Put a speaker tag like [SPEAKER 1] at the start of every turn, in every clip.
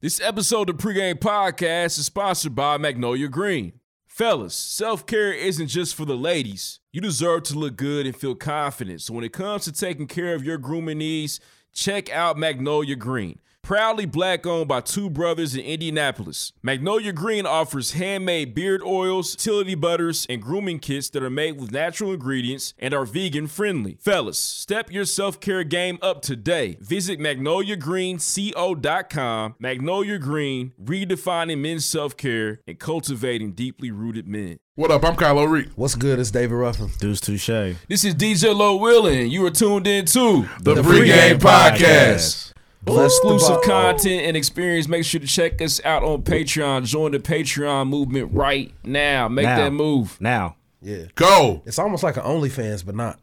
[SPEAKER 1] This episode of the Pregame Podcast is sponsored by Magnolia Green. Fellas, self care isn't just for the ladies. You deserve to look good and feel confident. So when it comes to taking care of your grooming needs, check out Magnolia Green. Proudly black owned by two brothers in Indianapolis, Magnolia Green offers handmade beard oils, utility butters, and grooming kits that are made with natural ingredients and are vegan friendly. Fellas, step your self care game up today. Visit magnoliagreenco.com. Magnolia Green, redefining men's self care and cultivating deeply rooted men.
[SPEAKER 2] What up? I'm Kylo Reed.
[SPEAKER 3] What's good? It's David Ruffin.
[SPEAKER 4] Deuce Touche.
[SPEAKER 1] This is DJ Low Willing. You are tuned in to
[SPEAKER 2] The, pregame, podcast.
[SPEAKER 1] For
[SPEAKER 3] Bless the
[SPEAKER 1] exclusive
[SPEAKER 3] ball.
[SPEAKER 1] content and experience, make sure to check us out on Patreon. Join the Patreon movement right now. Make
[SPEAKER 4] Now.
[SPEAKER 1] that move.
[SPEAKER 4] Now.
[SPEAKER 3] Yeah.
[SPEAKER 2] Go.
[SPEAKER 3] It's almost like an OnlyFans, but not.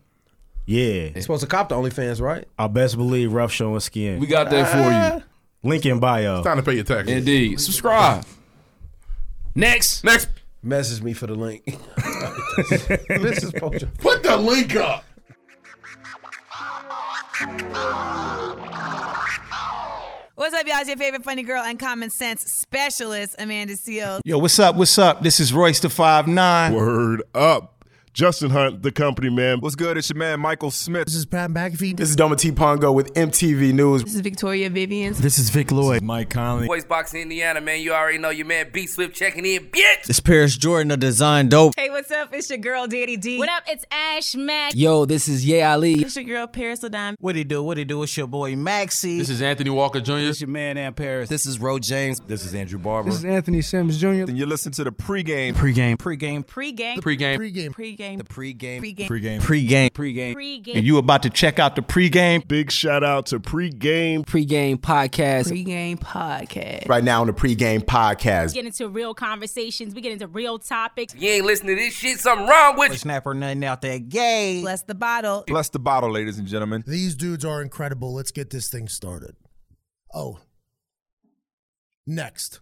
[SPEAKER 4] Yeah.
[SPEAKER 3] You're supposed to cop the OnlyFans, right?
[SPEAKER 4] I best believe rough showing skin.
[SPEAKER 1] We got that for
[SPEAKER 4] Link in bio.
[SPEAKER 2] Time to pay your taxes.
[SPEAKER 1] you. Indeed. Subscribe. Next.
[SPEAKER 2] Next,
[SPEAKER 3] Message me for the link. this is poacher.
[SPEAKER 2] put the link up.
[SPEAKER 5] What's up, y'all? It's your favorite funny girl and common sense specialist, Amanda Seals.
[SPEAKER 6] Yo, what's up? What's up? This is Royce the Five Nine.
[SPEAKER 7] Word up. Justin Hunt, the company man.
[SPEAKER 8] What's good? It's your man Michael Smith.
[SPEAKER 6] This is Pat McAfee. This is Doma T Pongo with MTV News.
[SPEAKER 5] This is Victoria Vivian.
[SPEAKER 6] This is Vic Lloyd. Mike Conley.
[SPEAKER 9] Voice Box in Indiana, man. You already know your man B Swift checking in, bitch.
[SPEAKER 10] It's Paris Jordan of Design Dope.
[SPEAKER 5] Hey, what's up? It's your girl, Daddy D. What up? It's Ash Mack.
[SPEAKER 10] Yo, this is Ye Ali.
[SPEAKER 5] It's your girl, Paris Ladon.
[SPEAKER 6] What he do? What he do? It's your boy Maxie. This is
[SPEAKER 1] Anthony Walker Jr.
[SPEAKER 6] your man Aunt Paris.
[SPEAKER 10] This is Ro James.
[SPEAKER 8] This is Andrew Barber. This is Anthony Sims Jr. And you listen to the pregame.
[SPEAKER 6] pregame.
[SPEAKER 5] Pre-game.
[SPEAKER 6] Pregame.
[SPEAKER 1] Pre-game.
[SPEAKER 5] Pre-game. Pre-game.
[SPEAKER 10] Pre-game.
[SPEAKER 5] Pre-game.
[SPEAKER 6] Pregame.
[SPEAKER 10] Pre-game.
[SPEAKER 6] Pregame.
[SPEAKER 5] Pre-game.
[SPEAKER 6] And you about to check out the pregame?
[SPEAKER 7] Big shout out to pregame.
[SPEAKER 10] Pre-game podcast.
[SPEAKER 5] Pre-game podcast.
[SPEAKER 6] Right now on the pregame podcast.
[SPEAKER 5] Get into real conversations. We get into real topics.
[SPEAKER 9] You ain't listening to this shit, something wrong with you.
[SPEAKER 6] Snap or nothing out that gay.
[SPEAKER 5] Bless the bottle.
[SPEAKER 8] Bless the bottle, ladies and gentlemen.
[SPEAKER 11] These dudes are incredible. Let's get this thing started. Oh. Next.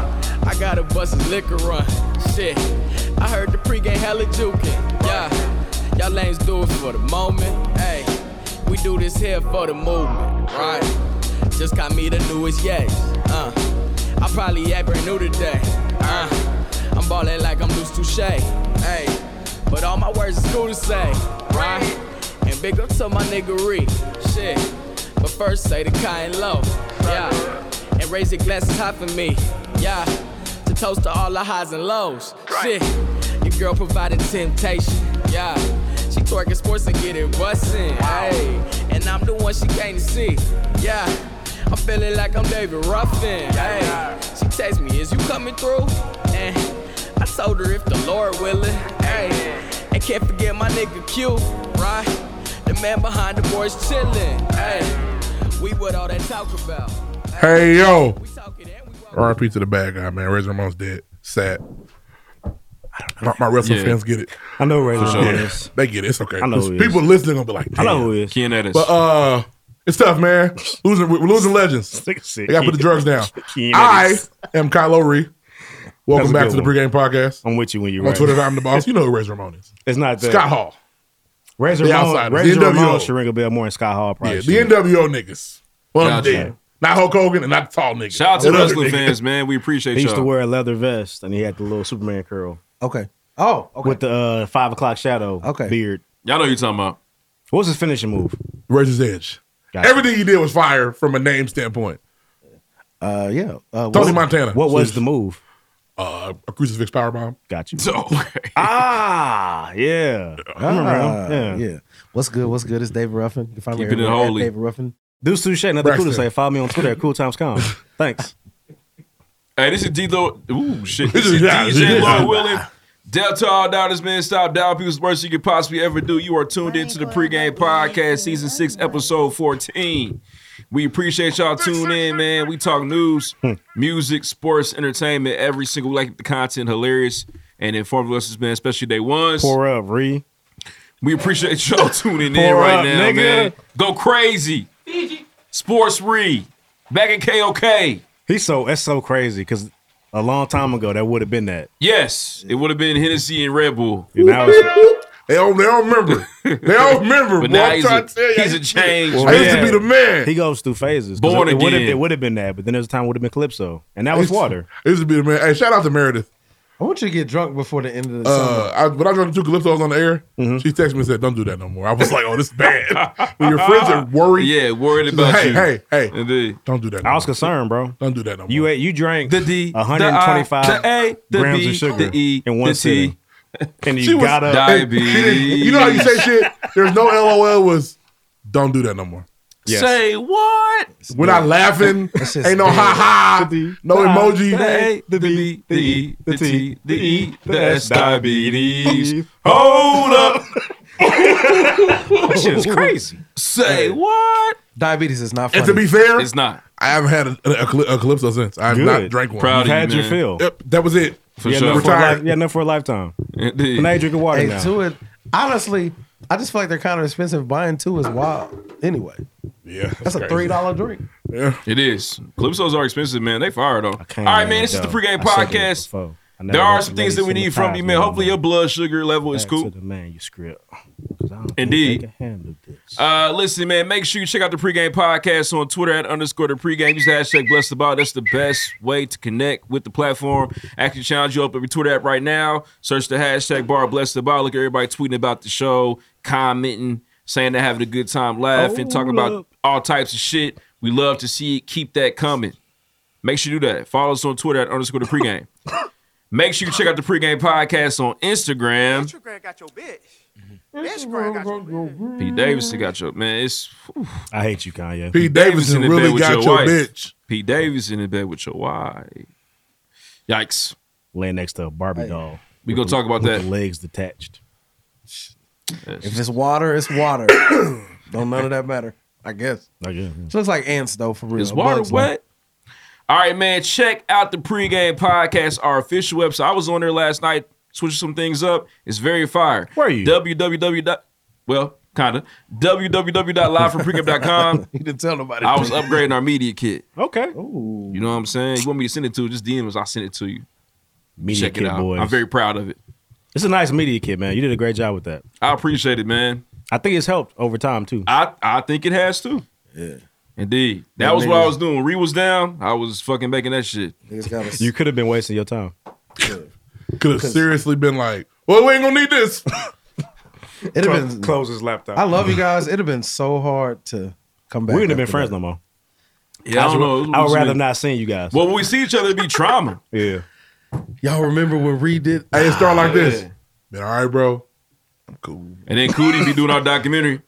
[SPEAKER 10] I got a busted liquor run. Shit. I heard the pregame hella jukin'. Yeah. Y'all lanes do it for the moment. Hey, we do this here for the movement. Right. Just got me the newest yes. Uh, I probably act brand new today. Uh, I'm ballin' like I'm loose touche. Hey, but all my words is cool to say, right? And big up to my niggery, shit. But first say the kind low, yeah. And raise your glasses high for me, yeah. To toast to all the highs and lows, shit. Your girl provided temptation, yeah. She twerking sports and get it bustin', hey. And I'm the one she came to see, yeah. I'm feeling like I'm David Ruffin. Hey, she text me, is you coming through? And I told her if the Lord willing. Hey, and can't forget my nigga Q, right? The man behind the boys chillin'. Hey, we what all that talk about.
[SPEAKER 2] Hey yo.
[SPEAKER 10] We talking and we walking.
[SPEAKER 2] R.I.P. to the bad guy, man. Razor Ramon's dead. Sad. My, my wrestling
[SPEAKER 1] Yeah.
[SPEAKER 2] fans get it.
[SPEAKER 4] I know Razor Ramon
[SPEAKER 2] Yeah,
[SPEAKER 4] is.
[SPEAKER 2] they get it. It's okay.
[SPEAKER 4] Oh, I know who it is.
[SPEAKER 2] People listening gonna be like,
[SPEAKER 4] I know
[SPEAKER 2] "Damn."
[SPEAKER 4] who it is.
[SPEAKER 1] Ken Edis.
[SPEAKER 2] But uh, it's tough, man. Losing, we're losing legends. They gotta put the drugs down.
[SPEAKER 4] Ken
[SPEAKER 2] I
[SPEAKER 4] Edis.
[SPEAKER 2] am Kylo Ree. Welcome
[SPEAKER 4] a
[SPEAKER 2] back
[SPEAKER 4] good
[SPEAKER 2] to the
[SPEAKER 4] one.
[SPEAKER 2] pregame podcast.
[SPEAKER 4] I'm with you when you're
[SPEAKER 2] On
[SPEAKER 4] right.
[SPEAKER 2] Twitter, I'm the boss. You know who Razor Ramon is.
[SPEAKER 4] It's not that.
[SPEAKER 2] Scott Hall.
[SPEAKER 4] Razor
[SPEAKER 2] The
[SPEAKER 4] Ramon.
[SPEAKER 2] outsiders.
[SPEAKER 4] Razor
[SPEAKER 2] The
[SPEAKER 4] Ramon
[SPEAKER 2] NWO.
[SPEAKER 4] should ring a bell more than Scott Hall
[SPEAKER 2] Yeah,
[SPEAKER 4] probably.
[SPEAKER 2] the
[SPEAKER 4] should.
[SPEAKER 2] NWO niggas. One of them
[SPEAKER 1] Gotcha.
[SPEAKER 2] dead. Not Hulk Hogan and not the tall nigga.
[SPEAKER 1] Shout out to
[SPEAKER 2] That
[SPEAKER 1] the
[SPEAKER 2] other
[SPEAKER 1] wrestling
[SPEAKER 2] nigga.
[SPEAKER 1] fans, man. We appreciate
[SPEAKER 4] He used to
[SPEAKER 1] y'all.
[SPEAKER 4] wear a leather vest and he had the little Superman curl
[SPEAKER 3] Okay. Oh, okay.
[SPEAKER 4] with the uh, five o'clock shadow
[SPEAKER 3] Okay.
[SPEAKER 4] beard.
[SPEAKER 1] y'all know who you're talking about.
[SPEAKER 4] What was his finishing move?
[SPEAKER 2] Razor's Edge.
[SPEAKER 4] Gotcha.
[SPEAKER 2] Everything he did was fire from a name standpoint.
[SPEAKER 3] uh, yeah. Uh,
[SPEAKER 2] Tony
[SPEAKER 3] what-
[SPEAKER 2] Montana.
[SPEAKER 4] What was the move?
[SPEAKER 2] Uh, a crucifix powerbomb.
[SPEAKER 4] Got you.
[SPEAKER 1] So,
[SPEAKER 4] Ah, yeah. I remember
[SPEAKER 3] Ah,
[SPEAKER 4] him. Yeah.
[SPEAKER 3] yeah. What's good? What's good? It's David Ruffin. You can find me
[SPEAKER 1] Keeping it
[SPEAKER 3] everywhere at
[SPEAKER 1] holy.
[SPEAKER 3] David Ruffin.
[SPEAKER 4] Deuce Touche, nothing cool
[SPEAKER 2] Braxton.
[SPEAKER 4] to say. Follow me on Twitter at Cool Times Com. Thanks.
[SPEAKER 1] hey, this is D. Lo- Ooh, shit. This is
[SPEAKER 2] Yeah,
[SPEAKER 1] DJ
[SPEAKER 2] yeah.
[SPEAKER 1] Low Willing. Death to all doubters, man. Stop doubting people's worst you could possibly ever do. You are tuned into the pregame podcast, season six, episode 14. We appreciate y'all tuning in, man. We talk news,
[SPEAKER 4] Hmm.
[SPEAKER 1] music, sports, entertainment every single like the content hilarious and informative listeners, man, especially day ones.
[SPEAKER 4] Pour up, Ree.
[SPEAKER 1] We appreciate y'all tuning in
[SPEAKER 4] Pour
[SPEAKER 1] right
[SPEAKER 4] up,
[SPEAKER 1] now,
[SPEAKER 4] nigga.
[SPEAKER 1] man. Go crazy. Sports Ree. Back at KOK.
[SPEAKER 4] He's so that's so crazy because a long time ago that would have been that.
[SPEAKER 1] Yes, it would have been Hennessy and Red Bull.
[SPEAKER 4] And now it's-
[SPEAKER 2] They don't, they don't remember. They don't remember.
[SPEAKER 1] But
[SPEAKER 2] boy,
[SPEAKER 1] now
[SPEAKER 2] I'm
[SPEAKER 1] he's
[SPEAKER 2] trying
[SPEAKER 1] a-
[SPEAKER 2] to tell you. I
[SPEAKER 1] he's a
[SPEAKER 2] used to be-
[SPEAKER 1] changed
[SPEAKER 2] I used to
[SPEAKER 1] man.
[SPEAKER 2] be the man.
[SPEAKER 4] He goes through phases. 'Cause
[SPEAKER 1] Born
[SPEAKER 4] it, it would've-
[SPEAKER 1] again.
[SPEAKER 4] It would have been that, but then there's a time would have been Calypso, and that was water.
[SPEAKER 2] It used to be the man. Hey, shout out to Meredith.
[SPEAKER 3] I want you to get drunk before the end of the
[SPEAKER 2] Uh, I, when I drank the two calypsos on the air,
[SPEAKER 4] Mm-hmm.
[SPEAKER 2] she texted me and said, "Don't do that no more." I was like, "Oh, this is bad." when your friends are worried,
[SPEAKER 1] Yeah, worried
[SPEAKER 2] she's
[SPEAKER 1] about
[SPEAKER 2] like, hey,
[SPEAKER 1] you.
[SPEAKER 2] Hey, hey,
[SPEAKER 1] Indeed.
[SPEAKER 2] don't do that.
[SPEAKER 4] I was concerned, bro.
[SPEAKER 2] Don't do that no more.
[SPEAKER 4] You ate, you drank
[SPEAKER 1] The D, the I,
[SPEAKER 4] 125
[SPEAKER 1] the A, the
[SPEAKER 4] grams
[SPEAKER 1] B,
[SPEAKER 4] of sugar
[SPEAKER 1] the E,
[SPEAKER 4] in one
[SPEAKER 1] the T.
[SPEAKER 4] sitting, and
[SPEAKER 2] She
[SPEAKER 4] you
[SPEAKER 2] was-
[SPEAKER 4] got up.
[SPEAKER 2] Hey, she didn't- you know how you say shit. There's no LOL. Was don't do that no more.
[SPEAKER 4] Yes.
[SPEAKER 1] Say what?
[SPEAKER 2] We're not laughing.
[SPEAKER 3] just
[SPEAKER 2] Ain't no ha ha. No emoji.
[SPEAKER 1] A, the B, the E, the T, the E, the S, diabetes.
[SPEAKER 2] Hold up.
[SPEAKER 4] That shit is crazy.
[SPEAKER 1] Say what?
[SPEAKER 3] Diabetes is not funny.
[SPEAKER 2] And to be fair,
[SPEAKER 1] It's not.
[SPEAKER 2] I haven't had a, a, cli- a calypso since. I've
[SPEAKER 4] Good.
[SPEAKER 2] not drank one.
[SPEAKER 1] Proud
[SPEAKER 4] You've
[SPEAKER 1] of you,
[SPEAKER 4] had your
[SPEAKER 1] man.
[SPEAKER 4] fill.
[SPEAKER 2] Yep, that was it.
[SPEAKER 1] For
[SPEAKER 4] Yeah,
[SPEAKER 1] sure.
[SPEAKER 4] nothing for, a
[SPEAKER 2] Retired.
[SPEAKER 4] life, yeah, nothing for a lifetime.
[SPEAKER 1] Indeed.
[SPEAKER 4] Now you drinking water
[SPEAKER 3] Hey,
[SPEAKER 4] now.
[SPEAKER 3] two it. Honestly, I just feel like they're kind of expensive. Buying two is wild. Anyway,
[SPEAKER 2] Yeah,
[SPEAKER 3] that's a
[SPEAKER 2] crazy.
[SPEAKER 3] three dollar drink.
[SPEAKER 2] Yeah.
[SPEAKER 1] It is. Calypsos are expensive, man. They fire though. All
[SPEAKER 4] can't
[SPEAKER 1] right,
[SPEAKER 4] even
[SPEAKER 1] man. This is the
[SPEAKER 4] go.
[SPEAKER 1] pregame
[SPEAKER 4] I said it
[SPEAKER 1] podcast.
[SPEAKER 4] before. I never
[SPEAKER 1] There are
[SPEAKER 4] let
[SPEAKER 1] some
[SPEAKER 4] the
[SPEAKER 1] things that we
[SPEAKER 4] ladies
[SPEAKER 1] need
[SPEAKER 4] see my
[SPEAKER 1] from you,
[SPEAKER 4] thighs
[SPEAKER 1] man.
[SPEAKER 4] no
[SPEAKER 1] Hopefully,
[SPEAKER 4] more.
[SPEAKER 1] your blood sugar level is
[SPEAKER 4] Back
[SPEAKER 1] cool.
[SPEAKER 4] To the manuscript. 'Cause I don't think
[SPEAKER 1] Indeed.
[SPEAKER 4] they can handle this.
[SPEAKER 1] Uh, listen, man, make sure you check out the pregame podcast on Twitter at underscore the pregame. Use the hashtag bless the ball. That's the best way to connect with the platform. Actually, challenge you up every Twitter app right now. Search the hashtag bar bless the ball. Look at everybody tweeting about the show, commenting, saying they're having a good time laughing, talking about
[SPEAKER 4] Hold
[SPEAKER 1] all types of shit. We love to see it. Keep that coming. Make sure you do that. Follow us on Twitter at underscore the pregame. Make sure you check out the pregame podcast on Instagram. Pete Davidson got your man. It's
[SPEAKER 4] I hate you, Kanye.
[SPEAKER 2] Pete Davidson
[SPEAKER 1] in bed
[SPEAKER 2] really
[SPEAKER 1] with
[SPEAKER 2] got
[SPEAKER 1] your
[SPEAKER 2] your
[SPEAKER 1] wife.
[SPEAKER 2] bitch.
[SPEAKER 1] Pete Davidson in bed with your wife. Yikes.
[SPEAKER 4] Laying next to a Barbie doll.
[SPEAKER 1] We gonna talk about
[SPEAKER 4] with
[SPEAKER 1] that.
[SPEAKER 4] The legs detached.
[SPEAKER 3] If it's water, it's water. Don't none of that matter. I guess.
[SPEAKER 4] Like, yeah, yeah.
[SPEAKER 3] So it's like ants though, for real.
[SPEAKER 1] Is water
[SPEAKER 3] Bugs, like-
[SPEAKER 1] wet? All right, man. Check out the pregame podcast, our official website. I was on there last night, switching some things up. It's very fire.
[SPEAKER 4] Were you?
[SPEAKER 1] www. dot- Well, kinda. www.liveforpregame.com.
[SPEAKER 3] He didn't tell nobody.
[SPEAKER 1] I was upgrading our media kit.
[SPEAKER 4] Okay.
[SPEAKER 1] You know what I'm saying? You want me to send it to you? Just DM us. I'll send it to you.
[SPEAKER 4] Media
[SPEAKER 1] Check
[SPEAKER 4] kit
[SPEAKER 1] it out.
[SPEAKER 4] boys.
[SPEAKER 1] I'm very proud of it.
[SPEAKER 4] it's a nice media kit, man. You did a great job with that.
[SPEAKER 1] I appreciate it, man.
[SPEAKER 4] I think it's helped over time too.
[SPEAKER 1] I I think it has too.
[SPEAKER 3] Yeah.
[SPEAKER 1] Indeed. That
[SPEAKER 3] That
[SPEAKER 1] was what I
[SPEAKER 3] nigga-
[SPEAKER 1] was doing. When Ree was down, I was fucking making that shit.
[SPEAKER 3] Niggas got us-
[SPEAKER 4] You could have been wasting your time.
[SPEAKER 2] Could have seriously been like, well, we ain't gonna need this.
[SPEAKER 3] It'd have been.
[SPEAKER 4] his laptop.
[SPEAKER 3] I love you guys. It'd have been so hard to come back.
[SPEAKER 4] we wouldn't have been
[SPEAKER 3] after
[SPEAKER 4] friends
[SPEAKER 3] that.
[SPEAKER 4] no more.
[SPEAKER 1] Yeah, I don't know. It was-
[SPEAKER 4] I would
[SPEAKER 1] it was-
[SPEAKER 4] rather not seeing you guys.
[SPEAKER 1] Well, when we see each other, it'd be trauma.
[SPEAKER 4] yeah.
[SPEAKER 3] Y'all remember when Reed did?
[SPEAKER 2] hey, it start like this. Been all right, bro. I'm cool.
[SPEAKER 1] And then Cootie be doing our documentary.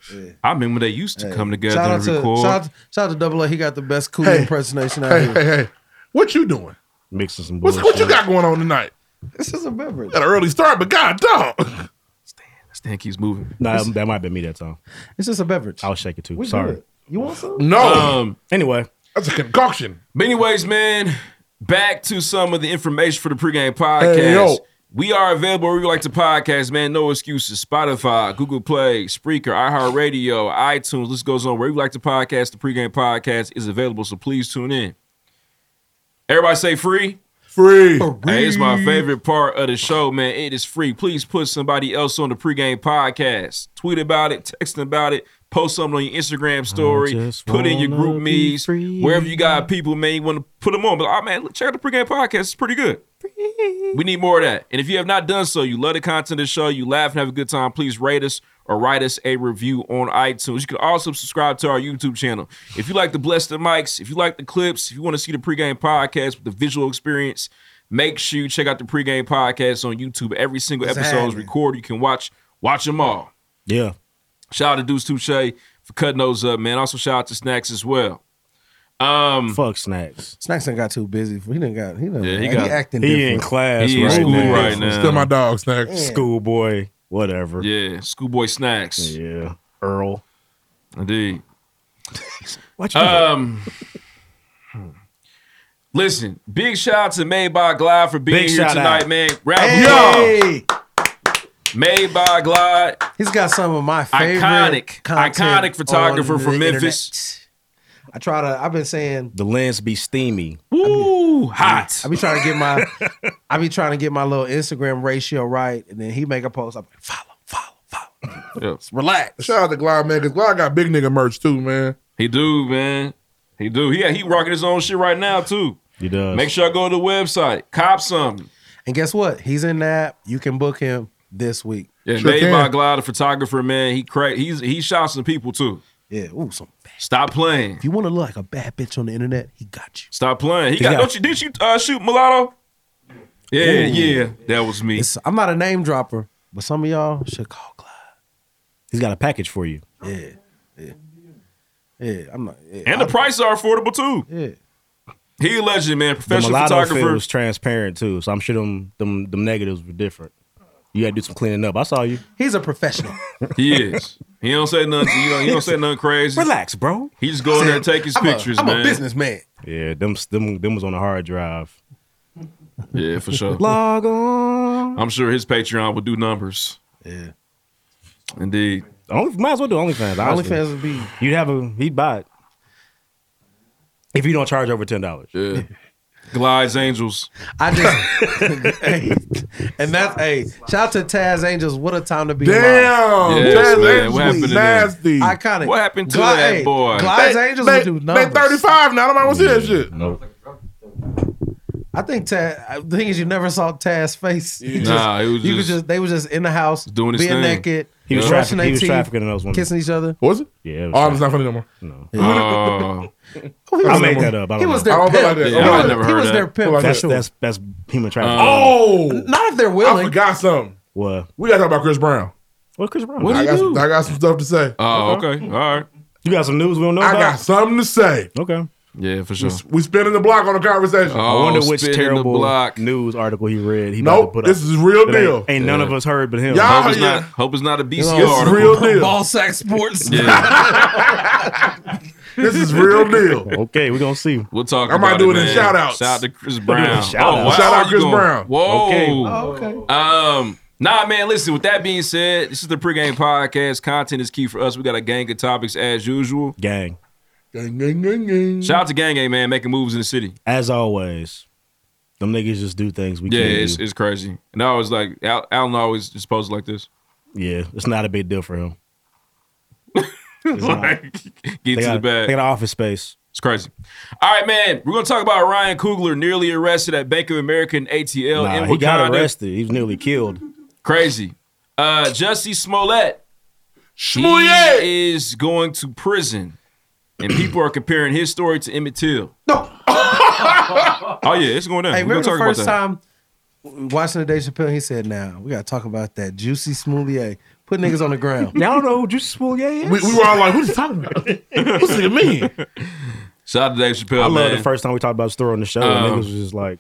[SPEAKER 1] I remember they used to come together
[SPEAKER 3] Shout out
[SPEAKER 1] and
[SPEAKER 3] to
[SPEAKER 1] record.
[SPEAKER 3] shout out, shout out to Double A. He got the best cool
[SPEAKER 2] Hey.
[SPEAKER 3] impersonation out
[SPEAKER 2] Hey,
[SPEAKER 3] here.
[SPEAKER 2] hey, hey. What you doing?
[SPEAKER 4] Mixing some
[SPEAKER 2] What's
[SPEAKER 4] bullshit.
[SPEAKER 2] what you got going on tonight?
[SPEAKER 3] This is a beverage.
[SPEAKER 2] Got an early start, but god dog.
[SPEAKER 1] Stan keeps moving.
[SPEAKER 4] Nah, that- that might have been me that time.
[SPEAKER 3] This is a beverage.
[SPEAKER 4] I was shaking too.
[SPEAKER 3] We
[SPEAKER 4] Oh, Sorry.
[SPEAKER 3] good. You want some?
[SPEAKER 2] No,
[SPEAKER 1] Um,
[SPEAKER 4] Anyway,
[SPEAKER 2] that's a concoction.
[SPEAKER 1] but anyways, man, back to some of the information for the pregame podcast.
[SPEAKER 2] Hey, yo.
[SPEAKER 1] We are available where you like to podcast, man. No excuses. Spotify, Google Play, Spreaker, iHeartRadio, iTunes. This goes on. Where you like to podcast, the pregame podcast is available. So please tune in. Everybody say free.
[SPEAKER 2] Free.
[SPEAKER 1] Hey, it's my favorite part of the show, man. It is free. Please put somebody else on the pregame podcast. Tweet about it, text them about it, post something on your Instagram story,
[SPEAKER 4] just
[SPEAKER 1] put in your
[SPEAKER 4] wanna
[SPEAKER 1] group
[SPEAKER 4] be
[SPEAKER 1] me's,
[SPEAKER 4] free.
[SPEAKER 1] wherever you got people, man, you want to put them on. But, oh, man, check out the pregame podcast. It's pretty good. We need more of that. And if you have not done so, you love the content of the show, you laugh and have a good time, please rate us or write us a review on iTunes. You can also subscribe to our YouTube channel. If you like the Bless the Mics, if you like the clips, if you want to see the pregame podcast with the visual experience, make sure you check out the pregame podcast on YouTube. Every single episode is
[SPEAKER 3] Exactly.
[SPEAKER 1] recorded. You can watch watch them all.
[SPEAKER 4] yeah.
[SPEAKER 1] Shout out to Deuce Touche for cutting those up, man. Also shout out to Snacks as well. Um,
[SPEAKER 4] Fuck snacks.
[SPEAKER 3] Snacks done got too busy. He didn't got. He done.
[SPEAKER 1] Yeah, he
[SPEAKER 3] he,
[SPEAKER 1] got-
[SPEAKER 3] acting
[SPEAKER 4] He in
[SPEAKER 3] different.
[SPEAKER 4] class
[SPEAKER 1] he in
[SPEAKER 4] right
[SPEAKER 1] school
[SPEAKER 4] now.
[SPEAKER 1] right now.
[SPEAKER 2] Still my dog, Snacks.
[SPEAKER 4] Schoolboy, whatever.
[SPEAKER 1] yeah, Schoolboy Snacks.
[SPEAKER 4] Yeah. Earl.
[SPEAKER 1] Indeed. What um, listen, big shout out to Made by Glide for being
[SPEAKER 4] Big
[SPEAKER 1] here
[SPEAKER 4] shout
[SPEAKER 1] tonight,
[SPEAKER 4] out.
[SPEAKER 1] man. Round of applause. Made by Glide.
[SPEAKER 3] He's got some of my favorite
[SPEAKER 1] Iconic.
[SPEAKER 3] content
[SPEAKER 1] Iconic photographer
[SPEAKER 3] on
[SPEAKER 1] from
[SPEAKER 3] the
[SPEAKER 1] Memphis.
[SPEAKER 3] internet. I try to. I've been saying
[SPEAKER 4] The lens be steamy.
[SPEAKER 1] Woo, hot.
[SPEAKER 3] I be trying to get my. I be trying to get my little Instagram ratio right, and then he make a post. I'm like, follow, follow,
[SPEAKER 1] follow.
[SPEAKER 3] Relax.
[SPEAKER 2] Shout out to Glide, man, because Glide got big nigga merch too, man.
[SPEAKER 1] He do, man. He do. He he rocking his own shit right now too.
[SPEAKER 4] He does.
[SPEAKER 1] Make sure I go to the website. Cop something.
[SPEAKER 3] And guess what? He's in that. You can book him this week.
[SPEAKER 1] Yeah, made by Glide, a photographer, man. He cra- he's he shot some people too.
[SPEAKER 3] Yeah, ooh, some
[SPEAKER 1] Stop playing.
[SPEAKER 3] If you want to look like a bad bitch on the internet, he got you.
[SPEAKER 1] Stop playing. He
[SPEAKER 3] He
[SPEAKER 1] got,
[SPEAKER 3] got-
[SPEAKER 1] don't you did you uh, shoot mulatto? Yeah,
[SPEAKER 3] Ooh.
[SPEAKER 1] yeah. That was me.
[SPEAKER 3] It's- I'm not a name dropper, but some of y'all should call Glide.
[SPEAKER 4] He's got a package for you.
[SPEAKER 3] Yeah, yeah, yeah. I'm not. Yeah,
[SPEAKER 1] and the prices are affordable too.
[SPEAKER 3] Yeah.
[SPEAKER 1] He a legend, man.
[SPEAKER 4] The
[SPEAKER 1] Professional
[SPEAKER 4] mulatto fit
[SPEAKER 1] photographer.
[SPEAKER 4] was transparent too, so I'm sure them them them negatives were different. You got to do some cleaning up. I saw you.
[SPEAKER 3] He's a professional.
[SPEAKER 1] He is. He don't say nothing. You know, he don't say nothing crazy.
[SPEAKER 4] Relax, bro.
[SPEAKER 1] He just go in there and take his
[SPEAKER 4] I'm a-
[SPEAKER 1] pictures,
[SPEAKER 4] I'm a
[SPEAKER 1] man.
[SPEAKER 3] businessman.
[SPEAKER 4] Yeah, them them them was on a hard drive.
[SPEAKER 1] Yeah, for sure.
[SPEAKER 4] Log on.
[SPEAKER 1] I'm sure his Patreon would do numbers.
[SPEAKER 3] Yeah.
[SPEAKER 1] Indeed.
[SPEAKER 4] Only, might as well do OnlyFans. honestly.
[SPEAKER 3] OnlyFans would be-
[SPEAKER 4] You'd have a he'd buy it if you don't charge over ten dollars.
[SPEAKER 1] Yeah. Glides Angels.
[SPEAKER 3] I just hey, and that's hey. Shout out to Taz Angels. What a time to be
[SPEAKER 2] Damn,
[SPEAKER 3] alive.
[SPEAKER 2] Yes, Taz man. Angels What happened to them? nasty.
[SPEAKER 3] Iconic.
[SPEAKER 2] What happened to
[SPEAKER 3] Glide-
[SPEAKER 2] that
[SPEAKER 3] hey,
[SPEAKER 2] boy?
[SPEAKER 3] Glide's
[SPEAKER 2] They-
[SPEAKER 3] Angels
[SPEAKER 2] they-
[SPEAKER 3] would do
[SPEAKER 2] they
[SPEAKER 3] numbers.
[SPEAKER 2] 35 now. Nobody wanna see that shit.
[SPEAKER 3] I think Taz. The thing is, you never saw Taz's face. You
[SPEAKER 1] Nah, it was
[SPEAKER 3] you could
[SPEAKER 1] just-
[SPEAKER 3] just they were just in the house
[SPEAKER 1] Doing his
[SPEAKER 3] being
[SPEAKER 1] thing.
[SPEAKER 3] naked.
[SPEAKER 1] He was trafficking-
[SPEAKER 3] brushing their
[SPEAKER 1] he was
[SPEAKER 3] teeth,
[SPEAKER 1] trafficking those women.
[SPEAKER 3] kissing each other.
[SPEAKER 2] Was it?
[SPEAKER 4] Yeah.
[SPEAKER 2] Oh, it's not funny no more.
[SPEAKER 4] No.
[SPEAKER 1] Oh.
[SPEAKER 4] I made that up. I don't
[SPEAKER 3] he
[SPEAKER 4] know.
[SPEAKER 3] was their pimp.
[SPEAKER 1] Yeah, I never
[SPEAKER 3] he
[SPEAKER 1] heard
[SPEAKER 3] was
[SPEAKER 1] that.
[SPEAKER 3] their pimp. for
[SPEAKER 4] That's,
[SPEAKER 3] sure.
[SPEAKER 4] that's that's human trafficking.
[SPEAKER 1] Uh,
[SPEAKER 2] Oh,
[SPEAKER 3] not if they're willing.
[SPEAKER 2] I forgot something.
[SPEAKER 4] What?
[SPEAKER 2] We got to talk about Chris Brown.
[SPEAKER 4] What Chris Brown?
[SPEAKER 2] I got, Some, I got some stuff to say.
[SPEAKER 4] uh-huh.
[SPEAKER 1] Oh, okay. All right.
[SPEAKER 4] You got some news we don't know
[SPEAKER 2] I
[SPEAKER 4] about?
[SPEAKER 2] got something to say.
[SPEAKER 4] Okay.
[SPEAKER 1] Yeah, for
[SPEAKER 2] We,
[SPEAKER 1] sure.
[SPEAKER 2] we spinning the block on the conversation.
[SPEAKER 4] I wonder which
[SPEAKER 1] spinning the
[SPEAKER 4] terrible
[SPEAKER 1] block.
[SPEAKER 4] news article he read. He Uh, about
[SPEAKER 2] Nope,
[SPEAKER 4] to put
[SPEAKER 2] this
[SPEAKER 4] up.
[SPEAKER 2] is real
[SPEAKER 4] That ain't-
[SPEAKER 2] deal.
[SPEAKER 4] Ain't, none of us heard but him.
[SPEAKER 2] Y'all-
[SPEAKER 1] hope, it's
[SPEAKER 2] yeah.
[SPEAKER 1] not, hope it's not a BCR
[SPEAKER 2] It's
[SPEAKER 1] article.
[SPEAKER 2] real deal.
[SPEAKER 3] Ball sack sports.
[SPEAKER 1] Yeah.
[SPEAKER 2] This is real deal.
[SPEAKER 4] okay, we're gonna see.
[SPEAKER 1] We'll talk
[SPEAKER 2] I might
[SPEAKER 1] about
[SPEAKER 2] do it in
[SPEAKER 1] man.
[SPEAKER 2] shout-outs.
[SPEAKER 1] Shout out to Chris
[SPEAKER 4] do it in
[SPEAKER 1] Brown.
[SPEAKER 4] shout-outs.
[SPEAKER 2] Shout out
[SPEAKER 1] you
[SPEAKER 2] Chris
[SPEAKER 1] going-
[SPEAKER 2] Brown.
[SPEAKER 1] Whoa.
[SPEAKER 4] Okay.
[SPEAKER 3] okay.
[SPEAKER 1] Um, nah, man, listen, with that being said, this is the pregame podcast. Content is key for us. We got a gang of topics as usual.
[SPEAKER 4] Gang,
[SPEAKER 2] Gang, gang, gang, gang.
[SPEAKER 1] Shout out to Gang Gang, man, making moves in the city.
[SPEAKER 4] as always, them niggas just do things we
[SPEAKER 1] Yeah,
[SPEAKER 4] can't
[SPEAKER 1] it's,
[SPEAKER 4] do.
[SPEAKER 1] it's crazy. And I was like, Al- Alan always just posed like this.
[SPEAKER 4] yeah, it's not a big deal for him.
[SPEAKER 1] like, get
[SPEAKER 4] They
[SPEAKER 1] to
[SPEAKER 4] got,
[SPEAKER 1] the bag.
[SPEAKER 4] they got office space.
[SPEAKER 1] It's crazy. All right, man. We're gonna talk about Ryan Coogler nearly arrested at Bank of America and ATL
[SPEAKER 4] Nah,
[SPEAKER 1] in
[SPEAKER 4] he got
[SPEAKER 1] Wakanda.
[SPEAKER 4] arrested. He was nearly killed.
[SPEAKER 1] Crazy. Uh, Jussie Smollett.
[SPEAKER 2] Smollett!
[SPEAKER 1] He is going to prison, and people are comparing his story to Emmett Till.
[SPEAKER 3] No.
[SPEAKER 1] oh yeah, it's going down.
[SPEAKER 3] Hey,
[SPEAKER 1] We're
[SPEAKER 3] remember
[SPEAKER 1] gonna
[SPEAKER 3] the
[SPEAKER 1] talk about
[SPEAKER 3] first
[SPEAKER 1] that.
[SPEAKER 3] time watching the Dave Chappelle? He said, "Now we got to talk about that juicy smoothie. Put niggas on the ground."
[SPEAKER 4] Now I don't know who Juice Smollett is.
[SPEAKER 2] We, we were all like, "What you talking about? What's it mean?"
[SPEAKER 1] Shout out to Dave Chappelle.
[SPEAKER 4] I love
[SPEAKER 1] man.
[SPEAKER 4] the first time we talked about the story on the show.
[SPEAKER 1] Um,
[SPEAKER 4] niggas was just like,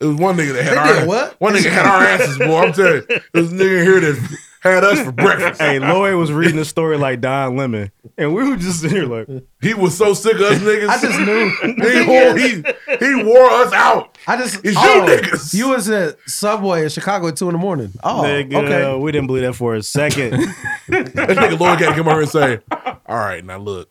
[SPEAKER 2] It was one nigga that had
[SPEAKER 3] They
[SPEAKER 2] our
[SPEAKER 3] did what?
[SPEAKER 2] one nigga had our asses, boy. I'm telling you, this nigga here that had us for breakfast.
[SPEAKER 4] "Hey, Lloyd was reading the story like Don Lemon," and we were just in here like,
[SPEAKER 2] He was so sick of us niggas.
[SPEAKER 3] I just knew.
[SPEAKER 2] he wore he he wore us out.
[SPEAKER 3] I just
[SPEAKER 2] It's you
[SPEAKER 3] oh,
[SPEAKER 2] niggas.
[SPEAKER 3] You was at Subway in Chicago at two in the morning. Oh,
[SPEAKER 4] "Nigga,
[SPEAKER 3] okay.
[SPEAKER 4] we didn't believe that for a second.
[SPEAKER 2] That nigga Lloyd got to come over and say, "All right, now look,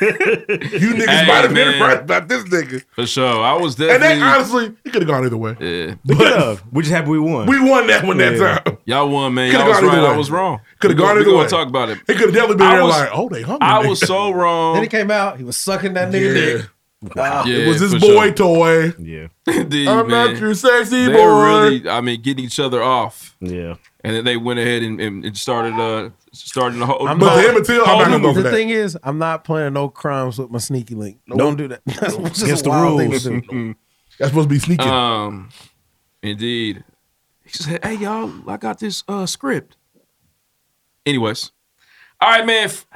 [SPEAKER 2] you niggas
[SPEAKER 1] Hey,
[SPEAKER 2] might have
[SPEAKER 1] man.
[SPEAKER 2] been right about this nigga."
[SPEAKER 1] For sure. I was
[SPEAKER 2] And
[SPEAKER 1] definitely.
[SPEAKER 2] that honestly, it could have gone either way.
[SPEAKER 1] yeah.
[SPEAKER 4] yeah, we just happy we won.
[SPEAKER 2] We won that one
[SPEAKER 4] Yeah.
[SPEAKER 2] that time.
[SPEAKER 1] Y'all won, man.
[SPEAKER 2] Coulda
[SPEAKER 1] Y'all was
[SPEAKER 2] gone either
[SPEAKER 1] right. I
[SPEAKER 2] way.
[SPEAKER 1] was wrong.
[SPEAKER 2] Coulda
[SPEAKER 1] We
[SPEAKER 2] gone
[SPEAKER 1] gonna- we
[SPEAKER 2] either
[SPEAKER 1] gonna
[SPEAKER 2] way.
[SPEAKER 1] Talk about it.
[SPEAKER 2] He could have definitely been
[SPEAKER 1] I
[SPEAKER 2] there
[SPEAKER 1] was-
[SPEAKER 2] like, "Oh, they hung."
[SPEAKER 1] I was so
[SPEAKER 3] Then
[SPEAKER 1] wrong.
[SPEAKER 3] he came out. He was sucking that nigga dick. Wow.
[SPEAKER 1] Yeah,
[SPEAKER 2] It was his
[SPEAKER 1] for
[SPEAKER 2] boy
[SPEAKER 1] sure.
[SPEAKER 2] toy.
[SPEAKER 4] yeah,
[SPEAKER 1] Indeed,
[SPEAKER 2] I'm
[SPEAKER 1] man.
[SPEAKER 2] not your sexy
[SPEAKER 1] they
[SPEAKER 2] boy.
[SPEAKER 1] were really, I mean, getting each other off,
[SPEAKER 4] yeah.
[SPEAKER 1] and then they went ahead and, and, and started uh starting the whole.
[SPEAKER 3] I'm
[SPEAKER 2] But
[SPEAKER 3] not-
[SPEAKER 2] the Emmett Till, I'm not gonna go for
[SPEAKER 3] The
[SPEAKER 2] that.
[SPEAKER 3] thing is, I'm not playing no crimes with my sneaky link. Don't do that. That's just
[SPEAKER 4] Against
[SPEAKER 3] a
[SPEAKER 4] the
[SPEAKER 3] wild thing to
[SPEAKER 4] rules.
[SPEAKER 3] do.
[SPEAKER 2] That's supposed to be sneaking.
[SPEAKER 1] Um, indeed. He said, "Hey y'all, I got this uh script." Anyways, all right, man. F-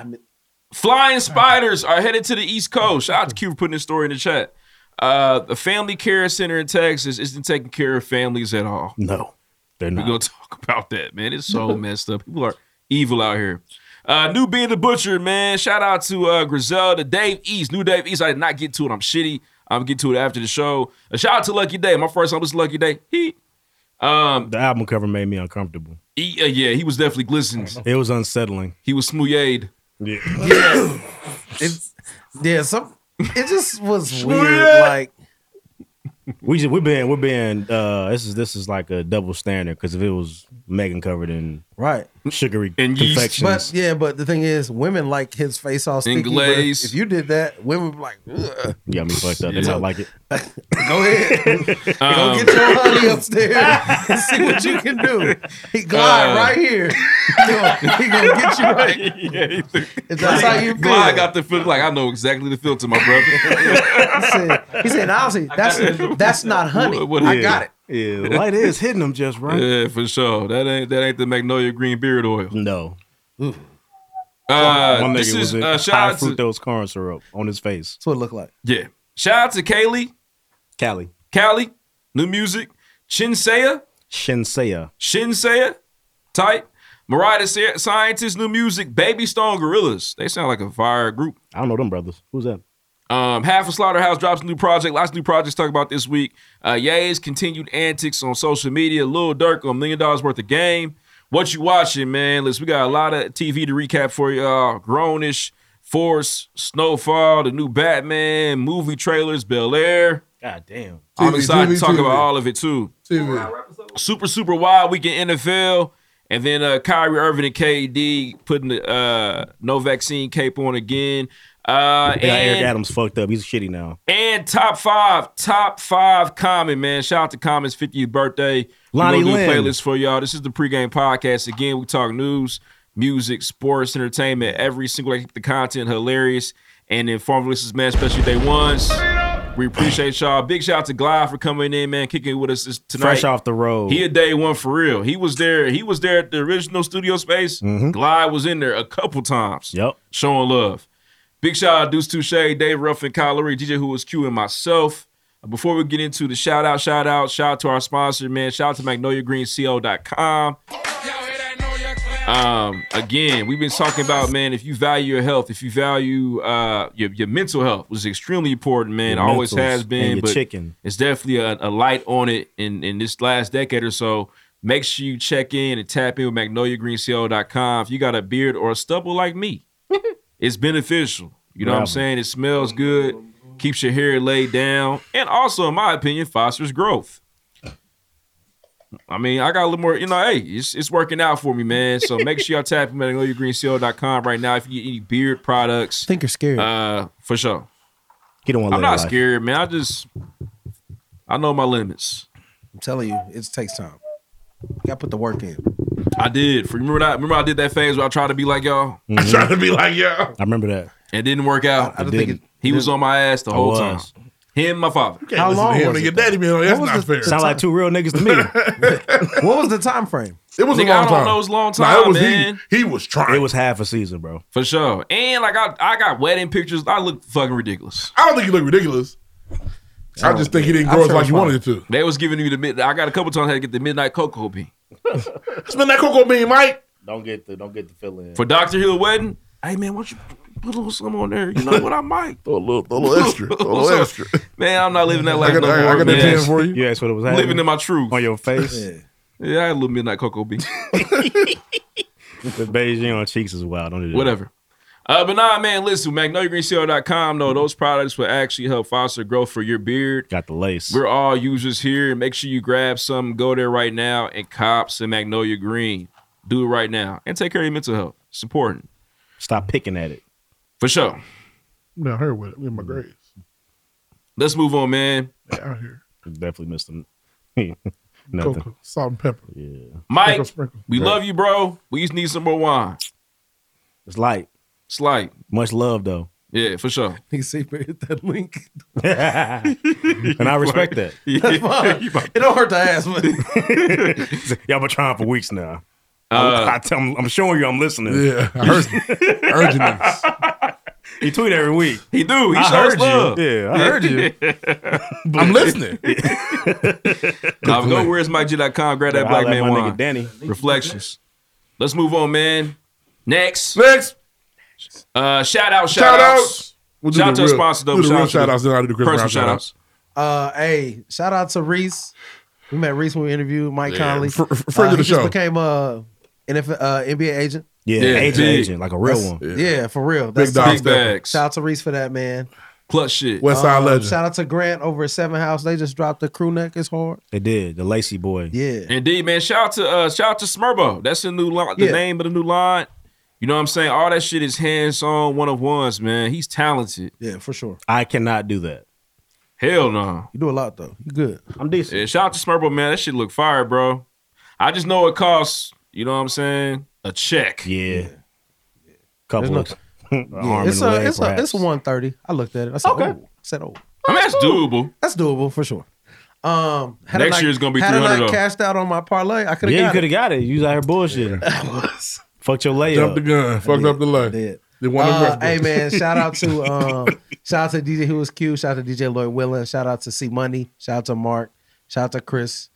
[SPEAKER 1] Flying spiders are headed to the East Coast. Shout out to Q for putting this story in the chat. Uh, the Family Care Center in Texas isn't taking care of families at all.
[SPEAKER 4] No, they're
[SPEAKER 1] We're
[SPEAKER 4] not.
[SPEAKER 1] gonna talk about that, man. It's so messed up. People are evil out here. Uh, new being the butcher, man. Shout out to uh, Griselda, Dave East, new Dave East. I did not get to it. I'm shitty. I'm gonna get to it after the show. A shout out to Lucky Day. My first time was Lucky Day. He, um,
[SPEAKER 4] the album cover made me uncomfortable.
[SPEAKER 1] he- uh, yeah, he was definitely glistened.
[SPEAKER 4] It was unsettling.
[SPEAKER 1] He was smooyed.
[SPEAKER 4] Yeah.
[SPEAKER 3] Yeah. it's, yeah, some it just was weird.
[SPEAKER 4] Yeah.
[SPEAKER 3] Like
[SPEAKER 4] We just we're being we're being uh this is this is like a double standard because if it was Megan covered in
[SPEAKER 3] right
[SPEAKER 2] Mm.
[SPEAKER 4] sugary
[SPEAKER 1] and
[SPEAKER 4] confections,
[SPEAKER 3] But yeah, but the thing is, women like his face all sticky. but
[SPEAKER 4] glaze.
[SPEAKER 3] If you did that, women would be like, Ugh.
[SPEAKER 4] yeah, me fucked up. They
[SPEAKER 3] Yeah.
[SPEAKER 4] not like it.
[SPEAKER 3] go ahead,
[SPEAKER 4] Um,
[SPEAKER 3] go get your honey upstairs and see what you can do. He glide
[SPEAKER 1] Uh,
[SPEAKER 3] right here. He gonna, he gonna get you right. If that's how you feel,
[SPEAKER 1] Glide got the feel like I know exactly the filter, my brother.
[SPEAKER 3] he said, he said, honestly, that's that's not honey.
[SPEAKER 1] What- what
[SPEAKER 3] I
[SPEAKER 1] is it?
[SPEAKER 3] got it.
[SPEAKER 4] Yeah, light is hitting them just right.
[SPEAKER 1] Yeah, for sure. That ain't that ain't the magnolia green beard oil.
[SPEAKER 4] No.
[SPEAKER 1] Uh,
[SPEAKER 4] My
[SPEAKER 1] this is
[SPEAKER 4] nigga was in
[SPEAKER 1] uh,
[SPEAKER 4] high
[SPEAKER 1] shout out to
[SPEAKER 4] fructose corn syrup on his face. That's
[SPEAKER 3] what it looked like.
[SPEAKER 1] yeah. Shout out to Kaylee,
[SPEAKER 4] Cali
[SPEAKER 1] Callie, new music, Chinsea,
[SPEAKER 4] Shinsea.
[SPEAKER 1] Shinsea, tight. Mariah the Sa- Scientist, new music, Baby Stone Gorillas. They sound like a fire group.
[SPEAKER 4] I don't know them brothers. Who's that?
[SPEAKER 1] Um, half a slaughterhouse drops a new project. Lots of new projects to talk about this week. Uh, Ye's continued antics on social media. Lil Durk on million dollars worth of game. What you watching, man? Listen, we got a lot of TV to recap for y'all. Grownish, Force, Snowfall, the new Batman, movie trailers, Bel Air.
[SPEAKER 4] God damn.
[SPEAKER 1] I'm
[SPEAKER 4] TV,
[SPEAKER 1] excited to
[SPEAKER 4] TV,
[SPEAKER 1] talk about
[SPEAKER 4] TV.
[SPEAKER 1] all of it too. Super, super wild weekend NFL. And then uh Kyrie Irving and KD putting the uh no vaccine cape on again. Uh
[SPEAKER 4] yeah, Eric
[SPEAKER 1] and-
[SPEAKER 4] Adams fucked up. He's shitty now.
[SPEAKER 1] and top five, top five comment, man. Shout out to Comment's 50th birthday.
[SPEAKER 4] Lonnie
[SPEAKER 1] We're gonna
[SPEAKER 4] Lynn.
[SPEAKER 1] do a playlist for y'all. This is the pregame podcast. Again, we talk news, music, sports, entertainment, every single like the content hilarious and informative. This is man, especially day ones. We appreciate y'all. Big shout out to Glide for coming in, man, kicking it with us this- tonight.
[SPEAKER 4] Fresh off the road.
[SPEAKER 1] He a day one for real. He was there. He was there at the original studio space. Glide was in there a couple times.
[SPEAKER 4] Yep.
[SPEAKER 1] Showing love. Big shout out to Deuce Touche, Dave Ruffin, Kyle Lurie, DJ Who Was Q, and myself. Uh, Before we get into the shout out, shout out, shout out to our sponsor, man. Shout out to magnoliagreenco.com. Um, again, we've been talking about, man, if you value your health, if you value uh, your, your mental health, was extremely important, man.
[SPEAKER 4] Your
[SPEAKER 1] Always
[SPEAKER 4] mentals
[SPEAKER 1] has been.
[SPEAKER 4] and your
[SPEAKER 1] but
[SPEAKER 4] chicken.
[SPEAKER 1] it's definitely a, a light on it in, in this last decade or so. Make sure you check in and tap in with magnoliagreenco.com. If you got a beard or a stubble like me, it's beneficial. You know what I'm
[SPEAKER 4] Bravo.
[SPEAKER 1] saying? It smells good, keeps your hair laid down, and also, in my opinion, fosters growth. I mean, I got a little more, you know, hey, it's, it's working out for me, man. So make sure y'all tap in magnoliagreenco.com right now if you get any beard products.
[SPEAKER 3] think you're scared.
[SPEAKER 1] Uh, for sure.
[SPEAKER 4] He don't want to
[SPEAKER 1] I'm not scared, man. I just I know my limits.
[SPEAKER 3] I'm telling you, it takes time. You gotta put the work in.
[SPEAKER 1] I did. Remember that? Remember I did that phase where I tried to be like y'all.
[SPEAKER 4] I tried to be
[SPEAKER 1] like y'all.
[SPEAKER 4] I remember that.
[SPEAKER 1] It didn't work out.
[SPEAKER 4] Mm. I don't think it-
[SPEAKER 1] he was on my ass the
[SPEAKER 4] I
[SPEAKER 1] whole time.
[SPEAKER 4] was.
[SPEAKER 1] Him, my father.
[SPEAKER 2] can't How listen to long him was and it, your daddy though? being like, "That's What was not the- fair." the
[SPEAKER 4] Sound like
[SPEAKER 2] time-
[SPEAKER 4] two real niggas to me.
[SPEAKER 3] What was the time frame?
[SPEAKER 2] It was
[SPEAKER 1] Nigga,
[SPEAKER 2] a long
[SPEAKER 1] I don't
[SPEAKER 2] time.
[SPEAKER 1] know. It was a long
[SPEAKER 2] Nah, it
[SPEAKER 1] time,
[SPEAKER 2] was- he-
[SPEAKER 1] man.
[SPEAKER 2] He, was trying.
[SPEAKER 4] It was half a season, bro.
[SPEAKER 1] For sure. And like I, I got wedding pictures. I look fucking ridiculous.
[SPEAKER 2] I don't think he looked ridiculous. I just think he didn't grow as like he wanted it to.
[SPEAKER 1] They was giving you the mid. I got a couple times I had to get the midnight cocoa bean
[SPEAKER 2] Spend that cocoa bean, Mike.
[SPEAKER 4] Don't get the don't get the feeling.
[SPEAKER 1] for Doctor Hill wedding. Hey man, why don't you put a little something on there? You know what I might.
[SPEAKER 2] Throw a little, throw a little extra. Throw a little
[SPEAKER 1] So,
[SPEAKER 2] extra.
[SPEAKER 1] Man, I'm not living that life
[SPEAKER 2] Oh, I got,
[SPEAKER 1] no
[SPEAKER 2] I,
[SPEAKER 1] more.
[SPEAKER 2] I got that
[SPEAKER 1] man.
[SPEAKER 2] pen for you.
[SPEAKER 4] You asked what it was
[SPEAKER 1] I'm
[SPEAKER 4] happening.
[SPEAKER 1] living in my truth
[SPEAKER 2] Oh,
[SPEAKER 4] on your face.
[SPEAKER 1] Yeah, I had a little midnight cocoa bean.
[SPEAKER 4] the Beijing on cheeks is wild. Don't do that.
[SPEAKER 1] Whatever. Uh, but nah, man, listen, magnoliagreencl.com, though, those products will actually help foster growth for your beard.
[SPEAKER 4] Got the lace.
[SPEAKER 1] We're all users here. Make sure you grab some, go there right now, and cop some Magnolia Green. Do it right now. And take care of your mental health. It's important.
[SPEAKER 4] Stop picking at it.
[SPEAKER 1] For sure.
[SPEAKER 2] No, I heard with it. We in my grades.
[SPEAKER 1] Let's move on, man.
[SPEAKER 2] Yeah, out here.
[SPEAKER 4] Definitely missed them. Nothing.
[SPEAKER 2] Cocoa, salt and pepper.
[SPEAKER 4] Yeah.
[SPEAKER 1] Mike,
[SPEAKER 2] Sprinkle, sprinkle.
[SPEAKER 1] we
[SPEAKER 4] Right.
[SPEAKER 1] love you, bro. We just need some more wine.
[SPEAKER 4] It's light.
[SPEAKER 1] It's like,
[SPEAKER 4] Much love though.
[SPEAKER 1] yeah, for sure.
[SPEAKER 3] Nigga say "Better hit that link.
[SPEAKER 4] and I respect that.
[SPEAKER 3] That's fine. It don't hurt to ask, but
[SPEAKER 4] Y'all been trying for weeks now.
[SPEAKER 1] Uh,
[SPEAKER 4] I, I tell, I'm, I'm showing you I'm listening.
[SPEAKER 2] Yeah, I heard I heard you niggas.
[SPEAKER 4] He tweet every week.
[SPEAKER 1] He do. He
[SPEAKER 4] I
[SPEAKER 1] shows
[SPEAKER 4] heard
[SPEAKER 1] love.
[SPEAKER 4] you. Yeah, I heard you.
[SPEAKER 2] I'm listening.
[SPEAKER 1] Now, go where's MikeG.com. Grab that
[SPEAKER 4] Gotta
[SPEAKER 1] black
[SPEAKER 4] holla at
[SPEAKER 1] man
[SPEAKER 4] my
[SPEAKER 1] wine.
[SPEAKER 4] nigga Danny.
[SPEAKER 1] Reflections. Let's move on, man. Next.
[SPEAKER 2] Next.
[SPEAKER 1] Uh, shout out, shout,
[SPEAKER 2] Shout
[SPEAKER 1] outs.
[SPEAKER 2] We'll do
[SPEAKER 1] shout
[SPEAKER 2] the
[SPEAKER 1] out to the
[SPEAKER 2] real-
[SPEAKER 1] sponsor, though.
[SPEAKER 2] do the real
[SPEAKER 1] out to
[SPEAKER 2] shout outs, then I'll do the Chris
[SPEAKER 1] Personal
[SPEAKER 2] Brown
[SPEAKER 1] shout
[SPEAKER 2] shout
[SPEAKER 1] outs.
[SPEAKER 3] Uh, hey, shout out to Reese. We met Reese when we interviewed Mike
[SPEAKER 1] Yeah,
[SPEAKER 3] Conley.
[SPEAKER 2] fr- fr- friend of
[SPEAKER 3] Uh,
[SPEAKER 2] the
[SPEAKER 3] he just
[SPEAKER 2] show.
[SPEAKER 3] became a NFL, uh, NBA agent.
[SPEAKER 4] Yeah,
[SPEAKER 1] Yeah,
[SPEAKER 4] agent,
[SPEAKER 1] big.
[SPEAKER 4] agent, like a real
[SPEAKER 3] That's-
[SPEAKER 4] one.
[SPEAKER 3] Yeah. for real.
[SPEAKER 2] Big dog
[SPEAKER 1] Big
[SPEAKER 2] stepper.
[SPEAKER 1] bags.
[SPEAKER 3] Shout out to Reese for that, man.
[SPEAKER 1] Plus shit.
[SPEAKER 2] West Side
[SPEAKER 3] Um,
[SPEAKER 2] legend.
[SPEAKER 3] Shout out to Grant over at Seven House. They just dropped the crew neck. It's hard.
[SPEAKER 4] It did the Lacey boy.
[SPEAKER 3] Yeah.
[SPEAKER 1] Indeed, man. Shout out to uh, shout out to Smurbo. That's the new line, the
[SPEAKER 3] Yeah.
[SPEAKER 1] name of the new line. You know what I'm saying? All that shit is hands on one of ones, man. He's talented.
[SPEAKER 3] Yeah, for sure.
[SPEAKER 4] I cannot do that.
[SPEAKER 1] Hell no.
[SPEAKER 3] You do a lot though. You good.
[SPEAKER 4] I'm decent.
[SPEAKER 1] Yeah, shout out to Smurbo, man. That shit look fire, bro. I just know it costs. You know what I'm saying? A check.
[SPEAKER 4] Yeah, couple
[SPEAKER 3] There's
[SPEAKER 4] of arm
[SPEAKER 3] Yeah,
[SPEAKER 4] and
[SPEAKER 3] it's
[SPEAKER 4] a
[SPEAKER 3] a,
[SPEAKER 4] leg.
[SPEAKER 3] it's a, it's
[SPEAKER 4] perhaps.
[SPEAKER 3] one thirty. I looked at it. I said,
[SPEAKER 4] Okay.
[SPEAKER 3] oh. I said, oh,
[SPEAKER 1] I mean, that's doable.
[SPEAKER 3] that's doable for sure. Um, had I
[SPEAKER 1] Next
[SPEAKER 3] not-
[SPEAKER 1] year's gonna be
[SPEAKER 3] had I not
[SPEAKER 1] 300 though.
[SPEAKER 3] cashed out on my parlay. I could have
[SPEAKER 4] Yeah, you
[SPEAKER 3] got
[SPEAKER 4] could
[SPEAKER 3] it.
[SPEAKER 4] have got it. You was out here bullshitting. Fucked your
[SPEAKER 2] Jumped
[SPEAKER 4] layup.
[SPEAKER 2] the gun. Fucked up the leg.
[SPEAKER 3] Dead.
[SPEAKER 2] They won
[SPEAKER 3] Uh,
[SPEAKER 2] the rest.
[SPEAKER 3] hey man, shout out to um, shout out to DJ Who Was Q, shout out to DJ Lloyd Willen, shout out to C Money, shout out to Mark, shout out to Chris.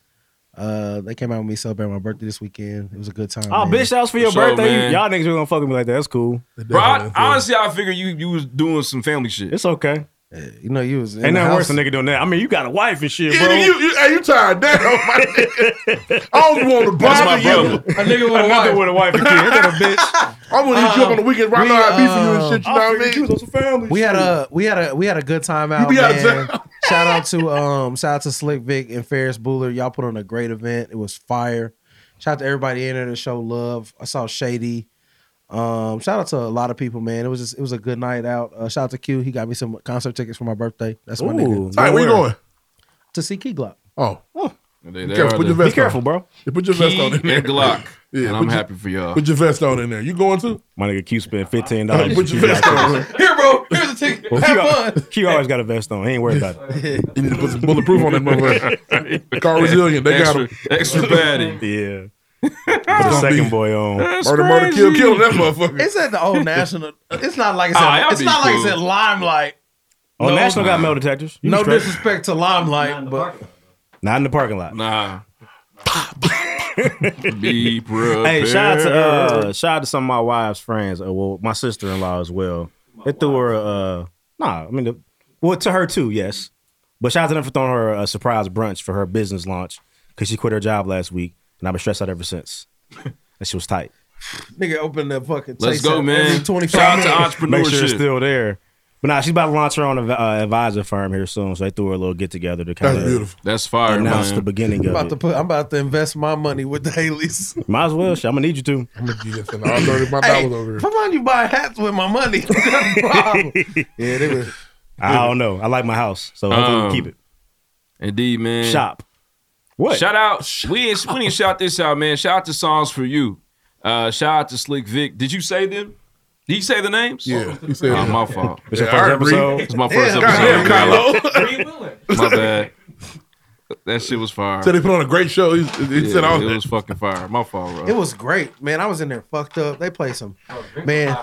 [SPEAKER 3] Uh, they came out with me celebrating my birthday this weekend. It was a good time.
[SPEAKER 4] Oh,
[SPEAKER 3] man.
[SPEAKER 4] bitch, that was for your
[SPEAKER 1] sure,
[SPEAKER 4] birthday.
[SPEAKER 1] man.
[SPEAKER 4] You- Y'all niggas were gonna fuck with me like that. That's cool.
[SPEAKER 1] Bro, I, honestly, I figured you you was doing some family shit.
[SPEAKER 4] It's okay.
[SPEAKER 3] Uh, you know you was in
[SPEAKER 4] Ain't
[SPEAKER 3] the
[SPEAKER 4] nothing
[SPEAKER 3] house.
[SPEAKER 4] worse than nigga doing that. I mean, you got a wife and shit,
[SPEAKER 2] Yeah,
[SPEAKER 4] bro.
[SPEAKER 2] nigga, you, you, hey, you tied down. My nigga. I don't want to
[SPEAKER 1] That's
[SPEAKER 2] bother
[SPEAKER 1] my brother.
[SPEAKER 2] you.
[SPEAKER 3] a nigga with a
[SPEAKER 4] Another
[SPEAKER 3] wife.
[SPEAKER 4] with a wife and kid. Ain't that a bitch?
[SPEAKER 2] I'm gonna hit you up on the weekend. Right
[SPEAKER 3] Uh, we,
[SPEAKER 2] now, I be for you and
[SPEAKER 3] uh,
[SPEAKER 2] shit. You
[SPEAKER 4] I
[SPEAKER 2] know
[SPEAKER 4] figured
[SPEAKER 2] what I mean?
[SPEAKER 4] you was on some family.
[SPEAKER 3] We
[SPEAKER 4] shit.
[SPEAKER 3] had a we had a we had a good time out,
[SPEAKER 2] be out of
[SPEAKER 3] man.
[SPEAKER 2] town.
[SPEAKER 3] Shout out to um shout out to Slick Vic and Ferris Bueller. Y'all put on a great event. It was fire. Shout out to everybody in there to show love. I saw Shady. Um, shout out to a lot of people, man. It was just it was a good night out. Uh, shout out to Q. He got me some concert tickets for my birthday. That's my
[SPEAKER 4] Ooh,
[SPEAKER 3] nigga.
[SPEAKER 2] All right, where you
[SPEAKER 4] word.
[SPEAKER 2] going?
[SPEAKER 3] To see Key Glock.
[SPEAKER 2] Oh,
[SPEAKER 1] They,
[SPEAKER 2] be
[SPEAKER 1] they
[SPEAKER 2] careful.
[SPEAKER 1] are
[SPEAKER 2] Put your
[SPEAKER 1] the
[SPEAKER 4] Be
[SPEAKER 2] vest
[SPEAKER 4] careful,
[SPEAKER 2] on.
[SPEAKER 4] bro.
[SPEAKER 2] Yeah, Put your vest
[SPEAKER 1] key
[SPEAKER 2] on in there.
[SPEAKER 1] and Glock.
[SPEAKER 2] Yeah,
[SPEAKER 1] and
[SPEAKER 2] put
[SPEAKER 1] I'm
[SPEAKER 2] your-
[SPEAKER 1] happy for y'all.
[SPEAKER 2] Put your vest on in there. You going too?
[SPEAKER 4] My nigga Q spent fifteen dollars.
[SPEAKER 2] Put your vest on.
[SPEAKER 1] Here, bro. Here's a ticket.
[SPEAKER 4] Well, Q, al- Q always got a vest on. He ain't worried about it.
[SPEAKER 2] You need to put some bulletproof on that motherfucker. Car resilient. They got
[SPEAKER 1] extra,
[SPEAKER 2] him.
[SPEAKER 1] extra padding.
[SPEAKER 4] Yeah. Put the
[SPEAKER 2] gonna be-
[SPEAKER 4] second boy on.
[SPEAKER 2] Murder, murder, kill, kill that motherfucker.
[SPEAKER 3] It's at the old national. It's not like it's
[SPEAKER 1] Ah,
[SPEAKER 3] at,
[SPEAKER 1] y'all
[SPEAKER 3] it's
[SPEAKER 1] be
[SPEAKER 3] not like it's
[SPEAKER 1] cool.
[SPEAKER 3] at Limelight.
[SPEAKER 4] Oh,
[SPEAKER 3] No.
[SPEAKER 4] National got metal detectors. You
[SPEAKER 3] No
[SPEAKER 4] straight.
[SPEAKER 3] disrespect to Limelight, but
[SPEAKER 4] Not in the parking lot.
[SPEAKER 1] Nah. Be prepared.
[SPEAKER 4] Hey, shout out to uh, shout out to some of my wife's friends. Uh, well, my sister in law as well. they threw her. Uh, nah, I mean, the, well, to her too, yes. But shout out to them for throwing her a surprise brunch for her business launch because she quit her job last week, and I've been stressed out ever since. And she was tight.
[SPEAKER 3] nigga opened that fucking.
[SPEAKER 1] Let's
[SPEAKER 3] Chase
[SPEAKER 1] go,
[SPEAKER 3] up
[SPEAKER 1] man.
[SPEAKER 3] every
[SPEAKER 1] Shout
[SPEAKER 3] 25
[SPEAKER 1] out to
[SPEAKER 3] minutes.
[SPEAKER 4] Make sure it's
[SPEAKER 1] entrepreneurship.
[SPEAKER 4] still there. But nah, she's about to launch her own av- uh, advisor firm here soon. So they threw her a little get together to kind
[SPEAKER 2] That's
[SPEAKER 4] of
[SPEAKER 2] beautiful.
[SPEAKER 1] That's fire,
[SPEAKER 4] announce the
[SPEAKER 1] man.
[SPEAKER 4] beginning
[SPEAKER 3] I'm about
[SPEAKER 4] of
[SPEAKER 3] to
[SPEAKER 4] it.
[SPEAKER 3] put. I'm about to invest my money with the Haley's.
[SPEAKER 4] Might as well. shit, I'm gonna need you to.
[SPEAKER 2] I'm gonna do this and all thirty my
[SPEAKER 3] Hey,
[SPEAKER 2] dollars over here.
[SPEAKER 3] come on, you buy hats with my money. yeah, they were.
[SPEAKER 4] I don't know. I like my house, so hopefully we
[SPEAKER 1] Um,
[SPEAKER 4] keep it.
[SPEAKER 1] Indeed, man.
[SPEAKER 4] Shop. What?
[SPEAKER 1] Um, Shout out. We didn't, we didn't shout this out, man. Shout out to Songs for You. Uh, shout out to Slick Vic. Did you say them? Did you say the names?
[SPEAKER 2] Yeah, you said
[SPEAKER 1] Oh,
[SPEAKER 2] it.
[SPEAKER 1] my fault.
[SPEAKER 4] It's your
[SPEAKER 2] Yeah,
[SPEAKER 4] first
[SPEAKER 2] I agree.
[SPEAKER 4] episode.
[SPEAKER 1] It's my first
[SPEAKER 2] Goddamn,
[SPEAKER 1] episode.
[SPEAKER 2] Kylo.
[SPEAKER 1] My bad. That shit was fire.
[SPEAKER 2] Said they put on a great show. He, he
[SPEAKER 1] Yeah,
[SPEAKER 2] said all
[SPEAKER 1] it
[SPEAKER 2] that.
[SPEAKER 1] was fucking fire. My fault, bro.
[SPEAKER 3] It was great, man. I was in there fucked up. They played some, man.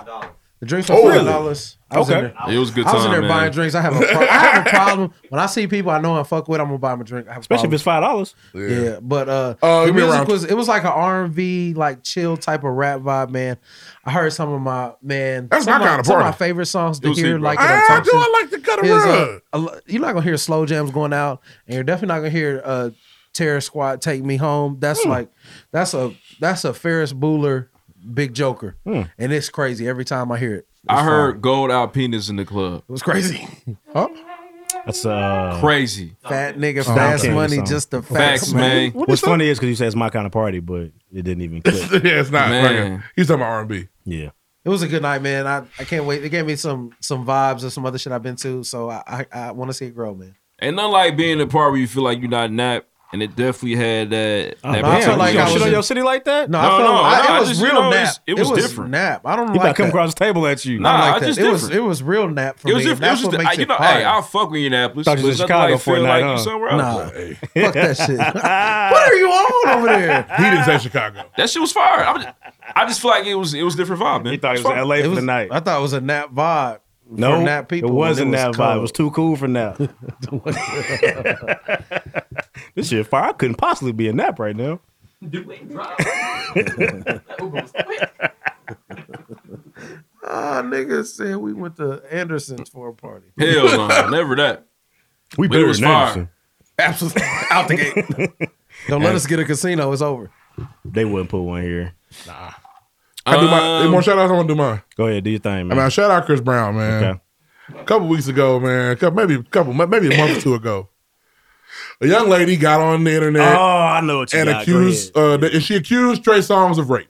[SPEAKER 3] The drinks were
[SPEAKER 2] Oh,
[SPEAKER 3] five
[SPEAKER 2] really?
[SPEAKER 3] dollars. I was
[SPEAKER 4] Okay.
[SPEAKER 3] in there.
[SPEAKER 1] It was a good
[SPEAKER 3] I was in
[SPEAKER 1] time,
[SPEAKER 3] there buying
[SPEAKER 1] man.
[SPEAKER 3] drinks. I have a, pro- I have a problem when I see people I know I fuck with. I'm gonna buy them a drink. I have a
[SPEAKER 4] Especially if
[SPEAKER 3] problem.
[SPEAKER 4] it's five dollars.
[SPEAKER 3] Yeah. but uh,
[SPEAKER 2] Uh,
[SPEAKER 3] the
[SPEAKER 2] give me a
[SPEAKER 3] music
[SPEAKER 2] round.
[SPEAKER 3] was it was like an R and B like chill type of rap vibe, man. I heard some of my man.
[SPEAKER 2] That's my
[SPEAKER 3] some of
[SPEAKER 2] kinda
[SPEAKER 3] some of my
[SPEAKER 2] party.
[SPEAKER 3] favorite songs to
[SPEAKER 1] You'll see,
[SPEAKER 3] hear.
[SPEAKER 1] bro.
[SPEAKER 3] Like in a
[SPEAKER 2] Ah, do
[SPEAKER 3] function
[SPEAKER 2] I like to cut a
[SPEAKER 3] is,
[SPEAKER 2] rug?
[SPEAKER 3] uh, a lo- you're not gonna hear slow jams going out, and you're definitely not gonna hear uh, Terror Squad take me home. That's
[SPEAKER 4] Hmm.
[SPEAKER 3] like that's a that's a Ferris Bueller Big Joker,
[SPEAKER 4] Hmm.
[SPEAKER 3] and it's crazy every time I hear it.
[SPEAKER 1] I heard gold out penis in the club.
[SPEAKER 3] It was crazy.
[SPEAKER 4] That's uh.
[SPEAKER 1] Crazy.
[SPEAKER 3] fat nigga, fast
[SPEAKER 4] King
[SPEAKER 3] money,
[SPEAKER 4] song.
[SPEAKER 3] just the
[SPEAKER 1] Facts,
[SPEAKER 3] facts,
[SPEAKER 1] man.
[SPEAKER 4] What's funny is because you said it's my kind of party, but it didn't even click.
[SPEAKER 2] yeah, it's not.
[SPEAKER 1] Man.
[SPEAKER 2] Like, he's talking about R and B.
[SPEAKER 4] yeah.
[SPEAKER 3] It was a good night, man. I, I can't wait. It gave me some some vibes of some other shit I've been to, so I I, I want to see it grow, man.
[SPEAKER 1] Ain't nothing like being in a part where you feel like you're not napped, and it definitely had that.
[SPEAKER 4] Uh-huh.
[SPEAKER 1] that
[SPEAKER 3] I felt
[SPEAKER 1] particular
[SPEAKER 3] like
[SPEAKER 4] you
[SPEAKER 3] I
[SPEAKER 4] don't
[SPEAKER 1] feeling.
[SPEAKER 4] shit
[SPEAKER 3] was
[SPEAKER 4] on
[SPEAKER 3] in-
[SPEAKER 4] your city Oh, like that?
[SPEAKER 3] No,
[SPEAKER 1] No,
[SPEAKER 3] I felt,
[SPEAKER 1] no, I-
[SPEAKER 3] I,
[SPEAKER 1] I
[SPEAKER 3] it was
[SPEAKER 1] just- you
[SPEAKER 3] real
[SPEAKER 1] know,
[SPEAKER 3] nap.
[SPEAKER 1] it's- it was different.
[SPEAKER 3] nap. I don't
[SPEAKER 4] He
[SPEAKER 3] like
[SPEAKER 4] about to come
[SPEAKER 3] that.
[SPEAKER 4] across the table at you.
[SPEAKER 1] Nah,
[SPEAKER 3] I
[SPEAKER 1] I
[SPEAKER 3] like that.
[SPEAKER 1] just
[SPEAKER 3] it was
[SPEAKER 1] different.
[SPEAKER 3] it was real nap for
[SPEAKER 1] It was just, it
[SPEAKER 3] me. and
[SPEAKER 1] was
[SPEAKER 3] That's
[SPEAKER 1] just
[SPEAKER 3] what
[SPEAKER 1] the,
[SPEAKER 3] makes
[SPEAKER 1] you
[SPEAKER 3] it
[SPEAKER 1] know, hey,
[SPEAKER 3] fire.
[SPEAKER 1] I'll fuck with you in Annapolis,
[SPEAKER 4] Thought
[SPEAKER 1] but
[SPEAKER 4] you
[SPEAKER 1] it's
[SPEAKER 4] was
[SPEAKER 1] nothing
[SPEAKER 4] in Chicago
[SPEAKER 1] like
[SPEAKER 4] for a
[SPEAKER 1] feeling
[SPEAKER 4] night,
[SPEAKER 1] like you
[SPEAKER 4] huh?
[SPEAKER 1] somewhere else.
[SPEAKER 3] Nah, fuck that shit. what are you on over there?
[SPEAKER 2] He didn't say Chicago.
[SPEAKER 1] That shit was fire. I, was- I just feel like it was it was different vibe, man.
[SPEAKER 4] He thought he was in LA
[SPEAKER 3] It
[SPEAKER 4] for
[SPEAKER 3] was,
[SPEAKER 4] the night.
[SPEAKER 3] I thought it was a nap vibe.
[SPEAKER 4] no,
[SPEAKER 3] for nap people.
[SPEAKER 4] it wasn't
[SPEAKER 3] It
[SPEAKER 4] that
[SPEAKER 3] was
[SPEAKER 4] vibe. It
[SPEAKER 3] cold.
[SPEAKER 4] was too cool for nap. this shit fire. I couldn't possibly be a nap right now.
[SPEAKER 3] Ah, nigga said we went to Anderson's for a party.
[SPEAKER 1] Hell no, never that.
[SPEAKER 3] We
[SPEAKER 1] But
[SPEAKER 3] better
[SPEAKER 1] it was
[SPEAKER 3] than
[SPEAKER 1] fire.
[SPEAKER 3] Anderson. Absolutely out the gate. Don't let us get a casino. It's over.
[SPEAKER 4] They wouldn't put one here.
[SPEAKER 2] Nah. I do my
[SPEAKER 4] Um,
[SPEAKER 2] more shout outs. I want to do mine.
[SPEAKER 4] Go ahead, do your thing,
[SPEAKER 2] I
[SPEAKER 4] man.
[SPEAKER 2] mean, shout out Chris Brown, man. A couple weeks ago, man. A couple, maybe a couple, maybe a month or two ago. A young lady got on the internet.
[SPEAKER 4] Oh, I know what you
[SPEAKER 2] and
[SPEAKER 4] got. Go
[SPEAKER 2] accused, uh, th- and she accused Trey Songz of rape.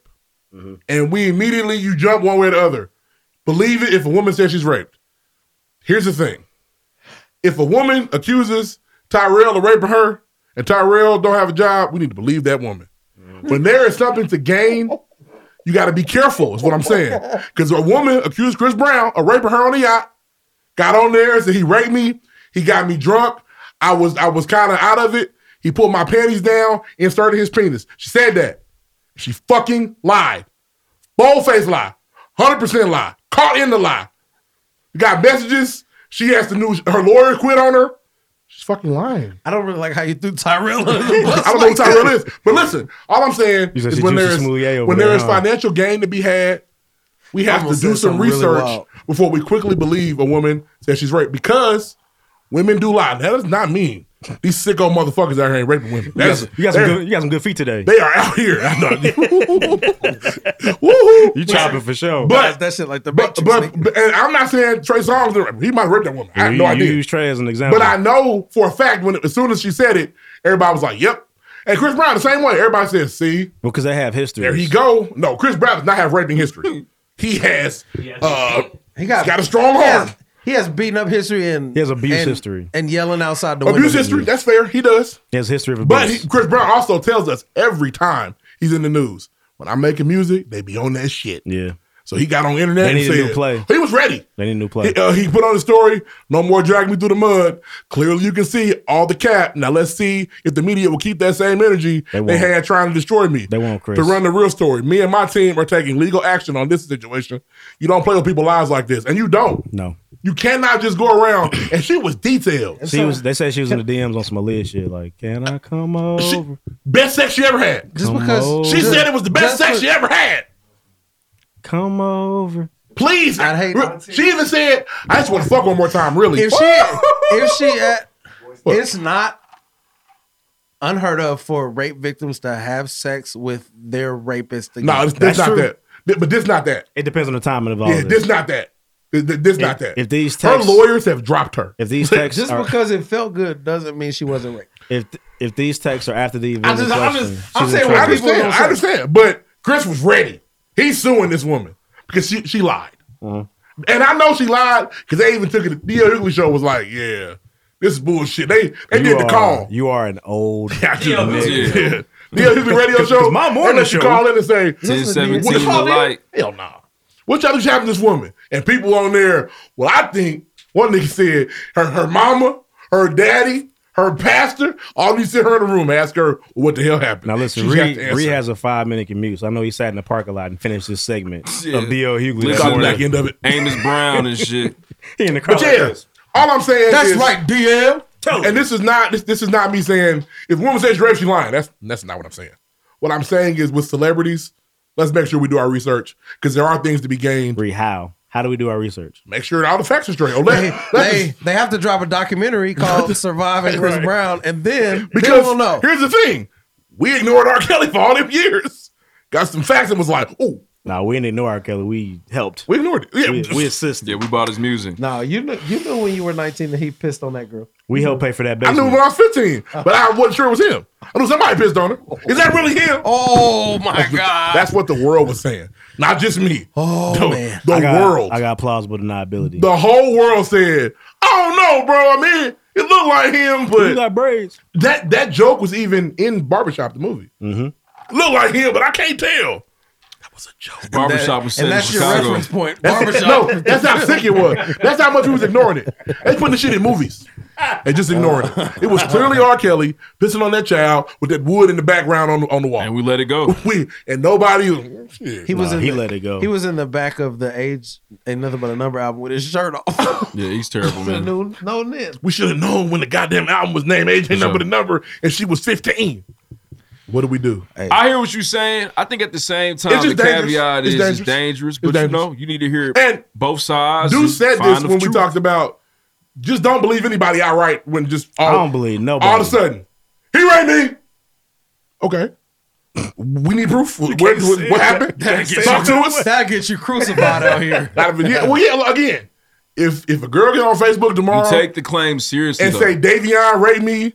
[SPEAKER 2] And we immediately you jump one way or the other. Believe it if a woman says she's raped. Here's the thing: if a woman accuses Tyrell of raping her, and Tyrell don't have a job, we need to believe that woman. When there is something to gain, you got to be careful. Is what I'm saying. Because a woman accused Chris Brown of raping her on the yacht got on there and said he raped me. He got me drunk. I was I was kind of out of it. He pulled my panties down, inserted his penis. She said that. She fucking lied. Bold face lie. Hundred percent lie. Caught in the lie. You got messages. She has to news. Her lawyer quit on her. She's fucking lying.
[SPEAKER 3] I don't really like how you threw Tyrell. under the bus
[SPEAKER 2] I don't know
[SPEAKER 3] like
[SPEAKER 2] what Tyrell
[SPEAKER 3] that.
[SPEAKER 2] is, but listen. All I'm saying
[SPEAKER 3] You said
[SPEAKER 2] is
[SPEAKER 3] she
[SPEAKER 2] when
[SPEAKER 3] juiced
[SPEAKER 2] there
[SPEAKER 3] a
[SPEAKER 2] is
[SPEAKER 3] smoothie over
[SPEAKER 2] when
[SPEAKER 3] there,
[SPEAKER 2] there is
[SPEAKER 3] huh?
[SPEAKER 2] financial gain to be had, we
[SPEAKER 3] I
[SPEAKER 2] have to
[SPEAKER 3] almost
[SPEAKER 2] do
[SPEAKER 3] said
[SPEAKER 2] some
[SPEAKER 3] something really
[SPEAKER 2] research
[SPEAKER 3] wild.
[SPEAKER 2] before we quickly believe a woman says she's raped because women do lie. That does not mean these sicko motherfuckers out here ain't raping women.
[SPEAKER 4] You got,
[SPEAKER 2] That's,
[SPEAKER 4] some, you got some
[SPEAKER 2] they're-
[SPEAKER 4] good, you got some good feet today.
[SPEAKER 2] They are out here. I know. Woo-hoo.
[SPEAKER 4] You chopping for sure.
[SPEAKER 2] But
[SPEAKER 3] that shit like the
[SPEAKER 2] but, but, but- and I'm not saying Trey Songz didn't rape her. he might rape that woman. I have
[SPEAKER 4] you,
[SPEAKER 2] no
[SPEAKER 4] you
[SPEAKER 2] idea.
[SPEAKER 4] use Trey as an example.
[SPEAKER 2] But I know for a fact when as soon as she said it, everybody was like, "Yep." And Chris Brown the same way. Everybody says, "See,
[SPEAKER 4] because they have history.
[SPEAKER 2] there he go." No, Chris Brown does not have raping history. He has. Uh,
[SPEAKER 3] He got,
[SPEAKER 2] got a strong
[SPEAKER 3] he
[SPEAKER 2] arm.
[SPEAKER 3] Has, he has beaten up history and
[SPEAKER 4] He has abuse
[SPEAKER 3] and-
[SPEAKER 4] history.
[SPEAKER 3] and yelling outside the
[SPEAKER 2] abuse
[SPEAKER 3] window.
[SPEAKER 2] history. That's fair. He does.
[SPEAKER 4] He has history of abuse.
[SPEAKER 2] But he, Chris Brown also tells us every time he's in the news when I'm making music, they be on that shit.
[SPEAKER 4] yeah,
[SPEAKER 2] So he got on the internet
[SPEAKER 4] They
[SPEAKER 2] and
[SPEAKER 4] need a
[SPEAKER 2] said,
[SPEAKER 4] new play.
[SPEAKER 2] He was ready.
[SPEAKER 4] they need a new play.
[SPEAKER 2] He, uh, he put on the story, no more drag me through the mud. Clearly, you can see all the cap. Now, let's see if the media will keep that same energy
[SPEAKER 4] They
[SPEAKER 2] they,
[SPEAKER 4] won't.
[SPEAKER 2] had trying to destroy me.
[SPEAKER 4] They won't, Chris.
[SPEAKER 2] To run the real story, me and my team are taking legal action on this situation. You don't play with people's lives like this, and you don't.
[SPEAKER 4] No,
[SPEAKER 2] You cannot just go around. And she was detailed.
[SPEAKER 4] she was. They said she was in the DMs on some Aaliyah shit. Like, can I come over?
[SPEAKER 2] best sex she ever had.
[SPEAKER 3] Just
[SPEAKER 4] Come
[SPEAKER 3] because
[SPEAKER 4] over.
[SPEAKER 2] She said it was the best
[SPEAKER 3] Just
[SPEAKER 2] sex
[SPEAKER 3] for-
[SPEAKER 2] she ever had.
[SPEAKER 4] Come over.
[SPEAKER 2] Please,
[SPEAKER 3] I'd hate not to.
[SPEAKER 2] she even said, "I just want to fuck one more time." Really,
[SPEAKER 3] If she, if she, at, it's not unheard of for rape victims to have sex with their rapist. Again.
[SPEAKER 2] no, this, this not that. Th- But this not that.
[SPEAKER 4] It depends on the timing of all
[SPEAKER 2] Yeah,
[SPEAKER 4] this.
[SPEAKER 2] this not that. Th- th- This not that.
[SPEAKER 4] if these
[SPEAKER 2] her
[SPEAKER 4] texts,
[SPEAKER 2] lawyers have dropped her.
[SPEAKER 4] if these texts,
[SPEAKER 3] Just
[SPEAKER 4] are,
[SPEAKER 3] because it felt good doesn't mean she wasn't raped.
[SPEAKER 4] if if these texts are after the event,
[SPEAKER 3] I just-
[SPEAKER 4] in
[SPEAKER 3] I'm
[SPEAKER 4] question,
[SPEAKER 3] just- I'm
[SPEAKER 4] she's in
[SPEAKER 3] saying what
[SPEAKER 2] I
[SPEAKER 4] trouble.
[SPEAKER 3] people-
[SPEAKER 2] understand. I understand. But Chris was ready. He's suing this woman because she she lied,
[SPEAKER 4] Mm-hmm.
[SPEAKER 2] and I know she lied because they even took it. The L. Hughley show was like, "Yeah, this is bullshit." They they
[SPEAKER 4] You
[SPEAKER 2] did the
[SPEAKER 4] are-
[SPEAKER 2] call.
[SPEAKER 4] You are an old.
[SPEAKER 2] I do.
[SPEAKER 4] Yeah,
[SPEAKER 2] nigga.
[SPEAKER 4] yeah.
[SPEAKER 2] Yeah. The L. Hughley radio
[SPEAKER 4] Cause-
[SPEAKER 2] show.
[SPEAKER 4] cause my
[SPEAKER 2] they
[SPEAKER 4] morning
[SPEAKER 2] let you
[SPEAKER 4] show-
[SPEAKER 2] call in and say,
[SPEAKER 1] 1017
[SPEAKER 2] What the fuck,
[SPEAKER 1] the
[SPEAKER 2] nigga?
[SPEAKER 1] light.
[SPEAKER 2] Hell no. What y'all think happened to this woman? And people on there, well, I think one nigga said her her mama, her daddy, her pastor, all these sit her in the room and ask her what the hell happened.
[SPEAKER 4] Now listen,
[SPEAKER 2] She's got
[SPEAKER 4] Reed,
[SPEAKER 2] to answer.
[SPEAKER 4] Reed has a five minute commute, so I know he sat in the parking lot and finished this segment
[SPEAKER 1] Yeah.
[SPEAKER 4] of D.O. Hughley.
[SPEAKER 1] Listen
[SPEAKER 4] that
[SPEAKER 1] to
[SPEAKER 4] morning.
[SPEAKER 1] that.
[SPEAKER 2] back end of it.
[SPEAKER 1] Amos Brown and shit.
[SPEAKER 4] He in the car.
[SPEAKER 2] But
[SPEAKER 4] like
[SPEAKER 2] yeah,
[SPEAKER 4] this.
[SPEAKER 2] all I'm saying
[SPEAKER 3] That's
[SPEAKER 2] is,
[SPEAKER 3] right, DL.
[SPEAKER 2] and this is not this this is not me saying if a woman says rape, she lying. That's that's not what I'm saying. What I'm saying is with celebrities, let's make sure we do our research because there are things to be gained.
[SPEAKER 4] Reed, how? How do we do our research?
[SPEAKER 2] Make sure all the facts are straight. Oh, let,
[SPEAKER 3] They,
[SPEAKER 2] let's
[SPEAKER 3] they, they have to drop a documentary called Surviving Chris
[SPEAKER 2] Right.
[SPEAKER 3] Brown, and then
[SPEAKER 2] Because
[SPEAKER 3] because we'll know.
[SPEAKER 2] here's the thing: we ignored R. Kelly for all them years. Got some facts and was like, "Oh,
[SPEAKER 4] Nah, we didn't know R. Kelly. We helped.
[SPEAKER 2] we ignored it." Yeah,
[SPEAKER 4] We, we assisted.
[SPEAKER 1] Yeah, we bought his music.
[SPEAKER 3] No, you knew, you knew when you were 19 that he pissed on that girl.
[SPEAKER 4] We helped pay for that
[SPEAKER 2] I knew
[SPEAKER 4] basement.
[SPEAKER 2] when I was 15, but I wasn't sure it was him. I knew somebody pissed on him. Is that really him?
[SPEAKER 3] Oh my
[SPEAKER 2] that's,
[SPEAKER 3] god!
[SPEAKER 2] that's what the world was saying, not just me.
[SPEAKER 3] oh
[SPEAKER 2] the
[SPEAKER 3] man,
[SPEAKER 2] the
[SPEAKER 4] I got,
[SPEAKER 2] world,
[SPEAKER 4] I got plausible deniability.
[SPEAKER 2] the whole world said, "I don't know, bro. I mean, it looked like him,
[SPEAKER 4] you
[SPEAKER 2] but
[SPEAKER 4] got braids.
[SPEAKER 2] that that joke was even in Barbershop the movie.
[SPEAKER 4] Mhm.
[SPEAKER 2] Looked like him, but I can't tell." That was a joke.
[SPEAKER 1] Barbershop was set
[SPEAKER 3] and
[SPEAKER 1] in
[SPEAKER 3] that's your
[SPEAKER 1] Chicago.
[SPEAKER 3] reference point.
[SPEAKER 2] That's,
[SPEAKER 3] Barbershop.
[SPEAKER 2] no, that's how sick it was. That's how much we was ignoring it. They putting the shit in movies and just ignoring it. It was clearly R. Kelly pissing on that child with that wood in the background on the, on the
[SPEAKER 1] And
[SPEAKER 2] wall.
[SPEAKER 1] we let it go.
[SPEAKER 2] We and nobody. was- shit.
[SPEAKER 3] He was
[SPEAKER 4] Nah,
[SPEAKER 3] in
[SPEAKER 4] he
[SPEAKER 3] the,
[SPEAKER 4] let it go.
[SPEAKER 3] He was in the back of the Age Ain't Nothing But a Number album with his shirt off.
[SPEAKER 1] Yeah, he's terrible,
[SPEAKER 3] no,
[SPEAKER 1] man.
[SPEAKER 3] no, no, nip.
[SPEAKER 2] We should have known when the goddamn album was named "Age Ain't Number the Number," and she was fifteen. What do we do?
[SPEAKER 1] I hear what you're saying. I think at the same time,
[SPEAKER 2] It's
[SPEAKER 1] the
[SPEAKER 2] just dangerous.
[SPEAKER 1] caveat
[SPEAKER 2] It's
[SPEAKER 1] is it's dangerous,
[SPEAKER 2] dangerous.
[SPEAKER 1] but
[SPEAKER 2] It's
[SPEAKER 1] you
[SPEAKER 2] dangerous.
[SPEAKER 1] know, you need to hear
[SPEAKER 2] And
[SPEAKER 1] both sides.
[SPEAKER 2] Dude
[SPEAKER 1] and
[SPEAKER 2] said
[SPEAKER 1] find
[SPEAKER 2] this
[SPEAKER 1] the
[SPEAKER 2] when we
[SPEAKER 1] truth.
[SPEAKER 2] talked about just don't believe anybody outright when just all,
[SPEAKER 4] I don't believe nobody.
[SPEAKER 2] all of a sudden he raped me. Okay, we need proof. Where, what
[SPEAKER 3] say
[SPEAKER 2] what
[SPEAKER 3] that.
[SPEAKER 2] happened?
[SPEAKER 3] That gets
[SPEAKER 2] Talk
[SPEAKER 3] you-
[SPEAKER 2] to us.
[SPEAKER 3] that gets you crucified out here.
[SPEAKER 2] Not even- yeah, well, yeah. look, Again, if if a girl get on Facebook tomorrow
[SPEAKER 1] You take the claim seriously.
[SPEAKER 2] and
[SPEAKER 1] though.
[SPEAKER 2] say Davion raped me,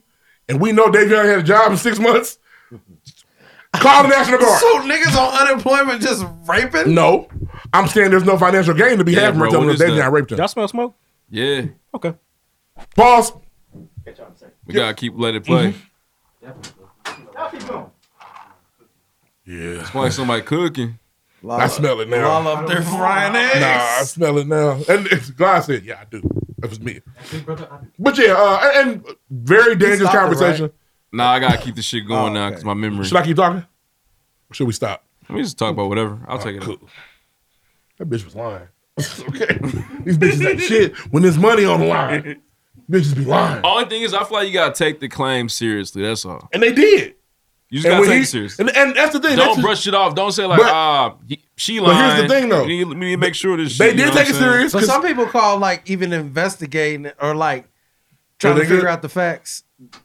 [SPEAKER 2] and we know Davion had a job in six months, call the National Guard.
[SPEAKER 3] So niggas on unemployment just raping?
[SPEAKER 2] No, I'm saying there's no financial gain to be
[SPEAKER 1] Yeah,
[SPEAKER 2] had from
[SPEAKER 1] bro,
[SPEAKER 2] telling
[SPEAKER 1] what is
[SPEAKER 2] us they did
[SPEAKER 1] that?
[SPEAKER 2] not rape them.
[SPEAKER 4] Y'all smell smoke?
[SPEAKER 1] yeah,
[SPEAKER 4] Okay.
[SPEAKER 2] Pause.
[SPEAKER 1] we gotta keep letting it
[SPEAKER 2] Mm-hmm.
[SPEAKER 1] play.
[SPEAKER 2] Yeah,
[SPEAKER 1] it's like somebody cooking.
[SPEAKER 2] I smell it now.
[SPEAKER 3] All up there frying eggs.
[SPEAKER 2] Nah, I smell it now. And it's God said, "Yeah, I do." That was me. But yeah, uh, and, and very dangerous
[SPEAKER 3] stopped it,
[SPEAKER 2] conversation.
[SPEAKER 1] Nah, I gotta keep this shit going
[SPEAKER 2] Oh,
[SPEAKER 1] now because my memory.
[SPEAKER 2] Should I keep talking? Or should we stop?
[SPEAKER 1] Let me just talk about whatever. I'll take it.
[SPEAKER 2] cool. That bitch was lying. okay, these bitches ain't shit when there's money on the line. Bitches be lying,
[SPEAKER 1] Only thing is, I feel like you gotta take the claim seriously. That's all.
[SPEAKER 2] and they did.
[SPEAKER 1] You just
[SPEAKER 2] And
[SPEAKER 1] gotta
[SPEAKER 2] when
[SPEAKER 1] take
[SPEAKER 2] he-
[SPEAKER 1] it seriously.
[SPEAKER 2] And, and that's the thing. that's
[SPEAKER 1] Don't
[SPEAKER 2] just-
[SPEAKER 1] brush it off. Don't say like,
[SPEAKER 2] But-
[SPEAKER 1] ah, he- she
[SPEAKER 2] but
[SPEAKER 1] lying.
[SPEAKER 2] here's the thing, though.
[SPEAKER 1] We need, we need to make sure this.
[SPEAKER 2] They
[SPEAKER 1] shit, you
[SPEAKER 2] did
[SPEAKER 1] know
[SPEAKER 2] take
[SPEAKER 1] what
[SPEAKER 2] it
[SPEAKER 1] I'm saying?
[SPEAKER 2] serious.
[SPEAKER 3] But
[SPEAKER 2] 'cause-
[SPEAKER 3] some people call like even investigating it or like trying
[SPEAKER 2] they
[SPEAKER 3] to figure
[SPEAKER 2] good?
[SPEAKER 3] out the facts.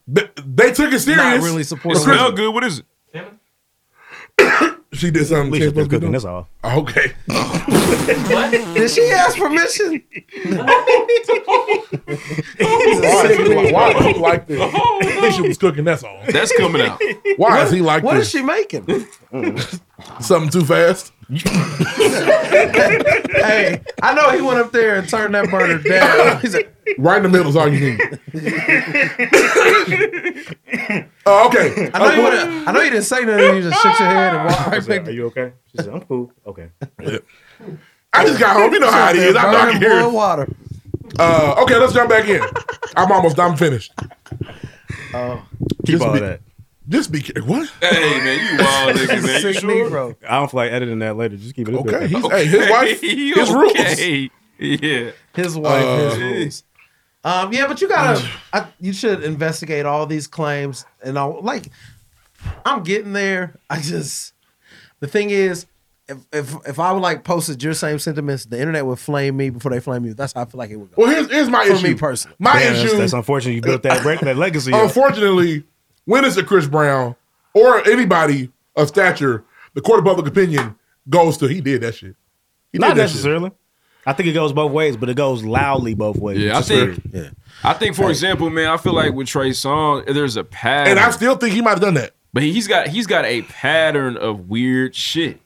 [SPEAKER 2] They, they took it serious.
[SPEAKER 3] Not really
[SPEAKER 1] It
[SPEAKER 3] supporting.
[SPEAKER 1] smell good. What is it?
[SPEAKER 2] She did something. she
[SPEAKER 4] Alicia's
[SPEAKER 2] ain't supposed to be
[SPEAKER 4] been cooking. That's
[SPEAKER 2] doing.
[SPEAKER 4] all.
[SPEAKER 2] Okay.
[SPEAKER 3] Did she ask permission?
[SPEAKER 2] Why is he like, why is he like this? I think she was cooking. That's all.
[SPEAKER 1] That's coming out.
[SPEAKER 2] Why is he like
[SPEAKER 3] What
[SPEAKER 2] this?
[SPEAKER 3] is she making?
[SPEAKER 2] Something too fast.
[SPEAKER 3] hey, I know he went up there and turned that burner down. He's like,
[SPEAKER 2] Right in the middle is all you need. Oh, okay.
[SPEAKER 3] I know you went. I know you didn't say nothing. You just shook your head and walked right back.
[SPEAKER 4] Are you okay? She said, I'm cool. Okay.
[SPEAKER 2] I just got home. You know how it is. I'm not
[SPEAKER 3] Burning boiled
[SPEAKER 2] here.
[SPEAKER 3] water.
[SPEAKER 2] Uh, okay, let's jump back in. I'm almost. I'm finished.
[SPEAKER 4] Oh, Keep all
[SPEAKER 2] be-
[SPEAKER 4] that.
[SPEAKER 2] Just be care- what?
[SPEAKER 1] Hey man, you wild nigga, man. You
[SPEAKER 3] Sick
[SPEAKER 1] sure?
[SPEAKER 3] Negro.
[SPEAKER 4] I don't feel like editing that later. Just keep it.
[SPEAKER 2] Okay.
[SPEAKER 4] Okay.
[SPEAKER 2] He's, Hey, his wife.
[SPEAKER 1] He
[SPEAKER 2] His rules.
[SPEAKER 1] okay. Yeah.
[SPEAKER 3] His wife, his
[SPEAKER 2] Uh,
[SPEAKER 3] rules. Um, yeah, but you gotta, I, you should investigate all these claims and all. Like, I'm getting there. I just, the thing is, if if if I would like posted your same sentiments, the internet would flame me before they flame you. That's how I feel like it would go.
[SPEAKER 2] Well, here's here's my
[SPEAKER 3] For
[SPEAKER 2] issue.
[SPEAKER 3] me personally.
[SPEAKER 2] my
[SPEAKER 4] Damn, that's,
[SPEAKER 2] issue.
[SPEAKER 4] that's unfortunate. You built that break, that legacy. up.
[SPEAKER 2] Unfortunately, when it's a Chris Brown or anybody of stature, the court of public opinion goes to he did that shit. He
[SPEAKER 4] Not
[SPEAKER 2] did that
[SPEAKER 4] necessarily. I think it goes both ways, but it goes loudly both ways.
[SPEAKER 1] Yeah, I
[SPEAKER 4] It's
[SPEAKER 1] think-
[SPEAKER 4] weird.
[SPEAKER 1] I think, for example, man, I feel like with Trey Songz, there's a
[SPEAKER 2] shit.
[SPEAKER 1] pattern,
[SPEAKER 2] And I still think he might have done that.
[SPEAKER 1] but he's got he's got a pattern of weird shit.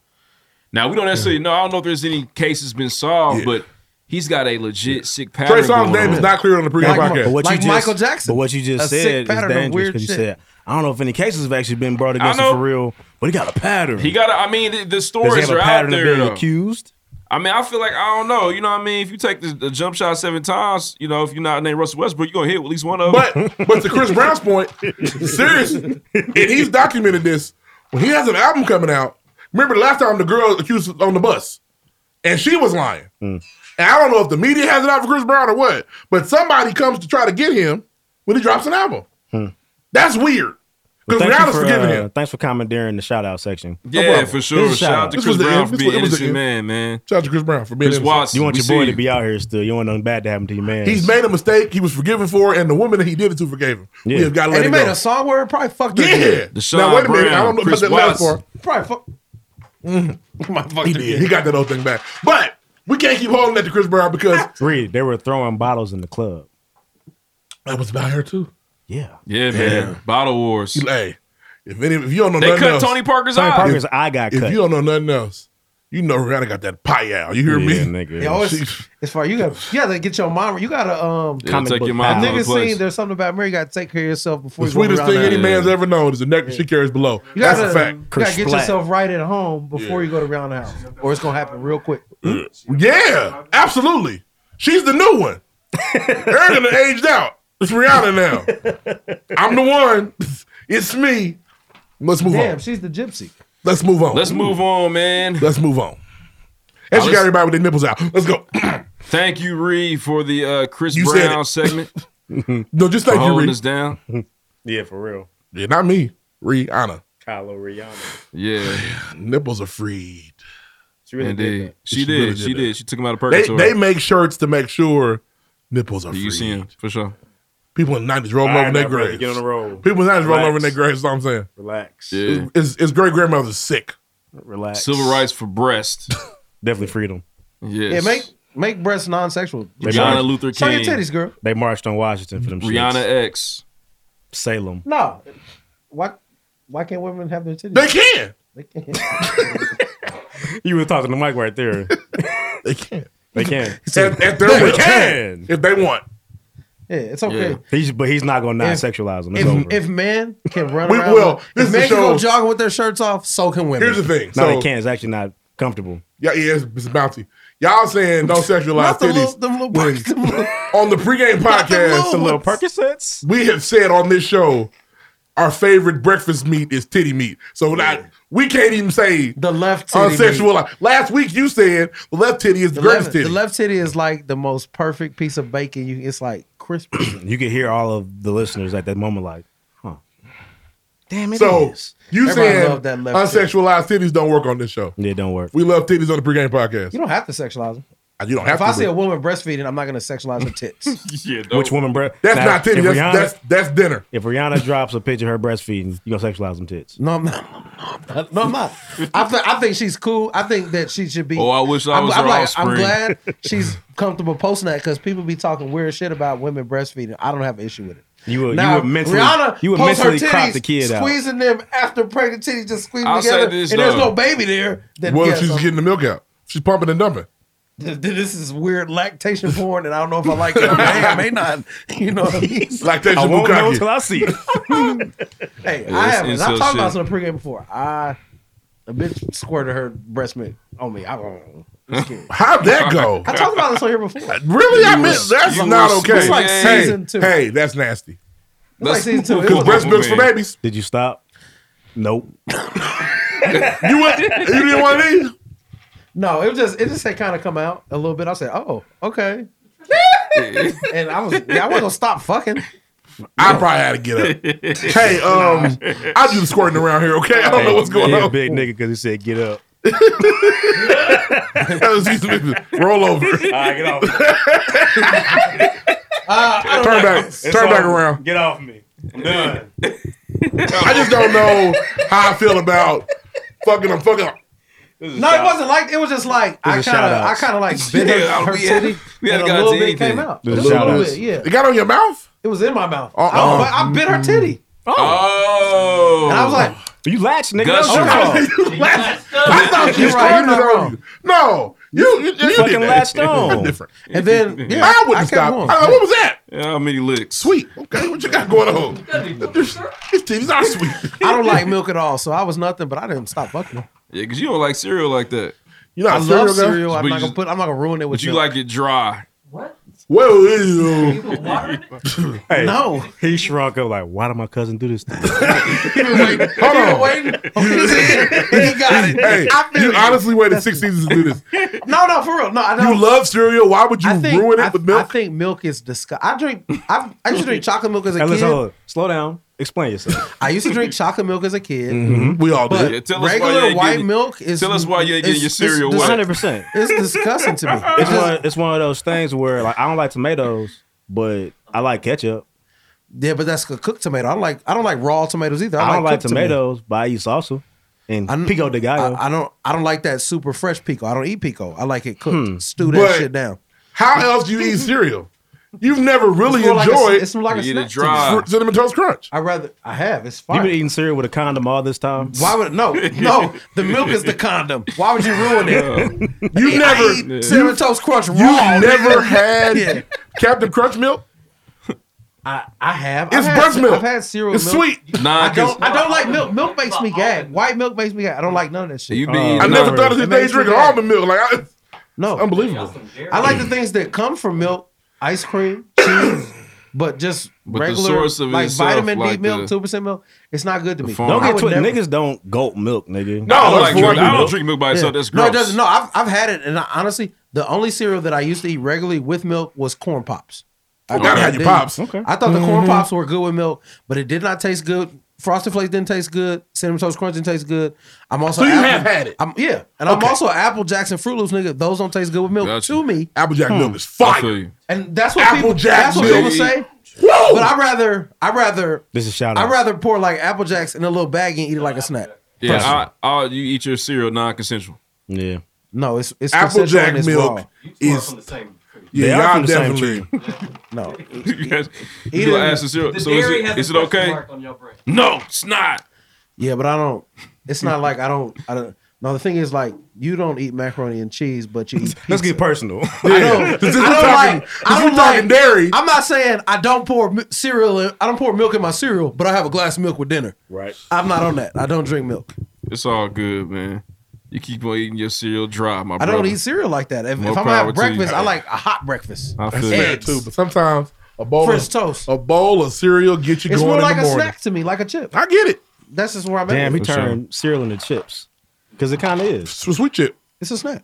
[SPEAKER 1] Now we don't necessarily know. I don't know if there's any cases been solved,
[SPEAKER 2] Yeah.
[SPEAKER 1] but he's got a legit sick pattern.
[SPEAKER 2] Trey Songz's
[SPEAKER 1] going
[SPEAKER 2] name
[SPEAKER 1] on.
[SPEAKER 2] is not clear on the pregame
[SPEAKER 3] Like,
[SPEAKER 2] podcast.
[SPEAKER 4] But what
[SPEAKER 3] Like
[SPEAKER 4] you just,
[SPEAKER 3] Michael Jackson.
[SPEAKER 4] But what you just
[SPEAKER 3] A sick
[SPEAKER 4] said is
[SPEAKER 3] pattern of
[SPEAKER 4] dangerous
[SPEAKER 3] weird
[SPEAKER 4] because you
[SPEAKER 3] shit.
[SPEAKER 4] said, I don't know if any cases have actually been brought against
[SPEAKER 1] I know.
[SPEAKER 4] him for real, but he got a pattern.
[SPEAKER 1] He got. A, I mean, the, the
[SPEAKER 4] Does he
[SPEAKER 1] stories
[SPEAKER 4] have
[SPEAKER 1] are
[SPEAKER 4] a
[SPEAKER 1] out
[SPEAKER 4] pattern of
[SPEAKER 1] there.
[SPEAKER 4] being
[SPEAKER 1] though.
[SPEAKER 4] accused?
[SPEAKER 1] I mean, I feel like I don't know. You know what I mean? If you take the, the jump shot seven times, you know, if you're not named Russell Westbrook, you're gonna hit at least one of them.
[SPEAKER 2] But but to Chris Brown's point, serious, and he's documented this. When he has an album coming out, remember the last time the girl accused us on the bus, and she was lying.
[SPEAKER 4] Mm.
[SPEAKER 2] And I don't know if the media has it out for Chris Brown or what, but somebody comes to try to get him when he drops an album. That's weird because
[SPEAKER 4] Hmm. Thank you
[SPEAKER 2] Rihanna's
[SPEAKER 4] for,
[SPEAKER 2] forgiving
[SPEAKER 4] uh,
[SPEAKER 2] him.
[SPEAKER 4] Thanks for commandeering the shout out section.
[SPEAKER 1] yeah, for sure.
[SPEAKER 4] This is
[SPEAKER 1] Shout out to
[SPEAKER 2] This
[SPEAKER 1] Chris
[SPEAKER 2] was the
[SPEAKER 1] Brown
[SPEAKER 2] end.
[SPEAKER 1] for
[SPEAKER 2] This
[SPEAKER 1] being an
[SPEAKER 2] was- it was the
[SPEAKER 1] innocent man,
[SPEAKER 2] end.
[SPEAKER 1] man.
[SPEAKER 2] Shout out to Chris Brown for being
[SPEAKER 1] Chris
[SPEAKER 2] innocent.
[SPEAKER 1] Watson,
[SPEAKER 4] You want
[SPEAKER 1] we
[SPEAKER 4] your boy
[SPEAKER 1] see
[SPEAKER 4] to be out here still. You don't want nothing bad to happen to your man.
[SPEAKER 2] He's made a mistake. He was forgiven for, it, and the woman that he did it to forgave him. We
[SPEAKER 4] Yeah.
[SPEAKER 2] have got to
[SPEAKER 3] And
[SPEAKER 2] let
[SPEAKER 3] he
[SPEAKER 2] it
[SPEAKER 3] made
[SPEAKER 2] go.
[SPEAKER 3] a song where it probably fucked her.
[SPEAKER 2] yeah.
[SPEAKER 1] Deshaun
[SPEAKER 2] Now wait a minute. I
[SPEAKER 1] Brown,
[SPEAKER 2] don't know
[SPEAKER 1] Chris
[SPEAKER 2] about that last
[SPEAKER 1] Watson.
[SPEAKER 2] part.
[SPEAKER 3] Probably fuck.
[SPEAKER 2] He did. He got that old thing back. But we can't keep holding that to Chris Brown because
[SPEAKER 4] Reed, they were throwing bottles in the club.
[SPEAKER 2] that was about her too.
[SPEAKER 4] Yeah.
[SPEAKER 1] Yeah, man. Bottle wars.
[SPEAKER 2] You- Hey, if any, if you don't know
[SPEAKER 1] They
[SPEAKER 2] nothing
[SPEAKER 1] cut
[SPEAKER 2] else,
[SPEAKER 1] Tony Parker's
[SPEAKER 4] Tony
[SPEAKER 1] eye.
[SPEAKER 4] Parker's eye got
[SPEAKER 2] if
[SPEAKER 4] cut.
[SPEAKER 2] you don't know nothing else, you know Rihanna got that pie out. You hear
[SPEAKER 4] yeah,
[SPEAKER 2] me?
[SPEAKER 4] nigga.
[SPEAKER 3] They always,
[SPEAKER 2] She's-
[SPEAKER 3] oh, it's far. You got to you gotta get your mom. You gotta um.
[SPEAKER 1] Yeah,
[SPEAKER 4] comic
[SPEAKER 1] take
[SPEAKER 4] book
[SPEAKER 1] your mind
[SPEAKER 4] power.
[SPEAKER 1] out of
[SPEAKER 3] Niggas
[SPEAKER 1] place.
[SPEAKER 3] seen there's something about Mary. You gotta take care of yourself before
[SPEAKER 2] The
[SPEAKER 3] you
[SPEAKER 2] sweetest
[SPEAKER 3] walk
[SPEAKER 2] thing
[SPEAKER 3] around
[SPEAKER 2] any
[SPEAKER 3] out.
[SPEAKER 2] man's ever known is the necklace she carries below.
[SPEAKER 3] You gotta,
[SPEAKER 2] That's a fact.
[SPEAKER 3] You
[SPEAKER 4] Chris
[SPEAKER 3] gotta get
[SPEAKER 4] Flat.
[SPEAKER 3] yourself right at home before you go to Roundhouse, or it's gonna happen real quick.
[SPEAKER 2] Yeah, absolutely. She's the new one. Eric done aged out. It's Rihanna now. I'm the one. It's me. Let's move
[SPEAKER 3] Damn,
[SPEAKER 2] on.
[SPEAKER 3] she's the gypsy.
[SPEAKER 2] Let's move on.
[SPEAKER 1] Let's move on, man.
[SPEAKER 2] Let's move on. And
[SPEAKER 1] Now,
[SPEAKER 2] she
[SPEAKER 1] let's-
[SPEAKER 2] got everybody with their nipples out. Let's go.
[SPEAKER 1] Thank you, Reed, for the uh, Chris
[SPEAKER 2] You said
[SPEAKER 1] Brown
[SPEAKER 2] it.
[SPEAKER 1] segment. for
[SPEAKER 2] no, just thank you,
[SPEAKER 1] holding
[SPEAKER 2] Reed.
[SPEAKER 1] us down.
[SPEAKER 4] Yeah, for real.
[SPEAKER 2] Yeah, not me. Rihanna.
[SPEAKER 4] Kylo Rihanna.
[SPEAKER 1] Yeah.
[SPEAKER 2] Nipples are freed.
[SPEAKER 4] She really
[SPEAKER 1] Indeed.
[SPEAKER 4] did that.
[SPEAKER 1] She, did.
[SPEAKER 2] really
[SPEAKER 1] she
[SPEAKER 2] that.
[SPEAKER 1] did. She took him out of
[SPEAKER 2] They-
[SPEAKER 1] purgatory.
[SPEAKER 2] They, make shirts to make sure nipples are
[SPEAKER 1] you
[SPEAKER 2] freed.
[SPEAKER 1] see him for sure.
[SPEAKER 2] People in the 90s rolling
[SPEAKER 4] All right,
[SPEAKER 2] over their
[SPEAKER 4] now, brother,
[SPEAKER 2] graves.
[SPEAKER 4] get on the road.
[SPEAKER 2] People in the 90s rolling over in their
[SPEAKER 4] Relax.
[SPEAKER 2] graves. That's what I'm saying.
[SPEAKER 4] Relax.
[SPEAKER 1] Yeah.
[SPEAKER 2] His, his great grandmother's sick.
[SPEAKER 4] Relax.
[SPEAKER 1] Civil rights for breast.
[SPEAKER 4] Definitely freedom.
[SPEAKER 1] Yes.
[SPEAKER 3] Yeah, make make breasts non-sexual.
[SPEAKER 1] Breonna
[SPEAKER 4] marched-
[SPEAKER 1] Luther
[SPEAKER 3] Show your
[SPEAKER 1] King.
[SPEAKER 3] titties, girl.
[SPEAKER 4] They marched on Washington for them.
[SPEAKER 1] Rihanna
[SPEAKER 4] shits.
[SPEAKER 1] X.
[SPEAKER 4] Salem.
[SPEAKER 3] No, why why can't women have their titties?
[SPEAKER 2] They can.
[SPEAKER 3] They can't.
[SPEAKER 4] You were talking to Mike right there.
[SPEAKER 2] They can.
[SPEAKER 4] They can.
[SPEAKER 2] At, at their
[SPEAKER 4] They
[SPEAKER 2] will.
[SPEAKER 4] can.
[SPEAKER 2] If they want.
[SPEAKER 3] Yeah, it's okay.
[SPEAKER 4] He's but he's not gonna not
[SPEAKER 3] If-
[SPEAKER 4] sexualize them. It's over.
[SPEAKER 3] If, if man can run
[SPEAKER 2] We-
[SPEAKER 3] around,
[SPEAKER 2] well, this
[SPEAKER 3] if
[SPEAKER 2] is the
[SPEAKER 3] men can
[SPEAKER 2] show-
[SPEAKER 3] go jogging with their shirts off, so can women.
[SPEAKER 2] Here's the thing.
[SPEAKER 4] no,
[SPEAKER 2] So,
[SPEAKER 4] they can't. It's actually not comfortable.
[SPEAKER 2] Yeah, yeah, it's, it's bouncy. Y'all saying don't sexualize
[SPEAKER 3] Not the little,
[SPEAKER 2] titties.
[SPEAKER 3] them little, buckets, them little
[SPEAKER 2] on the pregame podcast,
[SPEAKER 4] The little Percocets.
[SPEAKER 2] we have said on this show our favorite breakfast meat is titty meat. So not, we can't even say
[SPEAKER 3] the left titty. meat.
[SPEAKER 2] unsexualized. Last week you said the left titty is the,
[SPEAKER 3] The
[SPEAKER 2] greatest
[SPEAKER 3] left,
[SPEAKER 2] titty.
[SPEAKER 3] the left titty is like the most perfect piece of bacon. You, it's like crispy.
[SPEAKER 4] You could hear all of the listeners at that moment, like, huh? Damn it!
[SPEAKER 2] so
[SPEAKER 4] is.
[SPEAKER 2] you
[SPEAKER 3] Everybody
[SPEAKER 2] saying
[SPEAKER 3] love that left titty.
[SPEAKER 2] unsexualized titties don't work on this show.
[SPEAKER 4] Yeah, it don't work.
[SPEAKER 2] We love titties on the pregame podcast.
[SPEAKER 3] You don't have to sexualize them.
[SPEAKER 2] You don't have
[SPEAKER 3] If I
[SPEAKER 2] to.
[SPEAKER 3] see a
[SPEAKER 2] but
[SPEAKER 3] woman breastfeeding, I'm not going to sexualize her tits.
[SPEAKER 1] Yeah,
[SPEAKER 4] Which woman? Bre-
[SPEAKER 2] that's
[SPEAKER 4] Now,
[SPEAKER 2] not titty.
[SPEAKER 4] if
[SPEAKER 2] That's,
[SPEAKER 4] Rihanna-
[SPEAKER 2] that's that's dinner.
[SPEAKER 4] If Rihanna drops a picture of her breastfeeding, you gonna sexualize them tits.
[SPEAKER 3] No, I'm not. No, I'm not. I, th- I think she's cool. I think that she should be.
[SPEAKER 1] Oh, I wish I
[SPEAKER 3] I'm-
[SPEAKER 1] was
[SPEAKER 3] I'm,
[SPEAKER 1] her
[SPEAKER 3] like,
[SPEAKER 1] offspring.
[SPEAKER 3] I'm glad she's comfortable posting that because people be talking weird shit about women breastfeeding. I don't have an issue with it.
[SPEAKER 4] You would,
[SPEAKER 3] Now,
[SPEAKER 4] you would mentally,
[SPEAKER 3] Rihanna
[SPEAKER 4] you would
[SPEAKER 3] posts
[SPEAKER 4] mentally
[SPEAKER 3] her titties,
[SPEAKER 4] crop the kid out.
[SPEAKER 3] squeezing them after pregnant titties, just squeezing
[SPEAKER 1] I'll say
[SPEAKER 3] together,
[SPEAKER 1] this,
[SPEAKER 3] and there's
[SPEAKER 1] though.
[SPEAKER 3] no baby there. Then
[SPEAKER 2] Well,
[SPEAKER 3] yes,
[SPEAKER 2] she's
[SPEAKER 3] I'm-
[SPEAKER 2] getting the milk out. She's pumping and dumping.
[SPEAKER 3] th- th- this is weird lactation porn, and I don't know if I like it. I may or may not. You know what I mean?
[SPEAKER 2] Lactation
[SPEAKER 4] I won't know
[SPEAKER 2] bukkake.
[SPEAKER 4] until I see it.
[SPEAKER 3] Hey,
[SPEAKER 1] Yeah,
[SPEAKER 3] I
[SPEAKER 1] it's
[SPEAKER 3] haven't. I
[SPEAKER 1] incel
[SPEAKER 3] talked about
[SPEAKER 1] shit.
[SPEAKER 3] this in the pregame before. I a bitch squirted her breast milk on me. I don't. Just kidding.
[SPEAKER 2] How'd that go?
[SPEAKER 3] I talked about this on here before. It's
[SPEAKER 2] Really, I mean that's
[SPEAKER 1] you
[SPEAKER 2] not
[SPEAKER 1] were
[SPEAKER 2] okay.
[SPEAKER 1] It's like
[SPEAKER 2] hey,
[SPEAKER 3] season two.
[SPEAKER 2] hey, that's nasty.
[SPEAKER 3] like season two. It
[SPEAKER 2] Because
[SPEAKER 3] was-
[SPEAKER 2] breast milk's for
[SPEAKER 1] man.
[SPEAKER 2] babies.
[SPEAKER 4] Did you stop? Nope.
[SPEAKER 2] You went, you didn't want these.
[SPEAKER 3] no, it was just it just had kind of come out a little bit. I said, oh, okay. and I was yeah, I wasn't gonna stop fucking.
[SPEAKER 2] I probably had to get up. hey, um, I do the squirting around here. Okay, I don't know what's going
[SPEAKER 4] He a
[SPEAKER 2] on.
[SPEAKER 4] big nigga because he said get up.
[SPEAKER 2] Roll over, turn
[SPEAKER 4] All right, get off. me.
[SPEAKER 1] Uh,
[SPEAKER 2] back,
[SPEAKER 4] It's
[SPEAKER 2] turn back
[SPEAKER 4] over.
[SPEAKER 2] around.
[SPEAKER 4] Get off me. I'm done.
[SPEAKER 2] I just don't know how I feel about fucking. I'm fucking.
[SPEAKER 3] No, it wasn't like it was just like I
[SPEAKER 4] was
[SPEAKER 3] kind of I
[SPEAKER 4] shout-outs.
[SPEAKER 3] kind of like bit
[SPEAKER 1] Yeah,
[SPEAKER 3] her, her
[SPEAKER 1] we had-
[SPEAKER 3] titty
[SPEAKER 1] we had
[SPEAKER 3] and
[SPEAKER 1] got
[SPEAKER 3] a little
[SPEAKER 1] to
[SPEAKER 3] bit
[SPEAKER 1] anything.
[SPEAKER 3] came out.
[SPEAKER 4] It was
[SPEAKER 3] Just a little
[SPEAKER 4] shout-outs.
[SPEAKER 3] bit, yeah.
[SPEAKER 2] It got on your mouth.
[SPEAKER 3] It was in my mouth.
[SPEAKER 2] Uh-uh.
[SPEAKER 3] I, don't know, but I bit her titty.
[SPEAKER 1] Oh.
[SPEAKER 3] And I was like,
[SPEAKER 4] You latch, nigga.
[SPEAKER 1] Gushers.
[SPEAKER 4] That's your fault.
[SPEAKER 1] Oh.
[SPEAKER 2] You laughed. I thought you
[SPEAKER 3] You're right,
[SPEAKER 2] started
[SPEAKER 3] you're not
[SPEAKER 2] it on
[SPEAKER 3] wrong.
[SPEAKER 2] you. No, you, you, you, did
[SPEAKER 4] fucking
[SPEAKER 2] that.
[SPEAKER 4] latched on.
[SPEAKER 2] That's different.
[SPEAKER 3] and then yeah,
[SPEAKER 2] I wouldn't
[SPEAKER 3] kept
[SPEAKER 2] stop.
[SPEAKER 3] going.
[SPEAKER 2] I don't know, what was that?
[SPEAKER 1] Yeah, how many licks?
[SPEAKER 2] Sweet. Okay, what you got going on? These titties are sweet.
[SPEAKER 3] I don't like milk at all, so I was nothing. But I didn't stop fucking her.
[SPEAKER 1] Yeah, because you don't like cereal like that.
[SPEAKER 2] You know,
[SPEAKER 3] I love cereal.
[SPEAKER 1] But
[SPEAKER 3] I'm
[SPEAKER 1] you
[SPEAKER 3] not gonna
[SPEAKER 1] just-
[SPEAKER 3] put. I'm not gonna ruin it with
[SPEAKER 1] But you like it dry.
[SPEAKER 2] Whoa, ew.
[SPEAKER 4] Hey,
[SPEAKER 3] No,
[SPEAKER 4] He shrunk up like, why did my cousin do this? Thing?
[SPEAKER 2] hold on.
[SPEAKER 3] waiting. Oh. he got it.
[SPEAKER 2] Hey,
[SPEAKER 3] I feel
[SPEAKER 2] you
[SPEAKER 3] you.
[SPEAKER 2] honestly waited six seasons to do this.
[SPEAKER 3] No, no, for real. No, I
[SPEAKER 2] You
[SPEAKER 3] don't.
[SPEAKER 2] love cereal. Why would you
[SPEAKER 3] I think,
[SPEAKER 2] ruin it
[SPEAKER 3] I,
[SPEAKER 2] with
[SPEAKER 3] I
[SPEAKER 2] milk?
[SPEAKER 3] think milk is disgusting. I drink. I, I used to drink chocolate milk as a
[SPEAKER 4] Hey, let's
[SPEAKER 3] kid.
[SPEAKER 4] hold. Slow down. Explain yourself.
[SPEAKER 3] I used to drink chocolate milk as a kid.
[SPEAKER 2] we all
[SPEAKER 3] But
[SPEAKER 2] do.
[SPEAKER 1] Oh, Yeah,
[SPEAKER 2] it.
[SPEAKER 1] tell us why you
[SPEAKER 3] regular
[SPEAKER 1] ain't
[SPEAKER 3] white
[SPEAKER 1] getting-
[SPEAKER 3] milk is.
[SPEAKER 1] tell us why you ain't getting
[SPEAKER 3] is-
[SPEAKER 1] your cereal
[SPEAKER 3] it's,
[SPEAKER 1] wet.
[SPEAKER 4] Hundred percent.
[SPEAKER 3] It's disgusting to me. It's
[SPEAKER 4] It's
[SPEAKER 3] just-
[SPEAKER 4] one. It's one of those things where like I don't like tomatoes, but I like ketchup.
[SPEAKER 3] yeah, but that's a cooked tomato. I don't like. I don't like raw tomatoes either. I,
[SPEAKER 4] I, don't like
[SPEAKER 3] cooked tomatoes.
[SPEAKER 4] tomatoes, but I eat salsa and
[SPEAKER 3] I kn-
[SPEAKER 4] pico de gallo.
[SPEAKER 3] I, I don't. I don't like that super fresh pico. I don't eat pico. I like it cooked.
[SPEAKER 4] Hmm.
[SPEAKER 3] Stew that
[SPEAKER 2] But-
[SPEAKER 3] shit down.
[SPEAKER 2] How else do you eat cereal? You've never really
[SPEAKER 3] It's more like a-
[SPEAKER 2] enjoyed
[SPEAKER 3] it's more like a
[SPEAKER 1] You eat it
[SPEAKER 3] snack to me.
[SPEAKER 1] dry.
[SPEAKER 2] Fr- cinnamon toast crunch.
[SPEAKER 3] I rather I have. It's
[SPEAKER 4] you
[SPEAKER 3] fine.
[SPEAKER 4] been eating cereal with a condom all this time?
[SPEAKER 3] Why would no no? The milk is the condom. Why would you ruin it?
[SPEAKER 2] You've
[SPEAKER 3] I
[SPEAKER 2] never,
[SPEAKER 3] eat cinnamon toast crunch raw.
[SPEAKER 2] you've never had
[SPEAKER 3] Yeah.
[SPEAKER 2] Captain Crunch milk.
[SPEAKER 3] I, I have.
[SPEAKER 2] It's
[SPEAKER 3] I've had-
[SPEAKER 2] breast milk.
[SPEAKER 3] I've had cereal.
[SPEAKER 2] It's
[SPEAKER 3] milk.
[SPEAKER 2] sweet.
[SPEAKER 1] Nah,
[SPEAKER 3] I don't.
[SPEAKER 1] 'cause
[SPEAKER 3] I don't like milk. Milk makes me gag. White milk makes me gag. I don't like none of that shit.
[SPEAKER 1] you be
[SPEAKER 4] Uh,
[SPEAKER 1] eating
[SPEAKER 2] I never
[SPEAKER 1] that.
[SPEAKER 2] thought of this
[SPEAKER 3] It
[SPEAKER 2] day
[SPEAKER 3] makes you
[SPEAKER 2] drinking
[SPEAKER 3] mad.
[SPEAKER 2] almond milk. Like I, it's
[SPEAKER 3] no,
[SPEAKER 2] unbelievable.
[SPEAKER 3] I like the things that come from milk: ice cream, cheese, but just
[SPEAKER 1] But the
[SPEAKER 3] regular
[SPEAKER 1] source of it
[SPEAKER 3] like
[SPEAKER 1] itself,
[SPEAKER 3] vitamin D
[SPEAKER 1] like
[SPEAKER 3] milk,
[SPEAKER 1] the-
[SPEAKER 3] two percent milk. It's not good to me.
[SPEAKER 1] farm.
[SPEAKER 4] Don't
[SPEAKER 3] I
[SPEAKER 4] get
[SPEAKER 3] would
[SPEAKER 4] twisted.
[SPEAKER 3] never-
[SPEAKER 4] Niggas don't gulp milk, nigga.
[SPEAKER 1] I don't, like
[SPEAKER 2] No,
[SPEAKER 1] drink, I don't
[SPEAKER 2] milk.
[SPEAKER 1] drink milk by itself. That's
[SPEAKER 3] No,
[SPEAKER 1] gross.
[SPEAKER 3] it doesn't. No, I've, I've had it, and I, honestly, the only cereal that I used to eat regularly with milk was corn pops. I,
[SPEAKER 2] Oh, Gotta have your
[SPEAKER 3] didn't-
[SPEAKER 2] pops.
[SPEAKER 4] Okay.
[SPEAKER 3] I thought the corn pops were good with milk, but it did not taste good Frosted Flakes didn't taste good. Cinnamon Toast Crunch didn't taste good. I'm also
[SPEAKER 2] So you
[SPEAKER 3] apple-
[SPEAKER 2] have had it.
[SPEAKER 3] I'm, yeah, and I'm
[SPEAKER 2] Okay.
[SPEAKER 3] also an Apple Jackson Fruit Loops nigga. Those don't taste good with milk to me.
[SPEAKER 2] Apple Jack milk is fire.
[SPEAKER 3] and that's what
[SPEAKER 2] Apple
[SPEAKER 3] people.
[SPEAKER 2] Jack Oh.
[SPEAKER 3] that's what people
[SPEAKER 2] milk.
[SPEAKER 3] say.
[SPEAKER 2] Woo!
[SPEAKER 3] But I rather, I rather,
[SPEAKER 4] This is shout
[SPEAKER 3] I
[SPEAKER 4] out.
[SPEAKER 3] rather pour like Apple Jacks in a little bag and eat it like a snack.
[SPEAKER 1] Yeah, I, I, you eat your cereal non-consensual.
[SPEAKER 4] Yeah.
[SPEAKER 3] No, it's it's
[SPEAKER 2] Apple
[SPEAKER 3] Apple
[SPEAKER 2] Jack
[SPEAKER 3] Jack
[SPEAKER 2] milk
[SPEAKER 3] milk.
[SPEAKER 2] is.
[SPEAKER 4] They
[SPEAKER 2] Yeah,
[SPEAKER 4] are
[SPEAKER 2] y'all
[SPEAKER 4] from the same
[SPEAKER 2] definitely.
[SPEAKER 3] no.
[SPEAKER 1] Yes.
[SPEAKER 3] Eat
[SPEAKER 1] You gonna
[SPEAKER 3] it.
[SPEAKER 1] ask the cereal.
[SPEAKER 3] The
[SPEAKER 1] so is
[SPEAKER 3] dairy
[SPEAKER 1] it,
[SPEAKER 3] has
[SPEAKER 1] is
[SPEAKER 3] a
[SPEAKER 1] it okay? No, it's not.
[SPEAKER 3] Yeah, but I don't. It's not like I don't. I don't. No, the thing is, like, you don't eat macaroni and cheese, but you eat. Pizza.
[SPEAKER 4] Let's get personal.
[SPEAKER 3] I don't,
[SPEAKER 2] Since
[SPEAKER 3] I
[SPEAKER 2] we're
[SPEAKER 3] don't
[SPEAKER 2] talking-
[SPEAKER 3] like.
[SPEAKER 2] since
[SPEAKER 3] I
[SPEAKER 2] we're
[SPEAKER 3] don't
[SPEAKER 2] talking
[SPEAKER 3] like
[SPEAKER 2] dairy.
[SPEAKER 3] I'm not saying I don't pour mi- cereal. In, I don't pour milk in my cereal, but I have a glass of milk with dinner.
[SPEAKER 4] Right.
[SPEAKER 3] I'm not on that. I don't drink milk.
[SPEAKER 1] It's all good, man. You keep on eating your cereal dry, my
[SPEAKER 3] I
[SPEAKER 1] brother.
[SPEAKER 3] don't eat cereal like that. If, if
[SPEAKER 1] More
[SPEAKER 3] I'm gonna
[SPEAKER 1] power
[SPEAKER 3] have
[SPEAKER 1] to you.
[SPEAKER 3] breakfast, I like a hot breakfast.
[SPEAKER 1] I
[SPEAKER 2] That's
[SPEAKER 1] feel
[SPEAKER 2] fair
[SPEAKER 1] it.
[SPEAKER 2] too. But sometimes a bowl
[SPEAKER 3] French
[SPEAKER 2] of
[SPEAKER 3] toast,
[SPEAKER 2] a bowl of cereal get you
[SPEAKER 3] It's
[SPEAKER 2] going
[SPEAKER 3] more
[SPEAKER 2] in
[SPEAKER 3] like
[SPEAKER 2] the
[SPEAKER 3] a
[SPEAKER 2] morning.
[SPEAKER 3] snack to me, like a chip.
[SPEAKER 2] I get it.
[SPEAKER 3] That's just where I'm at.
[SPEAKER 4] Damn, he turned cereal into chips. Because it kind of is.
[SPEAKER 2] Sweet chip.
[SPEAKER 3] It's a snack.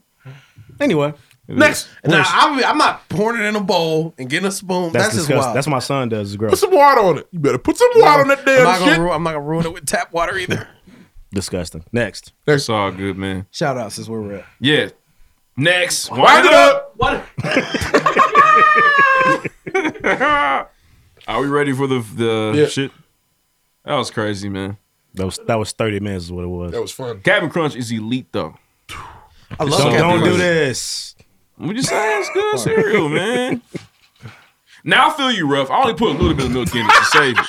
[SPEAKER 4] Anyway.
[SPEAKER 3] Next, now I'm, I'm not pouring it in a bowl and getting a spoon.
[SPEAKER 4] That's,
[SPEAKER 3] That's, just
[SPEAKER 4] disgusting.
[SPEAKER 3] wild.
[SPEAKER 4] That's what my son does. is
[SPEAKER 2] Put
[SPEAKER 4] gross.
[SPEAKER 2] some water on it. You better put some water on that
[SPEAKER 3] I'm not
[SPEAKER 2] damn
[SPEAKER 3] gonna
[SPEAKER 2] shit.
[SPEAKER 3] ru- I'm not gonna ruin it with tap water either.
[SPEAKER 4] Disgusting. Next.
[SPEAKER 1] It's all good, man.
[SPEAKER 3] Shout outs is where we're at.
[SPEAKER 1] Yeah. Next. Wind,
[SPEAKER 2] Wind
[SPEAKER 1] it
[SPEAKER 2] it
[SPEAKER 1] up. Are we ready for the the
[SPEAKER 2] Yeah.
[SPEAKER 1] shit? That was crazy, man.
[SPEAKER 4] That was that was thirty minutes is what it was.
[SPEAKER 2] That was fun.
[SPEAKER 1] Cabin Crunch is elite though.
[SPEAKER 3] I love
[SPEAKER 4] So
[SPEAKER 3] Captain
[SPEAKER 4] don't do
[SPEAKER 3] Crunch.
[SPEAKER 4] this.
[SPEAKER 1] We just saying it's good cereal, man. Now I feel you, rough. I only put a little bit of milk in it to save it.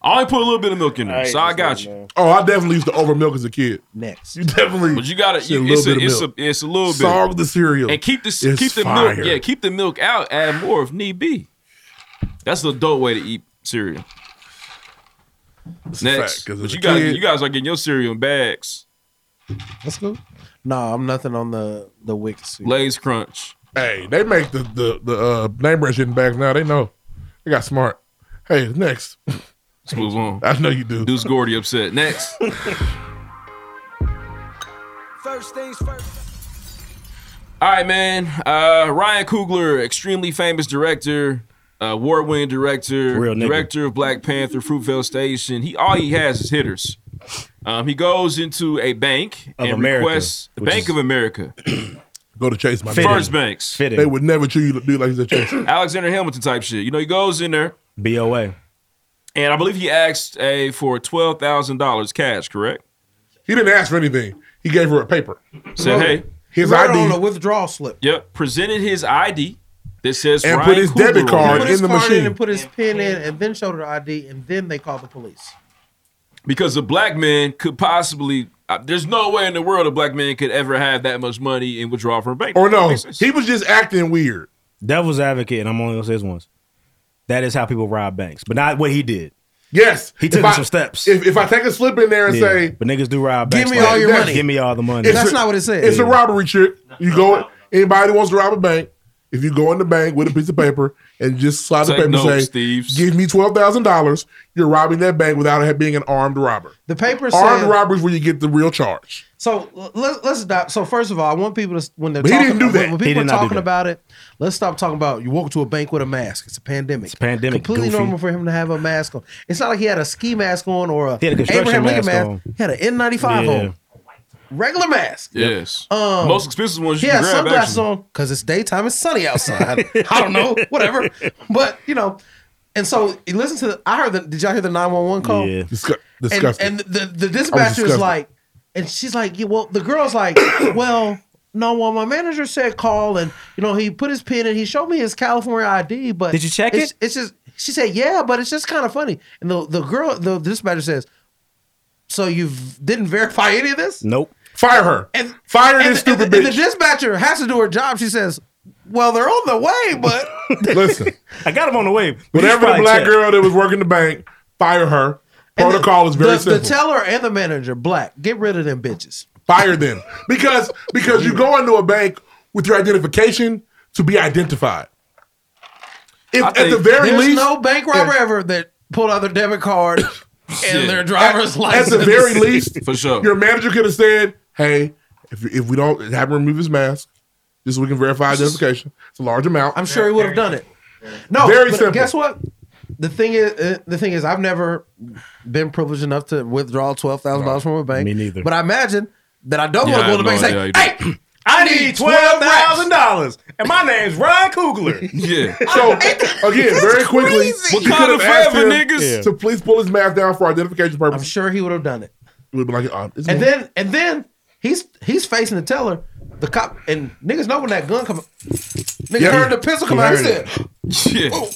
[SPEAKER 1] I only put a little bit of milk in there, so I got you.
[SPEAKER 2] Oh, I definitely used to over milk as a kid.
[SPEAKER 3] Next,
[SPEAKER 2] You definitely.
[SPEAKER 1] But you gotta,
[SPEAKER 2] Shit, a
[SPEAKER 1] you,
[SPEAKER 2] little
[SPEAKER 1] it's, a,
[SPEAKER 2] bit of
[SPEAKER 1] it's, a,
[SPEAKER 2] milk.
[SPEAKER 1] it's a little bit.
[SPEAKER 2] Sarve the cereal
[SPEAKER 1] and keep the
[SPEAKER 2] It's
[SPEAKER 1] keep the
[SPEAKER 2] fire.
[SPEAKER 1] milk, yeah, keep the milk out. Add more if need be. That's the dope way to eat cereal.
[SPEAKER 2] It's a
[SPEAKER 1] Next,
[SPEAKER 2] fact, 'cause
[SPEAKER 1] but
[SPEAKER 2] as
[SPEAKER 1] you
[SPEAKER 2] a
[SPEAKER 1] guys,
[SPEAKER 2] kid-
[SPEAKER 1] you guys are getting your cereal in bags.
[SPEAKER 3] Let's go. No, I'm nothing on the the wick suit.
[SPEAKER 1] Lay's Crunch.
[SPEAKER 2] Hey, they make the the the uh, name brand shit in bags now. They know. They got smart. Hey, next.
[SPEAKER 1] Let's move on.
[SPEAKER 2] I know you do.
[SPEAKER 1] Deuce Gordy upset. Next,
[SPEAKER 6] First things first.
[SPEAKER 1] all right, man. Uh, Ryan Coogler, extremely famous director, uh, award-winning director,
[SPEAKER 4] Real nigga.
[SPEAKER 1] director of Black Panther, Fruitvale Station. He all he has is hitters. Um, he goes into a bank
[SPEAKER 4] Of
[SPEAKER 1] and
[SPEAKER 4] America,
[SPEAKER 1] requests the
[SPEAKER 4] which
[SPEAKER 1] Bank
[SPEAKER 4] is-
[SPEAKER 1] of America,
[SPEAKER 2] Go to Chase, my
[SPEAKER 4] Fitting.
[SPEAKER 2] nigga.
[SPEAKER 1] First Banks.
[SPEAKER 2] They
[SPEAKER 4] Fitting.
[SPEAKER 2] would never treat you do like you said Chase.
[SPEAKER 1] Alexander Hamilton type shit. You know, he goes in there
[SPEAKER 4] BOA.
[SPEAKER 1] and I believe he asked a for twelve thousand dollars cash, correct?
[SPEAKER 2] He didn't ask for anything. He gave her a paper.
[SPEAKER 1] Said, hey,
[SPEAKER 2] His
[SPEAKER 3] Right on
[SPEAKER 2] ID
[SPEAKER 3] a withdrawal slip.
[SPEAKER 1] yep. Presented his ID that says
[SPEAKER 2] And
[SPEAKER 1] Ryan
[SPEAKER 2] put his
[SPEAKER 1] Coogler
[SPEAKER 2] debit
[SPEAKER 1] on
[SPEAKER 2] card
[SPEAKER 1] it.
[SPEAKER 3] Put his
[SPEAKER 2] in the
[SPEAKER 3] card
[SPEAKER 2] machine.
[SPEAKER 3] in and put his pin in, and then showed her the ID, and then they called the police.
[SPEAKER 1] because a black man could possibly. Uh, there's no way in the world a black man could ever have that much money and withdraw from a bank.
[SPEAKER 2] or Oh, no,
[SPEAKER 1] Makes sense.
[SPEAKER 2] he was just acting weird.
[SPEAKER 4] Devil's advocate, and I'm only gonna say this once. That is how people rob banks, but not what he did.
[SPEAKER 2] Yes,
[SPEAKER 4] He
[SPEAKER 2] If
[SPEAKER 4] took
[SPEAKER 2] I-
[SPEAKER 4] some steps.
[SPEAKER 2] If, if I take a slip in there and
[SPEAKER 4] Yeah.
[SPEAKER 2] say
[SPEAKER 4] but niggas do rob
[SPEAKER 3] Give
[SPEAKER 4] banks.
[SPEAKER 3] me all your
[SPEAKER 2] That's-
[SPEAKER 3] money.
[SPEAKER 4] Give me all the money.
[SPEAKER 2] It's
[SPEAKER 3] That's
[SPEAKER 2] a-
[SPEAKER 3] not what it said.
[SPEAKER 2] it's a robbery trick, you go. Anybody who wants to rob a bank, if you go in the bank with a piece of paper and just slide
[SPEAKER 1] Take
[SPEAKER 2] the paper
[SPEAKER 1] notes,
[SPEAKER 2] and say,
[SPEAKER 1] Steves.
[SPEAKER 2] "Give me twelve thousand dollars," you're robbing that bank without it being an armed robber.
[SPEAKER 3] The paper
[SPEAKER 2] Armed
[SPEAKER 3] said.
[SPEAKER 2] robbery is where you get the real charge.
[SPEAKER 3] So l- let's let's stop. So first of all, I want people to when they're
[SPEAKER 2] But he
[SPEAKER 3] talking,
[SPEAKER 2] didn't do that.
[SPEAKER 3] when
[SPEAKER 4] He
[SPEAKER 3] people
[SPEAKER 4] did
[SPEAKER 3] are
[SPEAKER 4] not do
[SPEAKER 3] talking
[SPEAKER 4] that.
[SPEAKER 3] about it, let's stop talking about you walk to a bank with a mask. It's a pandemic.
[SPEAKER 4] It's a pandemic,
[SPEAKER 3] Completely
[SPEAKER 4] goofy.
[SPEAKER 3] normal for him to have a mask on. It's not like he had a ski mask on or a,
[SPEAKER 4] He had a construction
[SPEAKER 3] Abraham Lincoln
[SPEAKER 4] mask
[SPEAKER 3] mask.
[SPEAKER 4] on.
[SPEAKER 3] He had an N95
[SPEAKER 4] Yeah.
[SPEAKER 3] on, regular mask.
[SPEAKER 1] yes,
[SPEAKER 3] Um,
[SPEAKER 1] most expensive ones
[SPEAKER 3] He
[SPEAKER 1] you can
[SPEAKER 3] had
[SPEAKER 1] grab.
[SPEAKER 3] sunglasses
[SPEAKER 1] Actually.
[SPEAKER 3] on because it's daytime. It's sunny outside. I don't know, whatever. But you know, and so you listen to. The, I heard the. Did y'all hear the nine one one call?
[SPEAKER 4] Yeah.
[SPEAKER 2] Disgu-
[SPEAKER 3] and,
[SPEAKER 2] disgusting.
[SPEAKER 3] and the, the dispatcher is
[SPEAKER 2] disgusted.
[SPEAKER 3] like, and she's like, yeah, well, the girl's like, well, no, well, my manager said call, and you know, he put his pin in, he showed me his California ID, but
[SPEAKER 4] Did you check
[SPEAKER 3] it's,
[SPEAKER 4] it?
[SPEAKER 3] It's just, she said, yeah, but it's just kind of funny. And the the girl, the dispatcher says, so you didn't verify any of this?
[SPEAKER 4] Nope.
[SPEAKER 2] Fire her.
[SPEAKER 3] And-
[SPEAKER 2] Fire
[SPEAKER 3] and,
[SPEAKER 2] this
[SPEAKER 3] the- and
[SPEAKER 2] stupid
[SPEAKER 3] the, and
[SPEAKER 2] bitch.
[SPEAKER 3] the dispatcher has to do her job. She says, well, they're on the way, but
[SPEAKER 2] Listen,
[SPEAKER 4] I got him on the wave. but you
[SPEAKER 2] whatever
[SPEAKER 4] should
[SPEAKER 2] the
[SPEAKER 4] probably
[SPEAKER 2] black
[SPEAKER 4] check.
[SPEAKER 2] girl that was working the bank, fire her.
[SPEAKER 3] And the-
[SPEAKER 2] Protocol is very
[SPEAKER 3] the,
[SPEAKER 2] simple.
[SPEAKER 3] The teller and the manager, black, get rid of them bitches.
[SPEAKER 2] fire them because because you go into a bank with your identification to be identified. If
[SPEAKER 1] I
[SPEAKER 2] at the
[SPEAKER 1] think
[SPEAKER 2] very
[SPEAKER 3] There's
[SPEAKER 2] least,
[SPEAKER 3] no bank robber
[SPEAKER 2] Yeah.
[SPEAKER 3] ever that pulled out their debit card and their driver's
[SPEAKER 2] at
[SPEAKER 3] license.
[SPEAKER 2] the very least,
[SPEAKER 1] For sure.
[SPEAKER 2] your manager could have said, "Hey, if if we don't have him remove his mask, just so we can verify identification, it's a large amount."
[SPEAKER 3] I'm sure he would have done it. No,
[SPEAKER 2] Very
[SPEAKER 3] but
[SPEAKER 2] simple.
[SPEAKER 3] guess what? the thing is, uh, the thing is, I've never been privileged enough to withdraw twelve thousand dollars from a bank. Me neither. But I imagine that I don't want to
[SPEAKER 1] Yeah,
[SPEAKER 3] go to the bank
[SPEAKER 1] no,
[SPEAKER 3] and
[SPEAKER 1] yeah,
[SPEAKER 3] say,
[SPEAKER 1] you do.
[SPEAKER 4] I need twelve thousand dollars, and my name's Ryan Coogler.
[SPEAKER 1] Yeah.
[SPEAKER 2] So again, very quickly,
[SPEAKER 1] What kind of forever, niggas?
[SPEAKER 2] to please pull his math down for identification purposes. I'm
[SPEAKER 3] sure he would have done it.
[SPEAKER 2] We'd be like, uh,
[SPEAKER 3] and then and then he's he's facing the teller, the cop, and niggas know when that gun come. Nigga
[SPEAKER 2] Yeah.
[SPEAKER 3] heard the pistol come
[SPEAKER 2] He
[SPEAKER 3] out. He
[SPEAKER 2] heard
[SPEAKER 3] said,
[SPEAKER 1] Yeah.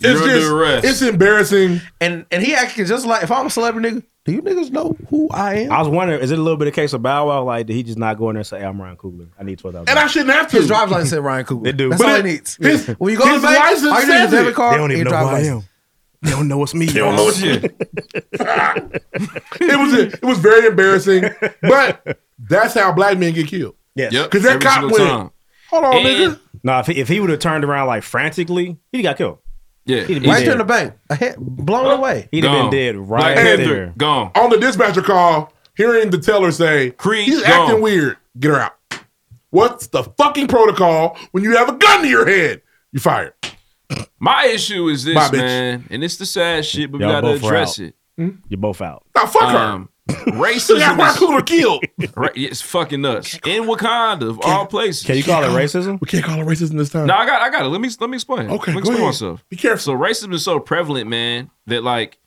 [SPEAKER 2] it's just, it's embarrassing.
[SPEAKER 3] And and he acted just like if I'm a celebrity nigga, do you niggas know who I am?
[SPEAKER 4] I was wondering, is it a little bit of case of Bow Wow? Like, did he just not go in there and say, hey, "I'm Ryan Coogler. I need twelve thousand?
[SPEAKER 2] And I shouldn't have to.
[SPEAKER 3] His driver's license said Ryan Cooper.
[SPEAKER 4] They do.
[SPEAKER 3] That's
[SPEAKER 4] But
[SPEAKER 3] all
[SPEAKER 4] it-
[SPEAKER 3] he needs.
[SPEAKER 4] his-
[SPEAKER 3] when you go to
[SPEAKER 4] his
[SPEAKER 3] the bank,
[SPEAKER 4] license
[SPEAKER 3] all you need is
[SPEAKER 4] says
[SPEAKER 3] a debit
[SPEAKER 4] it.
[SPEAKER 3] card.
[SPEAKER 4] They don't even
[SPEAKER 3] and
[SPEAKER 4] know
[SPEAKER 3] driver's
[SPEAKER 4] who I am.
[SPEAKER 3] license.
[SPEAKER 4] They don't know it's me.
[SPEAKER 2] They don't know it's you. it was it was very embarrassing, but that's how black men get killed.
[SPEAKER 4] Yes. Yep,
[SPEAKER 2] because that
[SPEAKER 4] every
[SPEAKER 2] cop
[SPEAKER 4] single
[SPEAKER 2] went.
[SPEAKER 4] time.
[SPEAKER 2] Hold on, nigga.
[SPEAKER 4] Nah, if he, if he would have turned around like frantically, he got killed.
[SPEAKER 1] Yeah,
[SPEAKER 4] he'd
[SPEAKER 3] Right there in the bank, ahead, blown away.
[SPEAKER 4] He'd have been dead right there.
[SPEAKER 1] Gone.
[SPEAKER 2] On the dispatcher call, hearing the teller say, he's
[SPEAKER 1] gone."
[SPEAKER 2] acting weird. Get her out. What's the fucking protocol when you have a gun to your head? You fired.
[SPEAKER 1] My issue is this,
[SPEAKER 2] Bye, bitch.
[SPEAKER 1] man, and it's the sad shit, but
[SPEAKER 4] Y'all
[SPEAKER 1] we gotta
[SPEAKER 4] both were
[SPEAKER 1] address
[SPEAKER 4] out.
[SPEAKER 1] it.
[SPEAKER 4] You're both out.
[SPEAKER 2] Now fuck
[SPEAKER 1] Um,
[SPEAKER 2] her. Got Ryan
[SPEAKER 1] racism
[SPEAKER 2] Coogler killed.
[SPEAKER 1] is right, it's fucking nuts in Wakanda of all places.
[SPEAKER 4] Can you call it racism?
[SPEAKER 2] We can't call it racism this time.
[SPEAKER 1] No, I got, I got it. Let me, let me explain.
[SPEAKER 2] Okay,
[SPEAKER 1] let me
[SPEAKER 2] go
[SPEAKER 1] explain
[SPEAKER 2] ahead.
[SPEAKER 1] myself.
[SPEAKER 2] Be careful.
[SPEAKER 1] So racism is so prevalent, man, that like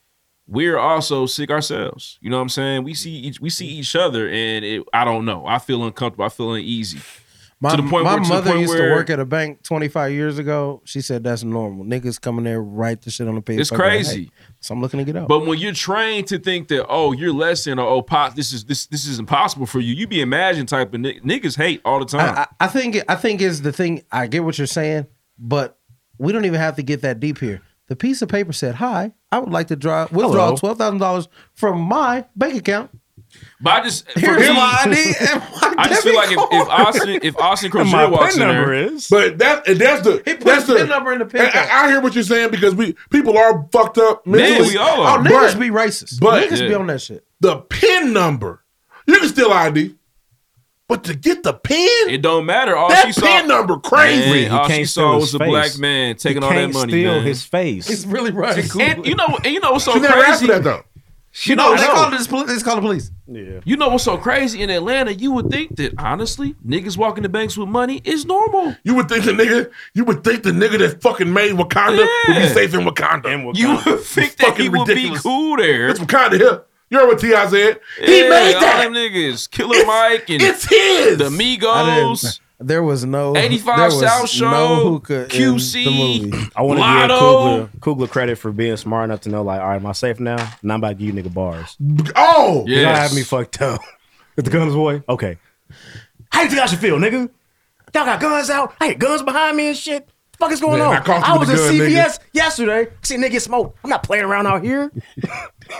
[SPEAKER 1] we're also sick ourselves. You know what I'm saying? We see, each, we see each other, and it, I don't know. I feel uncomfortable. I feel uneasy.
[SPEAKER 3] My,
[SPEAKER 1] to the point
[SPEAKER 3] my
[SPEAKER 1] where, to the
[SPEAKER 3] mother
[SPEAKER 1] point
[SPEAKER 3] used to
[SPEAKER 1] where-
[SPEAKER 3] work at a bank 25 years ago. She said that's normal. Niggas coming there, write the shit on the paper.
[SPEAKER 1] It's crazy.
[SPEAKER 3] Hey, so I'm looking to get out.
[SPEAKER 1] But when you're trained to think that, oh, you're less than, or oh, pop, this is this this is impossible for you. You be imagined type of ni- niggas hate all the time.
[SPEAKER 3] I, I think I think is the thing. I get what you're saying, but we don't even have to get that deep here. The piece of paper said, "Hi, I would like to draw withdraw
[SPEAKER 1] Hello.
[SPEAKER 3] twelve thousand dollars from my bank account.
[SPEAKER 1] but I just for
[SPEAKER 3] Here's
[SPEAKER 1] me,
[SPEAKER 3] my ID and my
[SPEAKER 1] I just feel like
[SPEAKER 3] debit
[SPEAKER 1] if, if
[SPEAKER 3] card."
[SPEAKER 1] Austin if Austin
[SPEAKER 4] And
[SPEAKER 1] Crozier
[SPEAKER 4] my
[SPEAKER 1] walks in
[SPEAKER 4] PIN number
[SPEAKER 1] there,
[SPEAKER 4] is.
[SPEAKER 2] But that and that's the
[SPEAKER 3] He put
[SPEAKER 2] that's
[SPEAKER 3] his
[SPEAKER 2] the
[SPEAKER 3] pin number in the pin
[SPEAKER 2] and I, I hear what you're saying because we people are fucked up
[SPEAKER 1] Man,
[SPEAKER 2] mentally.
[SPEAKER 1] we all
[SPEAKER 3] oh,
[SPEAKER 1] are.
[SPEAKER 3] niggas be racist.
[SPEAKER 2] but-
[SPEAKER 3] niggas be
[SPEAKER 1] Yeah.
[SPEAKER 3] on that shit.
[SPEAKER 2] The pin number, you can still ID, but to get the pin,
[SPEAKER 1] It don't matter. All
[SPEAKER 2] that
[SPEAKER 1] she saw,
[SPEAKER 2] pin number crazy.
[SPEAKER 1] Man, oh, all uh, she saw was a black man taking
[SPEAKER 4] he
[SPEAKER 1] all that
[SPEAKER 4] can't
[SPEAKER 1] money.
[SPEAKER 4] Steal
[SPEAKER 1] man.
[SPEAKER 4] his face.
[SPEAKER 3] really right.
[SPEAKER 1] and you know, and you know what's so
[SPEAKER 2] she never asked
[SPEAKER 1] crazy?
[SPEAKER 2] for that though.
[SPEAKER 3] You know,
[SPEAKER 1] I
[SPEAKER 3] they
[SPEAKER 1] know.
[SPEAKER 3] call this poli- they just call the police.
[SPEAKER 1] You know what's so crazy in Atlanta? You would think that honestly, niggas walking to banks with money is normal.
[SPEAKER 2] You would think the nigga, you would think the nigga that fucking made Wakanda would be
[SPEAKER 1] Yeah.
[SPEAKER 2] safe in Wakanda.
[SPEAKER 4] And
[SPEAKER 1] You would think that he
[SPEAKER 2] fucking
[SPEAKER 1] would be
[SPEAKER 2] ridiculous.
[SPEAKER 1] cool there.
[SPEAKER 2] It's Wakanda here. You heard what Ti said? He
[SPEAKER 1] Yeah,
[SPEAKER 2] made
[SPEAKER 1] all
[SPEAKER 2] that.
[SPEAKER 1] them niggas, Killer Mike and
[SPEAKER 2] It's his.
[SPEAKER 1] the
[SPEAKER 3] I didn't-
[SPEAKER 1] Migos,
[SPEAKER 3] There was no
[SPEAKER 1] 85
[SPEAKER 3] there was
[SPEAKER 1] South Show,
[SPEAKER 3] no hookah in
[SPEAKER 1] QC.
[SPEAKER 3] the movie.
[SPEAKER 4] I want to give
[SPEAKER 1] Lotto.
[SPEAKER 4] Coogler, Coogler credit for being smart enough to know, like, all right, am I safe now? And I'm about to give you nigga bars.
[SPEAKER 2] oh,
[SPEAKER 4] Y'all
[SPEAKER 1] Yes.
[SPEAKER 4] have me fucked up. If the gun was away, okay. How you think I should feel, nigga? Y'all got guns out. I had guns behind me and shit. The fuck is going
[SPEAKER 2] Man,
[SPEAKER 4] on?
[SPEAKER 2] I caught you
[SPEAKER 4] I was
[SPEAKER 2] with
[SPEAKER 4] at
[SPEAKER 2] a gun, nigga.
[SPEAKER 4] CVS yesterday. See a nigga get smoked. I'm not playing around out here.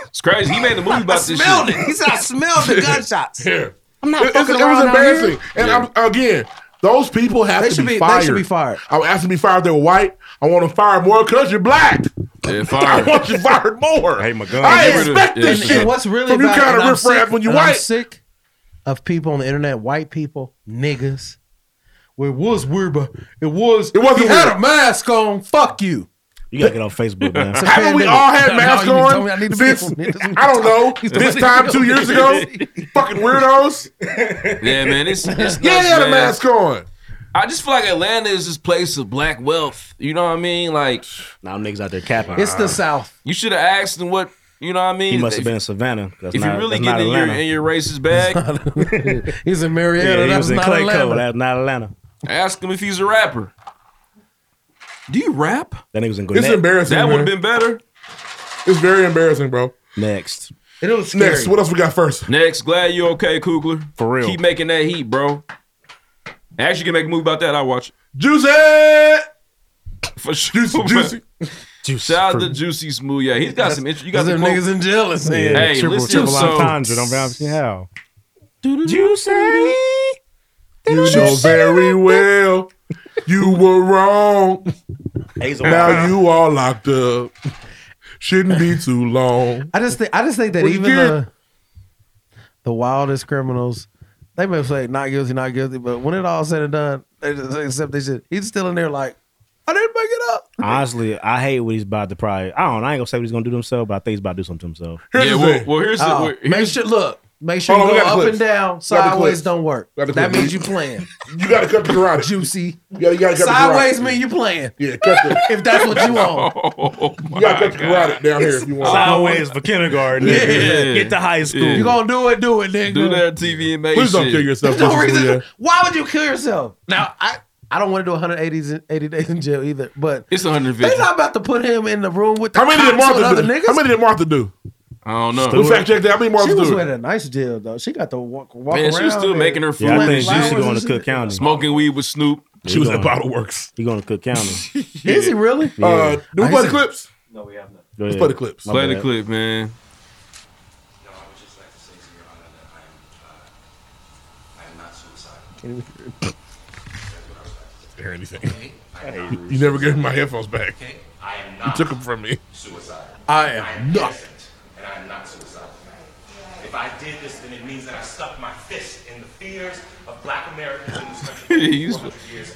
[SPEAKER 1] It's crazy. He made a movie about this
[SPEAKER 3] Smelled
[SPEAKER 1] shit.
[SPEAKER 3] it. He said, I smelled the gunshots.
[SPEAKER 2] yeah.
[SPEAKER 4] I'm not
[SPEAKER 2] It, it's-
[SPEAKER 4] fucking
[SPEAKER 2] it was
[SPEAKER 4] around out here.
[SPEAKER 2] embarrassing. And I'm, again, those people have
[SPEAKER 3] They
[SPEAKER 2] to
[SPEAKER 3] should
[SPEAKER 2] be,
[SPEAKER 3] be
[SPEAKER 2] fired.
[SPEAKER 3] they should be fired.
[SPEAKER 2] I would ask them to be fired if they were white. I want them fired more because you're black.
[SPEAKER 1] Yeah,
[SPEAKER 2] I
[SPEAKER 1] fire.
[SPEAKER 2] want you fired more. I,
[SPEAKER 4] my gun.
[SPEAKER 1] Get rid of-
[SPEAKER 2] expect
[SPEAKER 1] yeah,
[SPEAKER 2] this
[SPEAKER 1] yeah.
[SPEAKER 2] shit
[SPEAKER 1] And
[SPEAKER 3] what's really
[SPEAKER 2] from you
[SPEAKER 3] about,
[SPEAKER 2] kind
[SPEAKER 3] and
[SPEAKER 2] of
[SPEAKER 3] I'm
[SPEAKER 2] riff raff
[SPEAKER 3] sick-
[SPEAKER 2] when you
[SPEAKER 3] and I'm
[SPEAKER 2] white.
[SPEAKER 3] sick of people on the internet, white people, niggas. Well, it was weird, but it was.
[SPEAKER 2] It wasn't
[SPEAKER 3] He had
[SPEAKER 2] weird.
[SPEAKER 3] a mask on. Fuck you.
[SPEAKER 4] You gotta get on Facebook, man.
[SPEAKER 3] It's a
[SPEAKER 2] Haven't we
[SPEAKER 3] pandemic.
[SPEAKER 2] all had
[SPEAKER 3] No,
[SPEAKER 2] masks
[SPEAKER 3] you
[SPEAKER 2] on
[SPEAKER 3] told me I need to be
[SPEAKER 2] since,
[SPEAKER 3] on it.
[SPEAKER 2] I don't know, this time two years ago? Fucking weirdos.
[SPEAKER 1] Yeah, man. It's, it's
[SPEAKER 2] Yeah,
[SPEAKER 1] nuts,
[SPEAKER 2] they had a
[SPEAKER 1] man.
[SPEAKER 2] mask on.
[SPEAKER 1] I just feel like Atlanta is this place of black wealth. You know what I mean? Like
[SPEAKER 4] now niggas out there capping.
[SPEAKER 3] It's the South.
[SPEAKER 1] you should have asked him what you know what I mean.
[SPEAKER 4] Uh, he must have
[SPEAKER 1] If-
[SPEAKER 4] been in Savannah. That's
[SPEAKER 1] If
[SPEAKER 4] not,
[SPEAKER 1] you really
[SPEAKER 4] that's not
[SPEAKER 1] get in your,
[SPEAKER 4] Atlanta.
[SPEAKER 1] in your racist bag,
[SPEAKER 3] He's in Marietta.
[SPEAKER 4] yeah, he
[SPEAKER 3] That's
[SPEAKER 4] was in
[SPEAKER 3] not
[SPEAKER 4] Clay
[SPEAKER 3] Atlanta.
[SPEAKER 4] Code. That's not Atlanta.
[SPEAKER 1] ask him if he's a rapper. Do you rap?
[SPEAKER 4] That nigga was in
[SPEAKER 2] It's
[SPEAKER 4] Gwinnett.
[SPEAKER 2] embarrassing.
[SPEAKER 1] That would have been
[SPEAKER 2] man.
[SPEAKER 1] better.
[SPEAKER 2] It's very embarrassing, bro.
[SPEAKER 4] Next.
[SPEAKER 3] It was scary.
[SPEAKER 2] Next, what else we got first?
[SPEAKER 1] Next, glad you okay, Kugler.
[SPEAKER 4] For real.
[SPEAKER 1] Keep making that heat, bro. Actually, you can make a movie about that. I'll watch it.
[SPEAKER 2] Juicy.
[SPEAKER 1] For sure.
[SPEAKER 2] Juicy,
[SPEAKER 1] man.
[SPEAKER 2] juicy.
[SPEAKER 4] Juice.
[SPEAKER 1] Shout out to Juicy Smooth. Yeah, he's got some interesting. You got
[SPEAKER 3] Those
[SPEAKER 1] some
[SPEAKER 3] them
[SPEAKER 1] quote-
[SPEAKER 3] niggas in jail and saying,
[SPEAKER 1] Hey,
[SPEAKER 4] triple,
[SPEAKER 1] listen,
[SPEAKER 4] triple
[SPEAKER 1] so-
[SPEAKER 4] entendre. Don't be obviously how.
[SPEAKER 1] Juicy.
[SPEAKER 2] You know very well you were wrong. Now you are locked up. Shouldn't be too long.
[SPEAKER 3] I just think I just think that
[SPEAKER 2] What you
[SPEAKER 3] even
[SPEAKER 2] get?
[SPEAKER 3] the the wildest criminals, they may say not guilty, not guilty, but when it all said and done, they just accept they shit. He's still in there like, I didn't make it up.
[SPEAKER 4] Honestly, I hate what he's about to probably. I don't. know, I ain't gonna say what he's gonna do to himself, but I think he's about to do something to himself.
[SPEAKER 2] Here's Yeah, the well- thing.
[SPEAKER 1] well, here's
[SPEAKER 3] Oh, make sure look. Make sure
[SPEAKER 4] Hold on,
[SPEAKER 3] you
[SPEAKER 4] we
[SPEAKER 3] go
[SPEAKER 4] got
[SPEAKER 3] up
[SPEAKER 4] clips.
[SPEAKER 3] and down.
[SPEAKER 4] We got the
[SPEAKER 3] Sideways
[SPEAKER 4] clips.
[SPEAKER 3] don't work.
[SPEAKER 4] We got the
[SPEAKER 3] That
[SPEAKER 4] clips.
[SPEAKER 3] means you playing.
[SPEAKER 2] You gotta cut the garage.
[SPEAKER 3] Juicy.
[SPEAKER 2] You gotta, you gotta cut
[SPEAKER 3] Sideways
[SPEAKER 2] the
[SPEAKER 3] mean you playing.
[SPEAKER 2] Yeah, cut the.
[SPEAKER 3] if that's what you want.
[SPEAKER 1] Oh,
[SPEAKER 2] you gotta cut the garage down here if you want.
[SPEAKER 4] Sideways for kindergarten.
[SPEAKER 2] Yeah.
[SPEAKER 4] nigga. Get to high school.
[SPEAKER 1] Yeah. You
[SPEAKER 3] gonna do it? Do it, nigga.
[SPEAKER 1] Do that TV and make
[SPEAKER 2] Please don't
[SPEAKER 1] shit.
[SPEAKER 2] kill yourself.
[SPEAKER 3] There's no
[SPEAKER 2] Christopher
[SPEAKER 3] reason.
[SPEAKER 2] Leah.
[SPEAKER 3] Why would you kill yourself? Now I I don't want to do 180s in, 80 days in jail either, but
[SPEAKER 1] It's 150.
[SPEAKER 3] they're not about to put him in the room with the
[SPEAKER 2] How many did
[SPEAKER 3] cops with
[SPEAKER 2] Martha
[SPEAKER 3] other
[SPEAKER 2] do?
[SPEAKER 3] niggas.
[SPEAKER 2] How many did Martha do?
[SPEAKER 1] I don't know.
[SPEAKER 2] Who fact checked that? How many Martha
[SPEAKER 3] she was
[SPEAKER 2] do?
[SPEAKER 3] with a nice jail though. She got to walk, walk
[SPEAKER 1] Man,
[SPEAKER 3] around.
[SPEAKER 1] she was still
[SPEAKER 3] and-
[SPEAKER 1] making her food.
[SPEAKER 4] Yeah, I
[SPEAKER 3] Plant
[SPEAKER 4] think she
[SPEAKER 3] flowers
[SPEAKER 4] should go
[SPEAKER 3] and
[SPEAKER 4] to
[SPEAKER 3] shit.
[SPEAKER 4] Cook County.
[SPEAKER 1] Smoking weed with Snoop.
[SPEAKER 4] She was at Bottle
[SPEAKER 2] Works.
[SPEAKER 4] You going to Cook County?
[SPEAKER 3] Is he really?
[SPEAKER 4] Yeah.
[SPEAKER 2] Uh, do we
[SPEAKER 4] I
[SPEAKER 2] play the
[SPEAKER 4] see.
[SPEAKER 2] clips?
[SPEAKER 4] No, we have not.
[SPEAKER 2] Let's play the clips.
[SPEAKER 1] Play the clip, man.
[SPEAKER 12] uh,
[SPEAKER 2] Hear anything? You never gave me my headphones back. You took them from me. I am not.
[SPEAKER 13] and I'm not suicidal. If I did this, then it means that I stuck my fist in the fears of black Americans in this country.
[SPEAKER 1] he used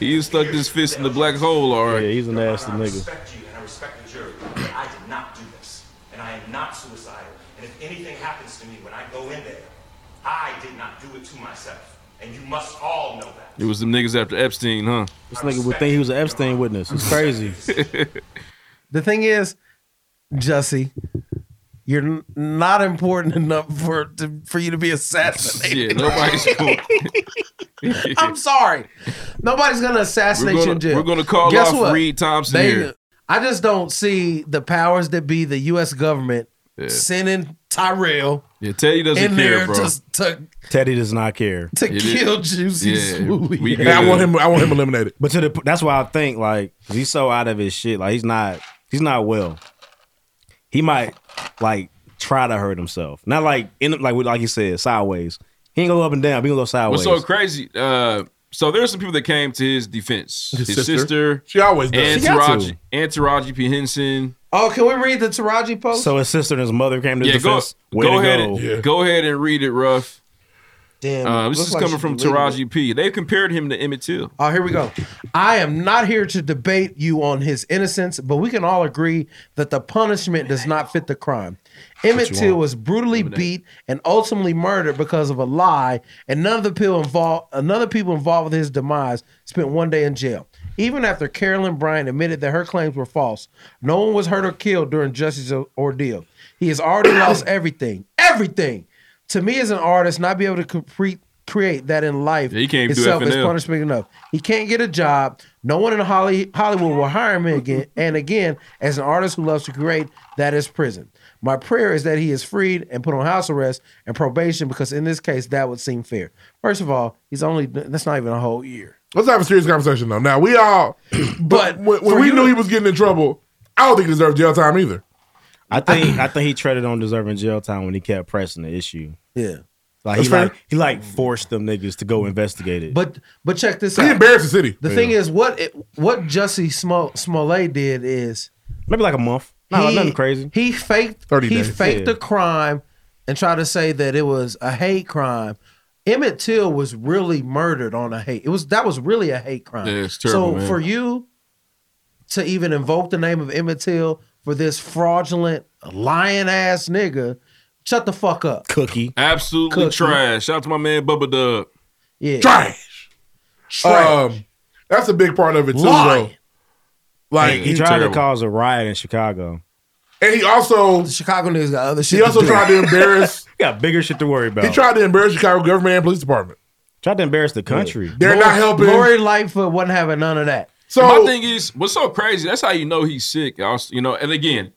[SPEAKER 1] he used stuck his fist in the black hole. All right.
[SPEAKER 4] Yeah, he's a nasty
[SPEAKER 13] I respect you and I respect the jury, but I did not do this. And I am not suicidal. And if anything happens to me when I go in there, I did not do it to myself. And you must all know that.
[SPEAKER 1] It was them niggas after Epstein, huh?
[SPEAKER 4] This nigga would think he was an Epstein witness. It's crazy.
[SPEAKER 3] The thing is, Jussie, you're n- not important enough for to, for you to be
[SPEAKER 1] Yeah,
[SPEAKER 3] assassinated.
[SPEAKER 1] nobody's cool.
[SPEAKER 3] I'm sorry, nobody's gonna assassinate
[SPEAKER 1] We're
[SPEAKER 3] you
[SPEAKER 1] gonna-
[SPEAKER 3] in jail.
[SPEAKER 1] we're gonna call off Reed Thompson here.
[SPEAKER 3] I just don't see the powers that be, the U.S. government,
[SPEAKER 1] Yeah.
[SPEAKER 3] sending Tyrell
[SPEAKER 1] Yeah, Teddy doesn't
[SPEAKER 3] in
[SPEAKER 1] care,
[SPEAKER 3] there
[SPEAKER 1] bro.
[SPEAKER 3] to, to
[SPEAKER 4] Teddy does not care.
[SPEAKER 3] To It is- kill Juicy yeah, Smollett. we
[SPEAKER 2] Yeah, I want him. I want him eliminated.
[SPEAKER 4] But to the that's why I think like 'cause he's so out of his shit. Like he's not he's not well. He might like try to hurt himself. Not like in like like you said sideways. He ain't gonna go up and down. He gonna go
[SPEAKER 1] What's
[SPEAKER 4] sideways.
[SPEAKER 1] so crazy? Uh, so there's some people that came to his defense. His, sister.
[SPEAKER 2] She always does.
[SPEAKER 1] and
[SPEAKER 2] She got
[SPEAKER 1] Taraji, and Taraji P Henson.
[SPEAKER 3] Oh, can we read the Taraji post?
[SPEAKER 4] so his sister and his mother came to
[SPEAKER 1] Yeah,
[SPEAKER 4] his
[SPEAKER 1] go,
[SPEAKER 4] defense. Way
[SPEAKER 1] go
[SPEAKER 4] to
[SPEAKER 1] ahead.
[SPEAKER 4] go.
[SPEAKER 1] And, Go ahead and read it, Ruff.
[SPEAKER 3] Damn,
[SPEAKER 1] Uh,
[SPEAKER 3] it
[SPEAKER 1] this
[SPEAKER 3] looks
[SPEAKER 1] is
[SPEAKER 3] like
[SPEAKER 1] coming
[SPEAKER 3] she
[SPEAKER 1] from
[SPEAKER 3] deleted
[SPEAKER 1] Taraji P. They compared him to Emmett Till.
[SPEAKER 3] Oh, here we go. I am not here to debate you on his innocence, but we can all agree that the punishment does not fit the crime. Emmett
[SPEAKER 14] you
[SPEAKER 3] Till
[SPEAKER 14] want.
[SPEAKER 3] was brutally beat and ultimately murdered because of a lie, and none of the people involved, another people involved with his demise, spent one day in jail. Even after Carolyn Bryant admitted that her claims were false, no one was hurt or killed during Justice's ordeal. He has already lost everything, everything. To me, as an artist, not be able to complete, create that in life
[SPEAKER 1] Yeah, he can't do
[SPEAKER 3] itself is
[SPEAKER 1] FNL.
[SPEAKER 3] punishment punishment enough. He can't get a job. No one in Holly, Hollywood will hire him again. And again, as an artist who loves to create, that is prison. My prayer is that he is freed and put on house arrest and probation because in this case, that would seem fair. First of all, he's only that's not even a whole year.
[SPEAKER 2] Let's have a serious conversation though. Now we all, but when, when
[SPEAKER 3] for
[SPEAKER 2] we
[SPEAKER 3] you
[SPEAKER 2] knew
[SPEAKER 3] to-
[SPEAKER 2] he was getting in trouble, I don't think he deserved jail time either.
[SPEAKER 4] I think I think he treaded on deserving jail time when he kept pressing the issue.
[SPEAKER 3] Yeah.
[SPEAKER 4] Like
[SPEAKER 2] That's
[SPEAKER 4] he
[SPEAKER 2] fair.
[SPEAKER 4] like he like forced them niggas to go investigate it.
[SPEAKER 3] But but check this
[SPEAKER 4] He
[SPEAKER 3] out.
[SPEAKER 4] embarrassed the city.
[SPEAKER 3] The
[SPEAKER 4] Yeah.
[SPEAKER 3] thing is, what it, what Jussie Smoll- Smollett did is
[SPEAKER 4] maybe like a month. No, nothing crazy.
[SPEAKER 3] He faked.
[SPEAKER 4] 30
[SPEAKER 3] he
[SPEAKER 4] days.
[SPEAKER 3] faked
[SPEAKER 4] Yeah.
[SPEAKER 3] the crime and tried to say that it was a hate crime. Emmett Till was really murdered on a hate. It was that was really a hate crime.
[SPEAKER 1] Yeah, it's terrible,
[SPEAKER 3] so
[SPEAKER 1] man.
[SPEAKER 3] for you to even invoke the name of Emmett Till for this fraudulent lying ass nigga, shut the fuck up.
[SPEAKER 4] Cookie.
[SPEAKER 1] Absolutely
[SPEAKER 3] Cookie.
[SPEAKER 1] trash. Shout out to my man Bubba Dub.
[SPEAKER 3] Yeah.
[SPEAKER 2] Trash.
[SPEAKER 3] Trash.
[SPEAKER 2] Um, that's a big part of it too,
[SPEAKER 4] Lying.
[SPEAKER 2] though. Like
[SPEAKER 4] he, tried to cause a riot in Chicago.
[SPEAKER 2] and he also
[SPEAKER 3] Chicago niggas got other shit.
[SPEAKER 2] He also
[SPEAKER 4] do.
[SPEAKER 2] tried to embarrass.
[SPEAKER 4] got bigger shit to worry about.
[SPEAKER 2] he tried to embarrass Chicago government and police department.
[SPEAKER 4] Tried to embarrass the country.
[SPEAKER 2] They're not helping.
[SPEAKER 3] Lori Lightfoot wasn't having none of that.
[SPEAKER 1] So my thing is, what's so crazy? That's how you know he's sick. I was- you know, and again,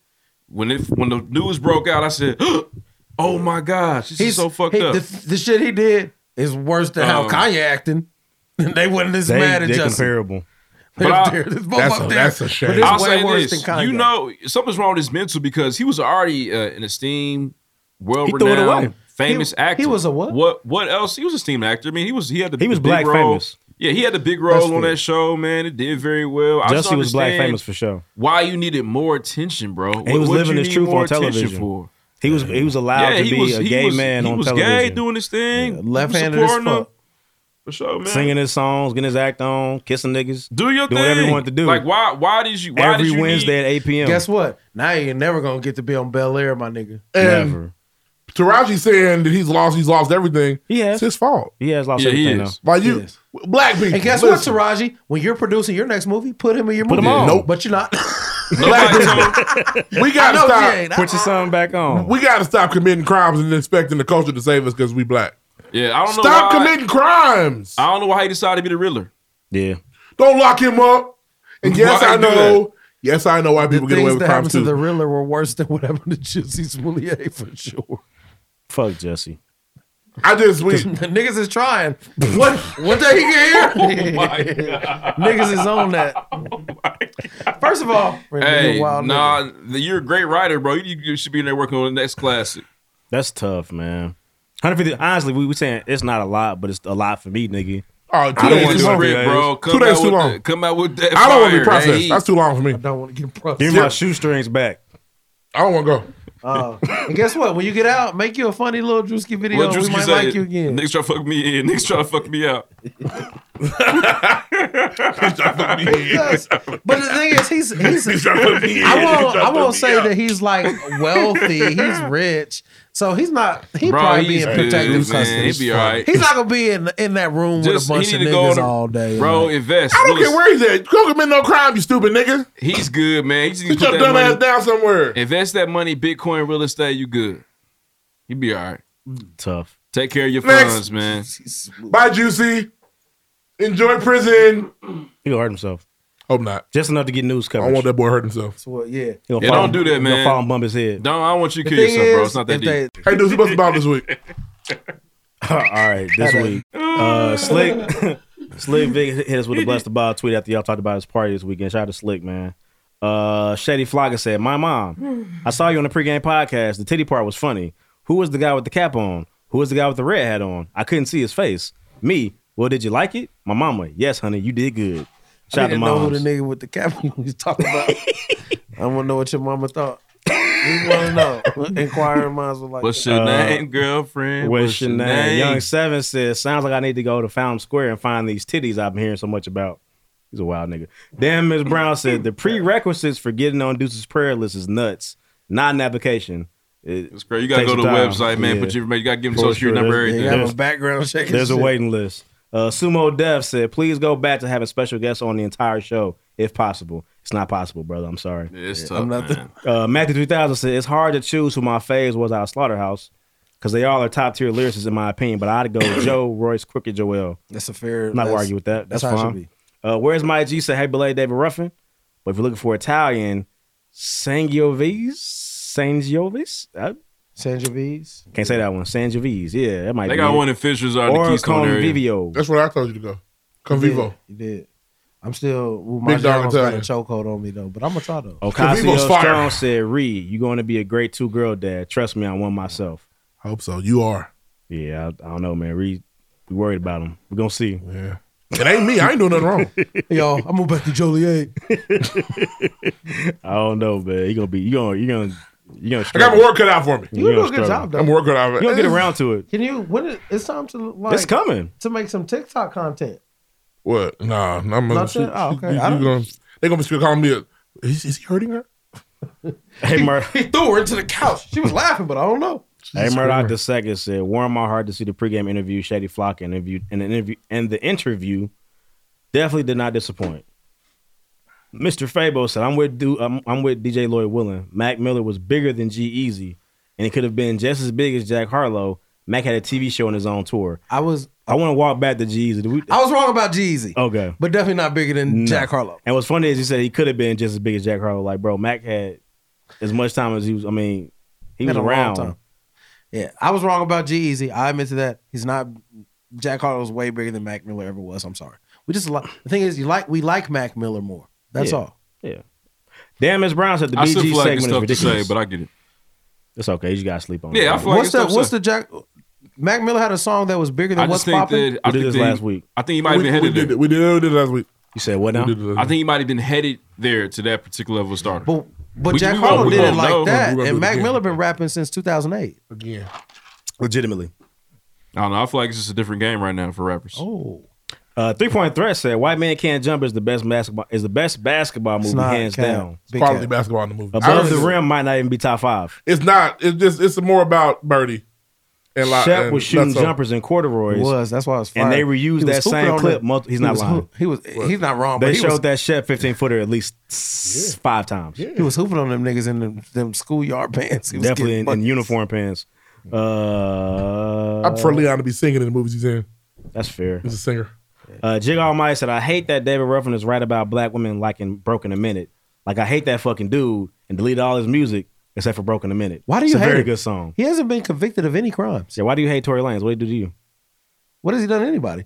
[SPEAKER 1] when it when the news broke out, I said, "Oh my gosh, this is so fucked
[SPEAKER 3] He-
[SPEAKER 1] up."
[SPEAKER 3] The, the shit he did is worse than how
[SPEAKER 1] Um,
[SPEAKER 3] Kanye acting. they wasn't as mad at Jussie.
[SPEAKER 1] But I-
[SPEAKER 3] It's both up there. But it's
[SPEAKER 1] I'll
[SPEAKER 3] way
[SPEAKER 1] say
[SPEAKER 3] worse
[SPEAKER 1] this.
[SPEAKER 3] than Kanye.
[SPEAKER 1] You know, something's wrong with his mental because he was already uh, an esteemed, world
[SPEAKER 4] threw it away.
[SPEAKER 1] renowned, famous
[SPEAKER 4] He-
[SPEAKER 1] actor.
[SPEAKER 4] he was a what?
[SPEAKER 1] What? What else? He was a esteemed actor. I mean, he was. He had the he
[SPEAKER 4] was
[SPEAKER 1] big
[SPEAKER 4] black
[SPEAKER 1] role.
[SPEAKER 4] famous.
[SPEAKER 1] Yeah, he had the big
[SPEAKER 4] That's
[SPEAKER 1] role on
[SPEAKER 4] fair.
[SPEAKER 1] that show. Man, it did very well. I just
[SPEAKER 4] Jussie was black
[SPEAKER 1] understand
[SPEAKER 4] famous for sure.
[SPEAKER 1] Why you needed more attention, bro?
[SPEAKER 4] And he was living his truth on television.
[SPEAKER 1] For?
[SPEAKER 4] He was he was allowed
[SPEAKER 1] Yeah,
[SPEAKER 4] to
[SPEAKER 1] he
[SPEAKER 4] be
[SPEAKER 1] was-
[SPEAKER 4] a
[SPEAKER 1] he
[SPEAKER 4] gay
[SPEAKER 1] was-
[SPEAKER 4] man
[SPEAKER 1] he
[SPEAKER 4] on
[SPEAKER 1] was gay
[SPEAKER 4] television.
[SPEAKER 1] doing his thing.
[SPEAKER 3] left-handed as
[SPEAKER 1] supporting him.
[SPEAKER 3] fuck.
[SPEAKER 1] For sure, man.
[SPEAKER 4] Singing his songs, getting his act on, kissing niggas.
[SPEAKER 1] Do your
[SPEAKER 4] doing whatever
[SPEAKER 1] thing.
[SPEAKER 4] he wanted to do.
[SPEAKER 1] Like, why- why did you- why
[SPEAKER 4] Every
[SPEAKER 1] did you
[SPEAKER 4] Wednesday
[SPEAKER 1] need-
[SPEAKER 4] at 8 p.m.
[SPEAKER 3] Guess what? Now you're never gonna get to be on Bel Air, my nigga.
[SPEAKER 2] And Taraji saying that he's lost, he's lost everything.
[SPEAKER 4] Yeah,
[SPEAKER 2] it's his fault.
[SPEAKER 4] He has
[SPEAKER 3] lost
[SPEAKER 4] Yeah, he everything is. now.
[SPEAKER 2] Like you,
[SPEAKER 3] He is.
[SPEAKER 2] black people.
[SPEAKER 3] And guess
[SPEAKER 2] listen.
[SPEAKER 3] what, Taraji? When you're producing your next movie, put him in your
[SPEAKER 2] Put
[SPEAKER 3] movie.
[SPEAKER 2] him on.
[SPEAKER 3] Nope, but you're not.
[SPEAKER 2] We gotta
[SPEAKER 3] I know
[SPEAKER 2] stop.
[SPEAKER 3] he ain't.
[SPEAKER 4] Put your song back on.
[SPEAKER 2] We gotta stop committing crimes and expecting the culture to save us because we black.
[SPEAKER 1] Yeah, I don't know.
[SPEAKER 2] Stop
[SPEAKER 1] why-
[SPEAKER 2] committing crimes.
[SPEAKER 1] I don't know why he decided to be the Riddler.
[SPEAKER 4] Yeah.
[SPEAKER 2] Don't lock him up. And yes,
[SPEAKER 1] Why
[SPEAKER 2] I
[SPEAKER 1] do that?
[SPEAKER 2] know. Yes, I know why people get away
[SPEAKER 3] Things
[SPEAKER 2] with
[SPEAKER 3] that happened
[SPEAKER 2] crimes
[SPEAKER 3] to
[SPEAKER 2] too.
[SPEAKER 3] the Riddler were worse than what happened to Jesse's Smollier for sure.
[SPEAKER 4] Fuck Jesse.
[SPEAKER 2] I just we
[SPEAKER 3] niggas is trying. What what day he get here?
[SPEAKER 1] Oh
[SPEAKER 3] niggas is on that. First of all,
[SPEAKER 1] Hey,
[SPEAKER 3] wild
[SPEAKER 1] nah, th- you're a great writer, bro. You, you should be in there working on the next classic.
[SPEAKER 4] That's tough, man. 150. Honestly, we we saying it's not a lot, but it's a lot for me, nigga.
[SPEAKER 2] Oh,
[SPEAKER 1] two days is rip, bro. Come
[SPEAKER 4] Two days
[SPEAKER 1] out
[SPEAKER 4] too
[SPEAKER 1] with
[SPEAKER 4] long.
[SPEAKER 1] the- come out with that.
[SPEAKER 4] I don't wanna
[SPEAKER 1] want
[SPEAKER 4] be
[SPEAKER 1] to
[SPEAKER 4] processed.
[SPEAKER 2] That's too long for me. I
[SPEAKER 3] don't want to get
[SPEAKER 4] Give me my shoestrings back.
[SPEAKER 2] I don't want to go.
[SPEAKER 3] Uh, and guess what? When you get out, make you a funny little Drewski video.
[SPEAKER 1] What
[SPEAKER 3] we
[SPEAKER 1] Drewski
[SPEAKER 3] might
[SPEAKER 1] said,
[SPEAKER 3] like you again.
[SPEAKER 1] Niggas try to fuck me in. Niggas try to fuck me out.
[SPEAKER 3] Because- but the thing is, he's he's. I won't. I won't say that he's like wealthy. He's rich, so he's not. He
[SPEAKER 1] Bro,
[SPEAKER 3] probably
[SPEAKER 1] he's
[SPEAKER 3] be in protective
[SPEAKER 1] good, man.
[SPEAKER 3] custody.
[SPEAKER 1] He'd be all right.
[SPEAKER 3] He's not gonna be in in that room
[SPEAKER 1] Just-
[SPEAKER 3] with a bunch
[SPEAKER 1] he
[SPEAKER 3] of
[SPEAKER 1] need to go
[SPEAKER 3] niggas
[SPEAKER 1] on a-
[SPEAKER 3] all day.
[SPEAKER 1] Bro,
[SPEAKER 3] man.
[SPEAKER 1] invest.
[SPEAKER 2] I don't
[SPEAKER 1] Willis.
[SPEAKER 2] care where he's at. Don't commit no crime, you stupid nigga.
[SPEAKER 1] He's good, man. He just need
[SPEAKER 2] Sit
[SPEAKER 1] to put
[SPEAKER 2] your dumb
[SPEAKER 1] that
[SPEAKER 2] ass
[SPEAKER 1] money.
[SPEAKER 2] down somewhere.
[SPEAKER 1] Invest that money, Bitcoin, real estate. You good. You be all right.
[SPEAKER 4] Tough.
[SPEAKER 1] Take care of your
[SPEAKER 2] Next.
[SPEAKER 1] funds, man.
[SPEAKER 2] Bye, Juicy. Enjoy prison.
[SPEAKER 4] He gonna hurt himself.
[SPEAKER 2] Hope not.
[SPEAKER 4] Just enough to get news
[SPEAKER 2] I
[SPEAKER 4] coverage.
[SPEAKER 2] don't want that boy hurt himself.
[SPEAKER 3] So, yeah.
[SPEAKER 4] He gonna
[SPEAKER 1] Yeah,
[SPEAKER 4] fall-
[SPEAKER 1] don't do that,
[SPEAKER 4] he gonna
[SPEAKER 1] man.
[SPEAKER 4] Fall and bump his head.
[SPEAKER 1] Don't. I don't want you to
[SPEAKER 4] The
[SPEAKER 1] kill
[SPEAKER 4] thing
[SPEAKER 1] yourself, bro.
[SPEAKER 4] is,
[SPEAKER 1] It's not that
[SPEAKER 4] if
[SPEAKER 1] deep.
[SPEAKER 4] they-
[SPEAKER 2] Hey, dudes, what's about this week?
[SPEAKER 4] All right, this
[SPEAKER 2] Had a-
[SPEAKER 4] week, uh, Slick, Slick Vic hit us with a blessed about tweet after y'all talked about his party this weekend. Shout out to Slick, man. Uh, Shady Flogger said, "My mom, I saw you on the pregame podcast. The titty part was funny. Who was the guy with the cap on? Who was the guy with the red hat on? I couldn't see his face. Me. Well, did you like it? My mama. Yes, honey, you did good. Shout
[SPEAKER 3] I
[SPEAKER 4] out to
[SPEAKER 3] didn't know who
[SPEAKER 4] mom.
[SPEAKER 3] the nigga with the cap was talking about. I want to know what your mama thought. We want to know. Inquiring minds were like,
[SPEAKER 1] What's your
[SPEAKER 4] Uh,
[SPEAKER 1] name, girlfriend?
[SPEAKER 4] What's, your name? Young Seven says, "Sounds like I need to go to Fountain Square and find these titties I've been hearing so much about." He's a wild nigga. Damn, Ms. Brown said the prerequisites for getting on Deuce's prayer list is nuts, not an application. It's
[SPEAKER 1] great. You gotta go to the website, man, put your information- you gotta give them social security number, everything. You gotta have a background check and
[SPEAKER 4] There's a
[SPEAKER 1] shit.
[SPEAKER 4] waiting list. Uh, Sumo Dev said, "Please go back to having special guests on the entire show if possible." It's not possible, brother. I'm sorry.
[SPEAKER 1] It's tough, I'm not man.
[SPEAKER 4] Uh, Matthew 3000 said, It's hard to choose who my faves was out of Slaughterhouse because they all are top tier lyricists, in my opinion. But I'd go Joe, Royce, Crooked, Joel.
[SPEAKER 3] That's a fair.
[SPEAKER 4] I'm not gonna
[SPEAKER 3] that's-
[SPEAKER 4] argue with that. That's,
[SPEAKER 3] that's how it
[SPEAKER 4] fine.
[SPEAKER 3] should be.
[SPEAKER 4] Uh, where's my G? Say, Hey, belay David Ruffin. But if you're looking for Italian, Sangiovis? Sangiovis? I
[SPEAKER 3] Sangiovese.
[SPEAKER 4] can't say that one. Sangiovese. Yeah, that might
[SPEAKER 1] They
[SPEAKER 4] be.
[SPEAKER 1] got
[SPEAKER 4] it.
[SPEAKER 1] one in Fishers out in the
[SPEAKER 4] Or
[SPEAKER 1] Keystone area.
[SPEAKER 4] Convivio.
[SPEAKER 2] That's where I told you to go. Convivo.
[SPEAKER 3] You did. I'm still. Well, my
[SPEAKER 2] Big dog
[SPEAKER 3] dog got a
[SPEAKER 2] Italian.
[SPEAKER 3] chokehold on me though, but I'm gonna try though.
[SPEAKER 4] Ocasio
[SPEAKER 2] Convivo's fire.
[SPEAKER 4] Strong said, Reed, you're going to be a great two girl dad. Trust me, I'm one myself.
[SPEAKER 2] I hope so. You are.
[SPEAKER 4] Yeah, I, I don't know, man. Reed, we worried about him. We're going to see.
[SPEAKER 2] Yeah. It ain't me. I ain't doing nothing wrong.
[SPEAKER 3] Yo, I'm going back to Joliet.
[SPEAKER 4] I don't know, man. You gonna be you gonna you gonna you gonna.
[SPEAKER 2] I got my work cut out for me.
[SPEAKER 3] You do a good job though.
[SPEAKER 2] I'm working on it.
[SPEAKER 4] You gonna get around to it.
[SPEAKER 3] Can you? When it, it's time to like?
[SPEAKER 4] It's coming.
[SPEAKER 3] to make some TikTok content.
[SPEAKER 2] What? Nah, nah, I'm
[SPEAKER 3] Not
[SPEAKER 2] gonna.
[SPEAKER 3] that- oh, okay.
[SPEAKER 2] you-
[SPEAKER 3] I
[SPEAKER 2] you
[SPEAKER 3] don't-
[SPEAKER 2] gonna- they gonna be still calling me. A, is, is he hurting her?
[SPEAKER 4] Hey, Mur-
[SPEAKER 3] He threw her into the couch. She was laughing, but I don't know.
[SPEAKER 4] hey, Murdoch the second said, "Warm my heart to see the pregame interview, Shady Flock and interview and an interview and the interview definitely did not disappoint." Mr. Fabo said, "I'm with du- I'm, I'm with DJ Lloyd Willing. Mac Miller was bigger than G Easy, and he could have been just as big as Jack Harlow. Mac had a TV show on his own tour.
[SPEAKER 3] I was
[SPEAKER 4] I want to walk back to G Easy.
[SPEAKER 3] I was wrong about Jeezy,
[SPEAKER 4] Okay,
[SPEAKER 3] but definitely not bigger than
[SPEAKER 4] No.
[SPEAKER 3] Jack Harlow.
[SPEAKER 4] And what's funny is he said he could have been just as big as Jack Harlow. Like, bro, Mac had as much time as he was. I mean, he was
[SPEAKER 3] Had a long
[SPEAKER 4] around.
[SPEAKER 3] time. Yeah, I was wrong about Jeezy. I admit to that. He's not. Jack Harlow was way bigger than Mac Miller ever was. I'm sorry. We just like the thing is you like we like Mac Miller more. That's
[SPEAKER 4] Yeah.
[SPEAKER 3] all.
[SPEAKER 4] Yeah. Damn, Miss Brown said the
[SPEAKER 1] I
[SPEAKER 4] BG
[SPEAKER 1] still feel like
[SPEAKER 4] segment
[SPEAKER 1] it's
[SPEAKER 4] is
[SPEAKER 1] tough to
[SPEAKER 4] ridiculous.
[SPEAKER 1] say, but I get it.
[SPEAKER 4] It's okay. You just gotta sleep on it.
[SPEAKER 1] Yeah, I feel like
[SPEAKER 3] what's
[SPEAKER 1] it's tough
[SPEAKER 3] the What's
[SPEAKER 1] to
[SPEAKER 3] the Jack? Mac Miller had a song that was bigger than
[SPEAKER 1] I just
[SPEAKER 3] what's
[SPEAKER 1] think
[SPEAKER 3] popping.
[SPEAKER 1] that I
[SPEAKER 4] did
[SPEAKER 1] think
[SPEAKER 4] this
[SPEAKER 1] that he-
[SPEAKER 4] last week.
[SPEAKER 1] I think he might have
[SPEAKER 2] We-
[SPEAKER 1] been
[SPEAKER 2] we
[SPEAKER 1] headed
[SPEAKER 2] did
[SPEAKER 1] there.
[SPEAKER 2] it. We did it, we did it last week.
[SPEAKER 4] You said what now?
[SPEAKER 1] I think he might have been headed there to that particular level starter.
[SPEAKER 3] But But
[SPEAKER 1] we,
[SPEAKER 3] Jack
[SPEAKER 1] we won't-
[SPEAKER 3] Harlow
[SPEAKER 1] we
[SPEAKER 3] did it
[SPEAKER 1] won't
[SPEAKER 3] like
[SPEAKER 1] know.
[SPEAKER 3] that, and Mac Miller been rapping since 2008.
[SPEAKER 2] Again.
[SPEAKER 4] Legitimately.
[SPEAKER 1] I don't know. I feel like it's just a different game right now for rappers.
[SPEAKER 3] Oh.
[SPEAKER 4] Uh, Three Point Threat said, "White Man Can't Jump is the best basketball is the best basketball movie
[SPEAKER 2] not
[SPEAKER 4] hands
[SPEAKER 2] cap.
[SPEAKER 4] down.
[SPEAKER 2] It's Big quality cap. basketball in the movie. I
[SPEAKER 4] Above
[SPEAKER 2] was-
[SPEAKER 4] the rim might not even be top five.
[SPEAKER 2] It's not. It's just. It's more about Birdie. And like,
[SPEAKER 4] Shep
[SPEAKER 2] and
[SPEAKER 4] was shooting
[SPEAKER 2] that's all.
[SPEAKER 4] jumpers in corduroys.
[SPEAKER 2] He was. That's why I was
[SPEAKER 4] And they
[SPEAKER 2] fired.
[SPEAKER 4] reused
[SPEAKER 2] He was
[SPEAKER 4] that
[SPEAKER 2] hooping
[SPEAKER 4] same
[SPEAKER 2] on
[SPEAKER 4] clip.
[SPEAKER 2] the-
[SPEAKER 4] multi- he's
[SPEAKER 2] he
[SPEAKER 4] not
[SPEAKER 2] was
[SPEAKER 4] lying.
[SPEAKER 2] hoop- he was-
[SPEAKER 3] he's not wrong, Oh, but
[SPEAKER 4] They
[SPEAKER 3] he
[SPEAKER 4] showed
[SPEAKER 3] was-
[SPEAKER 4] that Shep fifteen footer at least s- five times.
[SPEAKER 3] He was hooping on them niggas in them, them schoolyard pants. He was
[SPEAKER 4] definitely
[SPEAKER 3] getting
[SPEAKER 4] in, in
[SPEAKER 3] buckets.
[SPEAKER 4] uniform pants. Uh,
[SPEAKER 2] I prefer Leon to be singing in the movies he's in.
[SPEAKER 4] That's fair.
[SPEAKER 2] He's a singer.
[SPEAKER 4] Uh, Jig Almighty said, "I hate that David Ruffin is right about black women liking "Broken a Minute." Like I hate that fucking dude and deleted all his music except for "Broken a Minute."
[SPEAKER 3] Why do
[SPEAKER 4] It's
[SPEAKER 3] you
[SPEAKER 4] a
[SPEAKER 3] hate
[SPEAKER 4] very
[SPEAKER 3] it?
[SPEAKER 4] good song.
[SPEAKER 3] He hasn't been convicted of any crimes.
[SPEAKER 4] Yeah, why do you hate Tory Lanez? What did he do to you?
[SPEAKER 3] What has he done to anybody?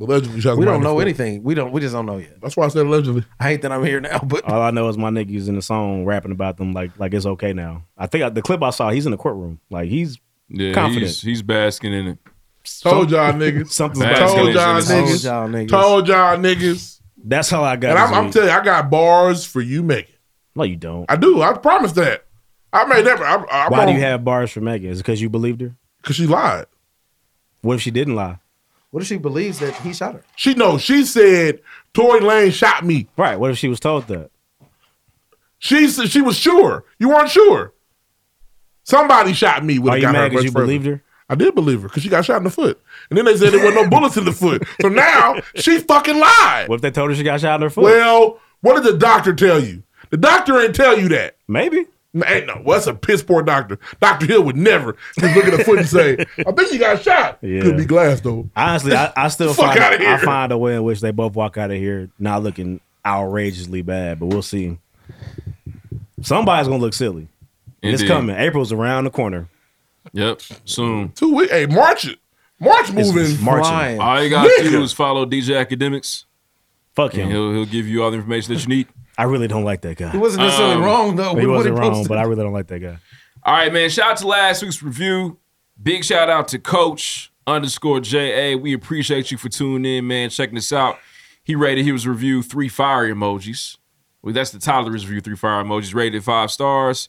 [SPEAKER 2] Allegedly,
[SPEAKER 3] We don't know anything. We don't. We just don't know yet.
[SPEAKER 2] That's why I said allegedly.
[SPEAKER 3] I hate that I'm here now, but
[SPEAKER 4] All I know is my niggas in the song rapping about them like like it's okay now. I think I, the clip I saw, he's in the courtroom. Like he's
[SPEAKER 1] Yeah,
[SPEAKER 4] confident.
[SPEAKER 1] he's he's basking in it.
[SPEAKER 2] Told y'all niggas.
[SPEAKER 4] Something's
[SPEAKER 1] Basking
[SPEAKER 4] about
[SPEAKER 1] in
[SPEAKER 2] Told
[SPEAKER 1] it.
[SPEAKER 2] y'all niggas. Told y'all niggas.
[SPEAKER 4] That's all I got.
[SPEAKER 2] And I'm,
[SPEAKER 4] this
[SPEAKER 2] I'm
[SPEAKER 4] week.
[SPEAKER 2] telling you, I got bars for you, Megan.
[SPEAKER 4] No, you don't.
[SPEAKER 2] I do. I promise that. I may never. I, I,
[SPEAKER 4] Why
[SPEAKER 2] I'm
[SPEAKER 4] do
[SPEAKER 2] on-
[SPEAKER 4] you have bars for Megan? Is it because you believed her?
[SPEAKER 2] Because she lied.
[SPEAKER 4] What if she didn't lie?
[SPEAKER 3] what if she believes that he shot her?
[SPEAKER 2] She no. She said Tory Lane shot me.
[SPEAKER 4] Right. What if she was told that?
[SPEAKER 2] She said she was sure. You weren't sure. Somebody shot me. When
[SPEAKER 4] Are you mad 'cause you believed her?
[SPEAKER 2] I did believe her because she got shot in the foot, and then they said there were no bullets in the foot. So now she fucking lied.
[SPEAKER 4] What if they told her she got shot in her foot?
[SPEAKER 2] Well, what did the doctor tell you? The doctor ain't tell you that.
[SPEAKER 4] Maybe.
[SPEAKER 2] Ain't no. Well, that's a piss poor doctor. Doctor Hill would never just look at a foot and say, "I think you got shot."
[SPEAKER 4] Yeah.
[SPEAKER 2] Could be glass though.
[SPEAKER 4] Honestly, I, I still
[SPEAKER 2] Fuck
[SPEAKER 4] find
[SPEAKER 2] outta here.
[SPEAKER 4] I find a way in which they both walk out of here not looking outrageously bad, but we'll see. Somebody's gonna look silly. And It's
[SPEAKER 1] Indeed.
[SPEAKER 4] coming. April's around the corner.
[SPEAKER 1] Yep. Soon.
[SPEAKER 2] Two weeks. Hey, March it. March moving.
[SPEAKER 4] marching.
[SPEAKER 1] All you gotta do
[SPEAKER 2] Nigga.
[SPEAKER 1] is follow DJ Academics.
[SPEAKER 4] Fuck
[SPEAKER 1] him. He'll he'll give you all the information that you need.
[SPEAKER 4] I really don't like that guy.
[SPEAKER 3] He wasn't necessarily wrong though.
[SPEAKER 4] He
[SPEAKER 3] with what
[SPEAKER 4] wasn't wrong,
[SPEAKER 3] posted.
[SPEAKER 4] Um, but I really don't like that guy.
[SPEAKER 1] All right, man. Shout out to last week's review. Big shout out to Coach underscore JA. We appreciate you for tuning in, man. Checking us out. He rated his review three fire emojis. Well, that's the title of his review, three fire emojis, rated five stars.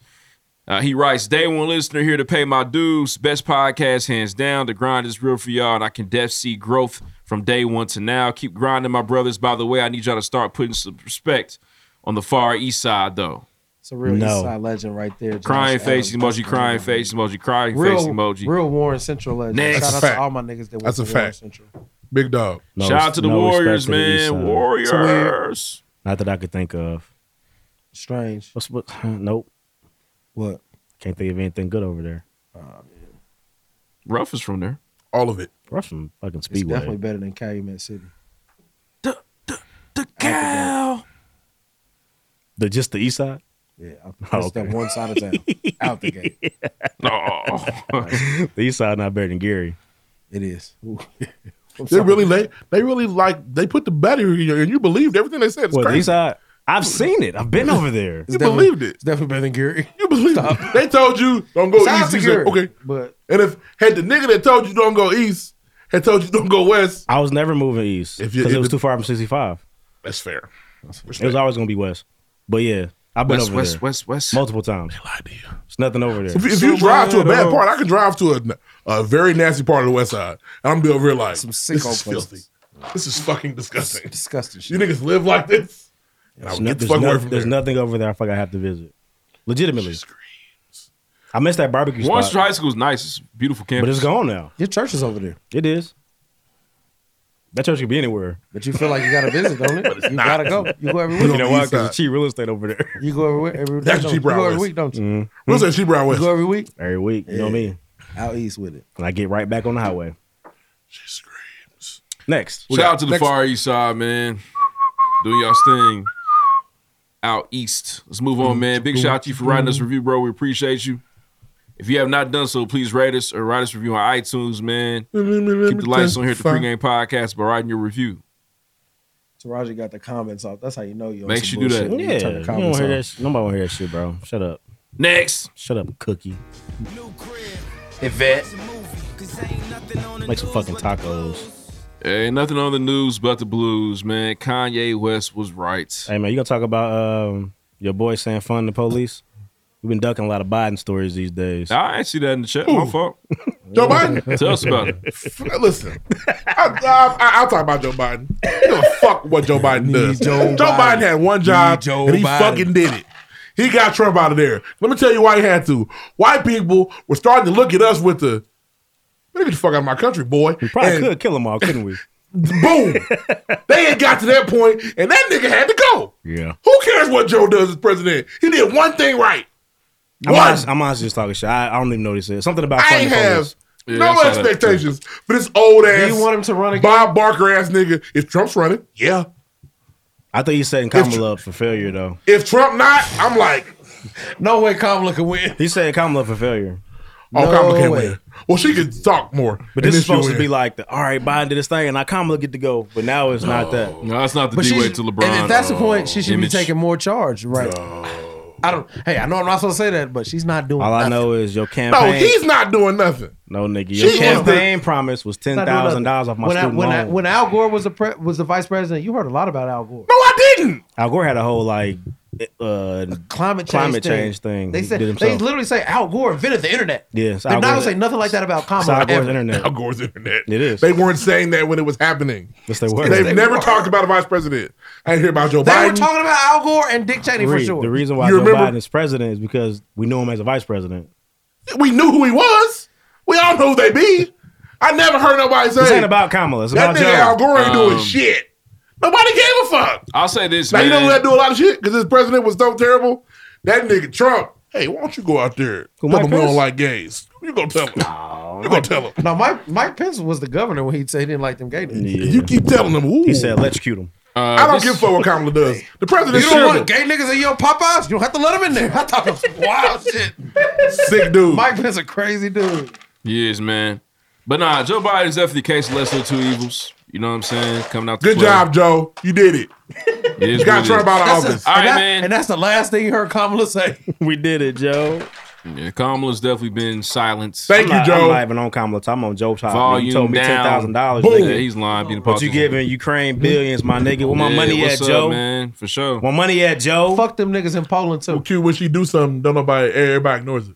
[SPEAKER 1] Uh, he writes, Day one listener here to pay my dues. Best podcast, hands down. The grind is real for y'all, and I can def see growth from day one to now. Keep grinding, my brothers. By the way, I need y'all to start putting some respect on the far east side, though.
[SPEAKER 3] It's a real
[SPEAKER 1] No.
[SPEAKER 3] East Side legend right there. Josh
[SPEAKER 1] Crying
[SPEAKER 3] Adams.
[SPEAKER 1] face emoji, crying face emoji, crying
[SPEAKER 3] real,
[SPEAKER 1] face emoji.
[SPEAKER 3] Real Warren Central legend.
[SPEAKER 1] Next.
[SPEAKER 3] Shout out
[SPEAKER 1] That's a
[SPEAKER 3] to all my niggas that
[SPEAKER 2] That's
[SPEAKER 3] work
[SPEAKER 2] a
[SPEAKER 3] for Warren
[SPEAKER 2] fact.
[SPEAKER 3] Central.
[SPEAKER 2] Big dog.
[SPEAKER 4] No,
[SPEAKER 1] Shout out to the
[SPEAKER 4] no respect
[SPEAKER 1] Warriors,
[SPEAKER 4] to the East
[SPEAKER 1] man.
[SPEAKER 4] Side.
[SPEAKER 1] Warriors.
[SPEAKER 4] Not that I could think of.
[SPEAKER 3] Strange.
[SPEAKER 4] What's what? Nope.
[SPEAKER 3] What?
[SPEAKER 4] Can't think of anything good over there.
[SPEAKER 1] Ruff is from there.
[SPEAKER 2] All of it.
[SPEAKER 4] Ruff from fucking
[SPEAKER 3] It's
[SPEAKER 4] Speedway.
[SPEAKER 3] definitely better than Calumet City.
[SPEAKER 1] Ah. Cal.
[SPEAKER 4] the just the east side.
[SPEAKER 3] Yeah, I-
[SPEAKER 4] Oh,
[SPEAKER 3] that's that
[SPEAKER 4] okay.
[SPEAKER 3] one side of town. out the gate.
[SPEAKER 1] Oh.
[SPEAKER 4] the east side not better than Gary.
[SPEAKER 3] It is.
[SPEAKER 2] They really they they really like they put the battery in you and you believed everything they said. It's
[SPEAKER 4] Well, the
[SPEAKER 2] crazy.
[SPEAKER 4] east side. I've seen it. I've been over there.
[SPEAKER 2] You believed it. It's
[SPEAKER 3] definitely better than Gary.
[SPEAKER 2] You believed it. They told you don't go
[SPEAKER 3] Shout out
[SPEAKER 2] east.
[SPEAKER 3] to
[SPEAKER 2] You said,
[SPEAKER 3] Gary.
[SPEAKER 2] okay.
[SPEAKER 3] But
[SPEAKER 2] And if had the nigga that told you don't go east had told you don't go west,
[SPEAKER 4] I was never moving east
[SPEAKER 2] If
[SPEAKER 4] because
[SPEAKER 2] you-
[SPEAKER 4] it
[SPEAKER 2] if
[SPEAKER 4] was
[SPEAKER 2] it-
[SPEAKER 4] too far from sixty five.
[SPEAKER 2] that's fair.
[SPEAKER 4] It was always gonna be west. But yeah, I've been
[SPEAKER 1] West,
[SPEAKER 4] over
[SPEAKER 1] west,
[SPEAKER 4] there
[SPEAKER 1] west, west.
[SPEAKER 4] multiple times. It's nothing over there.
[SPEAKER 2] If, you- if you drive to a bad part, I can drive to a, a very nasty part of the west side. And I'm gonna be over here like this is
[SPEAKER 3] sicko places.
[SPEAKER 2] filthy. This is fucking disgusting.
[SPEAKER 3] Disgusting.
[SPEAKER 2] You niggas live like this. And I
[SPEAKER 4] There's
[SPEAKER 2] would
[SPEAKER 4] no-
[SPEAKER 2] get the
[SPEAKER 4] there's
[SPEAKER 2] fuck
[SPEAKER 4] no-
[SPEAKER 2] away from
[SPEAKER 4] there's
[SPEAKER 2] there.
[SPEAKER 4] nothing over there. I fuck I have to visit. Legitimately. I missed that barbecue
[SPEAKER 1] Warren
[SPEAKER 4] spot,
[SPEAKER 1] High School is nice. It's a beautiful campus.
[SPEAKER 4] but it's gone now.
[SPEAKER 3] Your church is over there.
[SPEAKER 4] It is. That church could be anywhere.
[SPEAKER 3] But you feel like you gotta visit, don't it? You
[SPEAKER 4] not.
[SPEAKER 3] gotta go. You go every week.
[SPEAKER 4] You know why? Because it's cheap real estate over there.
[SPEAKER 3] You go everywhere. Every,
[SPEAKER 4] That's
[SPEAKER 3] don't-
[SPEAKER 4] cheap
[SPEAKER 3] you go
[SPEAKER 4] out
[SPEAKER 3] every
[SPEAKER 4] west.
[SPEAKER 3] week, don't you?
[SPEAKER 2] We'll say cheap around west.
[SPEAKER 3] You go every week.
[SPEAKER 4] Every week, you know
[SPEAKER 3] Yeah.
[SPEAKER 4] me.
[SPEAKER 3] Out east with it.
[SPEAKER 4] And I get right back on the highway. She screams. Next.
[SPEAKER 1] Shout out to the Far East Side, man. Doing y'all's thing out east. Let's move on, man. Big shout out to you for writing this review, bro. We appreciate you. If you have not done so, please rate us or write us a review on iTunes, man. Keep the lights on here at the pregame podcast by writing your review.
[SPEAKER 3] Taraji got the comments off. That's how you know you. on
[SPEAKER 1] Make
[SPEAKER 3] some
[SPEAKER 1] sure you do
[SPEAKER 3] bullshit
[SPEAKER 1] that.
[SPEAKER 3] when
[SPEAKER 4] Yeah,
[SPEAKER 3] turn the
[SPEAKER 4] you don't
[SPEAKER 3] comments
[SPEAKER 4] hear
[SPEAKER 3] off.
[SPEAKER 4] that. Sh- nobody want to hear that shit, bro. Shut up.
[SPEAKER 1] Next.
[SPEAKER 4] Shut up, Cookie.
[SPEAKER 9] Yvette.
[SPEAKER 4] Make some fucking tacos.
[SPEAKER 1] Ain't nothing on the news but the blues, man. Kanye West was right.
[SPEAKER 4] Hey man, you gonna talk about um, your boy saying fun to police? We've been ducking a lot of Biden stories these days.
[SPEAKER 1] I ain't see that in the chat. My fault.
[SPEAKER 2] Joe Biden.
[SPEAKER 1] Tell us about it.
[SPEAKER 2] Listen, I, I, I'll talk about Joe Biden. You don't fuck what Joe Biden does. Joe, Biden. had one job,
[SPEAKER 14] Joe
[SPEAKER 2] and he
[SPEAKER 14] Biden.
[SPEAKER 2] fucking did it. He got Trump out of there. Let me tell you why he had to. White people were starting to look at us with the, "Man, get the fuck out of my country, boy." We
[SPEAKER 4] probably could kill them all, couldn't we?
[SPEAKER 2] Boom. they ain't got to that point, and that nigga had to go.
[SPEAKER 4] Yeah.
[SPEAKER 2] Who cares what Joe does as president? He did one thing right.
[SPEAKER 4] I'm
[SPEAKER 2] One.
[SPEAKER 4] honestly, I'm honestly just talking shit. I, I don't even know what he said. Something about
[SPEAKER 2] I ain't have
[SPEAKER 4] funny
[SPEAKER 2] no expectations for this old ass.
[SPEAKER 4] you
[SPEAKER 2] want him to run again? Bob Barker ass nigga. If Trump's running, yeah.
[SPEAKER 4] I think he's setting Kamala up for failure, though.
[SPEAKER 2] If Trump not, I'm like,
[SPEAKER 4] No way Kamala can win. He said Kamala for failure.
[SPEAKER 2] oh, Kamala can't win. Well, she could talk more.
[SPEAKER 4] But
[SPEAKER 2] and
[SPEAKER 4] this is
[SPEAKER 2] then she'll
[SPEAKER 4] supposed to
[SPEAKER 2] win.
[SPEAKER 4] be like, the, all right, Biden did his thing, and now Kamala get to go. But now it's not that.
[SPEAKER 1] No, that's not
[SPEAKER 4] the But D-way she's-
[SPEAKER 1] to
[SPEAKER 4] LeBron,
[SPEAKER 3] And if that's the
[SPEAKER 4] uh,
[SPEAKER 3] point, she should
[SPEAKER 4] image.
[SPEAKER 3] be taking more charge, right? I don't. Hey, I know I'm not supposed to say that, but she's not doing.
[SPEAKER 4] All I
[SPEAKER 3] nothing.
[SPEAKER 4] know is your
[SPEAKER 3] No,
[SPEAKER 4] campaign.
[SPEAKER 3] he's
[SPEAKER 2] not doing nothing.
[SPEAKER 4] No, nigga, your
[SPEAKER 3] She-
[SPEAKER 4] campaign promise was ten
[SPEAKER 3] Not doing
[SPEAKER 4] thousand dollars
[SPEAKER 3] nothing.
[SPEAKER 4] off my
[SPEAKER 3] when
[SPEAKER 4] student
[SPEAKER 3] I, when, I-
[SPEAKER 4] loan.
[SPEAKER 3] when Al Gore was the pre- was the vice president, you heard a lot about Al Gore.
[SPEAKER 2] No, I didn't.
[SPEAKER 4] Al Gore had a whole like uh,
[SPEAKER 3] climate change
[SPEAKER 4] climate
[SPEAKER 3] thing.
[SPEAKER 4] change thing.
[SPEAKER 3] They
[SPEAKER 4] he
[SPEAKER 3] said
[SPEAKER 4] did
[SPEAKER 3] they
[SPEAKER 4] himself.
[SPEAKER 3] literally say Al Gore invented the internet.
[SPEAKER 4] Yes,
[SPEAKER 3] They're
[SPEAKER 4] Al
[SPEAKER 3] not gonna
[SPEAKER 4] Gore-
[SPEAKER 3] say nothing like that about
[SPEAKER 4] It's
[SPEAKER 3] Kamala.
[SPEAKER 4] Al Gore's
[SPEAKER 3] ever.
[SPEAKER 4] internet.
[SPEAKER 2] Al Gore's internet.
[SPEAKER 4] It is.
[SPEAKER 2] They weren't saying that when it was happening.
[SPEAKER 4] Yes, they were.
[SPEAKER 2] They've
[SPEAKER 4] They
[SPEAKER 2] never
[SPEAKER 4] were.
[SPEAKER 2] talked about a vice president. I ain't hear about Joe
[SPEAKER 3] They
[SPEAKER 2] Biden.
[SPEAKER 3] were talking about Al Gore and Dick Cheney for
[SPEAKER 4] Reed,
[SPEAKER 3] sure.
[SPEAKER 4] The reason why
[SPEAKER 2] You
[SPEAKER 4] Joe
[SPEAKER 2] remember-
[SPEAKER 4] Biden is president is because we knew him as a vice president.
[SPEAKER 2] we knew who he was. We all know who they be. I never heard nobody say
[SPEAKER 4] This ain't about Kamala. It's
[SPEAKER 2] that
[SPEAKER 4] about
[SPEAKER 2] nigga
[SPEAKER 4] Joe.
[SPEAKER 2] Al Gore ain't doing
[SPEAKER 1] Um,
[SPEAKER 2] shit. Nobody gave a fuck.
[SPEAKER 1] I'll say this,
[SPEAKER 2] Now
[SPEAKER 1] man.
[SPEAKER 2] you know who that do a lot of shit because his president was so terrible. That nigga Trump. Hey, why don't you go out there? Tell
[SPEAKER 3] Mike
[SPEAKER 2] them we don't
[SPEAKER 3] Pence?
[SPEAKER 2] like gays. You gonna tell him? you gonna tell him?
[SPEAKER 3] No, Mike Mike Pence was the governor when he said he didn't like them gay niggas.
[SPEAKER 2] You keep telling him. Ooh.
[SPEAKER 4] He said, "Electrocute him."
[SPEAKER 1] uh,
[SPEAKER 2] I don't give a fuck what Kamala does. The
[SPEAKER 3] You
[SPEAKER 2] president's
[SPEAKER 3] don't
[SPEAKER 2] terrible.
[SPEAKER 3] want gay niggas in your Popeyes? You don't have to let them in there. I thought that was wild shit.
[SPEAKER 2] Sick dude.
[SPEAKER 3] Mike Pence a crazy dude.
[SPEAKER 1] He is, man. But nah, Joe Biden is definitely the case of lesser of two evils. You know what I'm saying? Coming out. to
[SPEAKER 2] Good
[SPEAKER 1] play.
[SPEAKER 2] job, Joe. You did it.
[SPEAKER 1] It is
[SPEAKER 2] You got
[SPEAKER 1] what it
[SPEAKER 2] Trump
[SPEAKER 1] is.
[SPEAKER 2] out of
[SPEAKER 3] That's a-
[SPEAKER 2] office.
[SPEAKER 1] All right,
[SPEAKER 3] and that-
[SPEAKER 1] man.
[SPEAKER 3] And that's the last thing you heard Kamala say.
[SPEAKER 4] we did it, Joe.
[SPEAKER 1] Yeah, Kamala's definitely been silenced.
[SPEAKER 4] I'm not, I'm not even on Kamala. Top. I'm on Joe Top.
[SPEAKER 1] Volume
[SPEAKER 4] you told me
[SPEAKER 1] down.
[SPEAKER 4] ten thousand dollars.
[SPEAKER 1] Boom. Yeah, he's lying. Be the
[SPEAKER 4] But you giving Ukraine billions, my nigga. Where my
[SPEAKER 1] Yeah,
[SPEAKER 4] money
[SPEAKER 1] what's
[SPEAKER 4] at,
[SPEAKER 1] up,
[SPEAKER 4] Joe?
[SPEAKER 1] Man, for sure.
[SPEAKER 4] My money at Joe.
[SPEAKER 3] Fuck them niggas in Poland too.
[SPEAKER 2] Q, when she do something, don't nobody, everybody ignores it.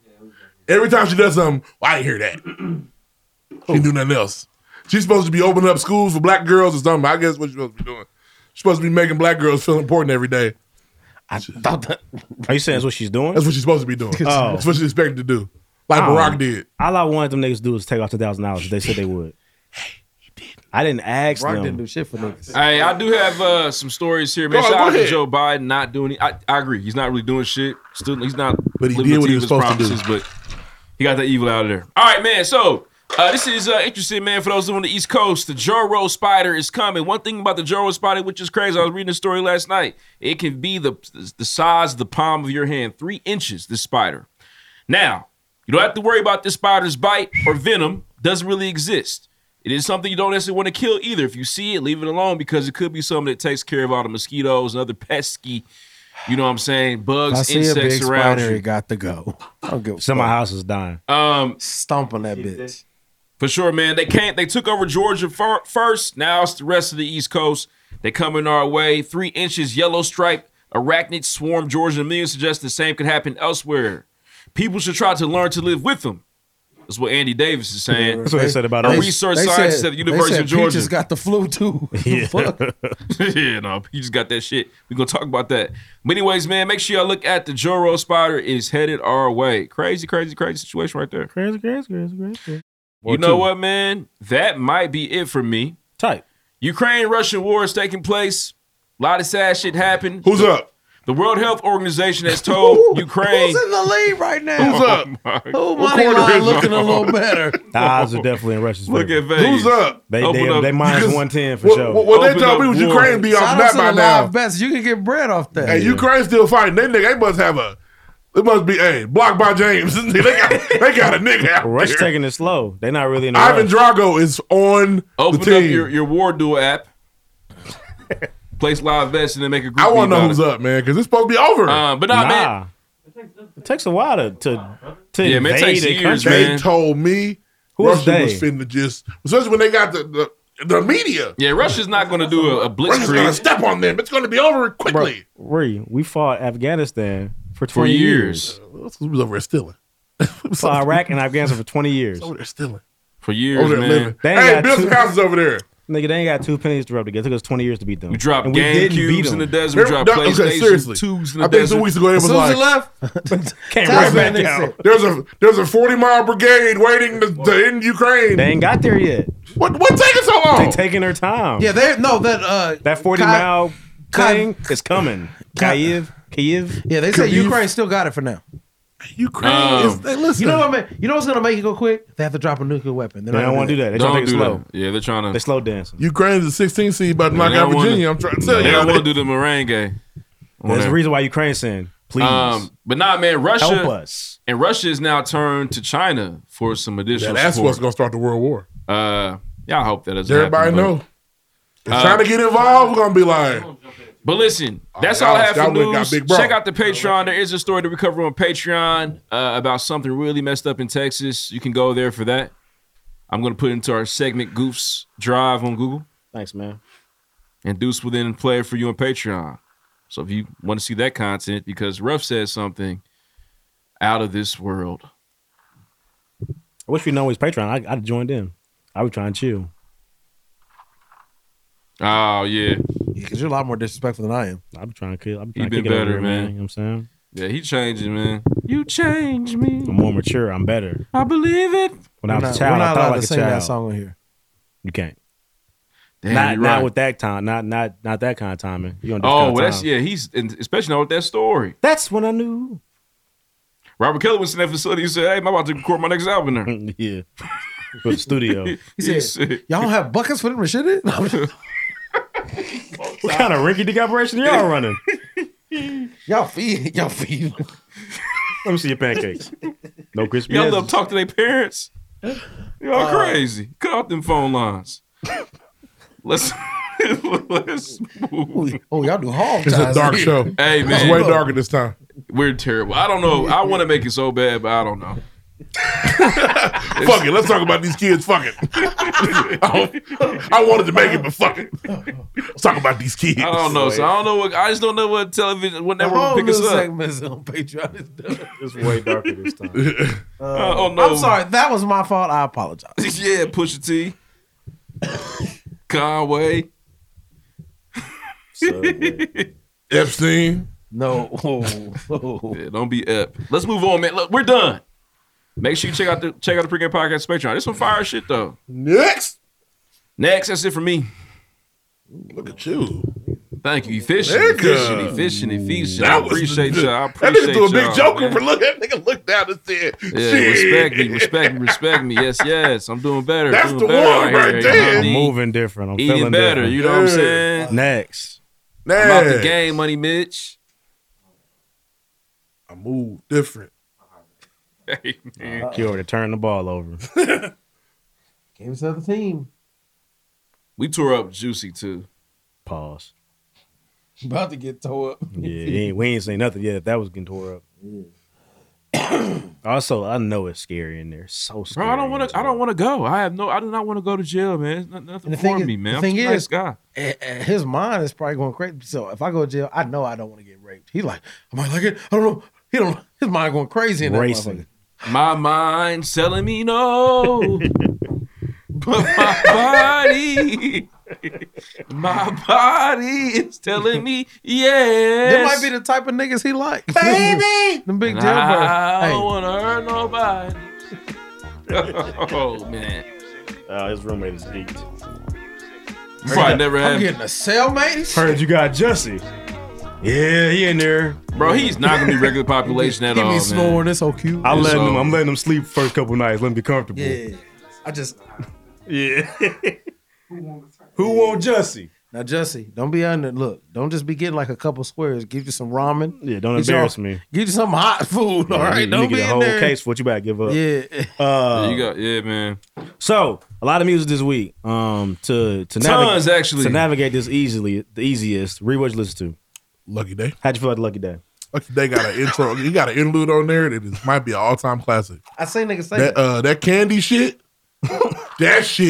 [SPEAKER 2] Every time she does something, well, I didn't hear that. She
[SPEAKER 4] Oh.
[SPEAKER 2] didn't do nothing else. She's supposed to be opening up schools for black girls or something. I guess what she's supposed to be doing. She's supposed to be making black girls feel important every day.
[SPEAKER 4] I
[SPEAKER 2] thought that.
[SPEAKER 4] Are you saying that's what she's doing?
[SPEAKER 2] That's what she's supposed to be doing.
[SPEAKER 4] Oh.
[SPEAKER 2] That's what she's expected to do. Like Barack did.
[SPEAKER 4] All I wanted them niggas to do was take off ten thousand dollars. They said they would. I didn't ask
[SPEAKER 1] Barack
[SPEAKER 4] them.
[SPEAKER 1] didn't
[SPEAKER 3] do shit for niggas.
[SPEAKER 1] Hey, I do have uh, some stories here, man.
[SPEAKER 4] Go-
[SPEAKER 1] Shout
[SPEAKER 4] go
[SPEAKER 1] out to
[SPEAKER 4] ahead.
[SPEAKER 1] Joe Biden not doing. It. I, I agree. He's not really doing shit. Still, he's not.
[SPEAKER 2] But he
[SPEAKER 1] living
[SPEAKER 2] did
[SPEAKER 1] up
[SPEAKER 2] what
[SPEAKER 1] to
[SPEAKER 2] he
[SPEAKER 1] his
[SPEAKER 2] was supposed to do.
[SPEAKER 1] promises, But he got that evil out of there. All right, man. So uh, this is uh, interesting, man. For those on the East Coast, the Joro spider is coming. One thing about the Joro spider, which is crazy, I was reading a story last night. It can be the the size of the palm of your hand, three inches. This spider. Now, you don't have to worry about this spider's bite or venom. Doesn't really exist. It is something you don't necessarily want to kill either. If you see it, leave it alone because it could be something that takes care of all the mosquitoes and other pesky, you know what I'm saying, bugs,
[SPEAKER 3] I see a big
[SPEAKER 1] insects around
[SPEAKER 3] spider,
[SPEAKER 1] you.
[SPEAKER 3] it got to go. I don't give a
[SPEAKER 4] So my
[SPEAKER 3] fuck.
[SPEAKER 4] house is dying.
[SPEAKER 1] Um,
[SPEAKER 3] stomp on that bitch.
[SPEAKER 1] For sure, man. They can't. They took over Georgia fir- first. Now it's the rest of the East Coast. They coming our way. Three inches yellow stripe arachnid swarm Georgia. Millions suggest the same could happen elsewhere. People should try to learn to live with them. That's what Andy Davis is saying.
[SPEAKER 4] That's what they said about
[SPEAKER 1] a
[SPEAKER 4] us.
[SPEAKER 1] research
[SPEAKER 4] They
[SPEAKER 1] scientist
[SPEAKER 4] said-
[SPEAKER 1] at the University
[SPEAKER 3] they said
[SPEAKER 1] of Georgia.
[SPEAKER 3] Peaches got the flu too. Fuck.
[SPEAKER 1] yeah, no, he just got that shit. we gonna talk about that. But anyways, man, make sure y'all look at the Joro spider It is headed our way. Crazy, crazy, crazy situation right there.
[SPEAKER 4] Crazy, crazy, crazy, crazy.
[SPEAKER 1] you know what, man? That might be it for me.
[SPEAKER 4] Type.
[SPEAKER 1] Ukraine Russian war is taking place. A lot of sad shit happened.
[SPEAKER 2] Who's up?
[SPEAKER 1] The World Health Organization has told Ukraine.
[SPEAKER 3] Who's in the lead right now?
[SPEAKER 1] Who's up?
[SPEAKER 3] Who money line looking a little better?
[SPEAKER 4] The odds are definitely in Russia's
[SPEAKER 1] Look
[SPEAKER 4] favor.
[SPEAKER 1] at Vegas. Who's up?
[SPEAKER 4] They
[SPEAKER 1] Open
[SPEAKER 4] they,
[SPEAKER 1] up-
[SPEAKER 4] they minus
[SPEAKER 1] Because-
[SPEAKER 4] one ten for
[SPEAKER 1] what-
[SPEAKER 4] sure.
[SPEAKER 2] What, what they told me was Ukraine be off
[SPEAKER 3] Shout
[SPEAKER 2] that
[SPEAKER 3] out to
[SPEAKER 2] by
[SPEAKER 3] the
[SPEAKER 2] now.
[SPEAKER 3] live bets. You can get bread off that.
[SPEAKER 2] Hey, Ukraine still fighting. They nigga, they must have a. It must be hey blocked by James. they, got, they got a nigga out
[SPEAKER 4] Rush
[SPEAKER 2] there.
[SPEAKER 4] taking it slow. They're not really in the
[SPEAKER 2] Ivan
[SPEAKER 4] rush.
[SPEAKER 2] Drago is on
[SPEAKER 1] Open
[SPEAKER 2] the
[SPEAKER 1] up
[SPEAKER 2] team.
[SPEAKER 1] your, your War Duel app. Place live bets and then make a group.
[SPEAKER 2] I want
[SPEAKER 1] want
[SPEAKER 2] to know who's up, man, because it's supposed to be over.
[SPEAKER 1] Um, but nah, man.
[SPEAKER 4] It takes a while to to, to
[SPEAKER 1] Yeah, man, it
[SPEAKER 4] invade
[SPEAKER 1] takes
[SPEAKER 4] a
[SPEAKER 1] years,
[SPEAKER 4] country.
[SPEAKER 2] they
[SPEAKER 1] man.
[SPEAKER 2] told me
[SPEAKER 1] Who is
[SPEAKER 2] Russia
[SPEAKER 1] they?
[SPEAKER 2] was finna just, especially when they got the the, the media.
[SPEAKER 1] Yeah, Russia's not going to do a, a
[SPEAKER 2] Russia's gonna
[SPEAKER 1] blitzkrieg.
[SPEAKER 2] step on them. It's gonna be over quickly.
[SPEAKER 4] Ree, we fought Afghanistan for
[SPEAKER 1] For
[SPEAKER 4] twenty
[SPEAKER 1] years.
[SPEAKER 4] years.
[SPEAKER 2] It was over at Stealing.
[SPEAKER 4] for Iraq and Afghanistan for 20 years.
[SPEAKER 2] over there stealing.
[SPEAKER 1] For years,
[SPEAKER 2] Over there
[SPEAKER 1] man.
[SPEAKER 2] living.
[SPEAKER 4] They ain't
[SPEAKER 2] Hey,
[SPEAKER 4] got
[SPEAKER 2] build some
[SPEAKER 4] two-
[SPEAKER 2] houses over there.
[SPEAKER 4] Nigga, they ain't got two pennies to rub together. It took us 20 years to beat them.
[SPEAKER 1] We dropped
[SPEAKER 4] And we
[SPEAKER 1] Game
[SPEAKER 4] didn't beat
[SPEAKER 1] Cubes in the
[SPEAKER 4] them.
[SPEAKER 1] desert. We dropped
[SPEAKER 2] okay,
[SPEAKER 1] PlayStation
[SPEAKER 2] seriously.
[SPEAKER 1] 2s in the
[SPEAKER 2] I think
[SPEAKER 1] desert.
[SPEAKER 2] two weeks ago, they was like,
[SPEAKER 4] Came
[SPEAKER 2] there's,
[SPEAKER 4] right back
[SPEAKER 2] a,
[SPEAKER 4] down.
[SPEAKER 2] there's a there's a forty mile brigade waiting to, to end Ukraine.
[SPEAKER 4] They ain't got there yet.
[SPEAKER 2] What what taking so long?
[SPEAKER 1] Oh.
[SPEAKER 4] They taking their time.
[SPEAKER 3] Yeah, they no that uh
[SPEAKER 4] that 40
[SPEAKER 3] Ki-
[SPEAKER 4] mile thing is coming. Kiev, Kiev.
[SPEAKER 3] Yeah, they say Ukraine still got it for now.
[SPEAKER 2] Ukraine
[SPEAKER 1] Um,
[SPEAKER 4] is-
[SPEAKER 2] they listen.
[SPEAKER 3] You know what I mean? You know what's gonna make it go quick? They have to drop a nuclear weapon. They're
[SPEAKER 4] They
[SPEAKER 3] not
[SPEAKER 4] don't
[SPEAKER 3] gonna
[SPEAKER 4] want to do that. They trying to take it slow.
[SPEAKER 1] Yeah, they're trying to.
[SPEAKER 4] They slow dancing.
[SPEAKER 2] Ukraine's a 16 seed about to knock
[SPEAKER 1] They don't
[SPEAKER 2] out
[SPEAKER 1] wanna-
[SPEAKER 2] Virginia. I'm trying to tell
[SPEAKER 1] They don't want to do
[SPEAKER 2] you.
[SPEAKER 1] the merengue. on
[SPEAKER 4] There's
[SPEAKER 1] there.
[SPEAKER 4] a reason why Ukraine's saying, please.
[SPEAKER 1] Um, but nah, man, Russia
[SPEAKER 4] Help us.
[SPEAKER 1] and Russia is now turned to China for some additional.
[SPEAKER 2] That's
[SPEAKER 1] support.
[SPEAKER 2] what's gonna start the world war.
[SPEAKER 1] Uh, yeah, I hope that doesn't.
[SPEAKER 2] Everybody
[SPEAKER 1] happen, but-
[SPEAKER 2] know. If
[SPEAKER 1] Uh,
[SPEAKER 2] China get involved, we're gonna be like,
[SPEAKER 1] But listen, that's
[SPEAKER 2] y'all-
[SPEAKER 1] all I have for
[SPEAKER 2] y'all went got
[SPEAKER 1] news.
[SPEAKER 2] big bro.
[SPEAKER 1] Check out the Patreon. There is a story to recover on Patreon uh, about something really messed up in Texas. You can go there for that. I'm going to put into our segment Goofs Drive on Google.
[SPEAKER 4] Thanks, man.
[SPEAKER 1] And Deuce will then play it for you on Patreon. So if you want to see that content, because Ruff says something out of this world.
[SPEAKER 4] I wish we know his Patreon. I, I'd have joined in. I would try and chill.
[SPEAKER 1] Oh, yeah.
[SPEAKER 3] because you're a lot more disrespectful than I am.
[SPEAKER 4] I'd be trying to kill. I'd be
[SPEAKER 1] He been
[SPEAKER 4] trying to kick it over
[SPEAKER 1] better,
[SPEAKER 4] here,
[SPEAKER 1] man.
[SPEAKER 4] man. You know what I'm saying?
[SPEAKER 1] Yeah, he changing, man. You change
[SPEAKER 4] I'm
[SPEAKER 1] me.
[SPEAKER 4] more mature. I'm better.
[SPEAKER 1] I believe it.
[SPEAKER 4] When I was
[SPEAKER 3] We're
[SPEAKER 4] a
[SPEAKER 3] not-
[SPEAKER 4] child,
[SPEAKER 3] we're
[SPEAKER 4] I
[SPEAKER 3] not
[SPEAKER 4] thought
[SPEAKER 3] allowed to
[SPEAKER 4] like a
[SPEAKER 3] sing that
[SPEAKER 4] child.
[SPEAKER 3] song on here.
[SPEAKER 4] You can't.
[SPEAKER 1] Damn,
[SPEAKER 4] not
[SPEAKER 1] you're
[SPEAKER 4] not
[SPEAKER 1] right.
[SPEAKER 4] with that time. Not not not that kind of timing. You don't.
[SPEAKER 1] Oh, well, that's, yeah, he's, and especially now with that story.
[SPEAKER 4] That's when I knew.
[SPEAKER 1] Robert Kelly was in that facility. He said, "Hey, I'm about to record my next album there."
[SPEAKER 4] yeah, for the studio.
[SPEAKER 3] He said, "Y'all don't have buckets for them to shit in."
[SPEAKER 4] what kind of rinky dick operation y'all running?
[SPEAKER 3] y'all feed, y'all feed.
[SPEAKER 4] Let me see your pancakes. No crispy.
[SPEAKER 1] Y'all love
[SPEAKER 4] edges.
[SPEAKER 1] talk to their parents. Y'all
[SPEAKER 3] Uh,
[SPEAKER 1] crazy. Cut off them phone lines. Let's let's move.
[SPEAKER 3] Oh, y'all do hog
[SPEAKER 2] it's a
[SPEAKER 3] ties.
[SPEAKER 2] dark show.
[SPEAKER 1] Hey
[SPEAKER 2] It's
[SPEAKER 1] man,
[SPEAKER 2] way darker this time.
[SPEAKER 1] we're terrible. I don't know. I want to make it so bad, but I don't know.
[SPEAKER 2] Fuck it. Let's talk about these kids. Fuck it. I wanted to make it, but fuck it. Let's talk about these kids.
[SPEAKER 1] I don't know. So I don't know what. I just don't know what television, what
[SPEAKER 3] The
[SPEAKER 1] network
[SPEAKER 3] whole
[SPEAKER 1] will pick us
[SPEAKER 3] little
[SPEAKER 1] up.
[SPEAKER 3] segment is on Patreon. It's done.
[SPEAKER 4] It's way darker this time.
[SPEAKER 1] Uh, oh no.
[SPEAKER 3] I'm sorry, that was my fault. I apologize.
[SPEAKER 1] yeah, Pusha T, Conway.
[SPEAKER 2] Epstein.
[SPEAKER 3] No,
[SPEAKER 1] Yeah, don't be up. Let's move on, man. Look, we're done. Make sure you check out the check out the pregame podcast Patreon. There's some fire shit though.
[SPEAKER 2] Next.
[SPEAKER 1] Next, that's it for me.
[SPEAKER 2] Look at you.
[SPEAKER 1] Thank you. Efficient,
[SPEAKER 2] Nigga.
[SPEAKER 1] efficient, efficient, efficient. I
[SPEAKER 2] That was
[SPEAKER 1] appreciate
[SPEAKER 2] the-
[SPEAKER 1] y'all. I
[SPEAKER 2] That
[SPEAKER 1] appreciate
[SPEAKER 2] nigga threw a big
[SPEAKER 1] y'all,
[SPEAKER 2] joker
[SPEAKER 1] man.
[SPEAKER 2] for look. That nigga looked down and said,
[SPEAKER 1] Yeah,
[SPEAKER 2] "Shit."
[SPEAKER 1] respect me, respect me, respect me. Yes, yes. I'm doing better.
[SPEAKER 2] That's
[SPEAKER 1] doing
[SPEAKER 2] the
[SPEAKER 1] better
[SPEAKER 2] one
[SPEAKER 1] out here,
[SPEAKER 2] right
[SPEAKER 1] you know
[SPEAKER 2] there.
[SPEAKER 1] what I
[SPEAKER 4] I'm
[SPEAKER 1] mean?
[SPEAKER 4] moving different. I'm
[SPEAKER 1] Eating
[SPEAKER 4] feeling
[SPEAKER 1] better.
[SPEAKER 4] different.
[SPEAKER 1] You know what I'm
[SPEAKER 2] Yeah.
[SPEAKER 1] saying?
[SPEAKER 4] Next.
[SPEAKER 1] I'm out the
[SPEAKER 2] Next.
[SPEAKER 1] game, money, Mitch.
[SPEAKER 2] I move different.
[SPEAKER 1] Hey, man.
[SPEAKER 4] You already turned the ball over.
[SPEAKER 3] Gave us another team.
[SPEAKER 1] We tore up Juicy too.
[SPEAKER 4] Pause.
[SPEAKER 3] About to get tore up.
[SPEAKER 4] Yeah, he ain't- we ain't seen nothing yet. That was getting tore up. also, I know it's scary in there. So
[SPEAKER 1] Bro,
[SPEAKER 4] scary.
[SPEAKER 1] I don't want to. I don't want to go. I have no. I do not want to go to jail, man. It's not, nothing
[SPEAKER 3] And the
[SPEAKER 1] for
[SPEAKER 3] thing is-
[SPEAKER 1] me, man.
[SPEAKER 3] the
[SPEAKER 1] I'm
[SPEAKER 3] thing
[SPEAKER 1] just a nice
[SPEAKER 3] is-
[SPEAKER 1] guy.
[SPEAKER 3] Eh, eh, His mind is probably going crazy. So if I go to jail, I know I don't want to get raped. He like, am I like it? I don't know. He don't. His mind going crazy in that
[SPEAKER 4] Racing.
[SPEAKER 3] motherfucker.
[SPEAKER 1] My mind's telling me no, but my body, my body is telling me
[SPEAKER 3] That
[SPEAKER 1] yes.
[SPEAKER 3] might be the type of niggas he like. Baby, them big
[SPEAKER 1] And
[SPEAKER 3] jailbirds.
[SPEAKER 1] I
[SPEAKER 3] Hey,
[SPEAKER 1] don't want to hurt nobody. oh man,
[SPEAKER 4] Uh, his roommate is geeked.
[SPEAKER 1] you probably never
[SPEAKER 3] I'm
[SPEAKER 1] have.
[SPEAKER 3] getting a cellmate.
[SPEAKER 4] Heard you got Jesse. Yeah, he in there.
[SPEAKER 1] Bro, he's not gonna be regular population at
[SPEAKER 3] Give
[SPEAKER 1] all,
[SPEAKER 3] me
[SPEAKER 1] man.
[SPEAKER 3] snoring. It's so cute.
[SPEAKER 4] I'm
[SPEAKER 1] It's
[SPEAKER 4] letting him.
[SPEAKER 1] over.
[SPEAKER 4] I'm letting him sleep first couple nights. Let him be comfortable.
[SPEAKER 3] Yeah, I just
[SPEAKER 4] Yeah. Who want Jesse?
[SPEAKER 3] now Jussie, don't be under. Look, don't just be getting like a couple squares. Give you some ramen.
[SPEAKER 4] Yeah, don't
[SPEAKER 3] Get you
[SPEAKER 4] embarrass
[SPEAKER 3] all-
[SPEAKER 4] me.
[SPEAKER 3] Give you some hot food. All
[SPEAKER 4] Yeah,
[SPEAKER 3] right,
[SPEAKER 4] you,
[SPEAKER 3] don't
[SPEAKER 4] you
[SPEAKER 3] be
[SPEAKER 4] get a
[SPEAKER 3] in
[SPEAKER 4] whole
[SPEAKER 3] there.
[SPEAKER 4] case for what you about to give up.
[SPEAKER 3] Yeah,
[SPEAKER 4] Uh,
[SPEAKER 1] You got yeah, man.
[SPEAKER 4] So a lot of music this week. Um, to to
[SPEAKER 1] Tons,
[SPEAKER 4] navigate
[SPEAKER 1] actually.
[SPEAKER 4] to navigate this easily, the easiest. Read what you listen to.
[SPEAKER 2] Lucky day.
[SPEAKER 4] How'd you feel like Lucky Day?
[SPEAKER 2] Lucky day got an intro. You got an interlude on there that is, might be an all time classic.
[SPEAKER 3] I seen niggas say
[SPEAKER 2] That
[SPEAKER 3] that.
[SPEAKER 2] uh, that candy shit. that shit.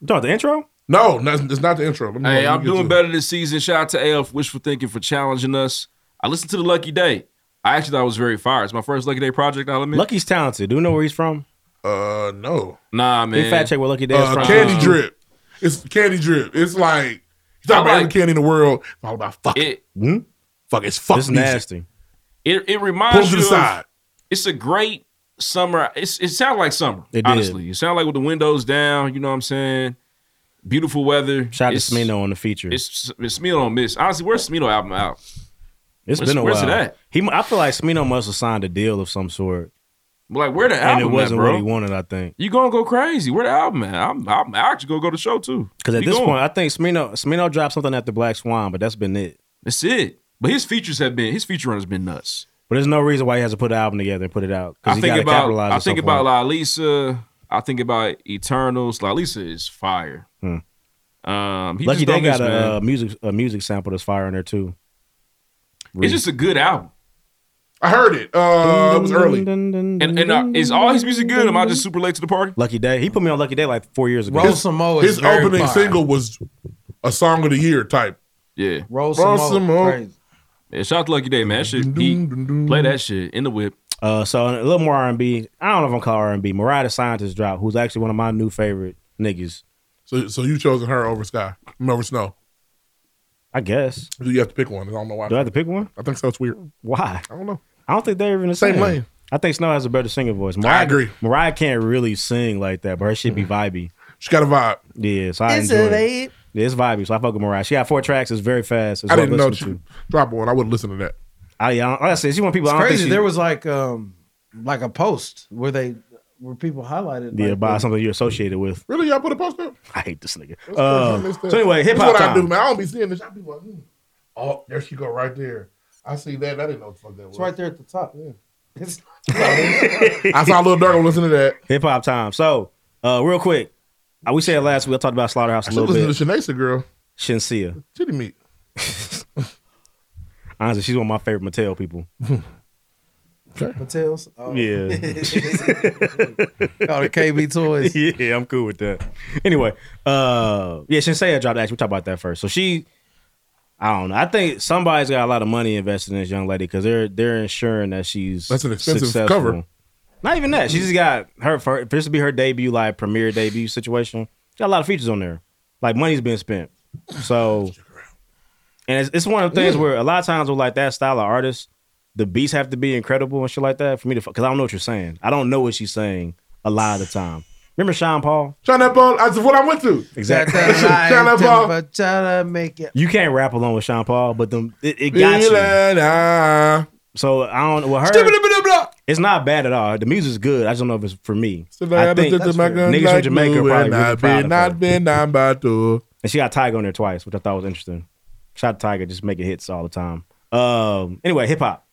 [SPEAKER 4] You talking about the intro?
[SPEAKER 2] No, that's, that's not the intro. Let me- let
[SPEAKER 1] Hey,
[SPEAKER 2] me
[SPEAKER 1] I'm
[SPEAKER 2] get
[SPEAKER 1] doing
[SPEAKER 2] to-
[SPEAKER 1] better this season. Shout out to AF Wishful Thinking for challenging us. I listened to the Lucky Day. I actually thought it was very fire. It's my first Lucky Day project. I'll admit.
[SPEAKER 4] Lucky's talented. Do you know where he's from?
[SPEAKER 2] Uh, no.
[SPEAKER 1] Nah, man.
[SPEAKER 4] Big fact check where Lucky Day is
[SPEAKER 2] Uh,
[SPEAKER 4] from.
[SPEAKER 2] Candy drip. It's candy drip. It's like you talk about every candy in the world. It's all about fuck.
[SPEAKER 1] It,
[SPEAKER 2] Fuck. It's fuck.
[SPEAKER 1] It's
[SPEAKER 2] music.
[SPEAKER 1] nasty. It it
[SPEAKER 2] Pull
[SPEAKER 1] reminds
[SPEAKER 2] to
[SPEAKER 1] you
[SPEAKER 2] the
[SPEAKER 1] of,
[SPEAKER 2] side.
[SPEAKER 1] It's a great summer. It's, it sounds like summer.
[SPEAKER 4] It did.
[SPEAKER 1] honestly, it sounds like with the windows down. You know what I'm saying? Beautiful weather.
[SPEAKER 4] Shout out to
[SPEAKER 1] It's-
[SPEAKER 4] Smino on the feature.
[SPEAKER 1] It's, it's Smino on miss. Honestly, where's Smino album out?
[SPEAKER 4] It's
[SPEAKER 1] Where's-
[SPEAKER 4] been a
[SPEAKER 1] where's
[SPEAKER 4] while.
[SPEAKER 1] it at?
[SPEAKER 4] He, I feel like Smino must have signed a deal of some sort,
[SPEAKER 1] Like where the
[SPEAKER 4] and
[SPEAKER 1] album
[SPEAKER 4] it
[SPEAKER 1] at,
[SPEAKER 4] wasn't
[SPEAKER 1] bro?
[SPEAKER 4] what he wanted. I think
[SPEAKER 1] You gonna go crazy? Where the album at? I'm, I'm actually gonna go to the show too.
[SPEAKER 4] because at
[SPEAKER 1] We
[SPEAKER 4] this
[SPEAKER 1] going.
[SPEAKER 4] point, I think Smino Smino dropped something after Black Swan, but that's been it.
[SPEAKER 1] That's it. But his features have been his feature run has been nuts.
[SPEAKER 4] But there's no reason why he has to put an album together and put it out. 'cause
[SPEAKER 1] I
[SPEAKER 4] he
[SPEAKER 1] think
[SPEAKER 4] gotta
[SPEAKER 1] about
[SPEAKER 4] capitalize
[SPEAKER 1] I
[SPEAKER 4] at some
[SPEAKER 1] think about
[SPEAKER 4] point.
[SPEAKER 1] La Lisa. I think about Eternals. La Lisa is fire.
[SPEAKER 4] Hmm.
[SPEAKER 1] Um, he just
[SPEAKER 4] Lucky Day
[SPEAKER 1] don't miss,
[SPEAKER 4] got
[SPEAKER 1] man.
[SPEAKER 4] a uh, music a music sample that's fire in there too.
[SPEAKER 1] It's just a good album.
[SPEAKER 2] I heard it. Uh, it was early.
[SPEAKER 1] And, and uh, is all his music good? Am I just super late to the party?
[SPEAKER 4] Lucky Day. He put me on Lucky Day like four years ago.
[SPEAKER 2] His- His opening single was a song of the year type.
[SPEAKER 1] Yeah.
[SPEAKER 3] Roll
[SPEAKER 2] Roll
[SPEAKER 3] Simone.
[SPEAKER 2] some more.
[SPEAKER 3] Crazy.
[SPEAKER 1] Yeah, shout out to Lucky Day, man. That shit, he play that shit in the whip.
[SPEAKER 4] Uh, so a little more R and B. I don't know if I'm call R and B. Mariah the Scientist dropped, who's actually one of my new favorite niggas.
[SPEAKER 2] So, so you chosen her over Sky, over Snow.
[SPEAKER 4] I guess.
[SPEAKER 2] You have to pick one. I don't know why.
[SPEAKER 4] Do I have to pick one?
[SPEAKER 2] I think so. It's weird.
[SPEAKER 4] Why? I
[SPEAKER 2] don't know.
[SPEAKER 4] I don't think they're even the
[SPEAKER 2] Same
[SPEAKER 4] same.
[SPEAKER 2] lane.
[SPEAKER 4] I think Snow has a better singing voice.
[SPEAKER 2] agree.
[SPEAKER 4] Mariah can't really sing like that, but her shit be vibey.
[SPEAKER 2] She got a vibe.
[SPEAKER 4] Yeah, so I
[SPEAKER 2] It's
[SPEAKER 4] enjoy
[SPEAKER 2] a
[SPEAKER 4] it.
[SPEAKER 2] vibe.
[SPEAKER 4] Yeah, it's vibey. So I fuck with Mariah. She got four tracks. It's very fast. It's
[SPEAKER 2] I
[SPEAKER 4] well
[SPEAKER 2] didn't know she
[SPEAKER 4] listened to.
[SPEAKER 2] dropped one. I wouldn't listen to that.
[SPEAKER 4] I, yeah, I don't- like I said, she one of people.
[SPEAKER 3] It's
[SPEAKER 4] I don't
[SPEAKER 3] crazy.
[SPEAKER 4] Think she,
[SPEAKER 3] There was like um like a post where they where people highlighted
[SPEAKER 4] yeah,
[SPEAKER 3] like,
[SPEAKER 4] by something you're associated with.
[SPEAKER 2] Really, y'all put a post up?
[SPEAKER 4] I hate this nigga.
[SPEAKER 2] That's
[SPEAKER 4] Um,
[SPEAKER 2] crazy. I missed that.
[SPEAKER 4] so anyway, hip
[SPEAKER 2] That's
[SPEAKER 4] hop
[SPEAKER 2] what I do,
[SPEAKER 4] time.
[SPEAKER 2] man. I don't be seeing this. I be like, hmm. oh, there she go right there. I see that. I didn't know what the fuck that was.
[SPEAKER 3] It's right there at the top. Yeah. It's-
[SPEAKER 2] I saw a little dirt. Listen to that.
[SPEAKER 4] Hip hop time. So uh, real quick, uh, we said last week I talked about Slaughterhouse a
[SPEAKER 2] Should
[SPEAKER 4] little bit.
[SPEAKER 2] listen to Shanesa girl.
[SPEAKER 4] Shinsia.
[SPEAKER 2] Chitty meat.
[SPEAKER 4] Honestly, she's one of my favorite Mattel people.
[SPEAKER 3] Mattel's. Oh.
[SPEAKER 4] Yeah.
[SPEAKER 3] oh, the KB toys.
[SPEAKER 4] yeah, I'm cool with that. Anyway, uh yeah, Shinsei dropped actually we talked about that first. So she I don't know. I think somebody's got a lot of money invested in this young lady because they're they're ensuring that she's
[SPEAKER 2] That's an expensive
[SPEAKER 4] successful.
[SPEAKER 2] cover. Mm-hmm.
[SPEAKER 4] Not even that. She just got her for this to be her debut, like premiere debut situation. She got a lot of features on there. Like money's been spent. So and it's, it's one of the things where a lot of times with like that style of artist, the beats have to be incredible and shit like that for me to because I don't know what you're saying. I don't know what she's saying a lot of the time. Remember Sean Paul?
[SPEAKER 2] Sean Paul. That's what I went to.
[SPEAKER 4] Exactly.
[SPEAKER 2] Sean Paul.
[SPEAKER 3] But try to make it.
[SPEAKER 4] You can't rap along with Sean Paul, but them it, it got you. So I don't know. Well, her, it's not bad at all. The music's good. I just don't know if it's for me. I think niggas from Jamaica are probably really proud of her.
[SPEAKER 2] not been down by two.
[SPEAKER 4] And she got Tiger on there twice, which I thought was interesting. Shout out to Tiger, just making hits all the time. Um. Anyway, hip hop.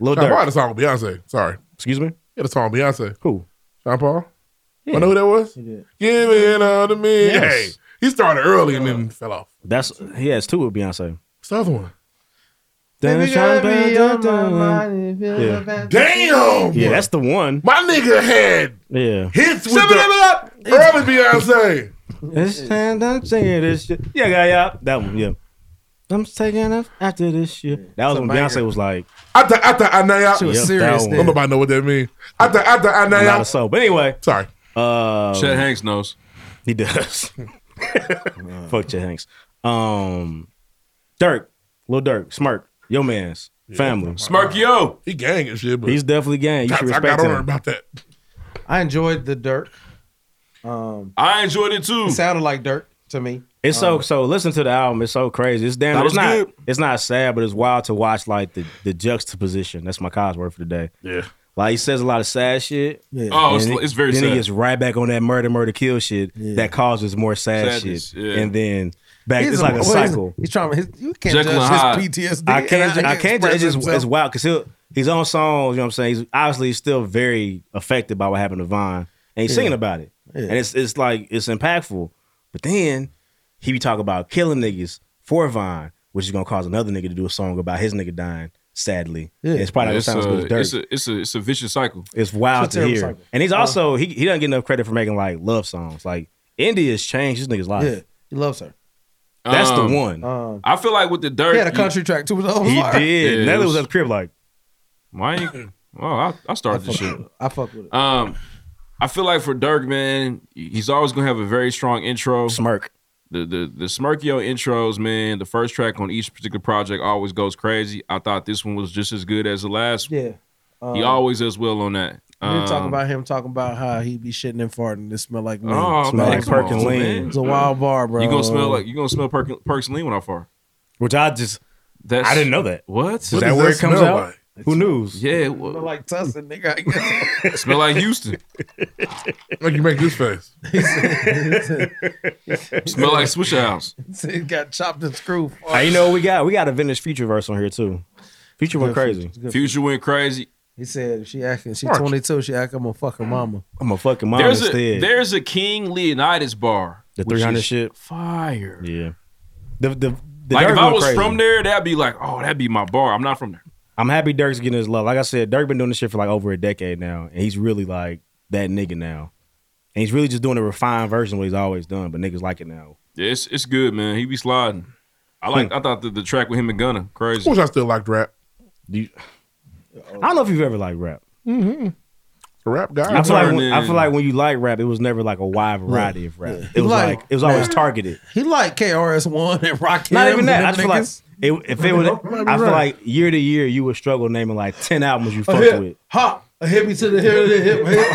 [SPEAKER 4] Lil
[SPEAKER 2] Sean Paul had a
[SPEAKER 4] Durk.
[SPEAKER 2] song with Beyonce. Sorry.
[SPEAKER 4] Excuse me?
[SPEAKER 2] He had a song with Beyonce.
[SPEAKER 4] Who?
[SPEAKER 2] Sean Paul?
[SPEAKER 4] Yeah.
[SPEAKER 2] I know who that was? Give it all to me.
[SPEAKER 4] Yes.
[SPEAKER 2] Hey, he started early and then fell off.
[SPEAKER 4] That's he has two with Beyonce.
[SPEAKER 2] What's the other one?
[SPEAKER 4] Dun,
[SPEAKER 3] Baby, gotta be
[SPEAKER 4] dun,
[SPEAKER 3] on my
[SPEAKER 4] dun, dun.
[SPEAKER 3] mind if you're
[SPEAKER 4] Yeah.
[SPEAKER 3] the best.
[SPEAKER 2] Damn!
[SPEAKER 4] Yeah, that's the one.
[SPEAKER 2] My nigga had
[SPEAKER 4] Yeah.
[SPEAKER 2] hits with the early Beyonce.
[SPEAKER 4] It's time I'm singing this shit. Yeah, yeah, yeah. That one, yeah. I'm taking off after this shit. That was when Beyonce was like,
[SPEAKER 2] Ata ata anaya.
[SPEAKER 4] She was Yep, serious that one. then.
[SPEAKER 2] Don't nobody know what that means. Ata ata
[SPEAKER 4] I'm out
[SPEAKER 2] anaya.
[SPEAKER 4] of soul. But anyway.
[SPEAKER 2] Sorry.
[SPEAKER 4] Uh,
[SPEAKER 1] Chet Hanks knows.
[SPEAKER 4] He does. Fuck Chet Hanks. Um, Dirk, Lil Dirk, Smirk, Yo Man's, family.
[SPEAKER 1] Smirk yo.
[SPEAKER 2] He gang and shit, but
[SPEAKER 4] He's definitely gang. You
[SPEAKER 2] I,
[SPEAKER 4] should
[SPEAKER 2] I
[SPEAKER 4] respect
[SPEAKER 2] got on her
[SPEAKER 4] him.
[SPEAKER 2] about that.
[SPEAKER 3] I enjoyed the dirt. Um,
[SPEAKER 1] I enjoyed it too.
[SPEAKER 3] It sounded like dirt to me.
[SPEAKER 4] It's so so. Listen to the album. It's so crazy. It's damn.
[SPEAKER 3] That was
[SPEAKER 4] It's not.
[SPEAKER 3] good.
[SPEAKER 4] It's not sad, but it's wild to watch. Like the the juxtaposition. That's my Cosworth for the day.
[SPEAKER 2] Yeah.
[SPEAKER 4] Like he says a lot of sad shit.
[SPEAKER 3] Yeah.
[SPEAKER 1] Oh, it's-
[SPEAKER 4] And
[SPEAKER 1] it's very
[SPEAKER 4] Then he
[SPEAKER 1] sad.
[SPEAKER 4] gets right back on that murder, murder, kill shit that causes more sad
[SPEAKER 1] Sadness,
[SPEAKER 4] shit,
[SPEAKER 1] yeah.
[SPEAKER 4] and then back.
[SPEAKER 3] He's
[SPEAKER 4] it's like a
[SPEAKER 3] well, he's-
[SPEAKER 4] cycle.
[SPEAKER 3] He's trying. His, you can't
[SPEAKER 4] Jekyll and Hyde.
[SPEAKER 3] judge his PTSD.
[SPEAKER 4] I can't.
[SPEAKER 3] and
[SPEAKER 4] I,
[SPEAKER 3] how he
[SPEAKER 4] can't. It's
[SPEAKER 3] expresses
[SPEAKER 4] just it's
[SPEAKER 3] himself.
[SPEAKER 4] wild because he'll he's on songs. You know what I'm saying? He's obviously he's still very affected by what happened to Vine, and he's
[SPEAKER 3] Yeah.
[SPEAKER 4] singing about it,
[SPEAKER 3] Yeah.
[SPEAKER 4] and it's it's like it's impactful. But then he be talking about killing niggas for Vine, which is gonna cause another nigga to do a song about his nigga dying. Sadly,
[SPEAKER 1] Yeah.
[SPEAKER 4] it's probably
[SPEAKER 1] it's,
[SPEAKER 4] not gonna sound as good as
[SPEAKER 1] a,
[SPEAKER 4] Dirk.
[SPEAKER 1] it's a it's a it's a vicious cycle.
[SPEAKER 4] It's wild
[SPEAKER 1] It's a
[SPEAKER 4] to
[SPEAKER 1] terrible
[SPEAKER 4] hear.
[SPEAKER 1] cycle.
[SPEAKER 4] And he's also he he doesn't get enough credit for making like love songs. Like India's changed this nigga's life.
[SPEAKER 3] Yeah, he loves her.
[SPEAKER 4] That's
[SPEAKER 1] Um,
[SPEAKER 4] the one.
[SPEAKER 3] Uh,
[SPEAKER 1] I feel like with the Dirk,
[SPEAKER 3] he had a
[SPEAKER 1] you-
[SPEAKER 3] country track too. It was on
[SPEAKER 4] he
[SPEAKER 3] fire.
[SPEAKER 4] did.
[SPEAKER 1] Yeah, it
[SPEAKER 4] Nelly was
[SPEAKER 1] was-
[SPEAKER 4] at the crib like,
[SPEAKER 1] Mine. Oh, I, I started
[SPEAKER 3] I
[SPEAKER 1] this
[SPEAKER 3] fuck
[SPEAKER 1] shit.
[SPEAKER 3] with it. I fuck with it.
[SPEAKER 1] Um, I feel like for Dirk, man, he's always gonna have a very strong intro.
[SPEAKER 4] Smirk.
[SPEAKER 1] The the the Smirkio intros, man. The first track on each particular project always goes crazy. I thought this one was just as good as the last. one.
[SPEAKER 3] Yeah. Um,
[SPEAKER 1] he always does well on that.
[SPEAKER 3] We didn't talk
[SPEAKER 1] Um,
[SPEAKER 3] about him talking about how he be shitting and farting. It smell like lean.
[SPEAKER 1] Oh,
[SPEAKER 3] smell
[SPEAKER 1] man, come on, man.
[SPEAKER 3] It's a wild bar, bro.
[SPEAKER 1] You gonna smell like you gonna smell perk, perks and lean when I fart.
[SPEAKER 4] Which I just
[SPEAKER 1] That's
[SPEAKER 4] I didn't know that.
[SPEAKER 1] What
[SPEAKER 4] is that? Where it comes out? Who knew?
[SPEAKER 1] Yeah,
[SPEAKER 3] smell like tussin, nigga. I guess.
[SPEAKER 1] Smell like Houston.
[SPEAKER 2] Like you make this face.
[SPEAKER 1] Smell like Swisher House.
[SPEAKER 3] it got chopped and screwed.
[SPEAKER 4] Hey, you know what we got we got a vintage future verse on here too. Future went crazy.
[SPEAKER 1] Future went crazy.
[SPEAKER 3] He said she acting. She
[SPEAKER 1] March.
[SPEAKER 3] 22. She act. I'm a fucking mama.
[SPEAKER 4] I'm a fucking mama
[SPEAKER 1] There's a
[SPEAKER 4] instead.
[SPEAKER 1] there's a King Leonidas bar.
[SPEAKER 4] the
[SPEAKER 1] which
[SPEAKER 4] 300
[SPEAKER 1] is
[SPEAKER 4] shit.
[SPEAKER 1] Fire.
[SPEAKER 4] Yeah. The the, the
[SPEAKER 1] like
[SPEAKER 4] Dirk
[SPEAKER 1] if I
[SPEAKER 4] went
[SPEAKER 1] was
[SPEAKER 4] crazy.
[SPEAKER 1] from there, that'd be like, oh, that'd be my bar. I'm not from there.
[SPEAKER 4] I'm happy Dirk's getting his love. Like I said, Dirk been doing this shit for like over a decade now, and he's really like that nigga now. And he's really just doing a refined version of what he's always done, but niggas like it now.
[SPEAKER 1] Yeah, it's it's good, man. He be sliding. I like. I thought the, the track with him and Gunna
[SPEAKER 2] Of
[SPEAKER 1] crazy.
[SPEAKER 2] course, I still liked rap.
[SPEAKER 4] I don't know if you've ever liked rap.
[SPEAKER 2] Mm-hmm. Rap guy.
[SPEAKER 4] I feel like when, I feel like when you like rap, it was never like a wide variety of rap. It was like, it was always targeted.
[SPEAKER 3] He like KRS One and Rock.
[SPEAKER 4] Not even that. I just feel like it, if it was, I feel like year to year you would struggle naming like ten albums you
[SPEAKER 3] a
[SPEAKER 4] fucked with.
[SPEAKER 3] hip, hop, a hippie to the hip, the hip, hip,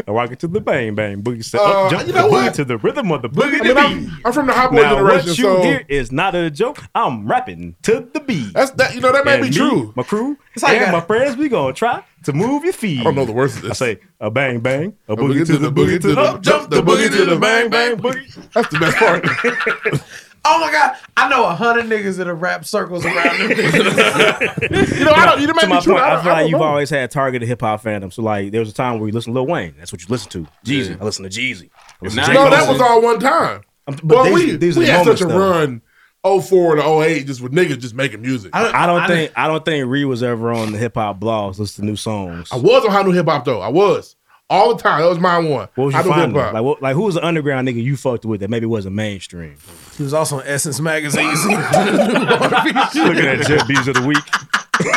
[SPEAKER 3] hop.
[SPEAKER 4] I rock it to the bang bang boogie. Set,
[SPEAKER 2] Uh,
[SPEAKER 4] up, jump
[SPEAKER 2] you
[SPEAKER 4] the
[SPEAKER 2] know
[SPEAKER 4] boogie
[SPEAKER 2] what?
[SPEAKER 4] to the rhythm of the
[SPEAKER 2] Boogie to
[SPEAKER 4] boogie. I mean,
[SPEAKER 2] the
[SPEAKER 4] I'm-
[SPEAKER 2] beat. I'm from the hot boy
[SPEAKER 4] now,
[SPEAKER 2] generation,
[SPEAKER 4] What you
[SPEAKER 2] so-
[SPEAKER 4] hear is not a joke. I'm rapping to the beat.
[SPEAKER 2] That's that. You know that may
[SPEAKER 4] And
[SPEAKER 2] be
[SPEAKER 4] me,
[SPEAKER 2] true.
[SPEAKER 4] My crew
[SPEAKER 2] It's like
[SPEAKER 4] and
[SPEAKER 2] a-
[SPEAKER 4] my friends, we gonna try to move your feet. I don't know the
[SPEAKER 2] words of this.
[SPEAKER 4] I say a bang bang, a, boogie, to the boogie to the
[SPEAKER 2] Up jump the boogie to the bang bang boogie. That's the best part.
[SPEAKER 3] Oh my god! I know a hundred niggas in the rap circles around them. niggas. you know, I don't. You
[SPEAKER 4] to
[SPEAKER 3] don't
[SPEAKER 4] my
[SPEAKER 3] make
[SPEAKER 4] point, I, feel
[SPEAKER 3] I
[SPEAKER 4] like
[SPEAKER 3] don't
[SPEAKER 4] you've
[SPEAKER 3] know.
[SPEAKER 4] always had targeted hip hop fandom. So like, there was a time where you listen to Lil Wayne. That's what you listen to. Jeezy. I listen to Jeezy. I listen to J.
[SPEAKER 2] no, that
[SPEAKER 4] Cole.
[SPEAKER 2] was all one time.
[SPEAKER 4] Um, but
[SPEAKER 2] Well,
[SPEAKER 4] these-
[SPEAKER 2] we
[SPEAKER 4] these are
[SPEAKER 2] we had
[SPEAKER 4] moments,
[SPEAKER 2] such a
[SPEAKER 4] though.
[SPEAKER 2] run. 04 to 08 just with niggas just making music.
[SPEAKER 4] I don't, think I don't think Ree was ever on the hip hop blogs. Listen to new songs.
[SPEAKER 2] I was on Hot New Hip Hop though. I was all the time. That was my one.
[SPEAKER 4] What was you
[SPEAKER 2] Hot New Hip
[SPEAKER 4] finding?
[SPEAKER 2] Hop.
[SPEAKER 4] Like, what, like who was the underground nigga you fucked with that maybe wasn't mainstream?
[SPEAKER 3] He was also in Essence magazine.
[SPEAKER 4] Looking at Jet Bees of the week.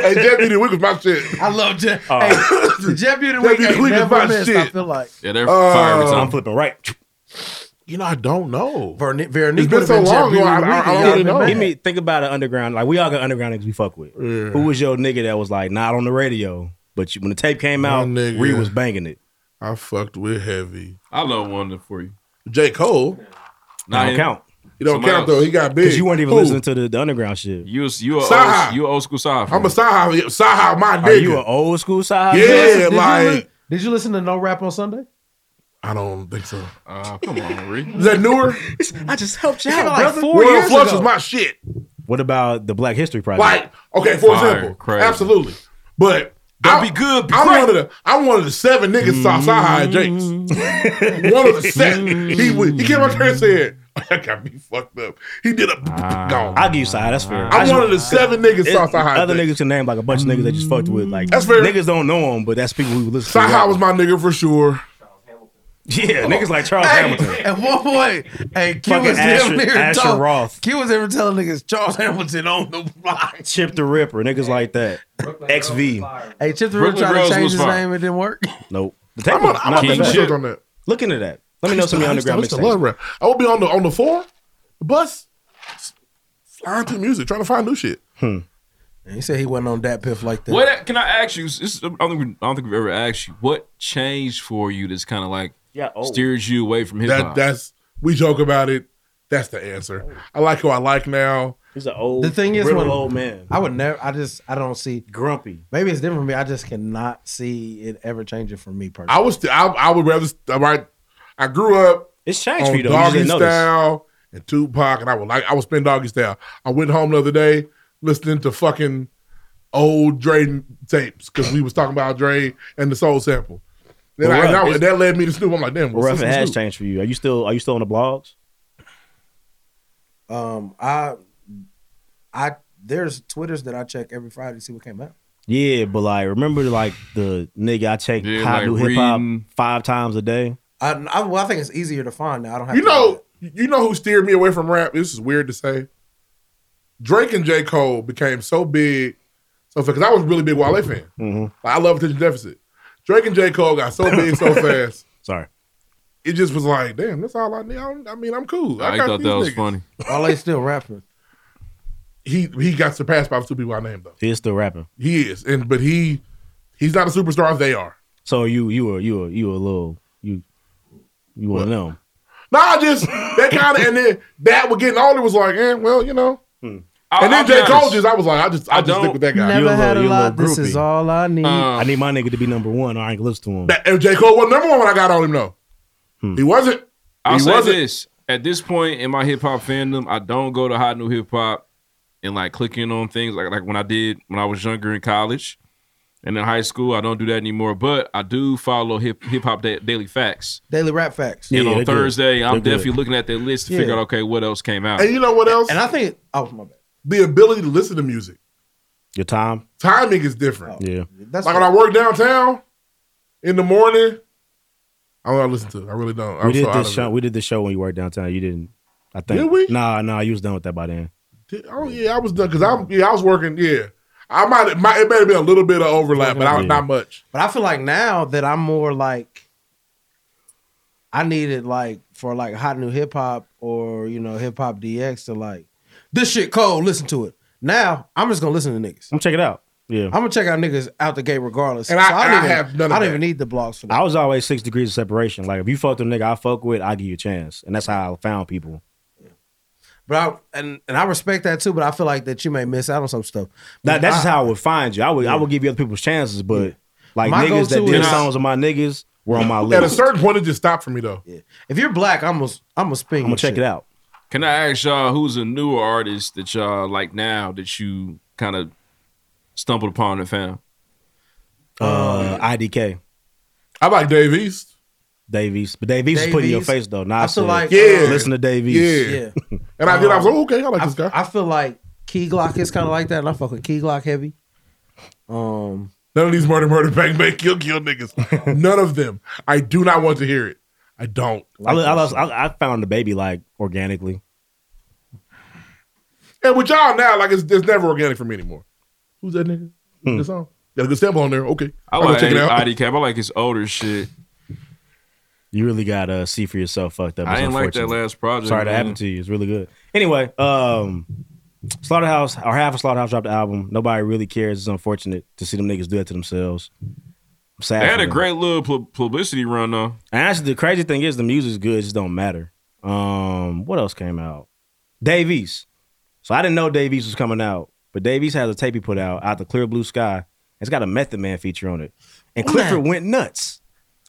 [SPEAKER 2] hey, Jet Beauty Week was my shit.
[SPEAKER 3] I love Jet.
[SPEAKER 4] Oh.
[SPEAKER 2] Uh,
[SPEAKER 3] hey, Jet Beauty
[SPEAKER 2] Jet
[SPEAKER 3] Week
[SPEAKER 2] Beauty
[SPEAKER 3] ain't
[SPEAKER 2] Week is my
[SPEAKER 3] never missed. I
[SPEAKER 2] shit.
[SPEAKER 3] feel like
[SPEAKER 1] Yeah, they're fire every time.
[SPEAKER 4] Uh, I'm flipping right.
[SPEAKER 2] You know, I don't know.
[SPEAKER 3] Verni- Veronique
[SPEAKER 2] It's been
[SPEAKER 3] would've
[SPEAKER 2] so
[SPEAKER 3] Jet
[SPEAKER 2] long ago,
[SPEAKER 3] Beauty
[SPEAKER 2] I-
[SPEAKER 3] Week
[SPEAKER 2] I- I
[SPEAKER 3] and
[SPEAKER 2] don't
[SPEAKER 3] y'all
[SPEAKER 2] really
[SPEAKER 3] been
[SPEAKER 2] know.
[SPEAKER 3] mad.
[SPEAKER 4] Give me think about an underground. Like we all got underground niggas we fuck with. Who was your nigga that was like not on the radio, but you, when the tape came out,
[SPEAKER 2] nigga.
[SPEAKER 4] Ree was banging it.
[SPEAKER 2] I fucked with heavy.
[SPEAKER 1] I love one for you.
[SPEAKER 2] J. Cole.
[SPEAKER 1] Nah,
[SPEAKER 4] I don't
[SPEAKER 1] yeah.
[SPEAKER 4] count.
[SPEAKER 2] He don't
[SPEAKER 1] Somebody
[SPEAKER 2] count
[SPEAKER 1] else.
[SPEAKER 2] though. He got big.
[SPEAKER 4] Because you weren't even
[SPEAKER 2] Who?
[SPEAKER 4] listening to the, the underground shit.
[SPEAKER 1] You was- you a
[SPEAKER 2] Saha.
[SPEAKER 1] old, you a old school side.
[SPEAKER 2] I'm a Saha. Saha, my
[SPEAKER 4] Are
[SPEAKER 2] nigga.
[SPEAKER 4] you an old school side?
[SPEAKER 2] Yeah,
[SPEAKER 3] Did you listen-
[SPEAKER 2] like-
[SPEAKER 3] Did you, li- did you listen to No Rap on Sunday?
[SPEAKER 2] I don't think so.
[SPEAKER 1] Uh, come on, Ree.
[SPEAKER 2] Is that newer?
[SPEAKER 4] I just helped you
[SPEAKER 3] out, brother.
[SPEAKER 2] World Flush was my shit.
[SPEAKER 4] What about the Black History Project?
[SPEAKER 2] Like, okay, for
[SPEAKER 1] Fire,
[SPEAKER 2] example,
[SPEAKER 1] crazy.
[SPEAKER 2] absolutely. But I'll be
[SPEAKER 1] good.
[SPEAKER 2] I'm one of the. I'm one of the seven niggas saw Saha and Jakes. one of the seven. He would. He came out there and said, "I got me fucked up." He did a gone.
[SPEAKER 4] I'll give you side. That's fair.
[SPEAKER 2] I'm one of the seven niggas saw Saha.
[SPEAKER 4] Other niggas can name like a bunch of niggas that just fucked with. Like
[SPEAKER 2] That's fair.
[SPEAKER 4] Niggas don't know them, but that's people we would listen
[SPEAKER 2] Saha
[SPEAKER 4] to.
[SPEAKER 2] was my nigga for sure.
[SPEAKER 4] Yeah, niggas like Charles Hamilton.
[SPEAKER 3] At one point, hey, Q
[SPEAKER 4] Fucking
[SPEAKER 3] was
[SPEAKER 4] Asher,
[SPEAKER 3] damn near
[SPEAKER 4] Asher
[SPEAKER 3] told-
[SPEAKER 4] Roth,
[SPEAKER 3] Q was ever telling niggas Charles Hamilton on the block.
[SPEAKER 4] Chip the Ripper, niggas like that. XV.
[SPEAKER 3] Hey, Chip the Rip
[SPEAKER 4] Brooklyn
[SPEAKER 3] tried
[SPEAKER 4] Girls
[SPEAKER 3] to change
[SPEAKER 4] was
[SPEAKER 3] his
[SPEAKER 4] fire.
[SPEAKER 3] name. It didn't work.
[SPEAKER 4] Nope. The tape
[SPEAKER 2] I'm on-
[SPEAKER 4] was
[SPEAKER 2] I'm
[SPEAKER 4] not
[SPEAKER 2] on
[SPEAKER 4] that
[SPEAKER 2] the
[SPEAKER 4] bad.
[SPEAKER 2] shit on that.
[SPEAKER 4] Look into that. Let me know some of your underground
[SPEAKER 2] I used to love
[SPEAKER 4] mixtapes.
[SPEAKER 2] rap. I would be on the on the four the bus, s- flying through music, trying to find new shit.
[SPEAKER 3] And he said he wasn't on that piff like that.
[SPEAKER 1] What can I ask you? This is- I don't think we- I don't think we've ever asked you what changed for you. That's kind of like
[SPEAKER 4] Yeah, old.
[SPEAKER 1] steers you away from hip
[SPEAKER 2] Oh. That
[SPEAKER 1] hop.
[SPEAKER 2] that's we joke about it. That's the answer. I like who I like now.
[SPEAKER 4] He's an old,
[SPEAKER 3] The thing is,
[SPEAKER 4] brittle
[SPEAKER 3] when-
[SPEAKER 4] old man.
[SPEAKER 3] I would never. I just. I don't see.
[SPEAKER 4] Grumpy.
[SPEAKER 3] Maybe it's different for me. I just cannot see it ever changing for me
[SPEAKER 2] I
[SPEAKER 3] personally.
[SPEAKER 2] was st- I, I would rather st- I, I grew up.
[SPEAKER 4] It's changed
[SPEAKER 2] on
[SPEAKER 4] for you, though. You
[SPEAKER 2] Doggy
[SPEAKER 4] just didn't notice.
[SPEAKER 2] style and Tupac, and I would like I would spend doggy style. I went home the other day listening to fucking old Dre tapes because we was talking about Dre and the Soul Sample. Then
[SPEAKER 4] Well,
[SPEAKER 2] I, and
[SPEAKER 4] Ruff,
[SPEAKER 2] I-
[SPEAKER 4] it's-
[SPEAKER 2] that led me to Snoop. I'm like, damn,
[SPEAKER 4] Or
[SPEAKER 2] what's
[SPEAKER 4] if it
[SPEAKER 2] this
[SPEAKER 4] has
[SPEAKER 2] Snoop?
[SPEAKER 4] changed for you, are you still are you still on the blogs?
[SPEAKER 3] um, I, I there's Twitters that I check every Friday to see what came out.
[SPEAKER 4] Yeah, but like remember like the nigga I checked
[SPEAKER 1] Yeah,
[SPEAKER 4] hot
[SPEAKER 1] like
[SPEAKER 4] new hip hop
[SPEAKER 1] reading.
[SPEAKER 4] five times a day.
[SPEAKER 3] I, I, well, I think it's easier to find now. I don't have
[SPEAKER 2] You
[SPEAKER 3] to-
[SPEAKER 2] know, you know who steered me away from rap. This is weird to say. Drake and J Cole became so big, So because I was a really big Wale fan, Like, I love attention deficit. Drake and J Cole got so big so fast.
[SPEAKER 4] Sorry.
[SPEAKER 2] It just was like, damn, that's all I need. I, don't- I mean, I'm cool.
[SPEAKER 1] I
[SPEAKER 2] got
[SPEAKER 1] thought
[SPEAKER 2] these
[SPEAKER 1] that was
[SPEAKER 2] niggas.
[SPEAKER 1] funny.
[SPEAKER 3] Wale's still rapping.
[SPEAKER 2] He he got surpassed by two people I named though.
[SPEAKER 4] He is still rapping.
[SPEAKER 2] He is, and but he he's not a superstar as they are.
[SPEAKER 4] So you you were you were you were a little you you were know.
[SPEAKER 2] Nah, just that kind of, and then that with getting older was like, eh, well, you know.
[SPEAKER 1] I-
[SPEAKER 2] and then
[SPEAKER 1] I'll be
[SPEAKER 2] J Cole
[SPEAKER 1] honest.
[SPEAKER 2] just, I was like, I just I,
[SPEAKER 1] I
[SPEAKER 2] just stick
[SPEAKER 1] don't-
[SPEAKER 2] with that guy.
[SPEAKER 1] Never
[SPEAKER 4] you
[SPEAKER 1] had a
[SPEAKER 4] you
[SPEAKER 1] lot, this is
[SPEAKER 4] all
[SPEAKER 3] I need.
[SPEAKER 1] Um,
[SPEAKER 4] I need my nigga to be number one. Or I ain't gonna listen to him.
[SPEAKER 2] um, That- and J Cole was number one when I got on him though.
[SPEAKER 4] Hmm.
[SPEAKER 2] He wasn't.
[SPEAKER 1] I'll
[SPEAKER 2] he
[SPEAKER 1] say
[SPEAKER 2] wasn't.
[SPEAKER 1] this. At this point in my hip hop fandom, I don't go to hot new hip hop and like clicking on things like like when I did when I was younger in college and in high school. I don't do that anymore, but I do follow hip hip hop da- daily facts.
[SPEAKER 3] Daily rap facts.
[SPEAKER 1] and on Thursday, I'm
[SPEAKER 3] They're good.
[SPEAKER 1] definitely looking at that list to
[SPEAKER 3] Yeah.
[SPEAKER 1] figure out okay what else came out.
[SPEAKER 2] And you know what else? And
[SPEAKER 3] I think oh my bad.
[SPEAKER 2] The ability to listen to music.
[SPEAKER 4] Your time.
[SPEAKER 2] Timing is different.
[SPEAKER 4] Yeah.
[SPEAKER 3] That's
[SPEAKER 2] like when I work downtown in the morning, I don't know what I listen to. I really don't. I'm
[SPEAKER 4] we did
[SPEAKER 2] so out
[SPEAKER 4] this
[SPEAKER 2] of
[SPEAKER 4] show. We did this show when you worked downtown. You didn't. I think.
[SPEAKER 2] Did we?
[SPEAKER 4] Nah, nah. You was done with that by then.
[SPEAKER 2] it. Oh yeah, I was done because I'm yeah I was working yeah. I might, might it may have been a little bit of overlap, but I,
[SPEAKER 3] Yeah.
[SPEAKER 2] not much.
[SPEAKER 3] But I feel like now that I'm more like I needed like for like hot new hip hop or you know hip hop DX to like this shit cold, listen to it. Now I'm just gonna listen to niggas.
[SPEAKER 4] I'm checking out. Yeah.
[SPEAKER 3] I'm gonna check out niggas out the gate regardless.
[SPEAKER 2] And I-
[SPEAKER 3] So
[SPEAKER 2] and
[SPEAKER 3] don't
[SPEAKER 2] I
[SPEAKER 3] even-
[SPEAKER 2] have none of
[SPEAKER 3] I
[SPEAKER 2] that.
[SPEAKER 3] don't even need the blogs for that.
[SPEAKER 4] I was always six degrees of separation. Like if you fuck with a nigga I fuck with, I give you a chance, and that's how I found people.
[SPEAKER 3] But I and, and I respect that too. But I feel like that you may miss out on some stuff.
[SPEAKER 4] That, that's just
[SPEAKER 3] I-
[SPEAKER 4] how I would find you. I would I would give you other people's chances, but like
[SPEAKER 3] My
[SPEAKER 4] niggas that
[SPEAKER 3] go-to
[SPEAKER 4] did
[SPEAKER 3] is-
[SPEAKER 4] songs of my niggas were on my list.
[SPEAKER 2] At a certain point, it just stopped for me though.
[SPEAKER 3] If you're black, I'm gonna I'm gonna spin. I'm
[SPEAKER 4] gonna check it out.
[SPEAKER 1] Can I ask y'all who's a newer artist that y'all like now that you kind of stumbled upon and found?
[SPEAKER 3] Um,
[SPEAKER 4] Uh, IDK.
[SPEAKER 2] I like Dave East.
[SPEAKER 4] Dave East, but Dave East is putting in your
[SPEAKER 3] Davies.
[SPEAKER 4] face though.
[SPEAKER 3] I
[SPEAKER 4] Not
[SPEAKER 3] feel like,
[SPEAKER 4] yeah.
[SPEAKER 3] uh,
[SPEAKER 4] listen to Dave East.
[SPEAKER 3] Yeah.
[SPEAKER 2] And I did. I was like, "Oh,
[SPEAKER 3] Um,
[SPEAKER 2] okay, I like this guy.
[SPEAKER 3] I feel like Key Glock is kind of like that, and I fuck with Key Glock heavy. Um,
[SPEAKER 2] None of these murder, murder, bang, bang, kill, kill niggas. None of them. I do not want to hear it. I don't.
[SPEAKER 4] I, li- I, lost- I, I found the baby like organically.
[SPEAKER 2] And with y'all now, like it's, it's never organic for me anymore. Who's that nigga?
[SPEAKER 4] Hmm.
[SPEAKER 2] This song got a good sample on there. Okay,
[SPEAKER 1] I
[SPEAKER 2] I'll go
[SPEAKER 1] like
[SPEAKER 2] check it out.
[SPEAKER 1] IDK. I like his older shit.
[SPEAKER 4] You really gotta see for yourself. Fucked up.
[SPEAKER 1] I
[SPEAKER 4] It's
[SPEAKER 1] didn't like that
[SPEAKER 4] unfortunate.
[SPEAKER 1] last project,
[SPEAKER 4] Sorry
[SPEAKER 1] man.
[SPEAKER 4] that happened to you. It's really good. Anyway, um, Slaughterhouse or half of Slaughterhouse dropped the album. Nobody really cares. It's unfortunate to see them niggas do that to themselves. I'm sad.
[SPEAKER 1] They
[SPEAKER 4] for
[SPEAKER 1] had a
[SPEAKER 4] them.
[SPEAKER 1] great little pl- publicity run though.
[SPEAKER 4] And actually, the crazy thing is the music's good. It just don't matter. Um, what else came out? Dave East. So I didn't know Dave East was coming out, but Dave East has a tape he put out out the clear blue sky. It's got a Method Man feature on it, and Clifford went nuts.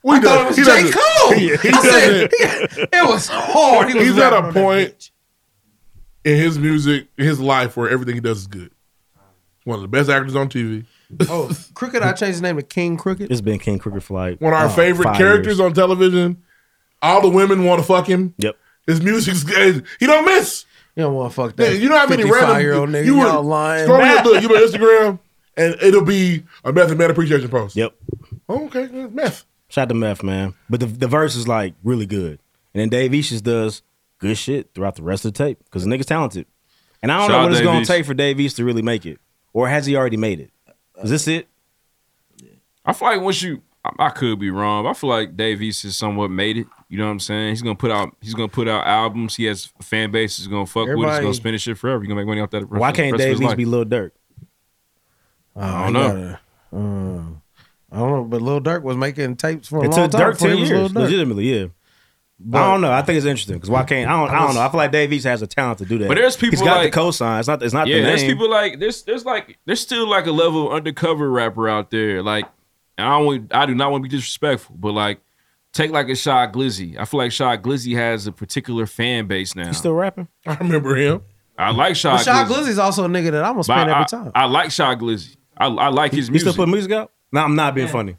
[SPEAKER 2] We
[SPEAKER 4] thought it was J. Cole.
[SPEAKER 2] He
[SPEAKER 4] I
[SPEAKER 2] doesn't.
[SPEAKER 4] said-
[SPEAKER 3] it was hard. He was
[SPEAKER 2] He's at
[SPEAKER 3] rapping
[SPEAKER 2] a
[SPEAKER 3] on that
[SPEAKER 2] point in his music, in his life, where everything he does is good. He's one of the best actors on TV.
[SPEAKER 3] Oh, Crooked! I changed his name to King Crooked.
[SPEAKER 4] It's been King Crooked for like
[SPEAKER 2] One of our
[SPEAKER 4] uh,
[SPEAKER 2] favorite
[SPEAKER 4] five
[SPEAKER 2] characters
[SPEAKER 4] years.
[SPEAKER 2] on television. All the women want to fuck him.
[SPEAKER 4] Yep.
[SPEAKER 2] His music's good. He don't miss.
[SPEAKER 3] You don't want to fuck
[SPEAKER 2] Yeah,
[SPEAKER 3] that.
[SPEAKER 2] you know how many random
[SPEAKER 3] year old nigga
[SPEAKER 2] you
[SPEAKER 3] you
[SPEAKER 2] would-
[SPEAKER 3] all lying.
[SPEAKER 2] Scroll your look. You be on Instagram, and it'll be a Method Man appreciation post.
[SPEAKER 4] Yep.
[SPEAKER 2] Oh, okay, it's meth.
[SPEAKER 4] Shout out to Meth, man. But the, the verse is like really good. And then Dave East just does good shit throughout the rest of the tape because the nigga's talented. And I don't
[SPEAKER 1] Shout
[SPEAKER 4] know
[SPEAKER 1] out
[SPEAKER 4] what it's
[SPEAKER 1] Dave
[SPEAKER 4] going
[SPEAKER 1] East.
[SPEAKER 4] to take for Dave East to really make it. Or has he already made it? Is this it?
[SPEAKER 1] I feel like once you, I, I could be wrong. But I feel like Dave East has somewhat made it. You know what I'm saying? He's gonna put out, he's gonna put out albums. He has a fan base. He's gonna fuck with. He's
[SPEAKER 4] Everybody-
[SPEAKER 1] gonna spin his shit forever. He's gonna make money off that.
[SPEAKER 4] Why can't Dave East be Lil Durk?
[SPEAKER 3] Oh,
[SPEAKER 1] I don't know.
[SPEAKER 3] uh, I don't know, but Lil Durk was making tapes for a
[SPEAKER 4] It
[SPEAKER 3] long
[SPEAKER 4] took
[SPEAKER 3] time.
[SPEAKER 4] Dirk
[SPEAKER 3] before
[SPEAKER 4] ten
[SPEAKER 3] he was Lil
[SPEAKER 4] years,
[SPEAKER 3] Durk.
[SPEAKER 4] legitimately, yeah. But I don't know. I think it's interesting because why can't I don't, I don't know. I feel like Dave East has the talent to do that.
[SPEAKER 1] But there's people
[SPEAKER 4] He's got
[SPEAKER 1] like-
[SPEAKER 4] the cosign. It's not. It's not
[SPEAKER 1] yeah,
[SPEAKER 4] the name.
[SPEAKER 1] there's people like there's there's like there's still like a level of undercover rapper out there. Like and I don't want, I do not want to be disrespectful, but like take like a shot Glizzy. I feel like Shot Glizzy has a particular fan base now.
[SPEAKER 4] He's still rapping.
[SPEAKER 2] I remember him.
[SPEAKER 1] I like
[SPEAKER 3] But
[SPEAKER 1] Shot
[SPEAKER 3] Shot
[SPEAKER 1] Glizzy.
[SPEAKER 3] Glizzy's also a nigga that I'm gonna
[SPEAKER 1] But
[SPEAKER 3] spend
[SPEAKER 1] I,
[SPEAKER 3] every time.
[SPEAKER 1] I like Shot Glizzy. I, I like his
[SPEAKER 4] He still
[SPEAKER 1] music.
[SPEAKER 4] put music out. No, I'm not being funny.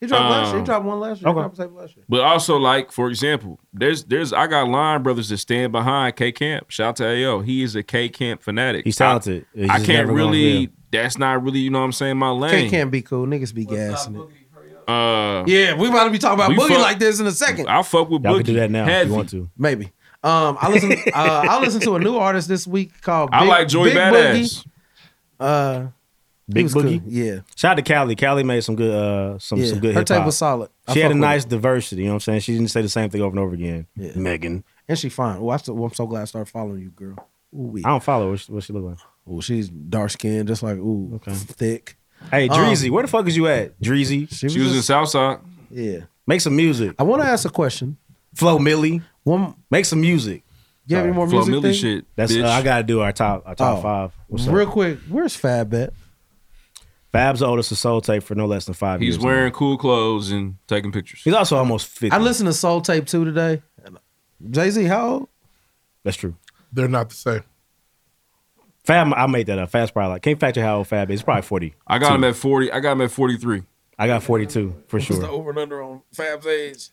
[SPEAKER 3] He dropped last year.
[SPEAKER 1] Um,
[SPEAKER 3] He dropped one last year.
[SPEAKER 4] okay.
[SPEAKER 3] He dropped a tape last year.
[SPEAKER 1] But also, like for example, there's there's I got line brothers that stand behind K Camp. Shout out to Ayo, he is a K Camp fanatic.
[SPEAKER 4] He's talented.
[SPEAKER 1] I,
[SPEAKER 4] He's
[SPEAKER 1] I
[SPEAKER 4] just
[SPEAKER 1] can't
[SPEAKER 4] never gonna
[SPEAKER 1] really.
[SPEAKER 4] live.
[SPEAKER 1] That's not really. You know what I'm saying? My
[SPEAKER 3] K
[SPEAKER 1] lane.
[SPEAKER 3] can't be cool. Niggas be gassing it.
[SPEAKER 1] Uh,
[SPEAKER 3] Yeah, we about to be talking about
[SPEAKER 1] We
[SPEAKER 3] Boogie
[SPEAKER 1] fuck-
[SPEAKER 3] like this in a second.
[SPEAKER 1] I fuck with
[SPEAKER 4] Y'all
[SPEAKER 1] Boogie.
[SPEAKER 4] can do that now if
[SPEAKER 1] Heavy.
[SPEAKER 4] you want to.
[SPEAKER 3] Maybe. Um, I listen. uh, I listen to a new artist this week called.
[SPEAKER 1] I
[SPEAKER 3] Big-
[SPEAKER 1] like Joey
[SPEAKER 3] Big
[SPEAKER 1] Badass.
[SPEAKER 3] Boogie. Uh,
[SPEAKER 4] Big
[SPEAKER 3] was
[SPEAKER 4] Boogie.
[SPEAKER 3] cool, yeah.
[SPEAKER 4] Shout out to Callie. Callie made some good uh some,
[SPEAKER 3] Yeah,
[SPEAKER 4] some good
[SPEAKER 3] her
[SPEAKER 4] hip-hop.
[SPEAKER 3] tape was solid. I
[SPEAKER 4] She had
[SPEAKER 3] fuck
[SPEAKER 4] a
[SPEAKER 3] with
[SPEAKER 4] nice diversity, you know what I'm saying? She didn't say the same thing over and over again. Megan.
[SPEAKER 3] And she fine. Well, I still, well, I'm so glad I started following you, girl. Ooh,
[SPEAKER 4] I don't follow her. What she, what she look like?
[SPEAKER 3] Oh, she's dark skinned, just like ooh, thick.
[SPEAKER 4] Hey,
[SPEAKER 3] Um,
[SPEAKER 4] Dreezy, where the fuck is you at? Dreezy.
[SPEAKER 3] She was was in just-
[SPEAKER 1] Southside.
[SPEAKER 3] Yeah.
[SPEAKER 4] Make some music.
[SPEAKER 3] I want to ask a question.
[SPEAKER 4] Flo Millie.
[SPEAKER 3] One
[SPEAKER 4] make some music.
[SPEAKER 3] You have any more Flo music Milli thing? shit,
[SPEAKER 4] That's uh,
[SPEAKER 3] bitch.
[SPEAKER 4] I gotta do our top our top
[SPEAKER 3] Oh.
[SPEAKER 4] five. What's up?
[SPEAKER 3] Real quick, where's Fab at?
[SPEAKER 4] Fab's the oldest of soul tape for no less than five years.
[SPEAKER 1] He's wearing cool clothes and taking pictures.
[SPEAKER 4] He's also almost 50.
[SPEAKER 3] I listened to Soul Tape 2 today. Jay Z, how old?
[SPEAKER 4] That's true.
[SPEAKER 2] They're not the same.
[SPEAKER 4] Fab, I made that up. Fab's probably like can't factor how old Fab is. It's probably forty.
[SPEAKER 1] I got him at forty. I got him at forty-three.
[SPEAKER 4] I got forty-two for sure.
[SPEAKER 1] over and under on Fab's age.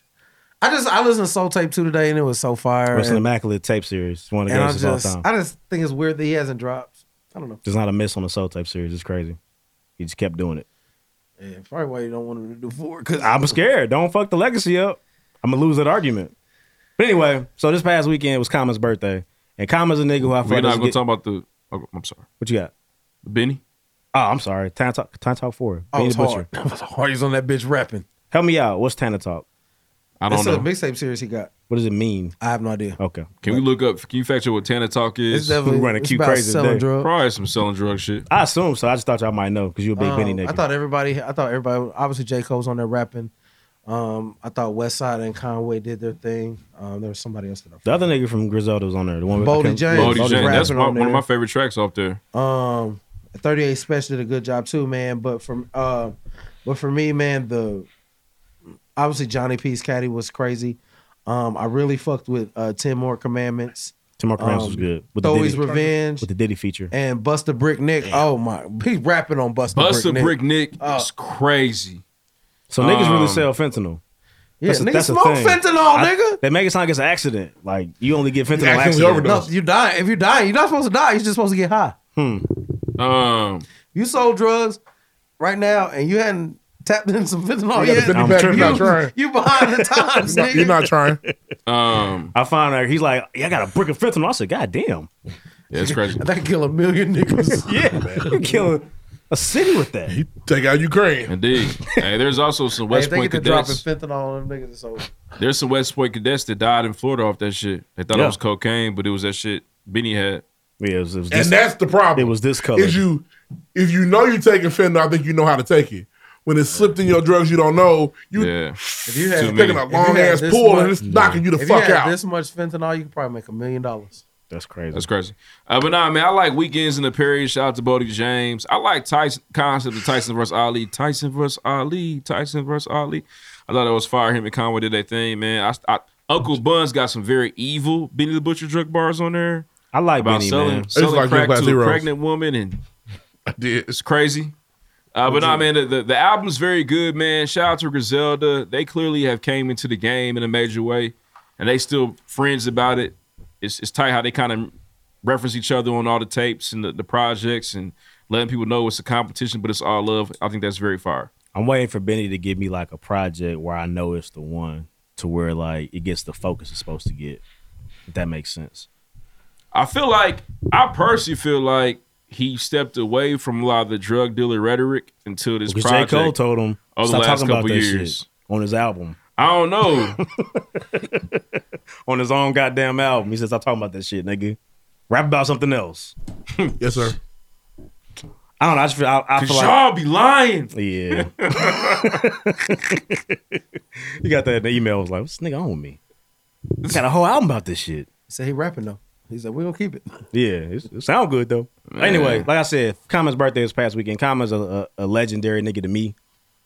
[SPEAKER 3] I just I listened to Soul Tape 2 today and it was so fire.
[SPEAKER 4] It's an
[SPEAKER 3] And,
[SPEAKER 4] immaculate tape series. It's One of the
[SPEAKER 3] and I
[SPEAKER 4] greatest of all
[SPEAKER 3] just
[SPEAKER 4] time.
[SPEAKER 3] I just think it's weird that he hasn't dropped. I don't know.
[SPEAKER 4] There's not a miss on the soul tape series. It's crazy. He just kept doing it.
[SPEAKER 3] Yeah, probably why you don't want him to do four. Cause
[SPEAKER 4] I'm scared. Don't fuck the legacy up. I'm gonna lose that argument. But anyway, so this past weekend was Common's birthday, and Common's a nigga who I
[SPEAKER 1] We're
[SPEAKER 4] felt
[SPEAKER 1] not
[SPEAKER 4] doesn't
[SPEAKER 1] gonna
[SPEAKER 4] get-
[SPEAKER 1] talk about the. oh, I'm sorry.
[SPEAKER 4] What you got?
[SPEAKER 1] Benny.
[SPEAKER 4] Oh, I'm sorry. Tana Talk, Tana Talk 4.
[SPEAKER 3] Oh,
[SPEAKER 4] Benny
[SPEAKER 3] it's
[SPEAKER 4] the
[SPEAKER 3] hard. That was hard. He's on that bitch rapping.
[SPEAKER 4] Help me out. What's Tana Talk? I
[SPEAKER 3] That's a mixtape series he got.
[SPEAKER 4] What does it mean?
[SPEAKER 3] I have no idea.
[SPEAKER 4] Okay.
[SPEAKER 1] Can we look up? Can you fact check what Tana Talk is?
[SPEAKER 3] It's definitely- We're running it's Q about crazy selling today. drugs.
[SPEAKER 1] Probably some selling drug shit.
[SPEAKER 4] I assume so. I just thought y'all might know because you're a big Benny
[SPEAKER 3] Um,
[SPEAKER 4] nigga.
[SPEAKER 3] I thought everybody. I thought everybody. Obviously, J Cole's on there rapping. Um, I thought Westside and Conway did their thing. Um, there was somebody else that.
[SPEAKER 4] the other nigga from Griselda was on there. The one with-
[SPEAKER 3] Boldy
[SPEAKER 4] I can't-
[SPEAKER 3] James.
[SPEAKER 1] Bodie Jane. That's
[SPEAKER 3] rapping
[SPEAKER 1] my,
[SPEAKER 3] on
[SPEAKER 1] one of
[SPEAKER 3] there.
[SPEAKER 1] my favorite tracks off there.
[SPEAKER 3] Um, 38 Special did a good job too, man. But from uh, but for me, man, the obviously Johnny P's Caddy was crazy. Um, I really fucked with uh, Ten More Commandments.
[SPEAKER 4] Tim Mark Rams was
[SPEAKER 3] Um,
[SPEAKER 4] good. the
[SPEAKER 3] Throw his
[SPEAKER 4] Diddy-
[SPEAKER 3] revenge
[SPEAKER 4] With the Diddy feature.
[SPEAKER 3] and Busta Brick Nick. Oh my, he's rapping on Busta.
[SPEAKER 1] Buster
[SPEAKER 3] Brick,
[SPEAKER 1] Brick
[SPEAKER 3] Nick. Oh.
[SPEAKER 1] Nick is crazy.
[SPEAKER 4] So niggas
[SPEAKER 1] Um,
[SPEAKER 4] really sell fentanyl.
[SPEAKER 3] Yeah,
[SPEAKER 4] a-
[SPEAKER 3] niggas
[SPEAKER 4] a
[SPEAKER 3] smoke
[SPEAKER 4] thing.
[SPEAKER 3] fentanyl,
[SPEAKER 4] I-
[SPEAKER 3] Oh, nigga.
[SPEAKER 4] They make it sound like it's an accident. Like you only get fentanyl
[SPEAKER 2] accidentally
[SPEAKER 4] accident.
[SPEAKER 3] No, you die. If you die, you're not supposed to die. You're just supposed to get high.
[SPEAKER 4] Hmm.
[SPEAKER 1] Um,
[SPEAKER 3] You sold drugs right now, and you hadn't tapped in some fentanyl
[SPEAKER 2] You got a
[SPEAKER 3] yet.
[SPEAKER 2] 50 I'm pack, you're not trying.
[SPEAKER 3] You behind the times, nigga.
[SPEAKER 2] trying.
[SPEAKER 1] Um,
[SPEAKER 4] I found out he's like, yeah, I got a brick of fentanyl. I said, God damn,
[SPEAKER 1] Yeah, it's crazy.
[SPEAKER 3] That could kill a million niggas.
[SPEAKER 4] yeah, you killing a city with that.
[SPEAKER 2] You take out Ukraine.
[SPEAKER 1] Indeed. hey, there's also some
[SPEAKER 3] Hey, if
[SPEAKER 1] West
[SPEAKER 3] they
[SPEAKER 1] Point
[SPEAKER 3] get to dropping
[SPEAKER 1] cadets.
[SPEAKER 3] fentanyl on them niggas, it's over.
[SPEAKER 1] There's some West Point cadets that died in Florida off that shit. They thought
[SPEAKER 4] Yeah.
[SPEAKER 1] it was cocaine, but it was that shit Benny had.
[SPEAKER 4] Yeah, it was, it was
[SPEAKER 2] And that's the problem.
[SPEAKER 4] It was this color.
[SPEAKER 2] If you if you know you're taking fentanyl, I think you know how to take it. When it's slipped in your drugs, you don't know. You
[SPEAKER 1] yeah.
[SPEAKER 2] if
[SPEAKER 3] you
[SPEAKER 2] you
[SPEAKER 3] had-
[SPEAKER 2] have taking a
[SPEAKER 3] if you had
[SPEAKER 2] long ass
[SPEAKER 3] this
[SPEAKER 2] pull
[SPEAKER 3] much-
[SPEAKER 2] and it's knocking you the
[SPEAKER 3] if
[SPEAKER 2] fuck
[SPEAKER 3] you had
[SPEAKER 2] out.
[SPEAKER 3] This much fentanyl, you could probably make a million dollars.
[SPEAKER 4] That's crazy.
[SPEAKER 1] That's crazy. Uh, but nah, man, I like weekends in the period. Shout out to Bodie James. I like Tyson concept of Tyson versus Ali. Tyson versus Ali. Tyson versus Ali. I thought that was fire. Him and Conway did their thing, man. I, I, Uncle Bun's got some very evil Benny the Butcher drug bars on there.
[SPEAKER 4] I like
[SPEAKER 1] about
[SPEAKER 4] Benny,
[SPEAKER 1] selling,
[SPEAKER 4] man. It's
[SPEAKER 1] selling
[SPEAKER 4] like
[SPEAKER 1] crack
[SPEAKER 4] Big Black
[SPEAKER 1] to
[SPEAKER 4] Zeros.
[SPEAKER 1] a pregnant woman, and it's crazy. Uh, but nah, man, the, the, the album's very good, man. Shout out to Griselda. They clearly have came into the game in a major way, and they still friends about it. It's, it's tight how they kind of reference each other on all the tapes and the, the projects and letting people know it's a competition, but it's all love. I think that's very fire.
[SPEAKER 4] I'm waiting for Benny to give me like a project where I know it's the one to where like it gets the focus it's supposed to get. If that makes sense.
[SPEAKER 1] I feel like I personally feel like he stepped away from a lot of the drug dealer rhetoric until this
[SPEAKER 4] Because J.
[SPEAKER 1] project.
[SPEAKER 4] Cole told him
[SPEAKER 1] over the
[SPEAKER 4] stop
[SPEAKER 1] last
[SPEAKER 4] talking about
[SPEAKER 1] couple
[SPEAKER 4] that
[SPEAKER 1] years.
[SPEAKER 4] shit on his album.
[SPEAKER 1] I don't know.
[SPEAKER 4] on his own goddamn album. He says, I'm talking about that shit, nigga. Rap about something else.
[SPEAKER 2] yes, sir.
[SPEAKER 4] I don't know. I just feel, I, I
[SPEAKER 1] Cause
[SPEAKER 4] feel like.
[SPEAKER 1] y'all be lying.
[SPEAKER 4] Yeah. you got that in the email. I was like, what's this nigga on with me? He got a whole album about this shit.
[SPEAKER 3] Say he rapping though. He said we gonna keep it.
[SPEAKER 4] Yeah, it's, it sound good though.
[SPEAKER 3] Man.
[SPEAKER 4] Anyway, like I said, Common's birthday this past weekend. Common's a, a, a legendary nigga to me,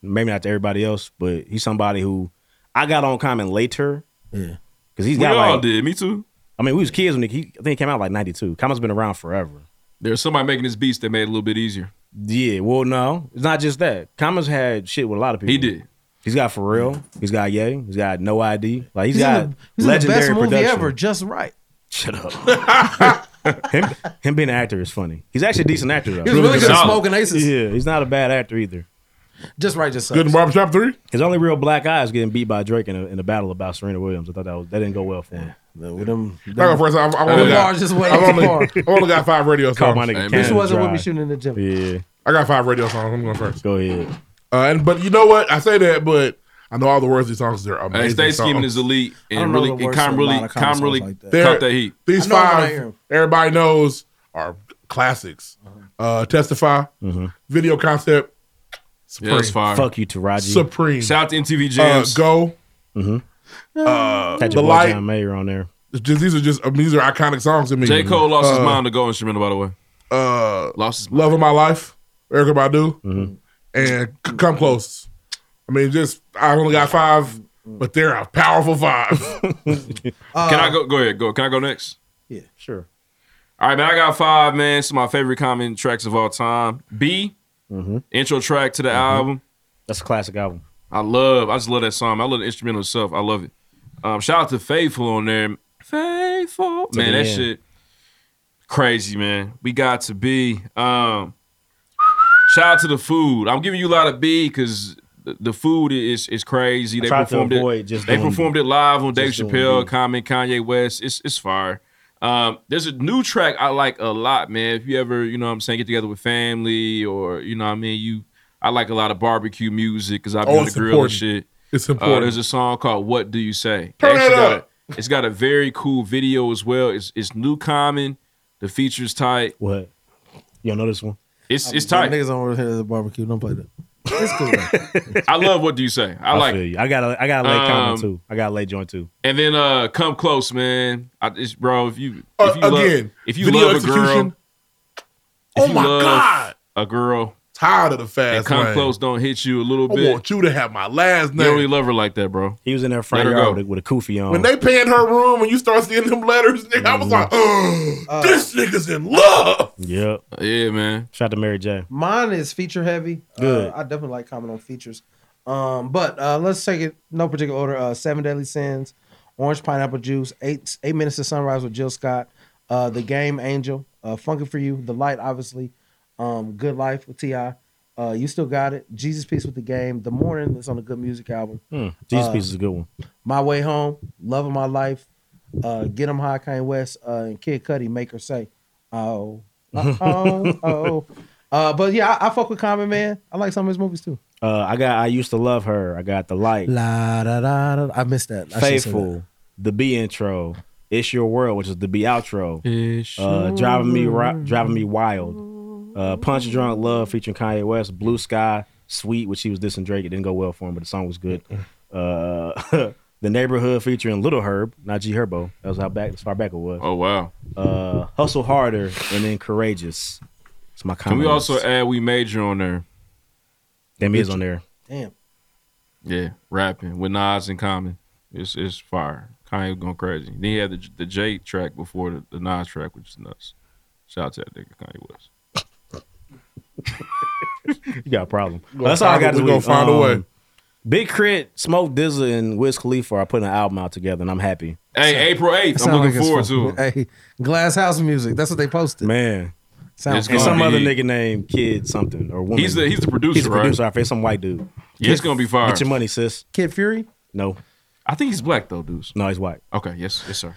[SPEAKER 4] maybe not to everybody else, but he's somebody who I got on Common later.
[SPEAKER 3] Yeah,
[SPEAKER 4] because he's
[SPEAKER 1] we
[SPEAKER 4] got
[SPEAKER 1] all
[SPEAKER 4] like,
[SPEAKER 1] did. Me too.
[SPEAKER 4] I mean, we was kids when he, I think he came out like '92. Common's been around forever.
[SPEAKER 1] There's somebody making this beats that made it a little bit easier.
[SPEAKER 4] Yeah, well, no, it's not just that. Common's had shit with a lot of
[SPEAKER 2] Mm.
[SPEAKER 4] people.
[SPEAKER 1] He did. Uh,
[SPEAKER 4] He's got for real. He's got Ye. He's got No ID. Like
[SPEAKER 3] He's,
[SPEAKER 4] got
[SPEAKER 3] in the, he's in the
[SPEAKER 4] legendary
[SPEAKER 3] best movie
[SPEAKER 4] production.
[SPEAKER 3] ever, just right.
[SPEAKER 4] Shut up. him, him being an actor is funny. He's actually a decent actor though.
[SPEAKER 3] He was really good at Solid. smoking aces.
[SPEAKER 4] Yeah, he's not a bad actor either.
[SPEAKER 3] Just right, just
[SPEAKER 2] Good in Barbershop Three.
[SPEAKER 4] His only real black eye is getting beat by Drake in a, in a battle about Serena Williams. I thought that was that didn't go well for him.
[SPEAKER 3] with them,
[SPEAKER 2] Like first, I, I,
[SPEAKER 4] Them
[SPEAKER 2] only got,
[SPEAKER 4] bars just went
[SPEAKER 2] I
[SPEAKER 4] too
[SPEAKER 2] only,
[SPEAKER 4] far.
[SPEAKER 2] I only got five radio
[SPEAKER 4] Call
[SPEAKER 2] songs.
[SPEAKER 4] my nigga Cannon
[SPEAKER 3] Bitch wasn't with
[SPEAKER 4] Dry.
[SPEAKER 3] me shooting in the gym.
[SPEAKER 4] Yeah.
[SPEAKER 2] I got five radio songs. I'm going first.
[SPEAKER 4] Go ahead.
[SPEAKER 2] Uh, and but you know what? I say that, but I know all the words these songs. They're amazing. um,
[SPEAKER 1] Hey, Stay
[SPEAKER 2] songs.
[SPEAKER 1] Scheming is elite
[SPEAKER 2] I
[SPEAKER 1] and
[SPEAKER 2] don't know
[SPEAKER 1] really
[SPEAKER 2] the
[SPEAKER 1] and
[SPEAKER 2] words to
[SPEAKER 1] Con
[SPEAKER 2] a
[SPEAKER 1] really
[SPEAKER 2] lot of
[SPEAKER 1] Con
[SPEAKER 2] common
[SPEAKER 1] really
[SPEAKER 2] songs like that.
[SPEAKER 1] caught that heat.
[SPEAKER 2] These five, everybody knows, are classics. Uh, Testify, Video Concept, Supreme.
[SPEAKER 1] Mm-hmm. Yeah, it's fire.
[SPEAKER 4] Fuck you, Taraji.
[SPEAKER 2] Supreme.
[SPEAKER 1] Shout out to MTV
[SPEAKER 2] Uh,
[SPEAKER 1] Jams.
[SPEAKER 2] Go.
[SPEAKER 4] Mm-hmm.
[SPEAKER 2] Uh,
[SPEAKER 4] Had
[SPEAKER 2] the
[SPEAKER 4] your boy
[SPEAKER 2] Light.
[SPEAKER 4] John Mayer on there.
[SPEAKER 2] It's just- these are just um, these are iconic songs to me.
[SPEAKER 1] J. Cole lost his
[SPEAKER 2] Uh,
[SPEAKER 1] mind to go instrumental, by the way.
[SPEAKER 2] Uh,
[SPEAKER 1] lost his
[SPEAKER 2] Love of My Life, Erica Badu,
[SPEAKER 1] Mm-hmm.
[SPEAKER 2] and C- Come Close. I mean, just I only got five, but they're a powerful five. uh,
[SPEAKER 1] Can I go? Go ahead. Go. Can I go next?
[SPEAKER 3] Yeah,
[SPEAKER 4] sure.
[SPEAKER 1] All right, man. I got five, man. Some of my favorite common tracks of all time. B,
[SPEAKER 2] Mm-hmm.
[SPEAKER 1] intro track to the album.
[SPEAKER 4] That's a classic album.
[SPEAKER 1] I love. I just love that song. I love the instrumental itself. I love it. Um, shout out to Faithful on there. Faithful,
[SPEAKER 4] To
[SPEAKER 1] man.
[SPEAKER 4] the
[SPEAKER 1] That
[SPEAKER 4] end.
[SPEAKER 1] shit crazy, man. We got to be. Um, shout out to the food. I'm giving you a lot of B because the, the food is is crazy.
[SPEAKER 4] I
[SPEAKER 1] They
[SPEAKER 4] tried to
[SPEAKER 1] performed it.
[SPEAKER 4] avoid just
[SPEAKER 1] they
[SPEAKER 4] doing-
[SPEAKER 1] performed it live on Dave
[SPEAKER 4] just doing
[SPEAKER 1] Chappelle,
[SPEAKER 4] B.
[SPEAKER 1] Common, Kanye West. It's it's fire. Um, there's a new track I like a lot, man. If you ever, you know what I'm saying, get together with family or you know what I mean, you I like a lot of barbecue music because I've been
[SPEAKER 2] Oh,
[SPEAKER 1] on the
[SPEAKER 2] it's
[SPEAKER 1] grill
[SPEAKER 2] important.
[SPEAKER 1] and shit.
[SPEAKER 2] It's
[SPEAKER 1] Uh,
[SPEAKER 2] important.
[SPEAKER 1] there's a song called "What Do You Say."
[SPEAKER 2] Turn
[SPEAKER 1] Actually
[SPEAKER 2] it
[SPEAKER 1] got
[SPEAKER 2] up.
[SPEAKER 1] a- it's got a very cool video as well. It's it's new common. The features tight.
[SPEAKER 4] What? You don't know this one?
[SPEAKER 1] It's it's
[SPEAKER 3] Y'all
[SPEAKER 1] tight.
[SPEAKER 3] Niggas over here at the barbecue. Don't play that. It's cool.
[SPEAKER 1] I love what do you say. I, like.
[SPEAKER 4] feel
[SPEAKER 1] it.
[SPEAKER 4] you. I got a, I got a late
[SPEAKER 1] Um,
[SPEAKER 4] comment too. I got a late joint too.
[SPEAKER 1] And then uh, come close, man. I, it's, bro, if you
[SPEAKER 2] Uh,
[SPEAKER 1] if you love,
[SPEAKER 2] again,
[SPEAKER 1] if you
[SPEAKER 2] video
[SPEAKER 1] love a
[SPEAKER 2] execution.
[SPEAKER 1] girl,
[SPEAKER 2] Oh
[SPEAKER 1] you
[SPEAKER 2] my
[SPEAKER 1] love
[SPEAKER 2] God.
[SPEAKER 1] a girl,
[SPEAKER 2] tired of the fast
[SPEAKER 1] and come
[SPEAKER 2] lane.
[SPEAKER 1] close, don't hit you a little
[SPEAKER 2] I
[SPEAKER 1] bit.
[SPEAKER 2] want you to have my last
[SPEAKER 1] you
[SPEAKER 2] name.
[SPEAKER 1] don't really love her like that, bro.
[SPEAKER 4] He was in there
[SPEAKER 1] Let
[SPEAKER 4] front
[SPEAKER 1] her
[SPEAKER 4] yard
[SPEAKER 1] go.
[SPEAKER 4] with, with a kufi on.
[SPEAKER 2] when they paint her room and you start seeing them letters, nigga, I was like, "Ugh,
[SPEAKER 3] Uh,
[SPEAKER 2] this nigga's in love.
[SPEAKER 4] yep.
[SPEAKER 1] Yeah, man.
[SPEAKER 4] Shout out to Mary J.
[SPEAKER 3] Mine is feature heavy.
[SPEAKER 4] Good.
[SPEAKER 3] Uh, I definitely like comment on features. Um, but uh, let's take it no particular order. Uh, Seven Deadly Sins, Orange Pineapple Juice, Eight Eight Minutes to Sunrise with Jill Scott, uh, The Game Angel, uh, Funky for You, The Light, obviously, um, Good Life with Ti. Uh, you still got it. Jesus Peace with the Game, The Morning that's on the Good Music album.
[SPEAKER 4] Hmm. Jesus
[SPEAKER 3] Uh,
[SPEAKER 4] Piece is a good one.
[SPEAKER 3] My Way Home, Love of My Life, uh, Get 'em High, Kanye West, uh, and Kid Cudi, Make Her Say. Oh, uh, oh, oh. Uh, but yeah, I, I fuck with Common Man. I like some of his movies too.
[SPEAKER 4] Uh, I got I used to love her. I got the light.
[SPEAKER 3] La da da da. I missed that. I should've said
[SPEAKER 4] Faithful, the B intro, It's Your World, which is the B outro,
[SPEAKER 1] It's
[SPEAKER 4] uh,
[SPEAKER 1] your
[SPEAKER 4] driving me ri- driving me wild, uh, Punch Drunk Love featuring Kanye West, Blue Sky, Sweet, which he was dissing Drake. It didn't go well for him, but the song was good.
[SPEAKER 1] Mm-hmm.
[SPEAKER 4] Uh, the Neighborhood featuring Little Herb, not G Herbo. That was how back as far back it was.
[SPEAKER 1] Oh wow.
[SPEAKER 4] Uh, Hustle Harder and then Courageous. It's my
[SPEAKER 1] Can
[SPEAKER 4] comment.
[SPEAKER 1] we also add we major on there?
[SPEAKER 4] Damn, he is on there.
[SPEAKER 3] Damn.
[SPEAKER 1] Yeah, rapping with Nas and Common. It's it's fire. Kanye going crazy. Then he had the the J track before the, the Nas track, which is nuts. Shout out to that nigga Kanye West.
[SPEAKER 4] You got a problem.
[SPEAKER 1] We gonna
[SPEAKER 4] That's all I
[SPEAKER 1] find
[SPEAKER 4] got
[SPEAKER 1] a-
[SPEAKER 4] this
[SPEAKER 1] we gonna
[SPEAKER 4] week.
[SPEAKER 1] find a way.
[SPEAKER 4] Big Crit, Smoke Dizza, and Wiz Khalifa are putting an album out together, and I'm happy.
[SPEAKER 1] Hey, April
[SPEAKER 3] that.
[SPEAKER 1] eighth.
[SPEAKER 3] That
[SPEAKER 1] I'm
[SPEAKER 3] sound
[SPEAKER 1] looking
[SPEAKER 3] like
[SPEAKER 1] forward
[SPEAKER 3] it's
[SPEAKER 1] to
[SPEAKER 3] from-
[SPEAKER 1] it.
[SPEAKER 3] Hey, Glass House Music. That's what they posted.
[SPEAKER 4] Man.
[SPEAKER 3] Sounds
[SPEAKER 4] and some
[SPEAKER 1] gonna
[SPEAKER 4] other
[SPEAKER 1] be-
[SPEAKER 4] nigga named Kid something or woman.
[SPEAKER 1] He's the- he's the producer,
[SPEAKER 4] He's the
[SPEAKER 1] right?
[SPEAKER 4] producer. I think some white dude.
[SPEAKER 1] Yeah, it's gonna be fire.
[SPEAKER 4] Get your money, sis.
[SPEAKER 3] Kid Fury.
[SPEAKER 4] No,
[SPEAKER 1] I think he's black though, dudes.
[SPEAKER 4] No, he's white.
[SPEAKER 1] Okay, yes, yes, sir.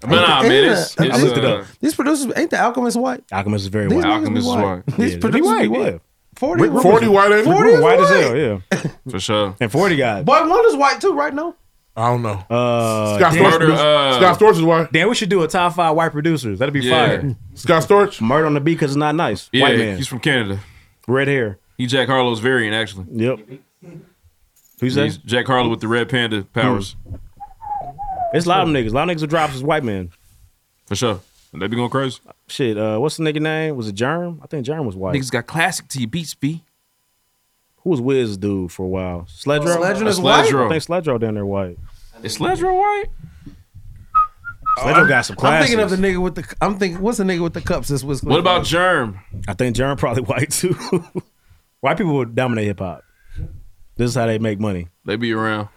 [SPEAKER 1] But nah, man, it's,
[SPEAKER 4] I
[SPEAKER 1] it's,
[SPEAKER 4] looked it
[SPEAKER 1] uh,
[SPEAKER 4] up.
[SPEAKER 3] These producers ain't the Alchemist white.
[SPEAKER 4] Alchemist is very
[SPEAKER 3] These
[SPEAKER 4] white.
[SPEAKER 3] niggas be
[SPEAKER 1] Alchemist is
[SPEAKER 3] white.
[SPEAKER 1] white.
[SPEAKER 3] These
[SPEAKER 4] Yeah, they be
[SPEAKER 3] producers be
[SPEAKER 4] white,
[SPEAKER 3] white.
[SPEAKER 4] yeah.
[SPEAKER 3] Forty.
[SPEAKER 4] Rick-
[SPEAKER 3] Rubin-
[SPEAKER 4] Forty white ain't-
[SPEAKER 3] Forty
[SPEAKER 4] Rick
[SPEAKER 3] is
[SPEAKER 4] White
[SPEAKER 3] white
[SPEAKER 4] as hell, yeah.
[SPEAKER 1] For sure.
[SPEAKER 4] And forty guys.
[SPEAKER 3] Boy Wonder's white too, right now.
[SPEAKER 2] I don't know.
[SPEAKER 4] Uh,
[SPEAKER 2] Scott
[SPEAKER 4] damn.
[SPEAKER 2] Storch, produced- Scott Storch is white.
[SPEAKER 4] Damn, we should do a top five white producers. That'd be
[SPEAKER 1] Yeah.
[SPEAKER 4] fire.
[SPEAKER 2] Scott Storch.
[SPEAKER 4] Murder on the beat because it's not nice.
[SPEAKER 1] Yeah,
[SPEAKER 4] white man.
[SPEAKER 1] he's from Canada.
[SPEAKER 4] Red hair.
[SPEAKER 1] He Jack Harlow's variant, actually.
[SPEAKER 4] Yep. Who's that?
[SPEAKER 1] He's Jack Harlow with the red panda powers
[SPEAKER 4] It's a lot of niggas. A lot of niggas who drops is white man.
[SPEAKER 1] for sure. And they be going crazy.
[SPEAKER 4] Shit, uh, what's the nigga name? Was it Germ? I think Germ was white.
[SPEAKER 1] Niggas got classic T beats, B.
[SPEAKER 4] Who was Wiz dude for a while? Sledro.
[SPEAKER 3] Sledro is
[SPEAKER 4] Uh,
[SPEAKER 3] white?
[SPEAKER 4] I think Sledro down there white.
[SPEAKER 1] Is Sledro white?
[SPEAKER 4] Sledro got some
[SPEAKER 3] Oh, I'm
[SPEAKER 4] classics.
[SPEAKER 3] thinking of the nigga with the. I'm thinking, what's the nigga with the cups? This was.
[SPEAKER 1] What about Germ?
[SPEAKER 4] I think Germ probably white too. white people would dominate hip hop. This is how they make money.
[SPEAKER 1] They be around.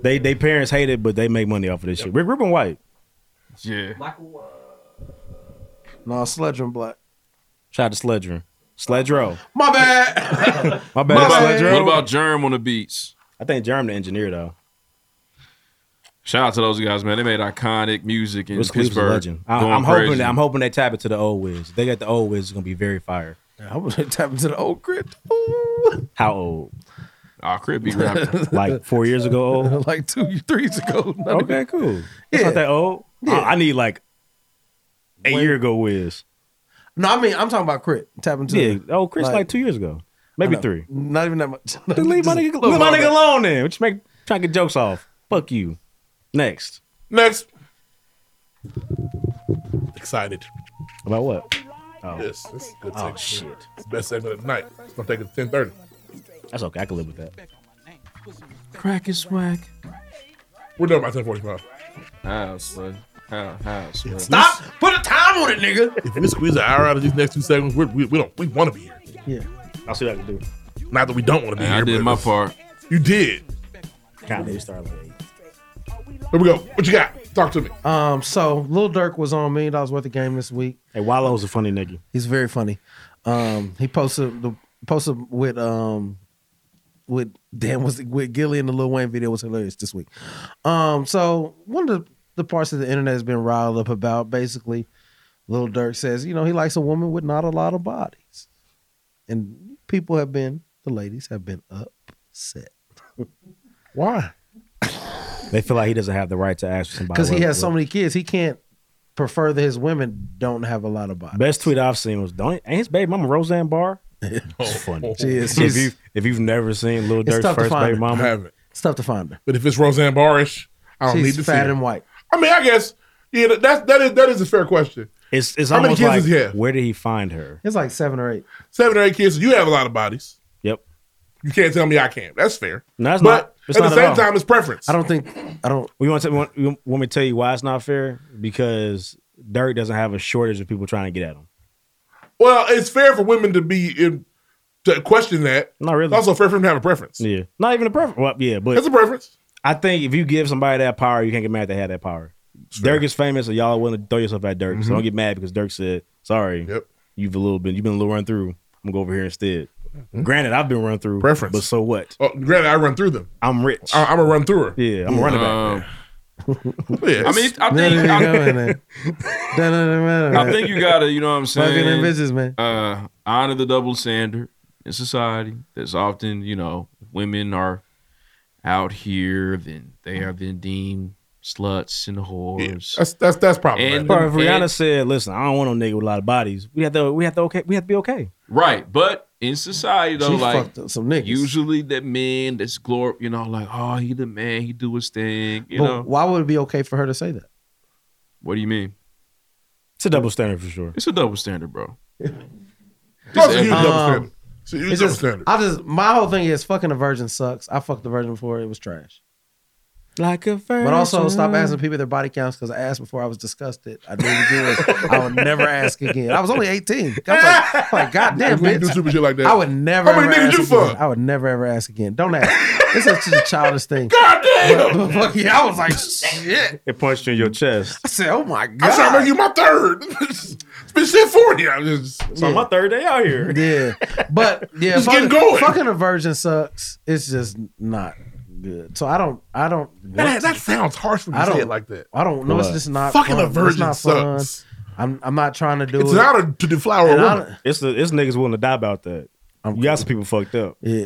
[SPEAKER 4] They they parents hate it, but they make money off of this shit. Rick Rubin white.
[SPEAKER 1] Yeah.
[SPEAKER 3] No, Sledron Black.
[SPEAKER 4] Shout out to Sledro. Sledro.
[SPEAKER 3] My bad.
[SPEAKER 4] My bad,
[SPEAKER 1] What about,
[SPEAKER 4] Sledro.
[SPEAKER 1] what about Germ on the beats?
[SPEAKER 4] I think Germ the engineer though.
[SPEAKER 1] Shout out to those guys, man. They made iconic music in
[SPEAKER 4] Wiz Khalifa's a
[SPEAKER 1] Pittsburgh.
[SPEAKER 4] legend. I,
[SPEAKER 1] Going
[SPEAKER 4] am hoping
[SPEAKER 1] crazy.
[SPEAKER 4] that I'm hoping they tap it to the old Wiz. They got the old Wiz. It's gonna be very fire.
[SPEAKER 3] I was tapping to the old crypt.
[SPEAKER 4] How old?
[SPEAKER 1] Our crib be rapping.
[SPEAKER 4] like four years ago old?
[SPEAKER 3] like two, three years ago.
[SPEAKER 4] Okay, cool. It's not that old. I, I need like a year ago whiz.
[SPEAKER 3] No, I mean I'm talking about Crit tapping to.
[SPEAKER 4] Yeah. Oh, Crit's like two years ago. Maybe
[SPEAKER 3] I know.
[SPEAKER 4] three.
[SPEAKER 3] Not even that much.
[SPEAKER 4] Then leave my nigga,
[SPEAKER 3] Just a
[SPEAKER 4] leave
[SPEAKER 3] little
[SPEAKER 4] my
[SPEAKER 3] while
[SPEAKER 4] nigga
[SPEAKER 3] back.
[SPEAKER 4] alone then. What you make trying to get jokes off? Fuck you. Next.
[SPEAKER 2] Next. Excited.
[SPEAKER 4] About what? Oh.
[SPEAKER 2] Yes, that's a good
[SPEAKER 4] Oh,
[SPEAKER 2] segment.
[SPEAKER 4] shit.
[SPEAKER 2] It's the best segment of the night. It's gonna take us ten thirty.
[SPEAKER 4] That's okay. I can live with that.
[SPEAKER 2] Crack is whack. We're done by ten forty five.
[SPEAKER 1] How, son? How, how, son?
[SPEAKER 2] Stop!
[SPEAKER 3] Put a time on it, nigga.
[SPEAKER 2] If we squeeze an hour out of these next two segments, we're, we we don't we want to be here.
[SPEAKER 3] Yeah.
[SPEAKER 4] I'll see what I can do.
[SPEAKER 2] Not that we don't want to be
[SPEAKER 1] Hey, I
[SPEAKER 2] here.
[SPEAKER 1] did
[SPEAKER 2] but
[SPEAKER 1] my
[SPEAKER 2] it's-
[SPEAKER 1] part.
[SPEAKER 2] You did.
[SPEAKER 4] God, they start like
[SPEAKER 2] Here we go. What you got? Talk to me.
[SPEAKER 3] Um, so Lil Durk was on Million Dollars Worth of Game this week.
[SPEAKER 4] Hey, Wallow's a funny nigga.
[SPEAKER 3] He's very funny. Um, he posted the posted with um with damn was with Gilly and the Lil Wayne video was hilarious this week. Um, so one of the, the parts of the internet has been riled up about basically Lil Durk says, you know, he likes a woman with not a lot of bodies. And people have been the ladies have been upset. Why?
[SPEAKER 4] They feel like he doesn't have the right to ask somebody.
[SPEAKER 3] Because he
[SPEAKER 4] what-
[SPEAKER 3] has so
[SPEAKER 4] what-
[SPEAKER 3] many kids, he can't prefer that his women don't have a lot of bodies.
[SPEAKER 4] Best tweet I've seen was don't ain't his baby mama Roseanne Barr. It's funny.
[SPEAKER 3] She is-
[SPEAKER 4] If you if you've never seen Lil
[SPEAKER 3] It's
[SPEAKER 4] Durk's
[SPEAKER 3] tough to
[SPEAKER 4] first
[SPEAKER 3] find
[SPEAKER 4] baby
[SPEAKER 3] her.
[SPEAKER 4] mama,
[SPEAKER 3] It's tough to find her.
[SPEAKER 2] But if it's Roseanne Barish, I don't
[SPEAKER 3] She's
[SPEAKER 2] need to see
[SPEAKER 3] fat
[SPEAKER 2] her.
[SPEAKER 3] and white.
[SPEAKER 2] I mean, I guess yeah. that- That's that is that is a fair question.
[SPEAKER 4] it's it's
[SPEAKER 2] How many
[SPEAKER 4] almost
[SPEAKER 2] kids
[SPEAKER 4] like
[SPEAKER 2] does he have?
[SPEAKER 4] where did he find her?
[SPEAKER 3] It's like seven or eight.
[SPEAKER 2] Seven or eight kids. so you have a lot of bodies.
[SPEAKER 4] Yep.
[SPEAKER 2] You can't tell me I can't. That's fair.
[SPEAKER 4] No, it's
[SPEAKER 2] but
[SPEAKER 4] not. It's
[SPEAKER 2] at
[SPEAKER 4] not
[SPEAKER 2] the
[SPEAKER 4] at
[SPEAKER 2] same
[SPEAKER 4] all.
[SPEAKER 2] time, it's preference.
[SPEAKER 3] I don't think I don't.
[SPEAKER 4] We want to want, you want me to tell you why it's not fair because Dirk doesn't have a shortage of people trying to get at him.
[SPEAKER 2] Well, it's fair for women to be in to question that.
[SPEAKER 4] Not
[SPEAKER 2] It's
[SPEAKER 4] really.
[SPEAKER 2] also fair for them to have a preference.
[SPEAKER 4] Yeah, not even a preference. Well, yeah, but
[SPEAKER 2] That's a preference.
[SPEAKER 4] I think if you give somebody that power, you can't get mad they had that power. Dirk is famous, and y'all want to throw yourself at Dirk.
[SPEAKER 2] Mhm.
[SPEAKER 4] So don't get mad because Dirk said, "Sorry, you've a little bit, you've been a little run through. I'm gonna go over here instead." Granted, I've been run through
[SPEAKER 2] Preference.
[SPEAKER 4] but so what?
[SPEAKER 2] Oh, granted, I run through them.
[SPEAKER 4] I'm rich.
[SPEAKER 2] I, I'm a run through her.
[SPEAKER 4] yeah, I'm a running back.
[SPEAKER 1] Um,
[SPEAKER 2] Yeah.
[SPEAKER 1] I mean, I think, I, I think you gotta, you know what I'm saying?
[SPEAKER 3] Fucking them bitches, man.
[SPEAKER 1] Uh, honor the double standard in society. That's often, you know, women are out here, then they are then deemed sluts and whores.
[SPEAKER 2] That's that's that's problematic.
[SPEAKER 1] And-
[SPEAKER 4] Or if Rihanna
[SPEAKER 1] and-
[SPEAKER 4] said, "Listen, I don't want no nigga with a lot of bodies. We have to, we have to okay, we have to be okay."
[SPEAKER 1] Right, but in society though,
[SPEAKER 3] She
[SPEAKER 1] like
[SPEAKER 3] fucked up some niggas.
[SPEAKER 1] usually that men that's glor, you know, like oh he the man, he do his thing, you
[SPEAKER 3] but
[SPEAKER 1] know.
[SPEAKER 3] why would it be okay for her to say that?
[SPEAKER 1] What do you mean?
[SPEAKER 4] It's a double standard for sure.
[SPEAKER 1] It's a double standard, bro.
[SPEAKER 2] That's a huge
[SPEAKER 3] Um,
[SPEAKER 2] double standard. It's a huge
[SPEAKER 3] It's
[SPEAKER 2] double
[SPEAKER 3] just-
[SPEAKER 2] standard.
[SPEAKER 3] I just my whole thing is fucking a virgin sucks. I fucked the virgin before; it was trash.
[SPEAKER 4] Like a virgin.
[SPEAKER 3] But also, stop asking people their body counts because I asked before I was disgusted. I did it again. I would never ask again. I was only eighteen. I was like, like goddamn
[SPEAKER 2] we do
[SPEAKER 3] bitch.
[SPEAKER 2] stupid shit like that.
[SPEAKER 3] I would never.
[SPEAKER 2] How many
[SPEAKER 3] ever
[SPEAKER 2] niggas
[SPEAKER 3] ask
[SPEAKER 2] you
[SPEAKER 3] again.
[SPEAKER 2] fuck?
[SPEAKER 3] I would never ever ask again. Don't ask. this is just a childish thing.
[SPEAKER 2] God damn!
[SPEAKER 3] But fuck yeah, I was like, shit.
[SPEAKER 4] It punched you in your chest.
[SPEAKER 3] I said, oh my
[SPEAKER 2] I'm trying to
[SPEAKER 3] god.
[SPEAKER 2] make you my third. it's been shit forty. I'm just
[SPEAKER 4] So my third day out here.
[SPEAKER 3] Yeah, but yeah,
[SPEAKER 2] Just
[SPEAKER 3] fucking,
[SPEAKER 2] get going.
[SPEAKER 3] fucking a virgin sucks. It's just not good. So I don't, I don't,
[SPEAKER 2] that,
[SPEAKER 3] want
[SPEAKER 2] that
[SPEAKER 3] to-
[SPEAKER 2] sounds harsh when you
[SPEAKER 3] I
[SPEAKER 2] say
[SPEAKER 3] don't-
[SPEAKER 2] it like that.
[SPEAKER 3] I don't know. It's
[SPEAKER 4] What?
[SPEAKER 3] just not
[SPEAKER 2] Fucking
[SPEAKER 3] fun.
[SPEAKER 2] a virgin
[SPEAKER 3] it's not fun.
[SPEAKER 2] sucks.
[SPEAKER 3] I'm, I'm not trying to do
[SPEAKER 2] It's
[SPEAKER 3] it.
[SPEAKER 2] not a, to deflower a
[SPEAKER 3] And I
[SPEAKER 2] woman.
[SPEAKER 4] It's the it's niggas willing to die about that. you got some people fucked up.
[SPEAKER 3] Yeah.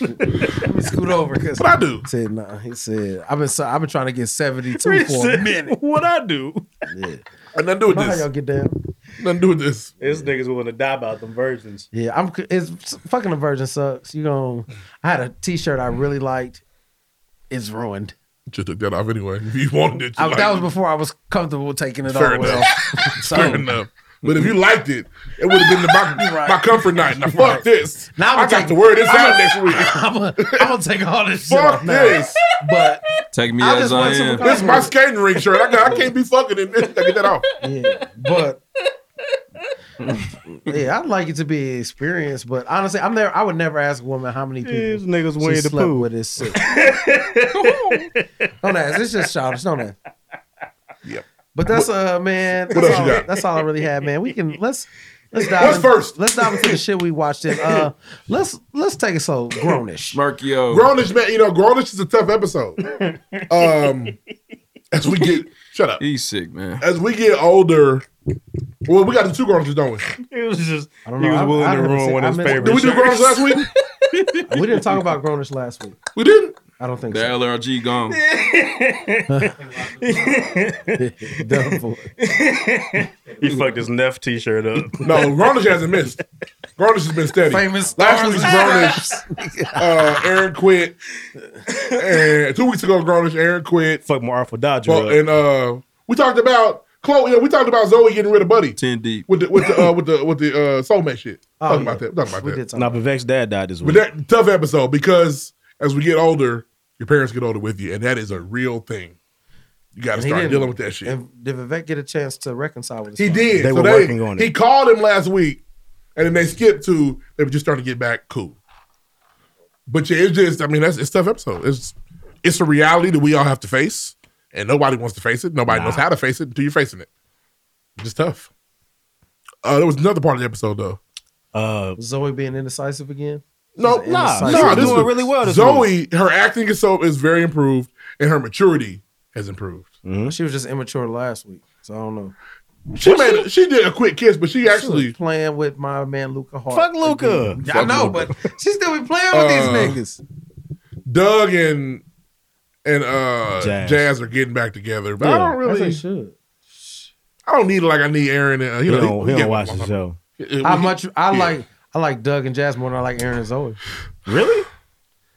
[SPEAKER 3] Let me scoot over because
[SPEAKER 2] What I do?
[SPEAKER 3] said nah. He said I've been so- I've been trying to get seventy two for a minute.
[SPEAKER 4] what I do?
[SPEAKER 3] Yeah.
[SPEAKER 2] And nothing to do with
[SPEAKER 3] Know how
[SPEAKER 2] this.
[SPEAKER 3] y'all get down?
[SPEAKER 2] Nothing to do with this.
[SPEAKER 4] It's niggas willing to die about them virgins.
[SPEAKER 3] Yeah, I'm. It's fucking a virgin sucks. You gonna? I had a T-shirt I really liked. It's ruined.
[SPEAKER 2] Just took that off anyway. If you wanted it, you
[SPEAKER 3] I,
[SPEAKER 2] liked
[SPEAKER 3] that was
[SPEAKER 2] it.
[SPEAKER 3] before I was comfortable taking it
[SPEAKER 2] Fair
[SPEAKER 3] all well.
[SPEAKER 2] enough. Fair enough. But if you liked it, it would have been the, my, my comfort night. Now, fuck this.
[SPEAKER 3] Now I'm
[SPEAKER 2] I got
[SPEAKER 3] taking-
[SPEAKER 2] to wear this
[SPEAKER 3] I'm
[SPEAKER 2] out
[SPEAKER 3] a-
[SPEAKER 2] next week.
[SPEAKER 3] I'm gonna I'm gonna take all this shit
[SPEAKER 2] Fuck
[SPEAKER 3] off
[SPEAKER 2] this.
[SPEAKER 3] now. But
[SPEAKER 1] Take me
[SPEAKER 3] I
[SPEAKER 1] as
[SPEAKER 3] just
[SPEAKER 1] I
[SPEAKER 3] want some
[SPEAKER 1] am.
[SPEAKER 3] kind
[SPEAKER 2] This is my skating ring shirt. I, got, I can't be fucking in this. I get that off.
[SPEAKER 3] yeah, but yeah, I'd like it to be an experience. But honestly, I'm there. I would never ask a woman how many
[SPEAKER 4] These
[SPEAKER 3] people
[SPEAKER 4] niggas
[SPEAKER 3] she
[SPEAKER 4] willing to
[SPEAKER 3] slept
[SPEAKER 4] poo.
[SPEAKER 3] with is sick. don't ask. It's just childish. Don't ask.
[SPEAKER 2] Yep.
[SPEAKER 3] But that's uh man.
[SPEAKER 2] What
[SPEAKER 3] that's,
[SPEAKER 2] else
[SPEAKER 3] all,
[SPEAKER 2] you got?
[SPEAKER 3] that's all I really had, man. We can let's let's dive
[SPEAKER 2] What's
[SPEAKER 3] in-
[SPEAKER 2] first?
[SPEAKER 3] Let's dive into the shit we watched. In. Uh, let's let's take it slow, grownish.
[SPEAKER 1] Merkio.
[SPEAKER 2] Grownish, man. You know, Grownish is a tough episode. Um, as we get, shut up.
[SPEAKER 1] He's sick, man.
[SPEAKER 2] As we get older, Well, we got the two garnishes, don't we?
[SPEAKER 4] It was just
[SPEAKER 3] I don't know. I- I haven't seen- I missed-
[SPEAKER 2] Did we do garnishes last week?
[SPEAKER 3] we didn't talk about Grownish last week.
[SPEAKER 2] We didn't.
[SPEAKER 3] I don't think
[SPEAKER 1] The LRG gone.
[SPEAKER 3] Done for.
[SPEAKER 4] He fucked his Neff t-shirt up.
[SPEAKER 2] No, Garnish hasn't missed. Garnish has been steady.
[SPEAKER 4] Famous
[SPEAKER 2] Last
[SPEAKER 4] stars
[SPEAKER 2] week's
[SPEAKER 4] and
[SPEAKER 2] Garnish, uh, Aaron quit. And two weeks ago, Garnish, Aaron quit.
[SPEAKER 4] Fuck more awful Dodger.
[SPEAKER 2] Well, and uh, we talked about Chloe. Yeah, we talked about Zoe getting rid of Buddy.
[SPEAKER 1] Ten deep
[SPEAKER 2] with the with the uh, with the with the uh, soulmate shit.
[SPEAKER 4] Oh,
[SPEAKER 2] talking
[SPEAKER 4] yeah.
[SPEAKER 2] about that. Talking about
[SPEAKER 4] We
[SPEAKER 2] that.
[SPEAKER 4] did talk Nah, about but Vex's dad died this
[SPEAKER 2] But that tough episode because as we get older, your parents get older with you, and that is a real thing. You got to
[SPEAKER 3] And he
[SPEAKER 2] start
[SPEAKER 3] didn't-
[SPEAKER 2] dealing with that shit.
[SPEAKER 3] And did Vivek get a chance to reconcile with his
[SPEAKER 2] He
[SPEAKER 3] son?
[SPEAKER 2] did. so they, He called him last week, and then they skipped to they were just starting to get back cool. But yeah, it's just I mean that's it's a tough episode. It's it's a reality that we all have to face, and nobody wants to face it. Nobody knows how to face it until you're facing it. It's just tough. Uh, there was another part of the episode though.
[SPEAKER 4] Uh,
[SPEAKER 3] Zoe being indecisive again?
[SPEAKER 2] No,
[SPEAKER 3] She's
[SPEAKER 2] nah,
[SPEAKER 3] indecisive.
[SPEAKER 2] nah, this was- Zoe, her acting is so is very improved, and her maturity has improved.
[SPEAKER 4] Mm.
[SPEAKER 3] She was just immature last week, so I don't know.
[SPEAKER 2] She made she, did a quick kiss, but she
[SPEAKER 3] was
[SPEAKER 2] actually
[SPEAKER 3] playing with my man Luca Hart.
[SPEAKER 4] Fuck Luka.
[SPEAKER 3] again.
[SPEAKER 2] Fuck
[SPEAKER 3] I know,
[SPEAKER 2] Luka.
[SPEAKER 3] but she still be playing with
[SPEAKER 2] Uh,
[SPEAKER 3] these niggas.
[SPEAKER 2] Doug and and uh
[SPEAKER 3] Jazz.
[SPEAKER 2] Jazz, are getting back together, but I
[SPEAKER 3] Yeah.
[SPEAKER 2] don't
[SPEAKER 3] As they
[SPEAKER 2] really.
[SPEAKER 3] should.
[SPEAKER 2] I don't need it like I need Aaron. And, uh, you
[SPEAKER 4] He
[SPEAKER 2] know,
[SPEAKER 4] don't- he
[SPEAKER 2] we
[SPEAKER 4] don't
[SPEAKER 2] get-
[SPEAKER 4] watch the show.
[SPEAKER 2] Yeah,
[SPEAKER 3] How
[SPEAKER 2] we-
[SPEAKER 3] much I
[SPEAKER 2] yeah.
[SPEAKER 3] like I like Doug and Jazz more than I like Aaron and Zoe.
[SPEAKER 4] Really?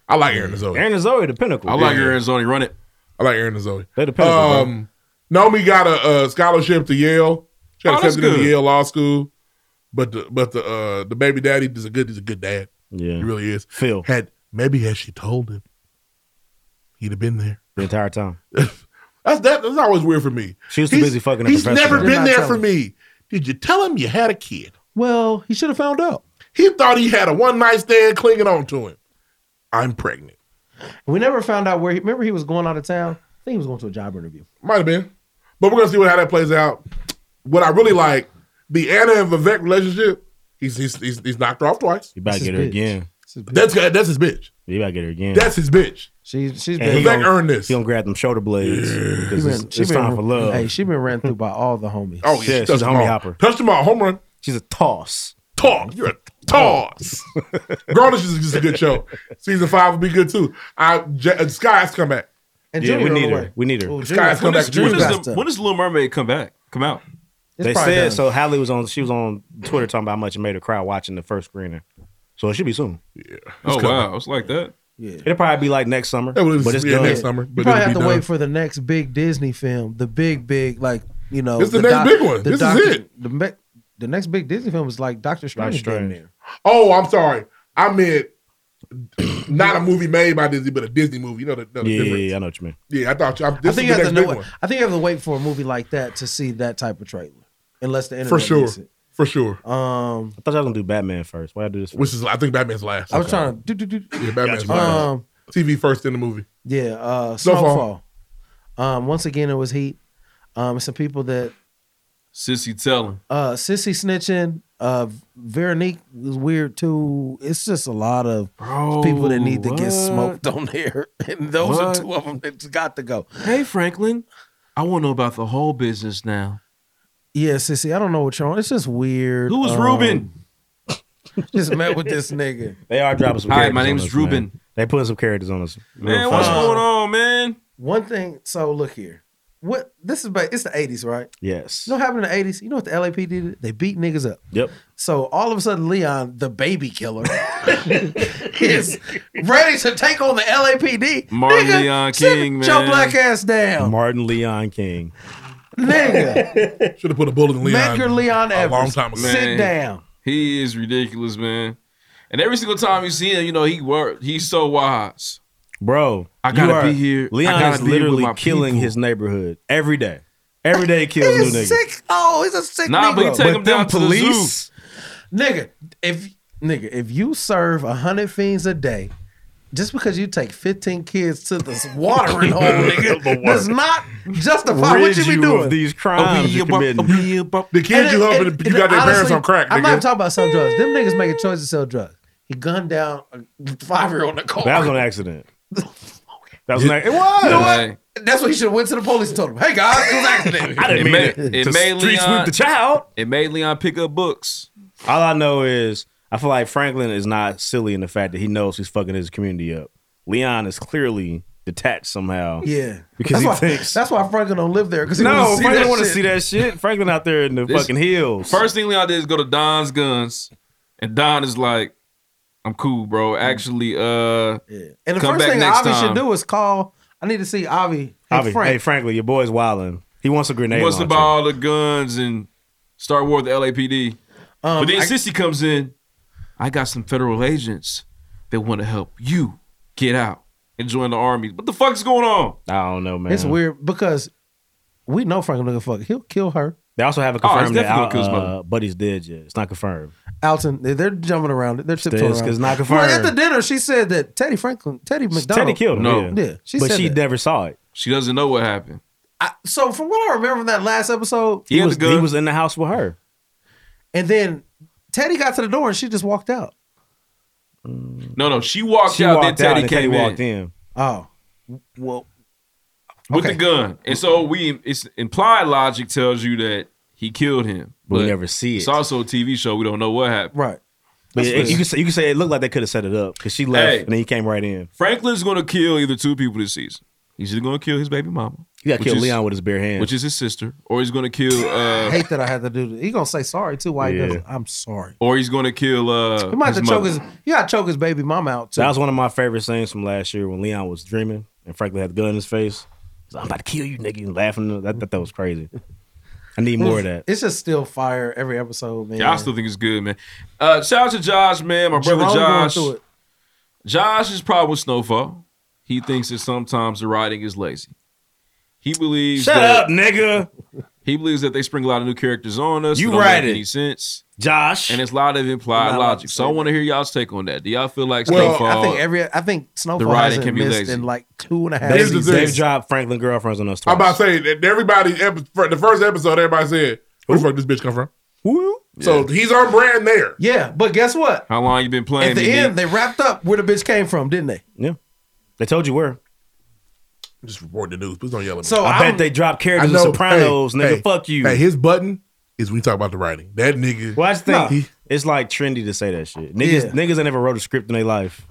[SPEAKER 2] I like Aaron and Zoe.
[SPEAKER 4] Aaron and Zoe, the pinnacle.
[SPEAKER 1] I like Aaron and Zoe. Run it.
[SPEAKER 2] I like Aaron and Zoe.
[SPEAKER 4] They the pinnacle, bro.
[SPEAKER 2] Um, Naomi got a, a scholarship to Yale. She got
[SPEAKER 4] Oh, that's
[SPEAKER 2] accepted into
[SPEAKER 4] good.
[SPEAKER 2] Yale Law School, but the but the uh, the baby daddy is a good. He's a good dad.
[SPEAKER 4] Yeah,
[SPEAKER 2] he really is.
[SPEAKER 4] Phil
[SPEAKER 2] had maybe had she told him, he'd have been there
[SPEAKER 4] the entire time.
[SPEAKER 2] That's that, that's always weird for me.
[SPEAKER 4] She was too
[SPEAKER 2] He's-
[SPEAKER 4] busy fucking a
[SPEAKER 2] He's
[SPEAKER 4] professional.
[SPEAKER 2] never
[SPEAKER 4] You're
[SPEAKER 2] been
[SPEAKER 4] not
[SPEAKER 2] there
[SPEAKER 4] telling
[SPEAKER 2] for
[SPEAKER 4] me.
[SPEAKER 2] me. Did you tell him you had a kid?
[SPEAKER 3] Well, he should have found out.
[SPEAKER 2] He thought he had a one night stand clinging on to him. I'm pregnant.
[SPEAKER 3] We never found out where he remember he was going out of town. I think he was going to a job interview.
[SPEAKER 2] Might have been, but we're gonna see what, how that plays out. What I really like the Anna and Vivek relationship. He's he's he's, he's knocked her off twice.
[SPEAKER 4] You about to get her again.
[SPEAKER 2] That's that's his bitch.
[SPEAKER 4] You about to get her again.
[SPEAKER 2] That's his bitch.
[SPEAKER 3] She's she's
[SPEAKER 4] And he
[SPEAKER 3] been
[SPEAKER 4] gonna,
[SPEAKER 2] earn this.
[SPEAKER 4] He gonna grab them shoulder blades. Because
[SPEAKER 3] She
[SPEAKER 4] it's, it's time for love.
[SPEAKER 3] Hey, she been ran through by all the homies.
[SPEAKER 2] Oh yeah, she touched
[SPEAKER 4] she's a
[SPEAKER 2] them
[SPEAKER 4] homie
[SPEAKER 2] all.
[SPEAKER 4] hopper.
[SPEAKER 2] Touched him out, home run.
[SPEAKER 4] She's a toss.
[SPEAKER 2] Toss. You're a toss. Garnish is just a good show. Season five will be good too. I J- uh, Sky's come back.
[SPEAKER 3] And
[SPEAKER 4] Yeah, we need her. We need her.
[SPEAKER 2] Sky's
[SPEAKER 1] When
[SPEAKER 2] come
[SPEAKER 1] does,
[SPEAKER 2] back.
[SPEAKER 1] when,
[SPEAKER 2] Junior.
[SPEAKER 1] does the, when does Little Mermaid come back? Come out?
[SPEAKER 4] they said so. Hallie was on. She was on Twitter talking about how much it made her cry watching the first screening. So it should be soon.
[SPEAKER 2] Yeah.
[SPEAKER 1] Oh
[SPEAKER 4] It's coming.
[SPEAKER 1] wow, it's like that.
[SPEAKER 4] It'll probably be like next summer.
[SPEAKER 2] That was-
[SPEAKER 4] but it's
[SPEAKER 2] yeah,
[SPEAKER 4] done.
[SPEAKER 2] next summer,
[SPEAKER 3] You probably have to wait for the next big Disney film, the big big like you know.
[SPEAKER 2] This the next big one.
[SPEAKER 3] the
[SPEAKER 2] This is it.
[SPEAKER 3] The, me- the next big Disney film is like Doctor Strange. damn near.
[SPEAKER 2] Oh, I'm sorry. I meant not a movie made by Disney, but a Disney movie. You know the, know the
[SPEAKER 4] Yeah, yeah,
[SPEAKER 2] difference.
[SPEAKER 4] yeah, I know what you mean.
[SPEAKER 2] Yeah, I thought you. I,
[SPEAKER 3] I
[SPEAKER 2] this
[SPEAKER 3] think you
[SPEAKER 2] is the
[SPEAKER 3] have
[SPEAKER 2] next
[SPEAKER 3] to know.
[SPEAKER 2] big
[SPEAKER 3] What,
[SPEAKER 2] one
[SPEAKER 3] I think you have to wait for a movie like that to see that type of trailer, unless the internet
[SPEAKER 2] for sure.
[SPEAKER 3] gets it.
[SPEAKER 2] For sure.
[SPEAKER 3] Um,
[SPEAKER 4] I thought I was gonna do Batman first. Why I do this? First?
[SPEAKER 2] Which is, I think Batman's last.
[SPEAKER 3] I was trying to. Do, do, do.
[SPEAKER 2] Yeah, Batman's
[SPEAKER 3] Gotcha.
[SPEAKER 2] last.
[SPEAKER 3] Um,
[SPEAKER 2] TV first in the movie.
[SPEAKER 3] Yeah, uh, Snowfall.
[SPEAKER 2] Snowfall.
[SPEAKER 3] Um, once again, it was heat. Um, some people that
[SPEAKER 1] Sissy telling.
[SPEAKER 3] uh, sissy snitching. Uh, Veronique was weird too. It's just a lot of people that need to get
[SPEAKER 1] what?
[SPEAKER 3] smoked on there, and those
[SPEAKER 1] What?
[SPEAKER 3] are two of them that's got to go.
[SPEAKER 1] Hey Franklin, I want to know about the whole business now.
[SPEAKER 3] Yeah, sissy. I don't know what you're on. It's just weird.
[SPEAKER 1] Who was
[SPEAKER 3] Um,
[SPEAKER 1] Ruben?
[SPEAKER 3] Just met with this nigga.
[SPEAKER 4] They are dropping some.
[SPEAKER 1] Hi,
[SPEAKER 4] characters
[SPEAKER 1] my name
[SPEAKER 4] on
[SPEAKER 1] is
[SPEAKER 4] us, man.
[SPEAKER 1] Ruben.
[SPEAKER 4] They putting some characters on us.
[SPEAKER 1] Man, what's
[SPEAKER 3] fun.
[SPEAKER 1] going on, man?
[SPEAKER 3] One thing. So look here. What this is? ba- It's the '80s, right?
[SPEAKER 4] Yes.
[SPEAKER 3] You know what happened in the 80s? You know what the LAPD did? They beat niggas up.
[SPEAKER 4] Yep.
[SPEAKER 3] So all of a sudden, Leon, the baby killer, is ready to take on the LAPD.
[SPEAKER 4] Martin
[SPEAKER 3] Nigga,
[SPEAKER 4] Leon
[SPEAKER 3] sit
[SPEAKER 4] King,
[SPEAKER 3] Your
[SPEAKER 4] man.
[SPEAKER 3] black ass
[SPEAKER 1] Oh.
[SPEAKER 3] down.
[SPEAKER 4] Martin Leon King.
[SPEAKER 3] Nigga.
[SPEAKER 2] Should have put a bullet in
[SPEAKER 3] Make
[SPEAKER 2] Leon.
[SPEAKER 3] her Leon
[SPEAKER 2] a
[SPEAKER 3] Evans.
[SPEAKER 2] long time ago.
[SPEAKER 3] Sit
[SPEAKER 1] Man,
[SPEAKER 3] down.
[SPEAKER 1] He is ridiculous, man. And every single time you see him, you know he work. He's so wise.
[SPEAKER 4] Bro,
[SPEAKER 1] I gotta
[SPEAKER 4] you are-
[SPEAKER 1] be here. I
[SPEAKER 4] Leon
[SPEAKER 1] gotta
[SPEAKER 4] is
[SPEAKER 1] be here with
[SPEAKER 4] literally
[SPEAKER 1] my
[SPEAKER 4] killing
[SPEAKER 1] people.
[SPEAKER 4] his neighborhood every day. Every day he kills
[SPEAKER 3] He's
[SPEAKER 4] new niggas.
[SPEAKER 3] sick. Oh, he's a sick
[SPEAKER 1] Nah,
[SPEAKER 3] nigga.
[SPEAKER 1] but you take him down to the zoo.
[SPEAKER 3] Nigga, if nigga, if you serve hundred fiends a day, just because you take fifteen kids to this watering hole, nigga,
[SPEAKER 4] The water.
[SPEAKER 3] does not justify what
[SPEAKER 4] Rid
[SPEAKER 3] you be
[SPEAKER 4] you Oh,
[SPEAKER 3] doing.
[SPEAKER 4] of these crimes
[SPEAKER 3] Awee,
[SPEAKER 4] you're
[SPEAKER 3] awee,
[SPEAKER 4] committing.
[SPEAKER 1] awee, awee.
[SPEAKER 2] The kids you helping, you got their parents
[SPEAKER 3] honestly,
[SPEAKER 2] on crack.
[SPEAKER 3] I'm not even
[SPEAKER 2] Nigga.
[SPEAKER 3] talking about selling drugs. Them niggas make a choice to sell drugs. He gunned down a five year old in a car.
[SPEAKER 4] That was an accident. That was an, it was.
[SPEAKER 3] You know what? That's what he should have went to the police and told him, "Hey guys, it was an accident."
[SPEAKER 4] child.
[SPEAKER 1] It made Leon pick up books.
[SPEAKER 4] All I know is I feel like Franklin is not silly in the fact that he knows he's fucking his community up. Leon is clearly detached somehow.
[SPEAKER 3] Yeah,
[SPEAKER 4] Because
[SPEAKER 3] that's
[SPEAKER 4] he
[SPEAKER 3] why,
[SPEAKER 4] thinks
[SPEAKER 3] That's why Franklin don't live there because
[SPEAKER 4] No, Franklin
[SPEAKER 3] want
[SPEAKER 4] wanna see that shit. Franklin out there in the
[SPEAKER 1] This-
[SPEAKER 4] fucking hills.
[SPEAKER 1] First thing Leon did is go to Don's guns, and Don is like, "I'm cool, bro. Actually, uh,
[SPEAKER 3] And the
[SPEAKER 1] come
[SPEAKER 3] first
[SPEAKER 1] back
[SPEAKER 3] thing
[SPEAKER 1] next
[SPEAKER 3] Avi
[SPEAKER 1] time."
[SPEAKER 3] should do is call. I need to see Avi. Hey,
[SPEAKER 4] Avi,
[SPEAKER 3] Frank.
[SPEAKER 4] hey Franklin, your boy's wilding. He wants a grenade.
[SPEAKER 1] He wants to
[SPEAKER 4] launcher.
[SPEAKER 1] buy all the guns and start war with the LAPD.
[SPEAKER 3] Um,
[SPEAKER 1] but then
[SPEAKER 4] I-
[SPEAKER 1] Sissy comes in. I got some federal agents that want to help you get out and join the army. What the fuck's going on?
[SPEAKER 4] I don't know, man.
[SPEAKER 3] It's weird because we know Franklin don't give a fuck. He'll kill her.
[SPEAKER 4] They also haven't
[SPEAKER 3] Oh, he's
[SPEAKER 4] confirmed
[SPEAKER 3] definitely gonna
[SPEAKER 4] that
[SPEAKER 3] kill his
[SPEAKER 4] uh,
[SPEAKER 3] mother.
[SPEAKER 4] Buddy's dead yet. It's not confirmed.
[SPEAKER 3] Alton, they- they're jumping around it. They're tiptoeing
[SPEAKER 4] It's-
[SPEAKER 3] around.
[SPEAKER 4] it's not
[SPEAKER 3] Well,
[SPEAKER 4] confirmed.
[SPEAKER 3] at the dinner, she said that Teddy Franklin, Teddy McDonald,
[SPEAKER 4] Teddy killed him. yeah.
[SPEAKER 3] yeah. She
[SPEAKER 4] but
[SPEAKER 3] said
[SPEAKER 4] she
[SPEAKER 3] that.
[SPEAKER 4] never saw it.
[SPEAKER 1] She doesn't know what happened.
[SPEAKER 3] So from what I remember from that last episode,
[SPEAKER 4] He, was he was in the house with her.
[SPEAKER 3] and then Teddy got to the door and she just walked out.
[SPEAKER 1] No, no. She walked
[SPEAKER 4] She
[SPEAKER 1] out.
[SPEAKER 4] walked
[SPEAKER 1] then
[SPEAKER 4] out
[SPEAKER 1] Teddy
[SPEAKER 4] and
[SPEAKER 1] came
[SPEAKER 4] Teddy
[SPEAKER 1] in
[SPEAKER 4] walked in.
[SPEAKER 3] Oh, well,
[SPEAKER 1] with the gun, and so we. It's implied logic tells you that he killed him.
[SPEAKER 4] We never see
[SPEAKER 1] It's
[SPEAKER 4] it.
[SPEAKER 1] also a TV show. We don't know what happened.
[SPEAKER 3] Right.
[SPEAKER 4] But
[SPEAKER 1] That's
[SPEAKER 4] it-
[SPEAKER 1] what-
[SPEAKER 4] you, can say, you can say it looked like they could have set it up because she left
[SPEAKER 1] Hey.
[SPEAKER 4] and then he came right in.
[SPEAKER 1] Franklin's going to kill either two people this season. He's either going to kill his baby mama.
[SPEAKER 4] He got
[SPEAKER 1] which
[SPEAKER 4] killed
[SPEAKER 1] is-
[SPEAKER 4] Leon with his bare hands.
[SPEAKER 1] which is his sister, or he's going to kill.
[SPEAKER 3] I
[SPEAKER 1] Uh,
[SPEAKER 3] hate that I had to do this. He gonna say sorry too. Why he
[SPEAKER 1] Yeah.
[SPEAKER 3] doesn't? I'm sorry.
[SPEAKER 1] or he's going to kill. Uh,
[SPEAKER 3] He might have to
[SPEAKER 1] his
[SPEAKER 3] choke
[SPEAKER 1] mother.
[SPEAKER 3] his. He got to choke his baby mama out too.
[SPEAKER 4] That was one of my favorite scenes from last year when Leon was dreaming and Franklin had the gun in his face. He's like, I'm about to kill you, nigga, and laughing. I thought that was crazy. I need more of that.
[SPEAKER 3] It's just still fire every episode, man.
[SPEAKER 1] Yeah, I still think it's good, man. Uh, shout out to Josh, man, my brother
[SPEAKER 3] Jerome going
[SPEAKER 1] Josh.
[SPEAKER 3] through it.
[SPEAKER 1] Josh is probably with Snowfall. He thinks that sometimes the writing is lazy. He believes.
[SPEAKER 4] Shut
[SPEAKER 1] that-
[SPEAKER 4] up, nigga.
[SPEAKER 1] He believes that they spring a lot of new characters on us.
[SPEAKER 4] You
[SPEAKER 1] that don't
[SPEAKER 4] right
[SPEAKER 1] make
[SPEAKER 4] it.
[SPEAKER 1] any sense,
[SPEAKER 4] Josh.
[SPEAKER 1] And it's a lot of implied
[SPEAKER 3] I'm not allowed
[SPEAKER 1] logic.
[SPEAKER 3] to
[SPEAKER 1] So I want to hear y'all's take on that. Do y'all feel like
[SPEAKER 3] Well,
[SPEAKER 1] Snowfall?
[SPEAKER 3] I think every. I think Snowfall
[SPEAKER 1] writing
[SPEAKER 3] hasn't
[SPEAKER 1] can be
[SPEAKER 3] missed
[SPEAKER 1] lazy.
[SPEAKER 3] in like two and a half.
[SPEAKER 4] They've,
[SPEAKER 3] seasons.
[SPEAKER 4] they've dropped Franklin girlfriends on us twice.
[SPEAKER 2] I'm about to say that everybody epi- for the first episode, everybody said, "Where the fuck this bitch come from?" So he's our brand there.
[SPEAKER 3] Yeah, but guess what?
[SPEAKER 1] How long you been playing?
[SPEAKER 3] At the
[SPEAKER 1] Mimi?
[SPEAKER 3] end, they wrapped up where the bitch came from, didn't they?
[SPEAKER 4] Yeah, they told you where.
[SPEAKER 2] Just report the news. Please don't yell at me.
[SPEAKER 3] So I bet I'm- they
[SPEAKER 4] dropped
[SPEAKER 3] characters in Sopranos, nigga.
[SPEAKER 4] Fuck you.
[SPEAKER 2] Hey, his button is when you talk about the writing. That nigga.
[SPEAKER 4] Well, that's the
[SPEAKER 2] Nah.
[SPEAKER 4] thing. It's like trendy to say that shit. Niggas,
[SPEAKER 2] Yeah.
[SPEAKER 4] niggas that never wrote a script in their life.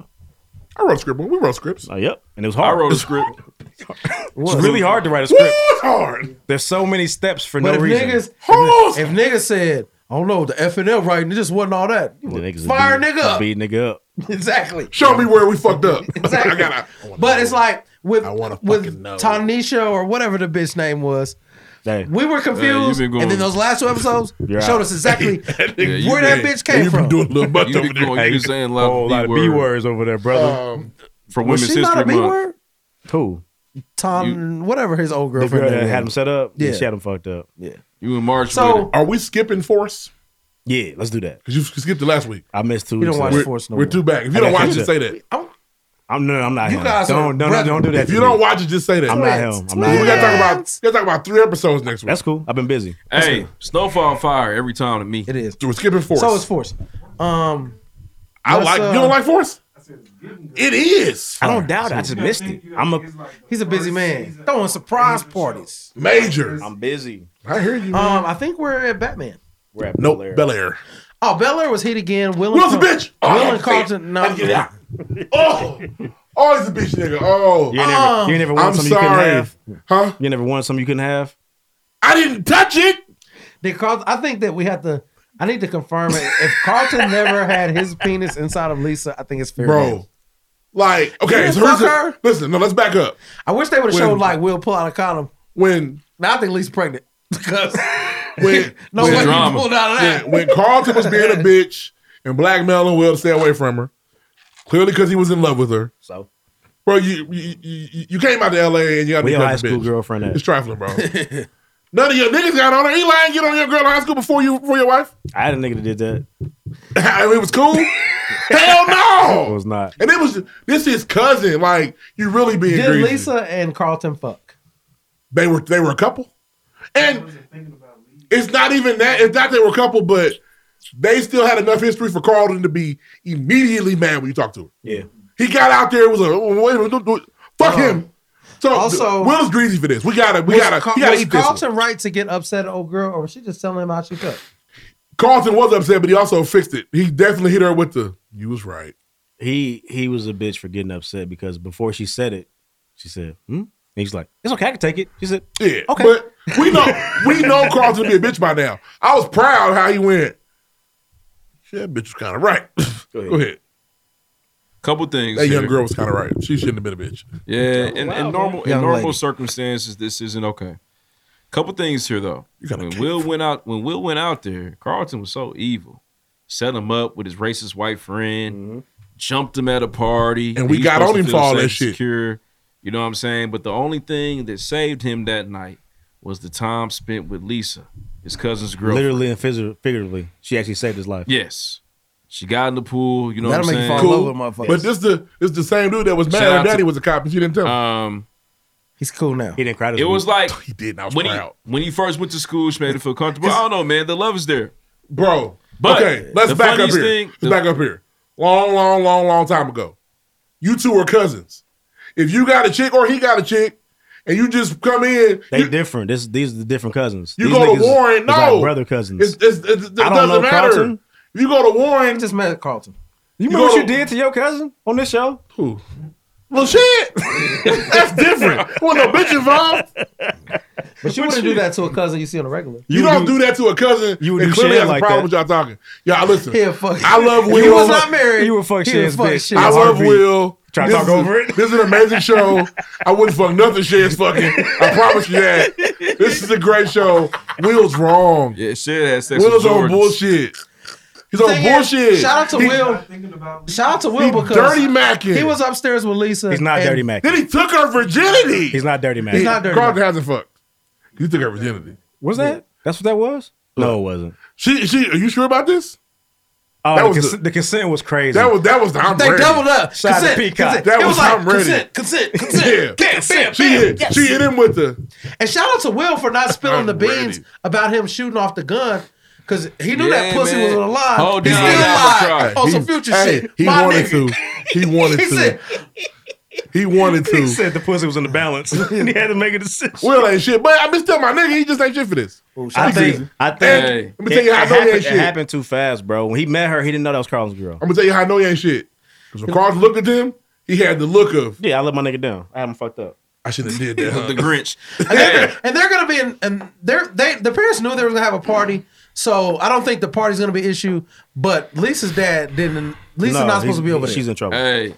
[SPEAKER 2] I wrote a script. We wrote scripts.
[SPEAKER 4] Oh, yep. And it was hard.
[SPEAKER 1] I wrote a script.
[SPEAKER 4] it's really hard to write a script.
[SPEAKER 2] hard.
[SPEAKER 4] There's so many steps for
[SPEAKER 3] But
[SPEAKER 4] no
[SPEAKER 3] if
[SPEAKER 4] reason.
[SPEAKER 3] niggas, if, if niggas said, "I don't know," the F and L writing, it just wasn't all that. You
[SPEAKER 4] The niggas
[SPEAKER 3] Fire
[SPEAKER 4] beat,
[SPEAKER 3] nigga up.
[SPEAKER 4] Beat nigga up.
[SPEAKER 3] exactly.
[SPEAKER 2] Show me where we fucked up. I gotta.
[SPEAKER 3] But it's like with with
[SPEAKER 2] know.
[SPEAKER 3] Tanisha or whatever the bitch name was. We were
[SPEAKER 2] Yeah, you
[SPEAKER 3] confused,
[SPEAKER 2] been going-
[SPEAKER 3] and then those last two episodes
[SPEAKER 2] You're
[SPEAKER 3] showed
[SPEAKER 2] out.
[SPEAKER 3] us exactly
[SPEAKER 2] Yeah, you
[SPEAKER 3] where that
[SPEAKER 2] been-
[SPEAKER 3] bitch came from.
[SPEAKER 2] doing a little butt
[SPEAKER 1] you been going, you been saying a lot,
[SPEAKER 4] Oh, a lot of B words over there, brother.
[SPEAKER 2] Um,
[SPEAKER 1] for Women's
[SPEAKER 3] was she
[SPEAKER 1] History
[SPEAKER 3] not a B
[SPEAKER 1] Month.
[SPEAKER 3] word?
[SPEAKER 4] Who?
[SPEAKER 3] Tom, whatever his old
[SPEAKER 4] The
[SPEAKER 3] girlfriend.
[SPEAKER 4] girl
[SPEAKER 3] name
[SPEAKER 4] that had
[SPEAKER 3] was.
[SPEAKER 4] him set up. Yeah.
[SPEAKER 3] Yeah.
[SPEAKER 4] She had him fucked up.
[SPEAKER 3] Yeah.
[SPEAKER 1] You and March.
[SPEAKER 3] So- with
[SPEAKER 2] Um, are we skipping Force?
[SPEAKER 4] Yeah, let's do that.
[SPEAKER 2] Because you skipped it last week.
[SPEAKER 4] I missed two.
[SPEAKER 2] You don't
[SPEAKER 4] weeks
[SPEAKER 2] watch
[SPEAKER 4] ago.
[SPEAKER 2] Force no We're more. two back. If you don't watch it, say that.
[SPEAKER 4] I'm no, I'm not.
[SPEAKER 2] You
[SPEAKER 4] him.
[SPEAKER 2] guys are
[SPEAKER 4] don't, no, no, don't do that.
[SPEAKER 2] If you
[SPEAKER 4] to
[SPEAKER 2] don't
[SPEAKER 4] me.
[SPEAKER 2] watch it, just say that.
[SPEAKER 4] I'm not him. I'm not
[SPEAKER 2] we gotta talk
[SPEAKER 4] him.
[SPEAKER 2] about. We gotta talk about three episodes next week.
[SPEAKER 4] That's cool. I've been busy.
[SPEAKER 1] Hey, Snowfall fire every time to me. It
[SPEAKER 3] is.
[SPEAKER 2] We're skipping Force.
[SPEAKER 3] So it's force. Um,
[SPEAKER 2] I
[SPEAKER 3] let's,
[SPEAKER 2] like.
[SPEAKER 3] uh,
[SPEAKER 2] you don't like Force? It is.
[SPEAKER 4] I don't doubt it. I just missed it. I'm a.
[SPEAKER 3] He's a busy man. Throwing surprise parties.
[SPEAKER 2] Major.
[SPEAKER 4] I'm busy.
[SPEAKER 2] I hear you.
[SPEAKER 3] Um, I think we're at Batman.
[SPEAKER 4] We're at
[SPEAKER 2] Nope. Bel Air.
[SPEAKER 3] Oh, Bel Air was hit again. Will
[SPEAKER 2] Will's a
[SPEAKER 3] Carl-
[SPEAKER 2] bitch. Oh,
[SPEAKER 3] Will
[SPEAKER 2] shit.
[SPEAKER 3] and Carlton. No,
[SPEAKER 2] Let's get it out. Oh, oh, he's a bitch nigga. Oh,
[SPEAKER 4] You ain't never, you ain't never won
[SPEAKER 2] I'm
[SPEAKER 4] something
[SPEAKER 2] sorry.
[SPEAKER 4] you couldn't
[SPEAKER 2] have, huh?
[SPEAKER 4] You ain't never won something you couldn't have.
[SPEAKER 2] I didn't touch it.
[SPEAKER 3] Did Carlton, I think that we have to. I need to confirm it. If Carlton never had his penis inside of Lisa, I think it's fair.
[SPEAKER 2] Bro.
[SPEAKER 3] game.
[SPEAKER 2] Like, okay,
[SPEAKER 3] Yeah,
[SPEAKER 2] so here's
[SPEAKER 3] fuck
[SPEAKER 2] the-
[SPEAKER 3] her.
[SPEAKER 2] listen, no, let's back up.
[SPEAKER 3] I wish they would have
[SPEAKER 2] When-
[SPEAKER 3] showed like Will pull out a condom.
[SPEAKER 2] When
[SPEAKER 3] now I think Lisa's pregnant because
[SPEAKER 2] When
[SPEAKER 3] no
[SPEAKER 2] when-
[SPEAKER 3] way you pulled out of that.
[SPEAKER 2] When, when Carlton was being a bitch and blackmailing Will to stay away from her, clearly because he was in love with her.
[SPEAKER 4] So,
[SPEAKER 2] bro, you you, you, you came out to L.A. and you got
[SPEAKER 4] Where
[SPEAKER 2] to
[SPEAKER 4] your high
[SPEAKER 2] high
[SPEAKER 4] school
[SPEAKER 2] bitch.
[SPEAKER 4] girlfriend at?
[SPEAKER 2] It's trifling, bro. None of your niggas got on her. Eli, ain't get on your girl in high school before you before your wife.
[SPEAKER 4] I had a nigga that did that.
[SPEAKER 2] and it was cool. Hell
[SPEAKER 4] It
[SPEAKER 2] no.
[SPEAKER 4] was not.
[SPEAKER 2] And it was this is cousin. Like you really being
[SPEAKER 3] Did
[SPEAKER 2] greasy.
[SPEAKER 3] Lisa and Carlton fuck?
[SPEAKER 2] They were they were a couple, and it's not even that. It's not they were a couple, but they still had enough history for Carlton to be immediately mad when you talk to her.
[SPEAKER 4] Yeah.
[SPEAKER 2] He got out there. It was a oh, wait, a minute, don't do it. fuck him. So
[SPEAKER 3] Uh-huh. Also-
[SPEAKER 2] also, Will's greasy for this. We gotta, we
[SPEAKER 3] was
[SPEAKER 2] gotta,
[SPEAKER 3] Ca-
[SPEAKER 2] we gotta
[SPEAKER 3] was
[SPEAKER 2] eat this. one.
[SPEAKER 3] Carlton right to get upset at old girl, or was she just telling him how she felt?
[SPEAKER 2] Carlton was upset, but he also fixed it. He definitely hit her with the "You was right."
[SPEAKER 4] He he was a bitch for getting upset because before she said it, she said, "Hmm." And he's like, "It's okay, I can take it." She said,
[SPEAKER 2] "Yeah,
[SPEAKER 4] okay."
[SPEAKER 2] But we know we know Carlton be a bitch by now. I was proud how he went. Shit, that bitch was kind of right. Go ahead.
[SPEAKER 1] Couple things.
[SPEAKER 2] That young
[SPEAKER 1] here.
[SPEAKER 2] girl was kind of right. She shouldn't have been a bitch.
[SPEAKER 1] Yeah, in, in normal in
[SPEAKER 2] Young
[SPEAKER 1] normal
[SPEAKER 2] lady.
[SPEAKER 1] circumstances, this isn't okay. Couple things here though. When Will went out, when Will went out there, Carlton was so evil. Set him up with his racist white friend, jumped him at a party,
[SPEAKER 2] Mm-hmm. And we
[SPEAKER 1] He's
[SPEAKER 2] got
[SPEAKER 1] supposed
[SPEAKER 2] on
[SPEAKER 1] to
[SPEAKER 2] him
[SPEAKER 1] feel
[SPEAKER 2] for all
[SPEAKER 1] safe
[SPEAKER 2] that
[SPEAKER 1] and
[SPEAKER 2] shit.
[SPEAKER 1] Secure, you know what I'm saying? But the only thing that saved him that night was the time spent with Lisa, his cousin's girl.
[SPEAKER 4] Literally and phys- figuratively, she actually saved his life.
[SPEAKER 1] Yes, she got in the pool. You know
[SPEAKER 4] That'll
[SPEAKER 1] what I'm
[SPEAKER 4] make you
[SPEAKER 1] saying?
[SPEAKER 4] fall in love with motherfuckers.
[SPEAKER 2] But this the this the same dude that was mad
[SPEAKER 1] Shout
[SPEAKER 2] her
[SPEAKER 1] out to-
[SPEAKER 2] daddy was a cop and she didn't tell him.
[SPEAKER 1] Um,
[SPEAKER 3] He's cool now.
[SPEAKER 4] He didn't cry.
[SPEAKER 1] It was like
[SPEAKER 2] he did. I was
[SPEAKER 1] Uh, when
[SPEAKER 2] proud.
[SPEAKER 1] He, when he first went to school, she made him feel comfortable. I don't know, man. The love is there,
[SPEAKER 2] bro.
[SPEAKER 1] But
[SPEAKER 2] okay, let's
[SPEAKER 1] the
[SPEAKER 2] back up
[SPEAKER 1] funniest
[SPEAKER 2] here.
[SPEAKER 1] thing-
[SPEAKER 2] let's back up here. Long, long, long, long time ago, you two were cousins. If you got a chick or he got a chick, and you just come in,
[SPEAKER 4] They different. This these are the different cousins.
[SPEAKER 2] You
[SPEAKER 4] These
[SPEAKER 2] go to
[SPEAKER 4] niggas is-
[SPEAKER 2] Warren.
[SPEAKER 4] is
[SPEAKER 2] No,
[SPEAKER 4] like brother cousins.
[SPEAKER 2] It's, it's, it's, it
[SPEAKER 4] I don't
[SPEAKER 2] doesn't
[SPEAKER 4] know
[SPEAKER 2] matter.
[SPEAKER 4] Carlton.
[SPEAKER 2] If you go to Warren,
[SPEAKER 3] just mad at Carlton.
[SPEAKER 4] You
[SPEAKER 2] remember
[SPEAKER 4] what you did to your cousin on this show?
[SPEAKER 2] Who? Well, shit. That's different. Well, no bitch involved.
[SPEAKER 3] But you wouldn't do that to a cousin you see on a regular.
[SPEAKER 2] You, don't do, that to a cousin. You
[SPEAKER 3] would
[SPEAKER 2] and
[SPEAKER 3] do
[SPEAKER 2] clearly
[SPEAKER 3] shit
[SPEAKER 2] that's
[SPEAKER 3] like
[SPEAKER 2] a problem
[SPEAKER 3] that.
[SPEAKER 2] with y'all talking. Y'all listen.
[SPEAKER 3] He'll fuck-
[SPEAKER 2] I love
[SPEAKER 3] If
[SPEAKER 2] Will.
[SPEAKER 3] he was not married, he would fuck he would Shay's fuck bitch. Shay.
[SPEAKER 2] I love
[SPEAKER 3] Heartbeat.
[SPEAKER 2] Will.
[SPEAKER 4] Try to
[SPEAKER 2] This
[SPEAKER 4] talk
[SPEAKER 2] is a-
[SPEAKER 4] over it?
[SPEAKER 2] This is an amazing show. I wouldn't fuck nothing Shay's fucking. I promise you that. This is a great show. Will's wrong.
[SPEAKER 1] Yeah, shit has sex.
[SPEAKER 2] Will's
[SPEAKER 1] with
[SPEAKER 2] on
[SPEAKER 1] Jordans.
[SPEAKER 2] bullshit. He's on
[SPEAKER 3] Thing is,
[SPEAKER 2] bullshit.
[SPEAKER 3] Shout out to
[SPEAKER 2] He-
[SPEAKER 3] Will. Shout out to
[SPEAKER 2] He
[SPEAKER 3] Will because
[SPEAKER 2] dirty macking.
[SPEAKER 3] He was upstairs with Lisa.
[SPEAKER 4] He's not
[SPEAKER 3] and-
[SPEAKER 4] dirty Mac.
[SPEAKER 2] Then he took her virginity.
[SPEAKER 4] He's not dirty Mac.
[SPEAKER 2] He's not dirty. Carlton hasn't fucked. He took her virginity.
[SPEAKER 4] Was that? That's what that was? No, it wasn't.
[SPEAKER 2] She she are you sure about this?
[SPEAKER 4] Oh,
[SPEAKER 2] That
[SPEAKER 4] the,
[SPEAKER 2] was
[SPEAKER 4] cons-
[SPEAKER 2] the-
[SPEAKER 4] the consent was crazy.
[SPEAKER 2] That was that was the I'm
[SPEAKER 4] They
[SPEAKER 2] ready.
[SPEAKER 4] doubled up. Shout out to
[SPEAKER 2] Consent,
[SPEAKER 4] Peacock.
[SPEAKER 2] consent. That
[SPEAKER 4] That was
[SPEAKER 2] was
[SPEAKER 4] like,
[SPEAKER 2] I'm ready.
[SPEAKER 3] Consent, consent,
[SPEAKER 2] Yeah.
[SPEAKER 3] consent. Consent,
[SPEAKER 2] She
[SPEAKER 3] bam,
[SPEAKER 2] hit
[SPEAKER 3] yes.
[SPEAKER 2] she hit him with the
[SPEAKER 3] And shout out to Will for not spilling the beans about him shooting off the gun. Cause he knew
[SPEAKER 1] Yeah,
[SPEAKER 3] that pussy
[SPEAKER 1] man.
[SPEAKER 3] was a lie.
[SPEAKER 1] Hold
[SPEAKER 3] he
[SPEAKER 1] down,
[SPEAKER 3] still
[SPEAKER 1] down,
[SPEAKER 3] lied
[SPEAKER 1] try.
[SPEAKER 3] on
[SPEAKER 2] He-
[SPEAKER 3] some future
[SPEAKER 2] hey,
[SPEAKER 3] shit.
[SPEAKER 2] He
[SPEAKER 3] My
[SPEAKER 2] wanted
[SPEAKER 3] nigga.
[SPEAKER 2] to. He wanted
[SPEAKER 3] He
[SPEAKER 2] to.
[SPEAKER 3] said-
[SPEAKER 2] he wanted to.
[SPEAKER 4] He said the pussy was in the balance. and he had to make a decision.
[SPEAKER 2] Will ain't shit. But I'm just telling my nigga, he just ain't shit for this.
[SPEAKER 4] Oh, I
[SPEAKER 2] He
[SPEAKER 4] think.
[SPEAKER 2] greasy.
[SPEAKER 4] I think.
[SPEAKER 2] And let me tell you how I
[SPEAKER 4] it
[SPEAKER 2] know he
[SPEAKER 4] happened,
[SPEAKER 2] ain't
[SPEAKER 4] it
[SPEAKER 2] shit.
[SPEAKER 4] happened too fast, bro. When he met her, he didn't know that was Carlton's girl.
[SPEAKER 2] I'm gonna tell you how I know he ain't shit. Because when Carlton looked at him, he had the look of
[SPEAKER 4] Yeah, I let my nigga down. I had him fucked up.
[SPEAKER 2] I should have did that. huh?
[SPEAKER 1] the Grinch.
[SPEAKER 3] And they're, and they're gonna be in and they're they the parents knew they were gonna have a party. So I don't think the party's gonna be an issue. But Lisa's dad didn't Lisa's
[SPEAKER 4] No,
[SPEAKER 3] not supposed
[SPEAKER 4] he's-
[SPEAKER 3] to be over there.
[SPEAKER 4] she's in trouble.
[SPEAKER 1] Hey,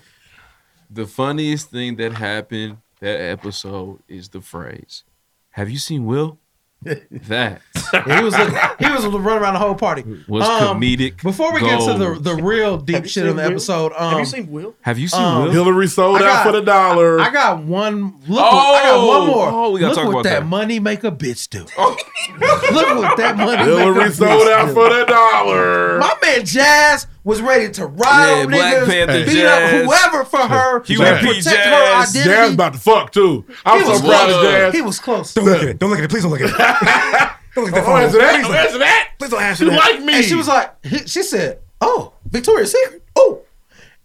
[SPEAKER 1] the funniest thing that happened that episode is the phrase, "Have you seen Will?" that
[SPEAKER 3] he was he was running around the whole party.
[SPEAKER 1] was
[SPEAKER 3] Um,
[SPEAKER 1] comedic.
[SPEAKER 3] Before we get to the
[SPEAKER 1] gold.
[SPEAKER 3] the real deep shit
[SPEAKER 4] seen
[SPEAKER 3] in the
[SPEAKER 4] Will?
[SPEAKER 3] episode, um,
[SPEAKER 4] Have you seen Will?
[SPEAKER 1] have you seen
[SPEAKER 3] um,
[SPEAKER 1] Will?
[SPEAKER 2] Hillary sold
[SPEAKER 3] I
[SPEAKER 2] out
[SPEAKER 3] got-
[SPEAKER 2] for the dollar.
[SPEAKER 3] I got one. Look, what- I got one more.
[SPEAKER 1] Oh, we gotta
[SPEAKER 3] look
[SPEAKER 1] talk
[SPEAKER 3] what
[SPEAKER 1] about
[SPEAKER 3] that,
[SPEAKER 1] that. Oh.
[SPEAKER 3] money make a bitch do. look what that money make a
[SPEAKER 2] Hillary
[SPEAKER 3] bitch
[SPEAKER 2] sold out
[SPEAKER 3] do.
[SPEAKER 2] for the dollar.
[SPEAKER 3] My man Jazz was ready to ride
[SPEAKER 1] Yeah,
[SPEAKER 3] on
[SPEAKER 1] Black
[SPEAKER 3] niggas,
[SPEAKER 1] Panther
[SPEAKER 3] beat
[SPEAKER 1] Jazz.
[SPEAKER 3] up whoever for her,
[SPEAKER 1] Huey
[SPEAKER 3] to
[SPEAKER 1] P.
[SPEAKER 3] protect her
[SPEAKER 1] Jazz.
[SPEAKER 3] identity.
[SPEAKER 2] Jazz about to fuck too. I'm
[SPEAKER 3] He was
[SPEAKER 2] so proud of
[SPEAKER 3] close.
[SPEAKER 2] Jazz.
[SPEAKER 3] He was close.
[SPEAKER 4] Don't look at it. Don't look at it. Please don't look at it. don't look at Oh, that
[SPEAKER 2] Don't answer that. Don't
[SPEAKER 4] Please,
[SPEAKER 2] answer that.
[SPEAKER 4] please don't answer
[SPEAKER 2] You
[SPEAKER 4] that.
[SPEAKER 2] like me?
[SPEAKER 3] And she was like, he- she said, "Oh, Victoria's Secret." Oh,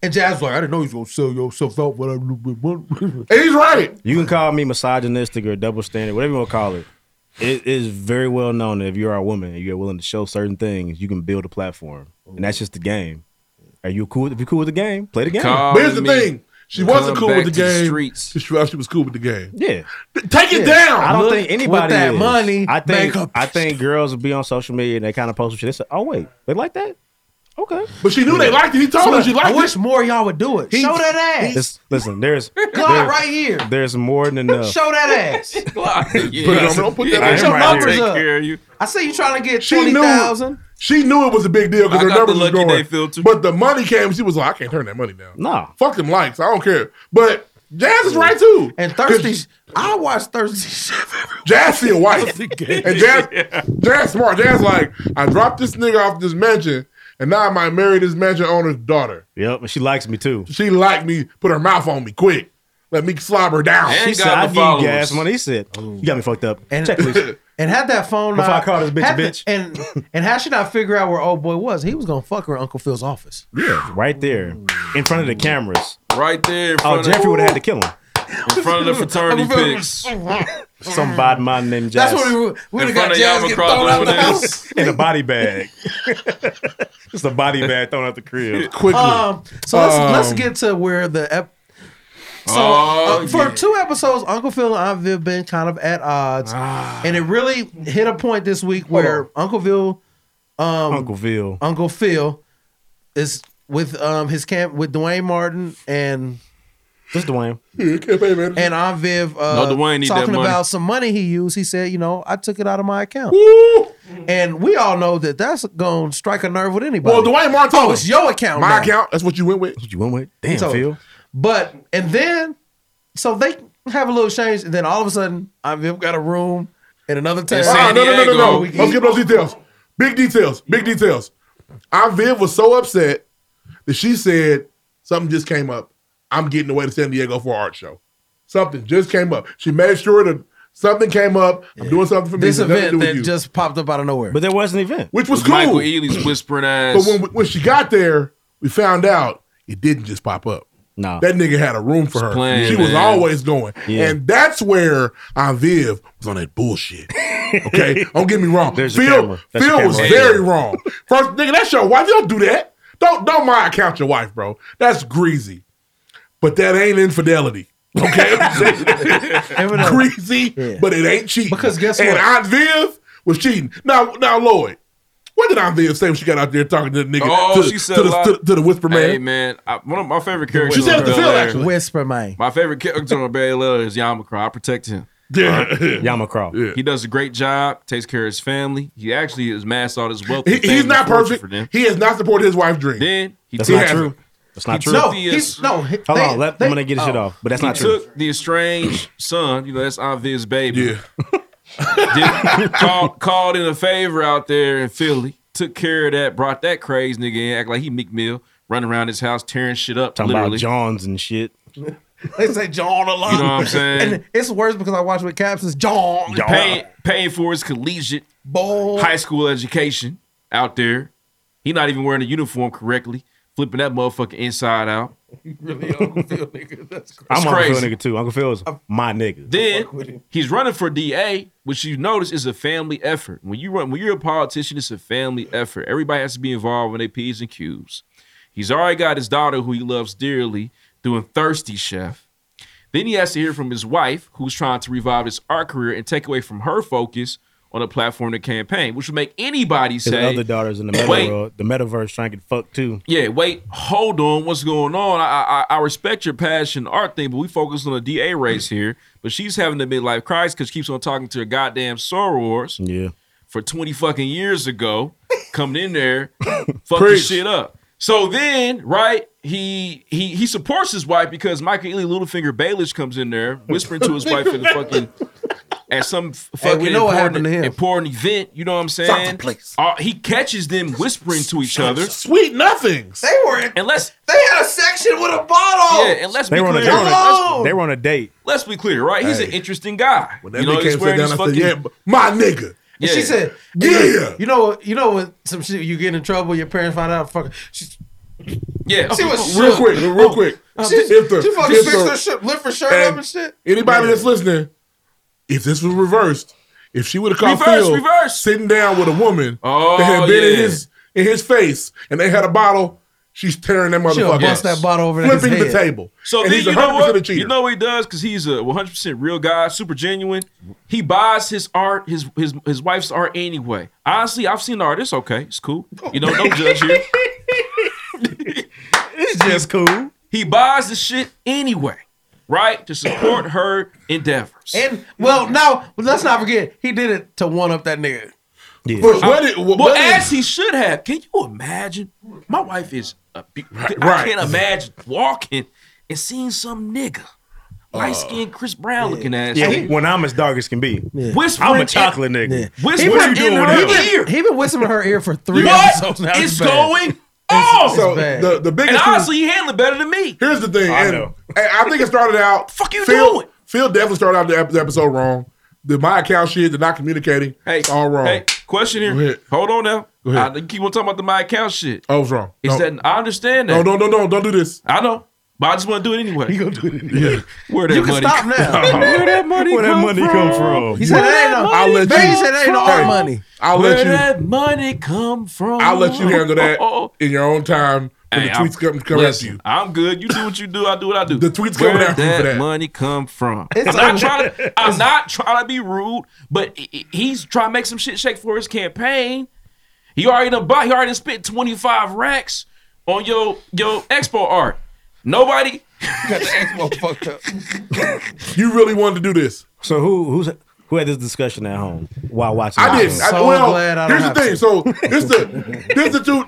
[SPEAKER 3] and Jazz was like, "I didn't know you was gonna sell yourself out, but I knew with money."
[SPEAKER 2] and he's right.
[SPEAKER 4] You can call me misogynistic or double standard, whatever you want to call it. It is very well known that if you are a woman and you're willing to show certain things, you can build a platform, and that's just the game. Are you cool? With, if you cool with the game, play the game.
[SPEAKER 1] Call
[SPEAKER 2] But here's the
[SPEAKER 1] Oh, me.
[SPEAKER 2] thing. She wasn't
[SPEAKER 1] Come
[SPEAKER 2] cool
[SPEAKER 1] back
[SPEAKER 2] with the
[SPEAKER 1] to the
[SPEAKER 2] game.
[SPEAKER 1] streets.
[SPEAKER 2] She she was cool with the game.
[SPEAKER 4] yeah,
[SPEAKER 2] Take it
[SPEAKER 4] I
[SPEAKER 2] down.
[SPEAKER 4] don't
[SPEAKER 3] Look
[SPEAKER 4] think
[SPEAKER 3] with
[SPEAKER 4] anybody
[SPEAKER 3] that
[SPEAKER 4] is.
[SPEAKER 3] money,
[SPEAKER 4] I think
[SPEAKER 3] make a-
[SPEAKER 4] I think girls will be on social media and they kind of post some shit. They say, "Oh wait, they like that? Okay."
[SPEAKER 2] But she knew they liked it. He told her she
[SPEAKER 3] I
[SPEAKER 2] liked
[SPEAKER 3] wish
[SPEAKER 2] it.
[SPEAKER 3] more of y'all would do it. Show that ass.
[SPEAKER 4] It's- listen, there's
[SPEAKER 3] God,
[SPEAKER 4] there-
[SPEAKER 3] right here.
[SPEAKER 4] there's more than enough.
[SPEAKER 3] Show that ass.
[SPEAKER 2] Put it on, don't put that
[SPEAKER 1] I
[SPEAKER 2] on.
[SPEAKER 1] am
[SPEAKER 3] your
[SPEAKER 1] right
[SPEAKER 3] numbers
[SPEAKER 1] here. Take
[SPEAKER 3] up.
[SPEAKER 1] care of you.
[SPEAKER 3] I see you trying to get
[SPEAKER 2] She knew.
[SPEAKER 3] twenty thousand.
[SPEAKER 2] She knew it was a big deal because
[SPEAKER 1] I
[SPEAKER 2] her
[SPEAKER 1] got the
[SPEAKER 2] numbers was
[SPEAKER 1] lucky day
[SPEAKER 2] going.
[SPEAKER 1] filter.
[SPEAKER 2] But the money came. She was like, I can't turn that money down.
[SPEAKER 4] Nah,
[SPEAKER 2] Fuck them likes. I don't care. But Jazz is right too.
[SPEAKER 3] And
[SPEAKER 2] 'Cause
[SPEAKER 3] thirsty, I watch thirsty chef every
[SPEAKER 2] Jazz still white. and Jazz, Jazz smart. Jazz like, I dropped this nigga off this mansion, and now I might marry this mansion owner's daughter.
[SPEAKER 4] yep, and she likes me too.
[SPEAKER 2] She liked me, put her mouth on me quick. Let me slob her down.
[SPEAKER 1] And-
[SPEAKER 4] She
[SPEAKER 1] Ain't
[SPEAKER 4] said,
[SPEAKER 1] got no
[SPEAKER 4] "I give you
[SPEAKER 1] followers.
[SPEAKER 4] gas money." He said, "You got me fucked up."
[SPEAKER 3] And-
[SPEAKER 4] Check, please.
[SPEAKER 3] And had that phone.
[SPEAKER 4] Before
[SPEAKER 3] not-
[SPEAKER 4] I call this bitch a
[SPEAKER 3] had the-
[SPEAKER 4] bitch.
[SPEAKER 3] And and had she not figure out where old boy was, he was gonna fuck her in Uncle Phil's office.
[SPEAKER 4] right there in front of the cameras.
[SPEAKER 1] Right there in
[SPEAKER 4] Oh,
[SPEAKER 1] front
[SPEAKER 4] Jeffrey
[SPEAKER 1] of
[SPEAKER 4] would have had to kill him.
[SPEAKER 1] In front of the fraternity pics.
[SPEAKER 4] Some bad man named Jazz.
[SPEAKER 1] That's what we would- we
[SPEAKER 4] In
[SPEAKER 1] would've
[SPEAKER 4] front
[SPEAKER 1] got
[SPEAKER 4] of
[SPEAKER 1] Jazz
[SPEAKER 4] Yama
[SPEAKER 1] get
[SPEAKER 4] Crawford
[SPEAKER 1] thrown out the
[SPEAKER 4] with
[SPEAKER 1] house.
[SPEAKER 4] this- in a body bag. Just a body bag thrown out the crib
[SPEAKER 3] Um, so let's let's get to where the ep- so
[SPEAKER 4] Oh,
[SPEAKER 3] uh, for
[SPEAKER 4] yeah.
[SPEAKER 3] two episodes, Uncle Phil and Aunt Viv been kind of at odds, and it really hit a point this week where Uncle Phil, um,
[SPEAKER 4] Uncle Phil,
[SPEAKER 3] Uncle Phil, is with um his camp with Dwayne Martin and
[SPEAKER 4] just Dwayne
[SPEAKER 3] and Aunt Viv uh,
[SPEAKER 1] No, Dwayne need that
[SPEAKER 3] talking
[SPEAKER 1] money.
[SPEAKER 3] about some money he used. He said, you know, I took it out of my account, and we all know that that's gonna strike a nerve with anybody.
[SPEAKER 2] Well, Dwayne Martin told
[SPEAKER 3] oh,
[SPEAKER 2] him.
[SPEAKER 3] it's your account,
[SPEAKER 2] My
[SPEAKER 3] now.
[SPEAKER 2] account. That's what you went with.
[SPEAKER 4] That's what you went with.
[SPEAKER 3] He
[SPEAKER 4] Damn,
[SPEAKER 3] told
[SPEAKER 4] Phil.
[SPEAKER 3] him. But and then so they have a little change, and then all of a sudden, Aunt Viv got a room in another town.
[SPEAKER 2] Ah, no, no, no, no, no. Let's get those details. Big details. Big details. Our Viv was so upset that she said something just came up. I'm getting away to San Diego for an art show. Something just came up. She made sure that something came up. I'm doing something for me.
[SPEAKER 3] This
[SPEAKER 2] It has nothing to do
[SPEAKER 3] event
[SPEAKER 2] with
[SPEAKER 3] that
[SPEAKER 2] you.
[SPEAKER 3] just popped up out of nowhere.
[SPEAKER 4] But there was an event,
[SPEAKER 2] which was
[SPEAKER 1] With Michael
[SPEAKER 2] cool.
[SPEAKER 1] Ealy's whispering ass.
[SPEAKER 2] But when, when she got there, we found out it didn't just pop up.
[SPEAKER 4] No.
[SPEAKER 2] That nigga had a room for her.
[SPEAKER 1] playing,
[SPEAKER 2] she was
[SPEAKER 1] man.
[SPEAKER 2] always going.
[SPEAKER 1] Yeah.
[SPEAKER 2] And that's where Aunt Viv was on that bullshit. Okay? don't get me wrong.
[SPEAKER 4] There's your
[SPEAKER 2] Phil,
[SPEAKER 4] camera. That's your
[SPEAKER 2] Phil was
[SPEAKER 4] camera.
[SPEAKER 2] very wrong. First, nigga, that's your wife. You don't do that. Don't don't mind count your wife, bro. That's greasy. But that ain't infidelity. Okay? greasy, but it ain't cheating. Because guess and
[SPEAKER 3] what?
[SPEAKER 2] Aunt Viv was cheating. Now, now, Lloyd. What did Aunt Viv say when she got out there talking to the nigga?
[SPEAKER 1] Oh,
[SPEAKER 2] to,
[SPEAKER 1] she
[SPEAKER 2] the-
[SPEAKER 1] said
[SPEAKER 2] to
[SPEAKER 1] a
[SPEAKER 2] the,
[SPEAKER 1] lot.
[SPEAKER 2] to, the- to the whisper man.
[SPEAKER 1] Hey man, I, one of my favorite characters.
[SPEAKER 2] She
[SPEAKER 1] on
[SPEAKER 2] said it to
[SPEAKER 1] Bel
[SPEAKER 2] Phil,
[SPEAKER 1] Air-
[SPEAKER 2] actually.
[SPEAKER 3] Whisper man.
[SPEAKER 1] My favorite character on Bel Air is Yamakra. I protect him.
[SPEAKER 2] Yeah.
[SPEAKER 4] Yamakra.
[SPEAKER 1] He does a great job. Takes care of his family. He actually has massed all his wealth.
[SPEAKER 2] He-
[SPEAKER 1] and fame
[SPEAKER 2] he's
[SPEAKER 1] and
[SPEAKER 2] not
[SPEAKER 1] fortune
[SPEAKER 2] perfect.
[SPEAKER 1] For them.
[SPEAKER 2] He has not supported his wife's dream.
[SPEAKER 1] Then he
[SPEAKER 4] That's
[SPEAKER 1] took-
[SPEAKER 4] not true. That's not
[SPEAKER 1] He
[SPEAKER 4] true.
[SPEAKER 1] took
[SPEAKER 4] No,
[SPEAKER 1] the-
[SPEAKER 4] he's- no, he- Hold on, they- let- I'm they- gonna get
[SPEAKER 3] oh,
[SPEAKER 4] his shit off, but that's
[SPEAKER 1] he
[SPEAKER 4] not true.
[SPEAKER 1] Took the estranged son. You know that's Aunt Viv's baby. Yeah. called, called in a favor out there in Philly. Took care of that. Brought that crazy nigga in. Act like he Meek Mill. Running around his house tearing shit up.
[SPEAKER 4] Talking
[SPEAKER 1] literally.
[SPEAKER 4] about Johns and shit.
[SPEAKER 3] They say John a lot.
[SPEAKER 1] You know what I'm saying?
[SPEAKER 3] And it's worse because I watch with captions. John.
[SPEAKER 1] paying, paying for his collegiate high school education out there. He not even wearing a uniform correctly, flipping that motherfucker inside out.
[SPEAKER 4] I'm
[SPEAKER 1] It's
[SPEAKER 4] Uncle Phil
[SPEAKER 1] crazy. Uh,
[SPEAKER 4] nigga too. Uncle Phil is my nigga.
[SPEAKER 1] Then he's running for DA, which you notice is a family effort. When you run, when you're a politician, it's a family effort. Everybody has to be involved in their P's and Q's. He's already got his daughter, who he loves dearly, doing Thirsty Chef. Then he has to hear from his wife, who's trying to revive his art career and take away from her focus on a platform to campaign, which would make anybody
[SPEAKER 4] His
[SPEAKER 1] say,
[SPEAKER 4] other daughters in the meta
[SPEAKER 1] Wait.
[SPEAKER 4] world, the metaverse trying to get fucked too.
[SPEAKER 1] yeah, wait, hold on. What's going on? I, I I respect your passion art thing, but we focus on the DA race here. But she's having a midlife crisis because she keeps on talking to her goddamn sorors
[SPEAKER 4] Yeah.
[SPEAKER 1] for 20 fucking years ago, coming in there, fucking shit up. So then, right, he he he supports his wife because Michael Ely Littlefinger Baelish comes in there whispering to his wife in the fucking at some f-
[SPEAKER 3] Hey,
[SPEAKER 1] fucking
[SPEAKER 3] we know what
[SPEAKER 1] important,
[SPEAKER 3] happened to him.
[SPEAKER 1] important event. You know what I'm saying? Uh, he catches them whispering to each other.
[SPEAKER 2] Sweet nothings.
[SPEAKER 3] They were
[SPEAKER 1] unless
[SPEAKER 3] they had a section with a bottle.
[SPEAKER 1] Yeah, and let's
[SPEAKER 4] They
[SPEAKER 1] be
[SPEAKER 4] were on a
[SPEAKER 1] clear.
[SPEAKER 4] they were on
[SPEAKER 1] Let's,
[SPEAKER 4] a- they were on a date.
[SPEAKER 1] let's be clear, right? He's an interesting guy.
[SPEAKER 2] That
[SPEAKER 1] you know,
[SPEAKER 2] nigga
[SPEAKER 1] he's
[SPEAKER 2] came sit
[SPEAKER 1] wearing
[SPEAKER 2] down.
[SPEAKER 1] his
[SPEAKER 2] I
[SPEAKER 1] fucking.
[SPEAKER 2] said, yeah, b- my nigga.
[SPEAKER 3] And she said,
[SPEAKER 2] yeah.
[SPEAKER 3] You know, you know when some shit you get in trouble, your parents find out. Fuck, she's
[SPEAKER 1] Yeah.
[SPEAKER 3] She was
[SPEAKER 2] real
[SPEAKER 3] shook. Uh,
[SPEAKER 2] quick, real quick.
[SPEAKER 3] she,
[SPEAKER 2] If the-
[SPEAKER 3] she fucking
[SPEAKER 2] if
[SPEAKER 3] fixed
[SPEAKER 2] the-
[SPEAKER 3] her shit, lift her shirt
[SPEAKER 2] and
[SPEAKER 3] up and shit.
[SPEAKER 2] Anybody that's listening, if this was reversed, if she would have caught
[SPEAKER 3] Reverse,
[SPEAKER 2] Phil
[SPEAKER 1] reverse.
[SPEAKER 2] sitting down with a woman
[SPEAKER 1] Oh,
[SPEAKER 2] that had been in
[SPEAKER 1] yeah.
[SPEAKER 2] his in his face and they had a bottle, she's tearing that
[SPEAKER 3] She'll
[SPEAKER 2] motherfucker.
[SPEAKER 3] bust that bottle over his
[SPEAKER 2] flipping
[SPEAKER 3] head.
[SPEAKER 2] the table.
[SPEAKER 1] So
[SPEAKER 2] and
[SPEAKER 1] then
[SPEAKER 2] he's
[SPEAKER 1] you know
[SPEAKER 2] 100% a
[SPEAKER 1] what?
[SPEAKER 2] cheater.
[SPEAKER 1] You know what he does because he's a 100 percent real guy, super genuine. He buys his art, his his his wife's art anyway. Honestly, I've seen the art. It's okay. It's cool. You know, don't judge here.
[SPEAKER 4] it's just cool.
[SPEAKER 1] He buys the shit anyway, right? To support her endeavors.
[SPEAKER 3] And well, now let's not forget he did it to one up that nigga.
[SPEAKER 4] Yeah.
[SPEAKER 2] But what it- what-
[SPEAKER 1] well,
[SPEAKER 2] what it-
[SPEAKER 1] as he should have. Can you imagine? My wife is. A, be- I
[SPEAKER 2] right.
[SPEAKER 1] can't imagine walking and seeing some nigga,
[SPEAKER 2] Uh,
[SPEAKER 1] light skinned Chris Brown looking ass.
[SPEAKER 4] Yeah, when I'm as dark as can be.
[SPEAKER 1] Whispering
[SPEAKER 4] I'm a
[SPEAKER 1] in-
[SPEAKER 4] chocolate nigga.
[SPEAKER 1] Yeah.
[SPEAKER 4] What
[SPEAKER 1] Whispering
[SPEAKER 4] are you
[SPEAKER 1] in
[SPEAKER 4] doing
[SPEAKER 1] her
[SPEAKER 4] with
[SPEAKER 1] ear.
[SPEAKER 4] him?
[SPEAKER 3] He been whistling in her ear for three
[SPEAKER 1] What
[SPEAKER 3] episodes now.
[SPEAKER 1] is
[SPEAKER 3] bad.
[SPEAKER 1] going on?
[SPEAKER 2] So the, the biggest
[SPEAKER 1] and honestly, he handled it better than me.
[SPEAKER 2] Here's the thing.
[SPEAKER 1] I
[SPEAKER 2] and-
[SPEAKER 1] know.
[SPEAKER 2] and I think it started out. Fuck
[SPEAKER 1] you
[SPEAKER 2] Phil,
[SPEAKER 1] doing?
[SPEAKER 2] Phil definitely started out the ep- episode wrong. The my account shit, they're not communicating.
[SPEAKER 1] Hey,
[SPEAKER 2] it's all wrong.
[SPEAKER 1] Hey, question here. Hold on now.
[SPEAKER 2] Go ahead.
[SPEAKER 1] I keep on talking about the my account shit.
[SPEAKER 2] I was wrong.
[SPEAKER 1] Is
[SPEAKER 2] No.
[SPEAKER 1] that I understand that?
[SPEAKER 2] No, no, no, no, don't do this.
[SPEAKER 1] I know. But I just want to do it anyway. You
[SPEAKER 3] gonna do it anyway?
[SPEAKER 1] Where that
[SPEAKER 3] You can
[SPEAKER 1] money?
[SPEAKER 3] stop now. Where that money Where that come money come from? from?
[SPEAKER 1] He
[SPEAKER 3] He said, "That ain't no-
[SPEAKER 2] I'll let
[SPEAKER 3] Man,
[SPEAKER 2] you.
[SPEAKER 3] he said that ain't no
[SPEAKER 2] Hey,
[SPEAKER 3] art money.
[SPEAKER 2] I'll
[SPEAKER 1] Where
[SPEAKER 2] let you.
[SPEAKER 1] that money come from?
[SPEAKER 2] I'll let you handle
[SPEAKER 1] Oh,
[SPEAKER 2] that in your own time when the tweets come, come after you.
[SPEAKER 1] I'm good. You do what you do. I do what I do. The
[SPEAKER 2] tweets
[SPEAKER 1] Where
[SPEAKER 2] coming after you
[SPEAKER 1] that
[SPEAKER 2] for that.
[SPEAKER 1] money come from? I'm not trying to. I'm not trying to be rude, but i- i- he's trying to make some shit shake for his campaign. He already done bought. He already done spent twenty five racks on your your expo art. Nobody got the expo fucked up.
[SPEAKER 2] You really wanted to do this.
[SPEAKER 4] So who who's who had this discussion at home while watching?
[SPEAKER 2] I
[SPEAKER 4] the
[SPEAKER 2] didn't.
[SPEAKER 4] show?
[SPEAKER 2] I, well, here's the thing. So this the this the two.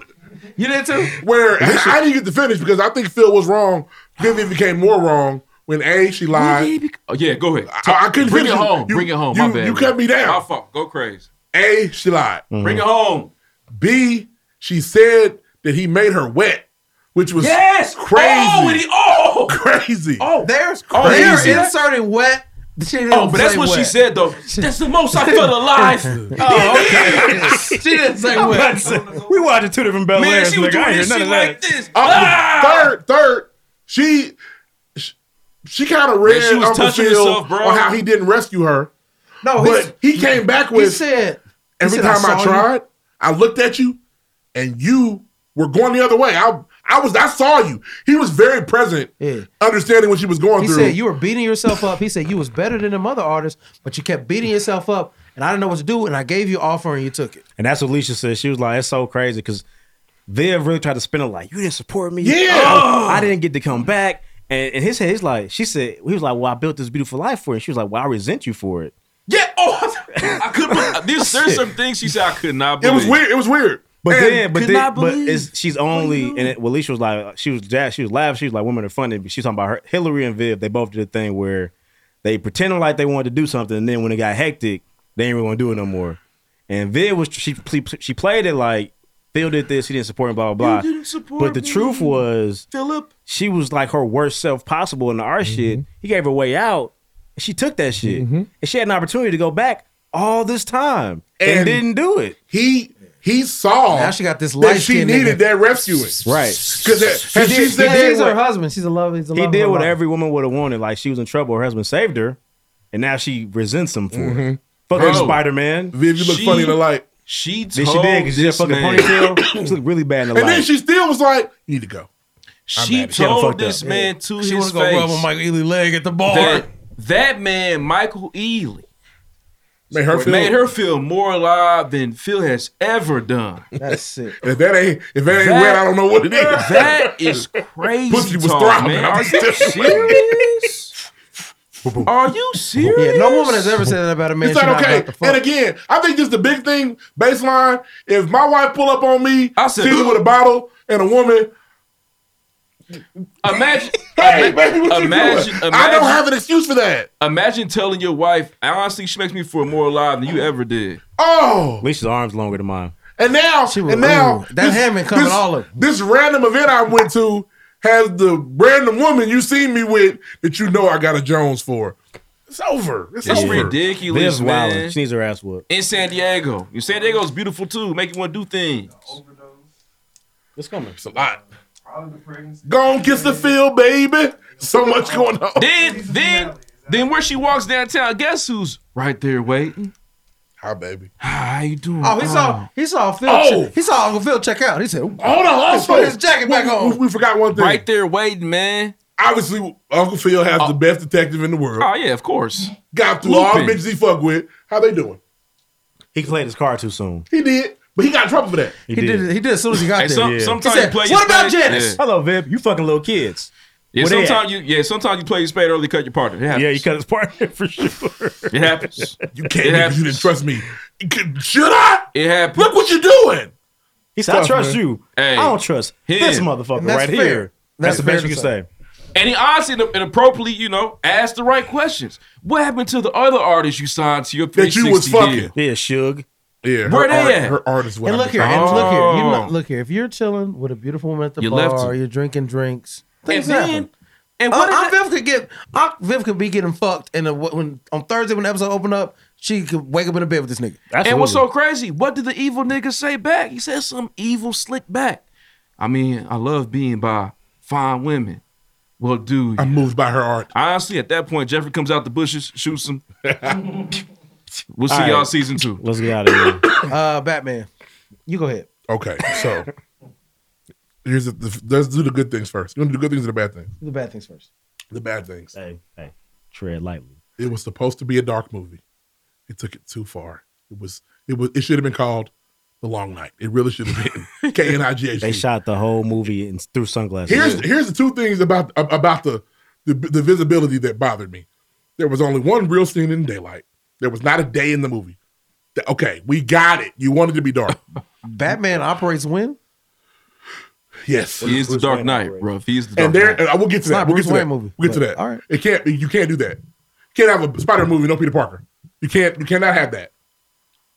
[SPEAKER 1] You did too.
[SPEAKER 2] Where I, I didn't get to finish because I think Phil was wrong. Then it became more wrong when A she lied.
[SPEAKER 1] Oh, yeah, go ahead.
[SPEAKER 2] I, I couldn't
[SPEAKER 1] bring it
[SPEAKER 2] finish.
[SPEAKER 1] home.
[SPEAKER 2] You-
[SPEAKER 1] bring it home.
[SPEAKER 2] You,
[SPEAKER 1] my bad.
[SPEAKER 2] you
[SPEAKER 1] man.
[SPEAKER 2] cut me down.
[SPEAKER 1] My Mm. fault. Go crazy.
[SPEAKER 2] A, she lied.
[SPEAKER 1] Bring it home.
[SPEAKER 2] B, she said that he made her wet, which was
[SPEAKER 1] Yes!
[SPEAKER 2] crazy.
[SPEAKER 1] Oh, and he- oh!
[SPEAKER 2] crazy.
[SPEAKER 1] Oh,
[SPEAKER 3] there's
[SPEAKER 1] Oh,
[SPEAKER 3] crazy.
[SPEAKER 1] you see that?
[SPEAKER 3] inserted wet. She didn't
[SPEAKER 1] Oh, but that's
[SPEAKER 3] say
[SPEAKER 1] what she
[SPEAKER 3] wet.
[SPEAKER 1] said though. That's the most I felt alive.
[SPEAKER 3] Oh, okay. she didn't say
[SPEAKER 4] I'm about
[SPEAKER 3] wet.
[SPEAKER 4] to say, we watching two different Bel
[SPEAKER 1] Man,
[SPEAKER 4] Airs.
[SPEAKER 1] she was
[SPEAKER 4] nigga. I
[SPEAKER 1] doing
[SPEAKER 4] ain't hear
[SPEAKER 1] this
[SPEAKER 4] none
[SPEAKER 1] shit
[SPEAKER 4] of that.
[SPEAKER 1] like this.
[SPEAKER 2] Oh, Third, third, she she, she kind of read
[SPEAKER 1] Man, she was
[SPEAKER 2] Uncle
[SPEAKER 1] touching
[SPEAKER 2] Phil
[SPEAKER 1] herself, bro.
[SPEAKER 2] on how he didn't rescue her.
[SPEAKER 3] No,
[SPEAKER 2] but he came back with
[SPEAKER 3] He said,
[SPEAKER 2] every
[SPEAKER 3] said, "I
[SPEAKER 2] time I,
[SPEAKER 3] saw you."
[SPEAKER 2] tried, I looked at you, and you were going the other way. I I was I saw you. He was very present, understanding what she was going
[SPEAKER 3] He
[SPEAKER 2] through.
[SPEAKER 3] said you were beating yourself up. He said you was better than them other artists, but you kept beating yourself up, and I didn't know what to do, and I gave you an offer, and you took it.
[SPEAKER 4] And that's what Leisha said. She was like, "It's so crazy because they have really tried to spin it like you didn't support me.
[SPEAKER 2] Yeah.
[SPEAKER 4] Oh, I didn't get to come back." And in his head, he's like, "She said he was like, well, I built this beautiful life for it.' She was like, well, I resent you for it.'
[SPEAKER 1] Yeah. Oh, I could. There's, there's some things she said I could not.
[SPEAKER 2] it
[SPEAKER 1] Believe.
[SPEAKER 2] was weird. It was weird.
[SPEAKER 4] But
[SPEAKER 2] And
[SPEAKER 4] then, but then, but it's, she's only and it, well, Leisha was like, she was jazzed, she was laughing, she was like, women are funny. But she was talking about her, Hillary and Viv. They both did a thing where they pretended like they wanted to do something, and then when it got hectic, they ain't really want to do it no more. And Viv was she she- she played it like Phil did this, he didn't support him, blah blah blah.
[SPEAKER 1] didn't support
[SPEAKER 4] But the
[SPEAKER 1] me.
[SPEAKER 4] truth was,
[SPEAKER 1] Philip,
[SPEAKER 4] she was like her worst self possible in the art shit. He gave her a way out. and She took that shit, and she had an opportunity to go back all this time and,
[SPEAKER 2] And
[SPEAKER 4] didn't do it.
[SPEAKER 2] He he saw
[SPEAKER 3] Now she got this
[SPEAKER 2] that she
[SPEAKER 3] light-skinned
[SPEAKER 2] needed
[SPEAKER 3] nigga.
[SPEAKER 2] that rescuing,
[SPEAKER 4] Right.
[SPEAKER 2] Because had she said
[SPEAKER 3] yeah, he's
[SPEAKER 2] that-
[SPEAKER 3] her husband. She's a love. He's a
[SPEAKER 4] He
[SPEAKER 3] love
[SPEAKER 4] did
[SPEAKER 3] of her
[SPEAKER 4] what
[SPEAKER 3] life.
[SPEAKER 4] every woman would have wanted. Like she was in trouble, her husband saved her, and now she resents him for
[SPEAKER 3] Mm-hmm.
[SPEAKER 4] it. Fucking
[SPEAKER 1] Bro.
[SPEAKER 4] Spider Man.
[SPEAKER 2] Viv, you look funny in the light.
[SPEAKER 1] She
[SPEAKER 4] Then
[SPEAKER 1] told
[SPEAKER 4] she did because she had a
[SPEAKER 1] this
[SPEAKER 4] fucking
[SPEAKER 1] man.
[SPEAKER 4] ponytail. she looked really bad in the
[SPEAKER 2] And then
[SPEAKER 4] light.
[SPEAKER 2] she still was like, "You need to go."
[SPEAKER 1] She
[SPEAKER 4] at it. She had him
[SPEAKER 1] told
[SPEAKER 4] fucked up.
[SPEAKER 1] this man to
[SPEAKER 3] She
[SPEAKER 1] his
[SPEAKER 3] wanna go
[SPEAKER 1] face
[SPEAKER 3] rub on Mike Ely leg at the bar.
[SPEAKER 1] that that man Michael Ealy
[SPEAKER 2] Made her feel.
[SPEAKER 1] made her feel more alive than Phil has ever done.
[SPEAKER 3] That's sick.
[SPEAKER 2] If that ain't if that ain't
[SPEAKER 1] That-
[SPEAKER 2] wet, I don't know what it is.
[SPEAKER 1] That is crazy.
[SPEAKER 2] Pussy was
[SPEAKER 1] talk,
[SPEAKER 2] throbbing.
[SPEAKER 1] man.
[SPEAKER 2] I'm
[SPEAKER 1] Are you
[SPEAKER 2] just-
[SPEAKER 1] serious? Are you serious?
[SPEAKER 3] Yeah, no woman has ever said that about a man.
[SPEAKER 2] It's
[SPEAKER 3] she
[SPEAKER 2] not
[SPEAKER 3] not
[SPEAKER 2] okay.
[SPEAKER 3] about to fuck.
[SPEAKER 2] And again, I think just the big thing baseline. If my wife pull up on me,
[SPEAKER 1] I said-
[SPEAKER 2] sitting with a bottle and a woman,
[SPEAKER 1] Imagine,
[SPEAKER 2] hey baby, what
[SPEAKER 1] imagine,
[SPEAKER 2] you
[SPEAKER 1] imagine,
[SPEAKER 2] doing? I don't have an excuse for that.
[SPEAKER 1] imagine telling your wife, honestly, she makes me feel more alive than you ever did.
[SPEAKER 2] Oh,
[SPEAKER 4] Alicia's arms longer than mine.
[SPEAKER 2] and now
[SPEAKER 3] was-
[SPEAKER 2] and now
[SPEAKER 3] ooh, that Hammond coming
[SPEAKER 2] this,
[SPEAKER 3] all over.
[SPEAKER 2] This random event I went to has the random woman you seen me with that you know I got a Jones for. It's over. It's
[SPEAKER 1] It's
[SPEAKER 2] over.
[SPEAKER 1] ridiculous,
[SPEAKER 4] Viv's
[SPEAKER 1] man.
[SPEAKER 4] wilding. She needs her ass whooped.
[SPEAKER 1] In San Diego, and San Diego's beautiful too. Make you want to do things.
[SPEAKER 4] It's coming.
[SPEAKER 2] It's a lot. Go on, kiss the field, baby. So much going on.
[SPEAKER 1] Then, then, then, where she walks downtown, guess who's right there waiting?
[SPEAKER 2] Hi, baby.
[SPEAKER 1] How you doing?
[SPEAKER 3] Oh, he saw he saw Phil.
[SPEAKER 2] Oh!
[SPEAKER 3] Che- he saw Uncle Phil check out. He said, "Ooh,
[SPEAKER 2] Hold on,
[SPEAKER 3] Let's
[SPEAKER 2] also,
[SPEAKER 3] put his jacket back
[SPEAKER 2] we,
[SPEAKER 3] on.
[SPEAKER 2] We, we forgot one thing.
[SPEAKER 1] right there waiting, man.
[SPEAKER 2] Obviously, Uncle Phil has the best detective in the world.
[SPEAKER 1] Oh yeah, of course.
[SPEAKER 2] got through all the
[SPEAKER 1] Lupin.
[SPEAKER 2] bitches he fuck with. How they doing?
[SPEAKER 4] He played his car too soon.
[SPEAKER 2] He did, but he got in trouble for that.
[SPEAKER 3] he, did. it. He did as soon as he got
[SPEAKER 1] Hey,
[SPEAKER 3] there."
[SPEAKER 1] some,
[SPEAKER 4] yeah.
[SPEAKER 1] sometimes
[SPEAKER 3] He
[SPEAKER 1] you
[SPEAKER 3] said,
[SPEAKER 1] play.
[SPEAKER 3] "What about
[SPEAKER 1] spade-
[SPEAKER 3] Janice?"
[SPEAKER 1] Yeah.
[SPEAKER 4] Hello, Viv. You fucking little kids.
[SPEAKER 1] Yeah,
[SPEAKER 4] Where they at?
[SPEAKER 1] sometimes you. Yeah, sometimes you play your spade early, cut your partner. It happens.
[SPEAKER 4] Yeah, you cut his partner for sure.
[SPEAKER 1] It happens.
[SPEAKER 2] You can't
[SPEAKER 1] It
[SPEAKER 2] because you didn't trust me. You could- Should I?
[SPEAKER 1] It happens.
[SPEAKER 2] Look what you're doing.
[SPEAKER 4] He said, I
[SPEAKER 2] Tough,
[SPEAKER 4] trust
[SPEAKER 2] man.
[SPEAKER 4] you.
[SPEAKER 1] Hey,
[SPEAKER 4] I don't trust
[SPEAKER 1] him.
[SPEAKER 4] this motherfucker
[SPEAKER 3] And that's
[SPEAKER 4] right
[SPEAKER 3] fair.
[SPEAKER 4] here. That's,
[SPEAKER 3] That's
[SPEAKER 4] the best
[SPEAKER 3] fair
[SPEAKER 4] you can
[SPEAKER 3] to
[SPEAKER 4] say.
[SPEAKER 1] And he honestly and and appropriately, you know, asked the right questions. What happened to the other artists you signed to your
[SPEAKER 2] That
[SPEAKER 1] 360
[SPEAKER 2] you was
[SPEAKER 1] deal?
[SPEAKER 2] fucking.
[SPEAKER 4] Yeah, Suge.
[SPEAKER 2] Yeah,
[SPEAKER 1] Where
[SPEAKER 2] her,
[SPEAKER 1] they
[SPEAKER 2] art,
[SPEAKER 1] at?
[SPEAKER 2] her artist.
[SPEAKER 3] And look here, and
[SPEAKER 1] Oh.
[SPEAKER 3] look here, you know, look here. If you're chilling with a beautiful woman at the
[SPEAKER 1] You
[SPEAKER 3] bar,
[SPEAKER 1] left her.
[SPEAKER 3] you're drinking drinks.
[SPEAKER 1] And
[SPEAKER 3] Things
[SPEAKER 1] then,
[SPEAKER 3] happen.
[SPEAKER 1] and
[SPEAKER 2] Uh,
[SPEAKER 1] what
[SPEAKER 3] Unc-
[SPEAKER 1] did that-
[SPEAKER 3] Unc Viv could get Unc Viv could be getting fucked, and the- when on Thursday when the episode opened up, she could wake up in the bed with this nigga.
[SPEAKER 1] and what's so crazy? What did the evil nigga say back? He said some evil slick back. I mean, I love being by fine women. Well, dude,
[SPEAKER 2] I'm moved by her art.
[SPEAKER 1] Honestly, at that point, Jeffrey comes out the bushes, shoots him. we'll see
[SPEAKER 3] All right.
[SPEAKER 1] y'all season two.
[SPEAKER 4] Let's get out of here.
[SPEAKER 3] uh, Batman, you go ahead.
[SPEAKER 2] Okay, so here's the, the let's do the good things first. You want to do good things or the bad things?
[SPEAKER 3] The bad things first.
[SPEAKER 2] The bad things.
[SPEAKER 4] Hey, hey, tread lightly.
[SPEAKER 2] It was supposed to be a dark movie. It took it too far. It was it was it should have been called The Long Night. It really should have been K N I G H.
[SPEAKER 4] They shot the whole movie in, through sunglasses.
[SPEAKER 2] Here's here's the two things about about the, the the visibility that bothered me. There was only one real scene in daylight. There was not a day in the movie. Th- Okay, we got it. You wanted to be dark.
[SPEAKER 3] Batman operates when?
[SPEAKER 2] Yes,
[SPEAKER 1] He is the Dark Knight, bro. He is the Dark
[SPEAKER 2] and there,
[SPEAKER 1] Knight.
[SPEAKER 2] and I will get
[SPEAKER 3] It's
[SPEAKER 2] to that.
[SPEAKER 3] not
[SPEAKER 2] we'll
[SPEAKER 3] Bruce
[SPEAKER 2] get to
[SPEAKER 3] Wayne
[SPEAKER 2] that.
[SPEAKER 3] movie,
[SPEAKER 2] We'll get to
[SPEAKER 3] but-
[SPEAKER 2] that.
[SPEAKER 3] all right.
[SPEAKER 2] It can't. You can't do that. You can't have a Spider movie, no Peter Parker. You can't. You cannot have that.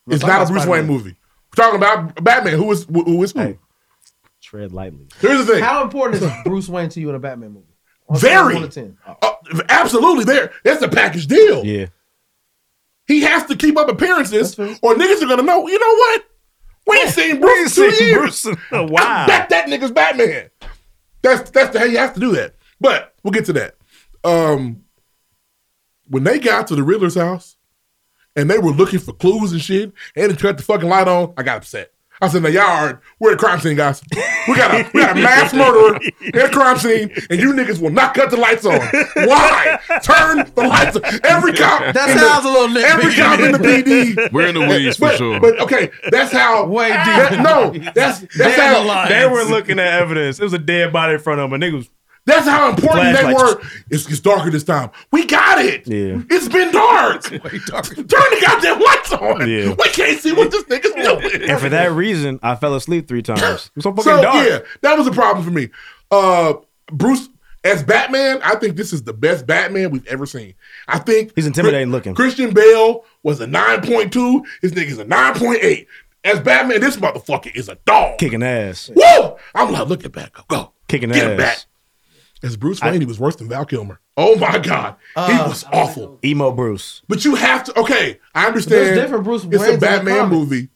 [SPEAKER 4] We're
[SPEAKER 2] it's
[SPEAKER 4] talking
[SPEAKER 2] not a
[SPEAKER 4] about
[SPEAKER 2] Bruce
[SPEAKER 4] Spider-Man.
[SPEAKER 2] Wayne movie. We're talking about Batman. Who is who who is who?
[SPEAKER 4] tread lightly.
[SPEAKER 2] Here's the thing.
[SPEAKER 3] How important is Bruce Wayne to you in a Batman movie? On a scale of
[SPEAKER 2] Very.
[SPEAKER 3] one to ten.
[SPEAKER 2] Uh, absolutely. There. That's a package deal.
[SPEAKER 4] Yeah.
[SPEAKER 2] He has to keep up appearances, or niggas are gonna know. You know what? We ain't seen Bruce in two years.
[SPEAKER 4] wow.
[SPEAKER 2] I bet that nigga's Batman. That's that's the how you have to do that. But we'll get to that. Um, when they got to the Riddler's house, and they were looking for clues and shit, and they turned the fucking light on, I got upset. I said, "Now y'all are we're at a crime scene, guys. We got a we got a mass murderer at a crime scene, and you niggas will not cut the lights on. Why? Turn the lights. On. Every cop.
[SPEAKER 3] That
[SPEAKER 2] in the-
[SPEAKER 3] sounds a little nitpicky.
[SPEAKER 2] Every cop in the PD.
[SPEAKER 1] We're in the weeds for
[SPEAKER 2] but,
[SPEAKER 1] sure.
[SPEAKER 2] But okay, that's how. Way
[SPEAKER 4] deep.
[SPEAKER 2] no, that's that's how.
[SPEAKER 4] They were looking at evidence. It was a dead body in front of them. And niggas.
[SPEAKER 2] That's how important they
[SPEAKER 4] Flashlights.
[SPEAKER 2] were. It's, it's darker this time. We got it.
[SPEAKER 4] Yeah.
[SPEAKER 2] It's been dark. Turn the goddamn lights on.
[SPEAKER 4] Yeah.
[SPEAKER 2] We can't see what this nigga's doing.
[SPEAKER 4] And for that reason, I fell asleep three times. It was so fucking
[SPEAKER 2] so
[SPEAKER 4] dark.
[SPEAKER 2] yeah, that was a problem for me. Uh, Bruce as Batman, I think this is the best Batman we've ever seen. I think
[SPEAKER 4] He's intimidating looking.
[SPEAKER 2] Christian Bale was a nine point two. His nigga's a nine point eight. As Batman, this motherfucker is a dog.
[SPEAKER 4] Kicking ass.
[SPEAKER 2] Woo! I'm like, look at back, go, go.
[SPEAKER 4] Kicking
[SPEAKER 2] Get
[SPEAKER 4] ass.
[SPEAKER 2] him back. As Bruce Wayne, he was worse than Val Kilmer. Oh my God, he was awful.
[SPEAKER 4] Emo Bruce.
[SPEAKER 2] But you have to. Okay, I understand.
[SPEAKER 3] Uh, There's different Bruce
[SPEAKER 2] It's
[SPEAKER 3] Waynes
[SPEAKER 2] a
[SPEAKER 3] in the
[SPEAKER 2] Batman
[SPEAKER 3] comics.
[SPEAKER 2] movie,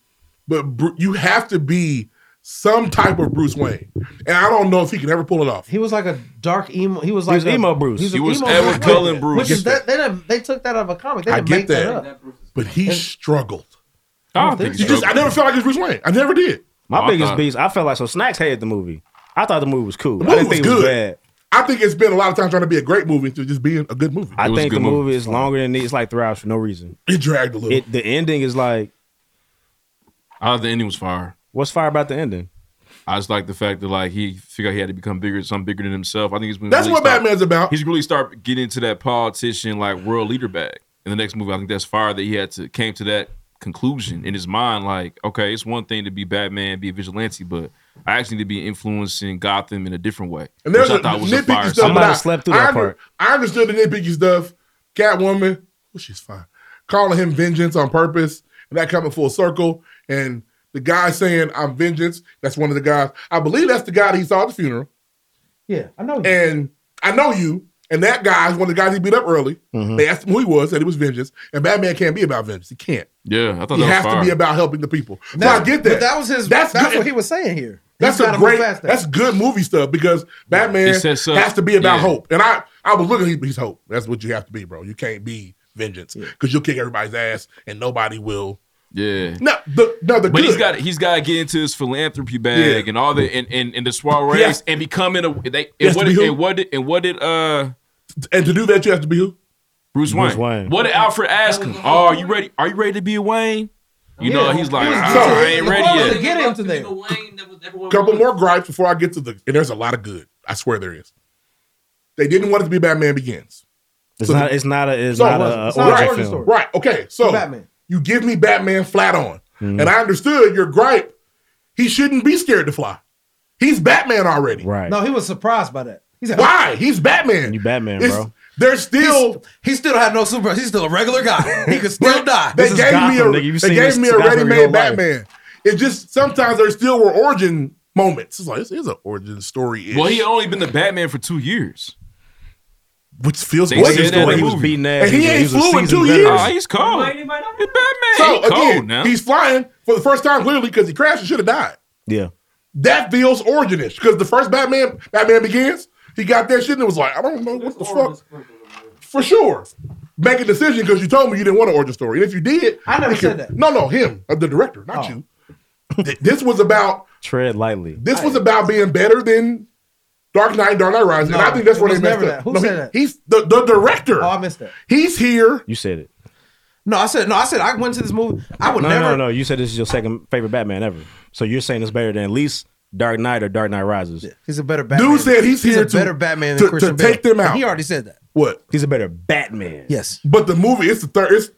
[SPEAKER 2] but Bru- you have to be some type of Bruce Wayne, and I don't know if he can ever pull it off.
[SPEAKER 3] He was like a dark emo. He was
[SPEAKER 2] He
[SPEAKER 3] like
[SPEAKER 2] was
[SPEAKER 3] a-
[SPEAKER 2] emo Bruce.
[SPEAKER 3] an
[SPEAKER 2] He was
[SPEAKER 3] emo
[SPEAKER 2] Edward Cullen Bruce.
[SPEAKER 3] Which is
[SPEAKER 2] I get
[SPEAKER 3] that, they, didn't, they took that out of a comic. They
[SPEAKER 2] I
[SPEAKER 3] didn't make
[SPEAKER 2] get
[SPEAKER 3] that,
[SPEAKER 2] that,
[SPEAKER 3] up.
[SPEAKER 2] but he struggled.
[SPEAKER 1] I don't think
[SPEAKER 2] You just, I never felt like it was Bruce Wayne. I never did.
[SPEAKER 4] My
[SPEAKER 2] Oh, I
[SPEAKER 4] biggest
[SPEAKER 2] thought-
[SPEAKER 4] beast, I felt like so Snacks hated the movie. I thought the movie was cool.
[SPEAKER 2] The
[SPEAKER 4] I
[SPEAKER 2] movie
[SPEAKER 4] didn't
[SPEAKER 2] was
[SPEAKER 4] think it was
[SPEAKER 2] good.
[SPEAKER 4] bad.
[SPEAKER 2] I think it's been a lot of time trying to be a great movie to just being a good movie.
[SPEAKER 4] I think the movie, is longer than it's like three hours for no reason.
[SPEAKER 2] It dragged a little.
[SPEAKER 4] the ending is like
[SPEAKER 1] I thought the ending was fire.
[SPEAKER 4] what's fire about the ending?
[SPEAKER 1] I just like the fact that like he figured out he had to become bigger, something bigger than himself. I think he's been
[SPEAKER 2] That's what Batman's about.
[SPEAKER 1] He's really start getting into that politician like world leader bag in the next movie. I think that's fire that he had to came to that conclusion in his mind. Like, okay, it's one thing to be Batman, be a vigilante, but I actually need to be influencing Gotham in a different way.
[SPEAKER 2] And there's
[SPEAKER 1] which
[SPEAKER 2] a
[SPEAKER 1] I thought was a
[SPEAKER 2] nitpicky
[SPEAKER 1] fire.
[SPEAKER 2] stuff. but I- I under- I understood the nitpicky stuff. Catwoman, well, she's fine. Calling him vengeance on purpose, and that coming full circle. And the guy saying, "I'm vengeance." That's one of the guys. I believe that's the guy that he saw at the funeral.
[SPEAKER 3] Yeah, I know. You.
[SPEAKER 2] And I know you. And that guy is one of the guys he beat up early.
[SPEAKER 3] Mm-hmm.
[SPEAKER 1] Mhm.
[SPEAKER 2] They asked him who he was, said it was vengeance. And Batman can't be about vengeance. He can't.
[SPEAKER 1] Yeah, I thought
[SPEAKER 2] He
[SPEAKER 1] that was
[SPEAKER 2] has
[SPEAKER 1] fire.
[SPEAKER 2] to be about helping the people. So
[SPEAKER 3] Now,
[SPEAKER 2] I get
[SPEAKER 3] but
[SPEAKER 2] that.
[SPEAKER 3] that was his. That's,
[SPEAKER 2] good-
[SPEAKER 3] what he was saying here.
[SPEAKER 2] that's
[SPEAKER 3] He's
[SPEAKER 2] a
[SPEAKER 3] gotta move
[SPEAKER 2] great.
[SPEAKER 3] past that.
[SPEAKER 2] That's good movie stuff because Batman
[SPEAKER 1] It sets up-
[SPEAKER 2] has to be about
[SPEAKER 1] yeah.
[SPEAKER 2] hope. And I, I was looking. He's hope. That's what you have to be, bro. You can't be vengeance because you'll kick everybody's ass and nobody will.
[SPEAKER 1] yeah.
[SPEAKER 2] No, the no the
[SPEAKER 1] but
[SPEAKER 2] good.
[SPEAKER 1] he's got he's got to get into his philanthropy bag
[SPEAKER 2] Yeah.
[SPEAKER 1] and all the and and, and the soirees
[SPEAKER 2] Yes.
[SPEAKER 1] and becoming a they
[SPEAKER 2] Yes,
[SPEAKER 1] and
[SPEAKER 2] to
[SPEAKER 1] what, did,
[SPEAKER 2] be who?
[SPEAKER 1] and what did and what did uh
[SPEAKER 2] and to do that you have to be who
[SPEAKER 1] Bruce Wayne.
[SPEAKER 4] Bruce Wayne.
[SPEAKER 1] What did Alfred ask him? Oh, are you ready? Are you ready to be a Wayne? You know, he's like,
[SPEAKER 2] was-
[SPEAKER 1] "Ah, I ain't
[SPEAKER 2] The
[SPEAKER 1] ready
[SPEAKER 2] point
[SPEAKER 1] yet.
[SPEAKER 2] was to
[SPEAKER 3] get into there.
[SPEAKER 2] couple more gripes before I get to the. And there's a lot of good. I swear there is. They didn't want it to be Batman Begins.
[SPEAKER 4] It's
[SPEAKER 2] So
[SPEAKER 4] not
[SPEAKER 2] the-
[SPEAKER 4] it's not a it's
[SPEAKER 2] So,
[SPEAKER 4] not
[SPEAKER 2] right,
[SPEAKER 4] a,
[SPEAKER 2] it's
[SPEAKER 4] a
[SPEAKER 2] not
[SPEAKER 4] origin
[SPEAKER 2] an
[SPEAKER 4] film.
[SPEAKER 2] story. Right. Okay. So
[SPEAKER 3] Batman.
[SPEAKER 2] you give me Batman flat on,
[SPEAKER 4] Mhm.
[SPEAKER 2] and I understood your gripe. He shouldn't be scared to fly. He's Batman already.
[SPEAKER 4] Right.
[SPEAKER 3] no, he was surprised by that. He's like,
[SPEAKER 2] Why? He's Batman.
[SPEAKER 4] You Batman,
[SPEAKER 2] It's-
[SPEAKER 4] bro.
[SPEAKER 2] They're still.
[SPEAKER 3] He still had no super. He's still a regular guy. He could still die.
[SPEAKER 2] They
[SPEAKER 3] This is
[SPEAKER 2] gave me a.
[SPEAKER 4] Gotham, nigga. You've
[SPEAKER 2] They
[SPEAKER 4] seen
[SPEAKER 2] gave
[SPEAKER 4] this
[SPEAKER 2] me a
[SPEAKER 4] Gotham your whole
[SPEAKER 2] ready-made
[SPEAKER 4] life.
[SPEAKER 2] Batman. It just sometimes there still were origin moments. It's like this is an origin story.
[SPEAKER 1] Well, he only been the Batman for two years.
[SPEAKER 2] which feels
[SPEAKER 1] They
[SPEAKER 2] way
[SPEAKER 1] said that in
[SPEAKER 2] story.
[SPEAKER 1] the He was movie. beating ass.
[SPEAKER 2] and he,
[SPEAKER 1] He was-
[SPEAKER 2] ain't
[SPEAKER 1] he was a
[SPEAKER 2] flew in
[SPEAKER 1] seasoned
[SPEAKER 2] two
[SPEAKER 1] veteran.
[SPEAKER 2] years.
[SPEAKER 1] Oh, he's cold. He
[SPEAKER 2] So
[SPEAKER 1] he cold
[SPEAKER 2] again,
[SPEAKER 1] now.
[SPEAKER 2] he's flying for the first time clearly because he crashed and should have died.
[SPEAKER 4] Yeah.
[SPEAKER 2] That feels originish because the first Batman, Batman Begins, He got that shit and it was like, I don't know what the fuck. For sure. Make a decision because you told me you didn't want an origin story. And if you did,
[SPEAKER 3] I never
[SPEAKER 2] it could-
[SPEAKER 3] said that. Oh.
[SPEAKER 2] No, no, him, uh, the director, not you. Th- this was about
[SPEAKER 4] tread lightly.
[SPEAKER 2] this was about being better than Dark Knight, Dark Knight Rises, and
[SPEAKER 3] No,
[SPEAKER 2] I think that's
[SPEAKER 3] it
[SPEAKER 2] where they
[SPEAKER 3] was
[SPEAKER 2] messed
[SPEAKER 3] never
[SPEAKER 2] up.
[SPEAKER 3] that. Who
[SPEAKER 2] No,
[SPEAKER 3] said
[SPEAKER 2] he-
[SPEAKER 3] that?
[SPEAKER 2] He's the, the director.
[SPEAKER 3] Oh, I missed that.
[SPEAKER 2] He's here.
[SPEAKER 4] You said it.
[SPEAKER 3] No, I said no. I said I went to this movie. I would
[SPEAKER 4] no,
[SPEAKER 3] never.
[SPEAKER 4] No, no, no. You said this is your second favorite Batman ever. So you're saying it's better than at least Dark Knight or Dark Knight Rises.
[SPEAKER 3] He's a better Batman.
[SPEAKER 4] Dude said he's
[SPEAKER 3] he's
[SPEAKER 4] here
[SPEAKER 3] a
[SPEAKER 4] to-
[SPEAKER 3] better Batman
[SPEAKER 4] to-
[SPEAKER 3] than
[SPEAKER 4] to
[SPEAKER 3] Christian
[SPEAKER 4] take
[SPEAKER 3] Bale.
[SPEAKER 4] them out.
[SPEAKER 3] He already said that.
[SPEAKER 2] What?
[SPEAKER 4] He's a better Batman.
[SPEAKER 3] Yes.
[SPEAKER 2] But the movie, it's the third, it's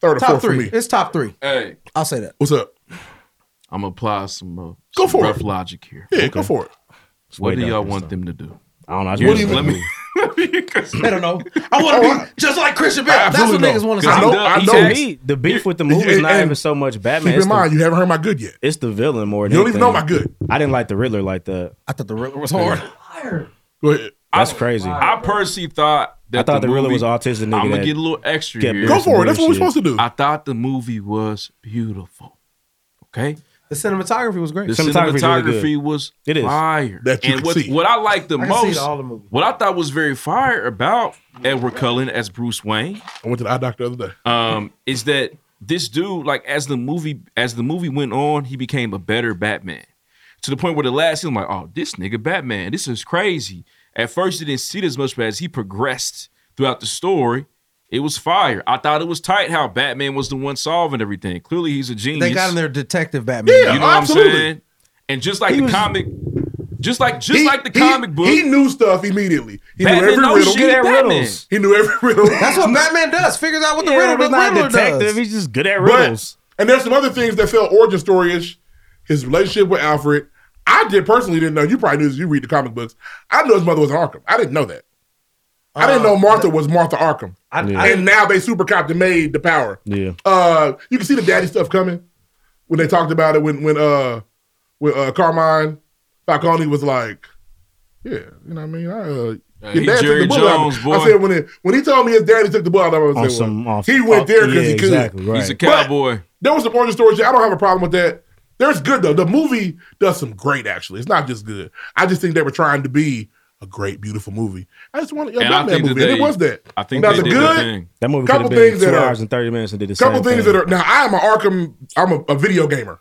[SPEAKER 2] third or
[SPEAKER 3] Top
[SPEAKER 2] fourth
[SPEAKER 3] three.
[SPEAKER 2] for me.
[SPEAKER 3] It's top three.
[SPEAKER 1] Hey,
[SPEAKER 3] I'll say that.
[SPEAKER 2] What's up?
[SPEAKER 1] I'm gonna apply some, uh, some
[SPEAKER 2] Go for
[SPEAKER 1] rough
[SPEAKER 2] it.
[SPEAKER 1] logic here.
[SPEAKER 2] Yeah, go for it.
[SPEAKER 1] What
[SPEAKER 4] way
[SPEAKER 1] do
[SPEAKER 4] down
[SPEAKER 1] y'all
[SPEAKER 4] this
[SPEAKER 1] want them to do?
[SPEAKER 4] I don't know. I
[SPEAKER 1] What do
[SPEAKER 4] just
[SPEAKER 1] you, let
[SPEAKER 4] wanted
[SPEAKER 1] me.
[SPEAKER 3] I don't know. I
[SPEAKER 2] Oh,
[SPEAKER 3] want to be just like Christian Bale. That's what niggas want to see.
[SPEAKER 4] to see. To me, the beef with the movie is not even so much Batman.
[SPEAKER 2] Keep
[SPEAKER 4] it's
[SPEAKER 2] in
[SPEAKER 4] the-
[SPEAKER 2] mind, you haven't heard my good yet.
[SPEAKER 4] It's the villain more. Than
[SPEAKER 2] You don't even know
[SPEAKER 4] anything.
[SPEAKER 2] my good.
[SPEAKER 4] I didn't like the Riddler like that.
[SPEAKER 3] I thought the Riddler was
[SPEAKER 1] hard.
[SPEAKER 2] Go ahead.
[SPEAKER 4] That's crazy.
[SPEAKER 1] I personally thought that
[SPEAKER 4] I thought the Riddler was autistic nigga
[SPEAKER 1] I'm
[SPEAKER 4] that
[SPEAKER 1] gonna get a little extra
[SPEAKER 4] kept
[SPEAKER 1] here.
[SPEAKER 4] doing Go some for it. That's weird what we shit. supposed
[SPEAKER 2] to do.
[SPEAKER 1] I thought the movie was beautiful. Okay,
[SPEAKER 3] The cinematography was great.
[SPEAKER 1] the cinematography was fire.
[SPEAKER 2] That you
[SPEAKER 1] and
[SPEAKER 2] can
[SPEAKER 1] what,
[SPEAKER 2] see.
[SPEAKER 1] what I liked the
[SPEAKER 3] I can see
[SPEAKER 1] most,
[SPEAKER 3] all the movies.
[SPEAKER 1] what I thought was very fire about Edward Cullen as Bruce Wayne,
[SPEAKER 2] I went to the eye doctor the other day.
[SPEAKER 1] um, is that this dude, like as the movie as the movie went on, he became a better Batman. To the point where the last scene, I'm like, oh, this nigga Batman, this is crazy. At first, you didn't see it as much, but as he progressed throughout the story, it was fire. I thought it was tight how Batman was the one solving everything. Clearly, he's a genius.
[SPEAKER 3] They got in their detective Batman.
[SPEAKER 1] you know what I'm saying? And just like the comic, just like just like the
[SPEAKER 2] he-
[SPEAKER 1] comic book,
[SPEAKER 2] He knew stuff immediately. He
[SPEAKER 1] Batman
[SPEAKER 2] knew every
[SPEAKER 1] knows
[SPEAKER 2] riddle.
[SPEAKER 1] shit, He did Batman. riddles.
[SPEAKER 2] He knew every riddle.
[SPEAKER 3] That's what Batman does. Figures out what the
[SPEAKER 4] Yeah,
[SPEAKER 3] riddle
[SPEAKER 4] he's
[SPEAKER 3] the
[SPEAKER 4] not a
[SPEAKER 3] Riddler
[SPEAKER 4] detective.
[SPEAKER 3] does.
[SPEAKER 4] He's just good at
[SPEAKER 2] But-
[SPEAKER 4] riddles.
[SPEAKER 2] and there's some other things that felt origin story ish. His relationship with Alfred. I did personally didn't know. You probably knew this. You read the comic books. I knew his mother was an Arkham. I didn't know that. I
[SPEAKER 1] Uh,
[SPEAKER 2] didn't know Martha was Martha Arkham.
[SPEAKER 4] Yeah.
[SPEAKER 2] and now they super copped and made the power.
[SPEAKER 4] Yeah.
[SPEAKER 2] Uh, you can see the daddy stuff coming when they talked about it. When when uh when uh Carmine Falcone was like, yeah, you know what I mean. I, uh,
[SPEAKER 1] Hey,
[SPEAKER 2] your
[SPEAKER 1] he
[SPEAKER 2] dad took the
[SPEAKER 1] Jerry
[SPEAKER 2] bullet out of me.
[SPEAKER 1] Jones, boy.
[SPEAKER 2] I said when it, when he told me his daddy took the bullet out of him, I
[SPEAKER 4] On
[SPEAKER 2] said,
[SPEAKER 4] some-
[SPEAKER 2] well,
[SPEAKER 4] off-
[SPEAKER 2] he went
[SPEAKER 4] off-
[SPEAKER 2] there because
[SPEAKER 4] Oh, yeah,
[SPEAKER 2] he could.
[SPEAKER 4] exactly, right.
[SPEAKER 1] he's a cowboy.
[SPEAKER 2] There was some origin story. shit. I don't have a problem with that. There's good though. The movie does some great actually. It's not just good. I just think they were trying to be a great, beautiful movie. I just wanted a
[SPEAKER 1] And I
[SPEAKER 2] Batman
[SPEAKER 1] think that
[SPEAKER 2] movie. and
[SPEAKER 1] they-
[SPEAKER 2] it was that.
[SPEAKER 1] I think
[SPEAKER 2] now
[SPEAKER 1] they
[SPEAKER 2] the
[SPEAKER 1] did
[SPEAKER 2] good
[SPEAKER 1] the thing.
[SPEAKER 4] That movie could
[SPEAKER 2] couple
[SPEAKER 4] have been
[SPEAKER 2] things
[SPEAKER 4] two
[SPEAKER 2] that are-
[SPEAKER 4] hours and thirty minutes and did the
[SPEAKER 2] couple
[SPEAKER 4] same
[SPEAKER 2] things
[SPEAKER 4] thing.
[SPEAKER 2] that are now. I am an Arkham. I'm a, a video gamer.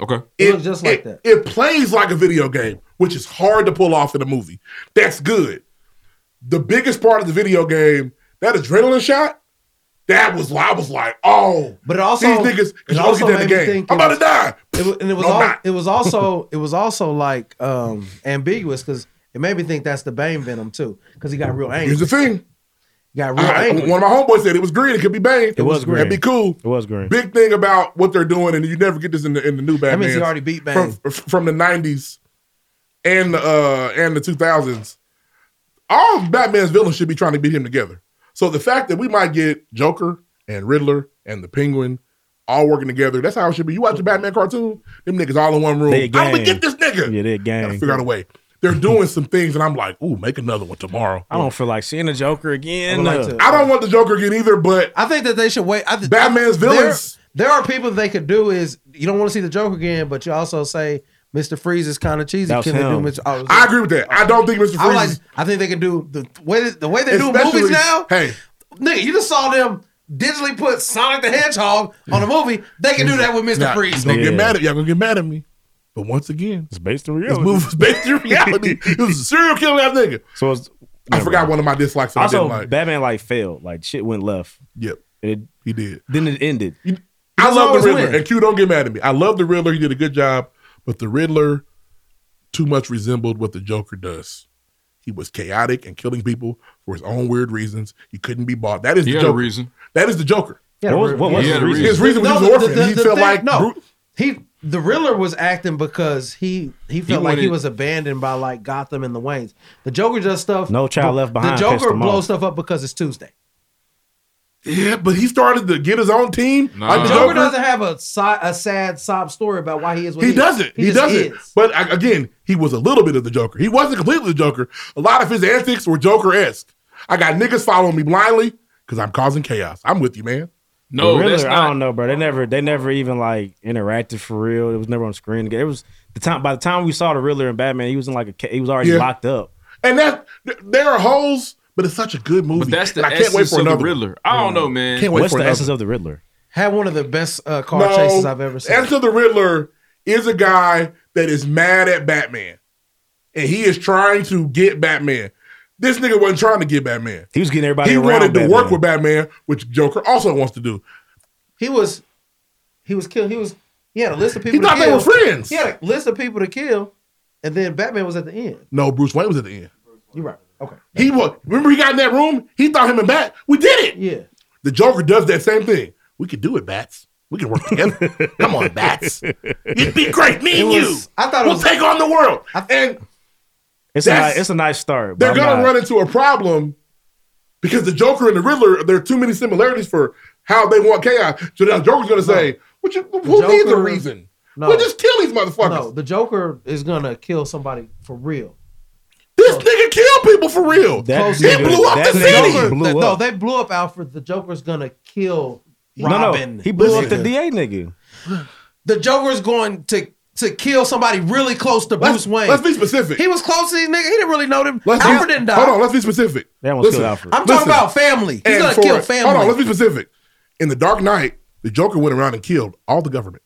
[SPEAKER 1] Okay.
[SPEAKER 3] It was just like that.
[SPEAKER 2] It plays like a video game, which is hard to pull off in a movie. That's good. The biggest part of the video game, that adrenaline shot, that was I was like, oh,
[SPEAKER 3] But it also
[SPEAKER 2] these niggas,
[SPEAKER 3] it
[SPEAKER 2] because you
[SPEAKER 3] also
[SPEAKER 2] don't get that in
[SPEAKER 3] made me
[SPEAKER 2] the game.
[SPEAKER 3] think
[SPEAKER 2] I'm
[SPEAKER 3] it
[SPEAKER 2] about
[SPEAKER 3] was-
[SPEAKER 2] to die.
[SPEAKER 3] It wa- and it was
[SPEAKER 2] No, I'm
[SPEAKER 3] all,
[SPEAKER 2] not.
[SPEAKER 3] it was also it was also like um ambiguous because it made me think that's the Bane venom too because he got real angry.
[SPEAKER 2] Here's the thing.
[SPEAKER 3] He got real
[SPEAKER 2] I-
[SPEAKER 3] angry.
[SPEAKER 2] one of my homeboys said it was green. It could be Bane. It,
[SPEAKER 4] was green.
[SPEAKER 2] That'd be cool.
[SPEAKER 4] It was green.
[SPEAKER 2] Big thing about what they're doing, and you never get this in the in the new Batman.
[SPEAKER 3] means he already beat Bane.
[SPEAKER 2] from, from the '90s and the uh, and the 2000s. All of Batman's villains should be trying to beat him together. So the fact that we might get Joker and Riddler and the Penguin all working together—that's how it should be. You watch the Batman cartoon; them niggas all in one room.
[SPEAKER 4] They a
[SPEAKER 2] I'm gonna
[SPEAKER 4] gang.
[SPEAKER 2] get this nigga.
[SPEAKER 4] Yeah, they're gang.
[SPEAKER 2] Gotta figure out a way. They're doing some things, and I'm like, "Ooh, make another one tomorrow."
[SPEAKER 4] I don't feel like seeing the Joker again.
[SPEAKER 3] would like
[SPEAKER 4] Uh,
[SPEAKER 3] to-
[SPEAKER 2] I don't want the Joker again either, but
[SPEAKER 3] I think that they should wait. I th-
[SPEAKER 2] Batman's
[SPEAKER 3] I- there-
[SPEAKER 2] villains.
[SPEAKER 3] There, are people they could do is you don't want to see the Joker again, but you also say Mr. Freeze is kind of cheesy.
[SPEAKER 4] That was
[SPEAKER 3] Can they do
[SPEAKER 4] him.
[SPEAKER 3] Mr. Oh, it was-
[SPEAKER 2] I agree with that. I don't think Mr. Freeze.
[SPEAKER 3] I like. I think they could do the way the way they do
[SPEAKER 2] Especially-
[SPEAKER 3] movies now.
[SPEAKER 2] Hey,
[SPEAKER 3] Nigga, you just saw them digitally put Sonic the Hedgehog on a movie. They can do that with Mr.
[SPEAKER 2] Nah,
[SPEAKER 3] Freeze.
[SPEAKER 2] you gonna get
[SPEAKER 4] Yeah.
[SPEAKER 2] mad at y'all gonna get mad at me. But once again,
[SPEAKER 4] It's based on
[SPEAKER 2] this
[SPEAKER 4] reality.
[SPEAKER 2] movie was based in reality. it was a serial killer ass nigga.
[SPEAKER 4] So it's
[SPEAKER 2] I forgot one of my dislikes that I
[SPEAKER 4] also
[SPEAKER 2] didn't like.
[SPEAKER 4] Batman like failed. Like shit went left.
[SPEAKER 2] Yep,
[SPEAKER 4] And it,
[SPEAKER 2] he did.
[SPEAKER 4] then it ended.
[SPEAKER 2] I love
[SPEAKER 3] always
[SPEAKER 2] the Riddler.
[SPEAKER 3] win.
[SPEAKER 2] And Q, don't get mad at me. I love the Riddler. He did a good job, but the Riddler too much resembled what the Joker does. He was chaotic and killing people for his own weird reasons. He couldn't be bought. That is
[SPEAKER 1] He
[SPEAKER 2] the
[SPEAKER 1] had a
[SPEAKER 2] Joker.
[SPEAKER 1] reason.
[SPEAKER 2] That is the Joker.
[SPEAKER 4] What was, what was
[SPEAKER 1] Yeah,
[SPEAKER 4] his
[SPEAKER 1] the
[SPEAKER 4] reason?
[SPEAKER 2] His reason was he was an
[SPEAKER 3] the-
[SPEAKER 2] orphan.
[SPEAKER 3] the-
[SPEAKER 2] he
[SPEAKER 3] the
[SPEAKER 2] felt
[SPEAKER 3] thing-
[SPEAKER 2] like
[SPEAKER 3] no.
[SPEAKER 2] Bru-
[SPEAKER 3] He the Riddler was acting because he he felt like he
[SPEAKER 1] wanted-
[SPEAKER 3] was abandoned by like Gotham and the Waynes. The Joker does stuff.
[SPEAKER 4] No Child Left
[SPEAKER 3] The
[SPEAKER 4] Behind pissed
[SPEAKER 3] Joker
[SPEAKER 4] him off.
[SPEAKER 3] blows stuff up because it's Tuesday.
[SPEAKER 2] yeah, but he started to get his own team.
[SPEAKER 1] Nah.
[SPEAKER 2] Like
[SPEAKER 3] The
[SPEAKER 2] the
[SPEAKER 1] Uh-huh.
[SPEAKER 2] Joker,
[SPEAKER 3] Joker, doesn't have a si- a sad sob story about why he is. What
[SPEAKER 2] He
[SPEAKER 3] is.
[SPEAKER 2] doesn't. He,
[SPEAKER 3] just
[SPEAKER 2] doesn't.
[SPEAKER 3] is.
[SPEAKER 2] But I, again, he was a little bit of the Joker. He wasn't completely the Joker. A lot of his antics were Joker esque. I got niggas following me blindly because I'm causing chaos. I'm with you, man.
[SPEAKER 1] No,
[SPEAKER 4] the
[SPEAKER 1] that's
[SPEAKER 4] Riddler, I
[SPEAKER 1] not.
[SPEAKER 4] don't know, bro. They never, they never even like interacted for real. It was never on screen. It was the time. By the time we saw the Riddler and Batman, he was in like a, ca- he was already
[SPEAKER 2] Yeah.
[SPEAKER 4] locked up.
[SPEAKER 2] And that there are holes, but it's such a good movie.
[SPEAKER 1] But that's the
[SPEAKER 2] and I can't wait
[SPEAKER 1] essence
[SPEAKER 2] for
[SPEAKER 1] of the
[SPEAKER 2] another one.
[SPEAKER 1] Riddler. I don't know, man.
[SPEAKER 2] Can't wait for another.
[SPEAKER 4] of the Riddler?
[SPEAKER 3] Had one of the best uh, car chases I've ever seen.
[SPEAKER 2] Answer the Riddler is a guy that is mad at Batman, and he is trying to get Batman. This nigga wasn't trying to get Batman.
[SPEAKER 4] He was getting everybody.
[SPEAKER 2] he
[SPEAKER 4] around
[SPEAKER 2] wanted to
[SPEAKER 4] Batman.
[SPEAKER 2] work with Batman, which Joker also wants to do.
[SPEAKER 3] He was, he was killed. He was, he had a list of people.
[SPEAKER 2] He
[SPEAKER 3] to
[SPEAKER 2] thought they
[SPEAKER 3] kill.
[SPEAKER 2] were friends.
[SPEAKER 3] He had a list of people to kill, and then Batman was at the end.
[SPEAKER 2] No, Bruce Wayne was at the end.
[SPEAKER 3] You're right. Okay.
[SPEAKER 2] He was. Remember, he got in that room. He thought him and Bat. We did it.
[SPEAKER 3] Yeah.
[SPEAKER 2] The Joker does that same thing. We could do it, Bats. We can work together. Come on, Bats. You'd be great. Me
[SPEAKER 4] It
[SPEAKER 2] and
[SPEAKER 4] was-
[SPEAKER 2] you.
[SPEAKER 4] I thought it
[SPEAKER 2] we'll
[SPEAKER 4] was-
[SPEAKER 2] take on the world. and
[SPEAKER 4] It's a,
[SPEAKER 2] That's-
[SPEAKER 4] nice, it's a nice start.
[SPEAKER 2] they're
[SPEAKER 4] but I'm
[SPEAKER 2] gonna
[SPEAKER 4] not-
[SPEAKER 2] run into a problem because the Joker and the Riddler there are too many similarities for how they want chaos. So now Joker's gonna say, "What you? Who needs a
[SPEAKER 3] Joker-
[SPEAKER 2] reason?
[SPEAKER 3] No.
[SPEAKER 2] We'll just kill these motherfuckers."
[SPEAKER 3] No, the Joker is gonna kill somebody for real.
[SPEAKER 2] This nigga killed people for real.
[SPEAKER 3] Close
[SPEAKER 2] he
[SPEAKER 3] to-
[SPEAKER 2] blew up
[SPEAKER 3] that
[SPEAKER 2] the
[SPEAKER 3] nigga
[SPEAKER 2] city.
[SPEAKER 3] blew No, they blew up Alfred. The Joker's gonna kill
[SPEAKER 4] No, no,
[SPEAKER 3] Robin.
[SPEAKER 4] he blew up the DA nigga.
[SPEAKER 3] The Joker's going to to kill somebody really close to Bruce Wayne.
[SPEAKER 2] let's be specific.
[SPEAKER 3] He was close to these niggas. He didn't really know them.
[SPEAKER 2] Let's
[SPEAKER 3] Alfred
[SPEAKER 2] be,
[SPEAKER 3] didn't die.
[SPEAKER 2] Hold on, let's be specific.
[SPEAKER 4] That
[SPEAKER 3] one's killed Alfred. I'm talking about family. He's gonna kill
[SPEAKER 2] Hold
[SPEAKER 3] family.
[SPEAKER 2] on, let's be specific. In the Dark Knight, the Joker went around and killed all the government.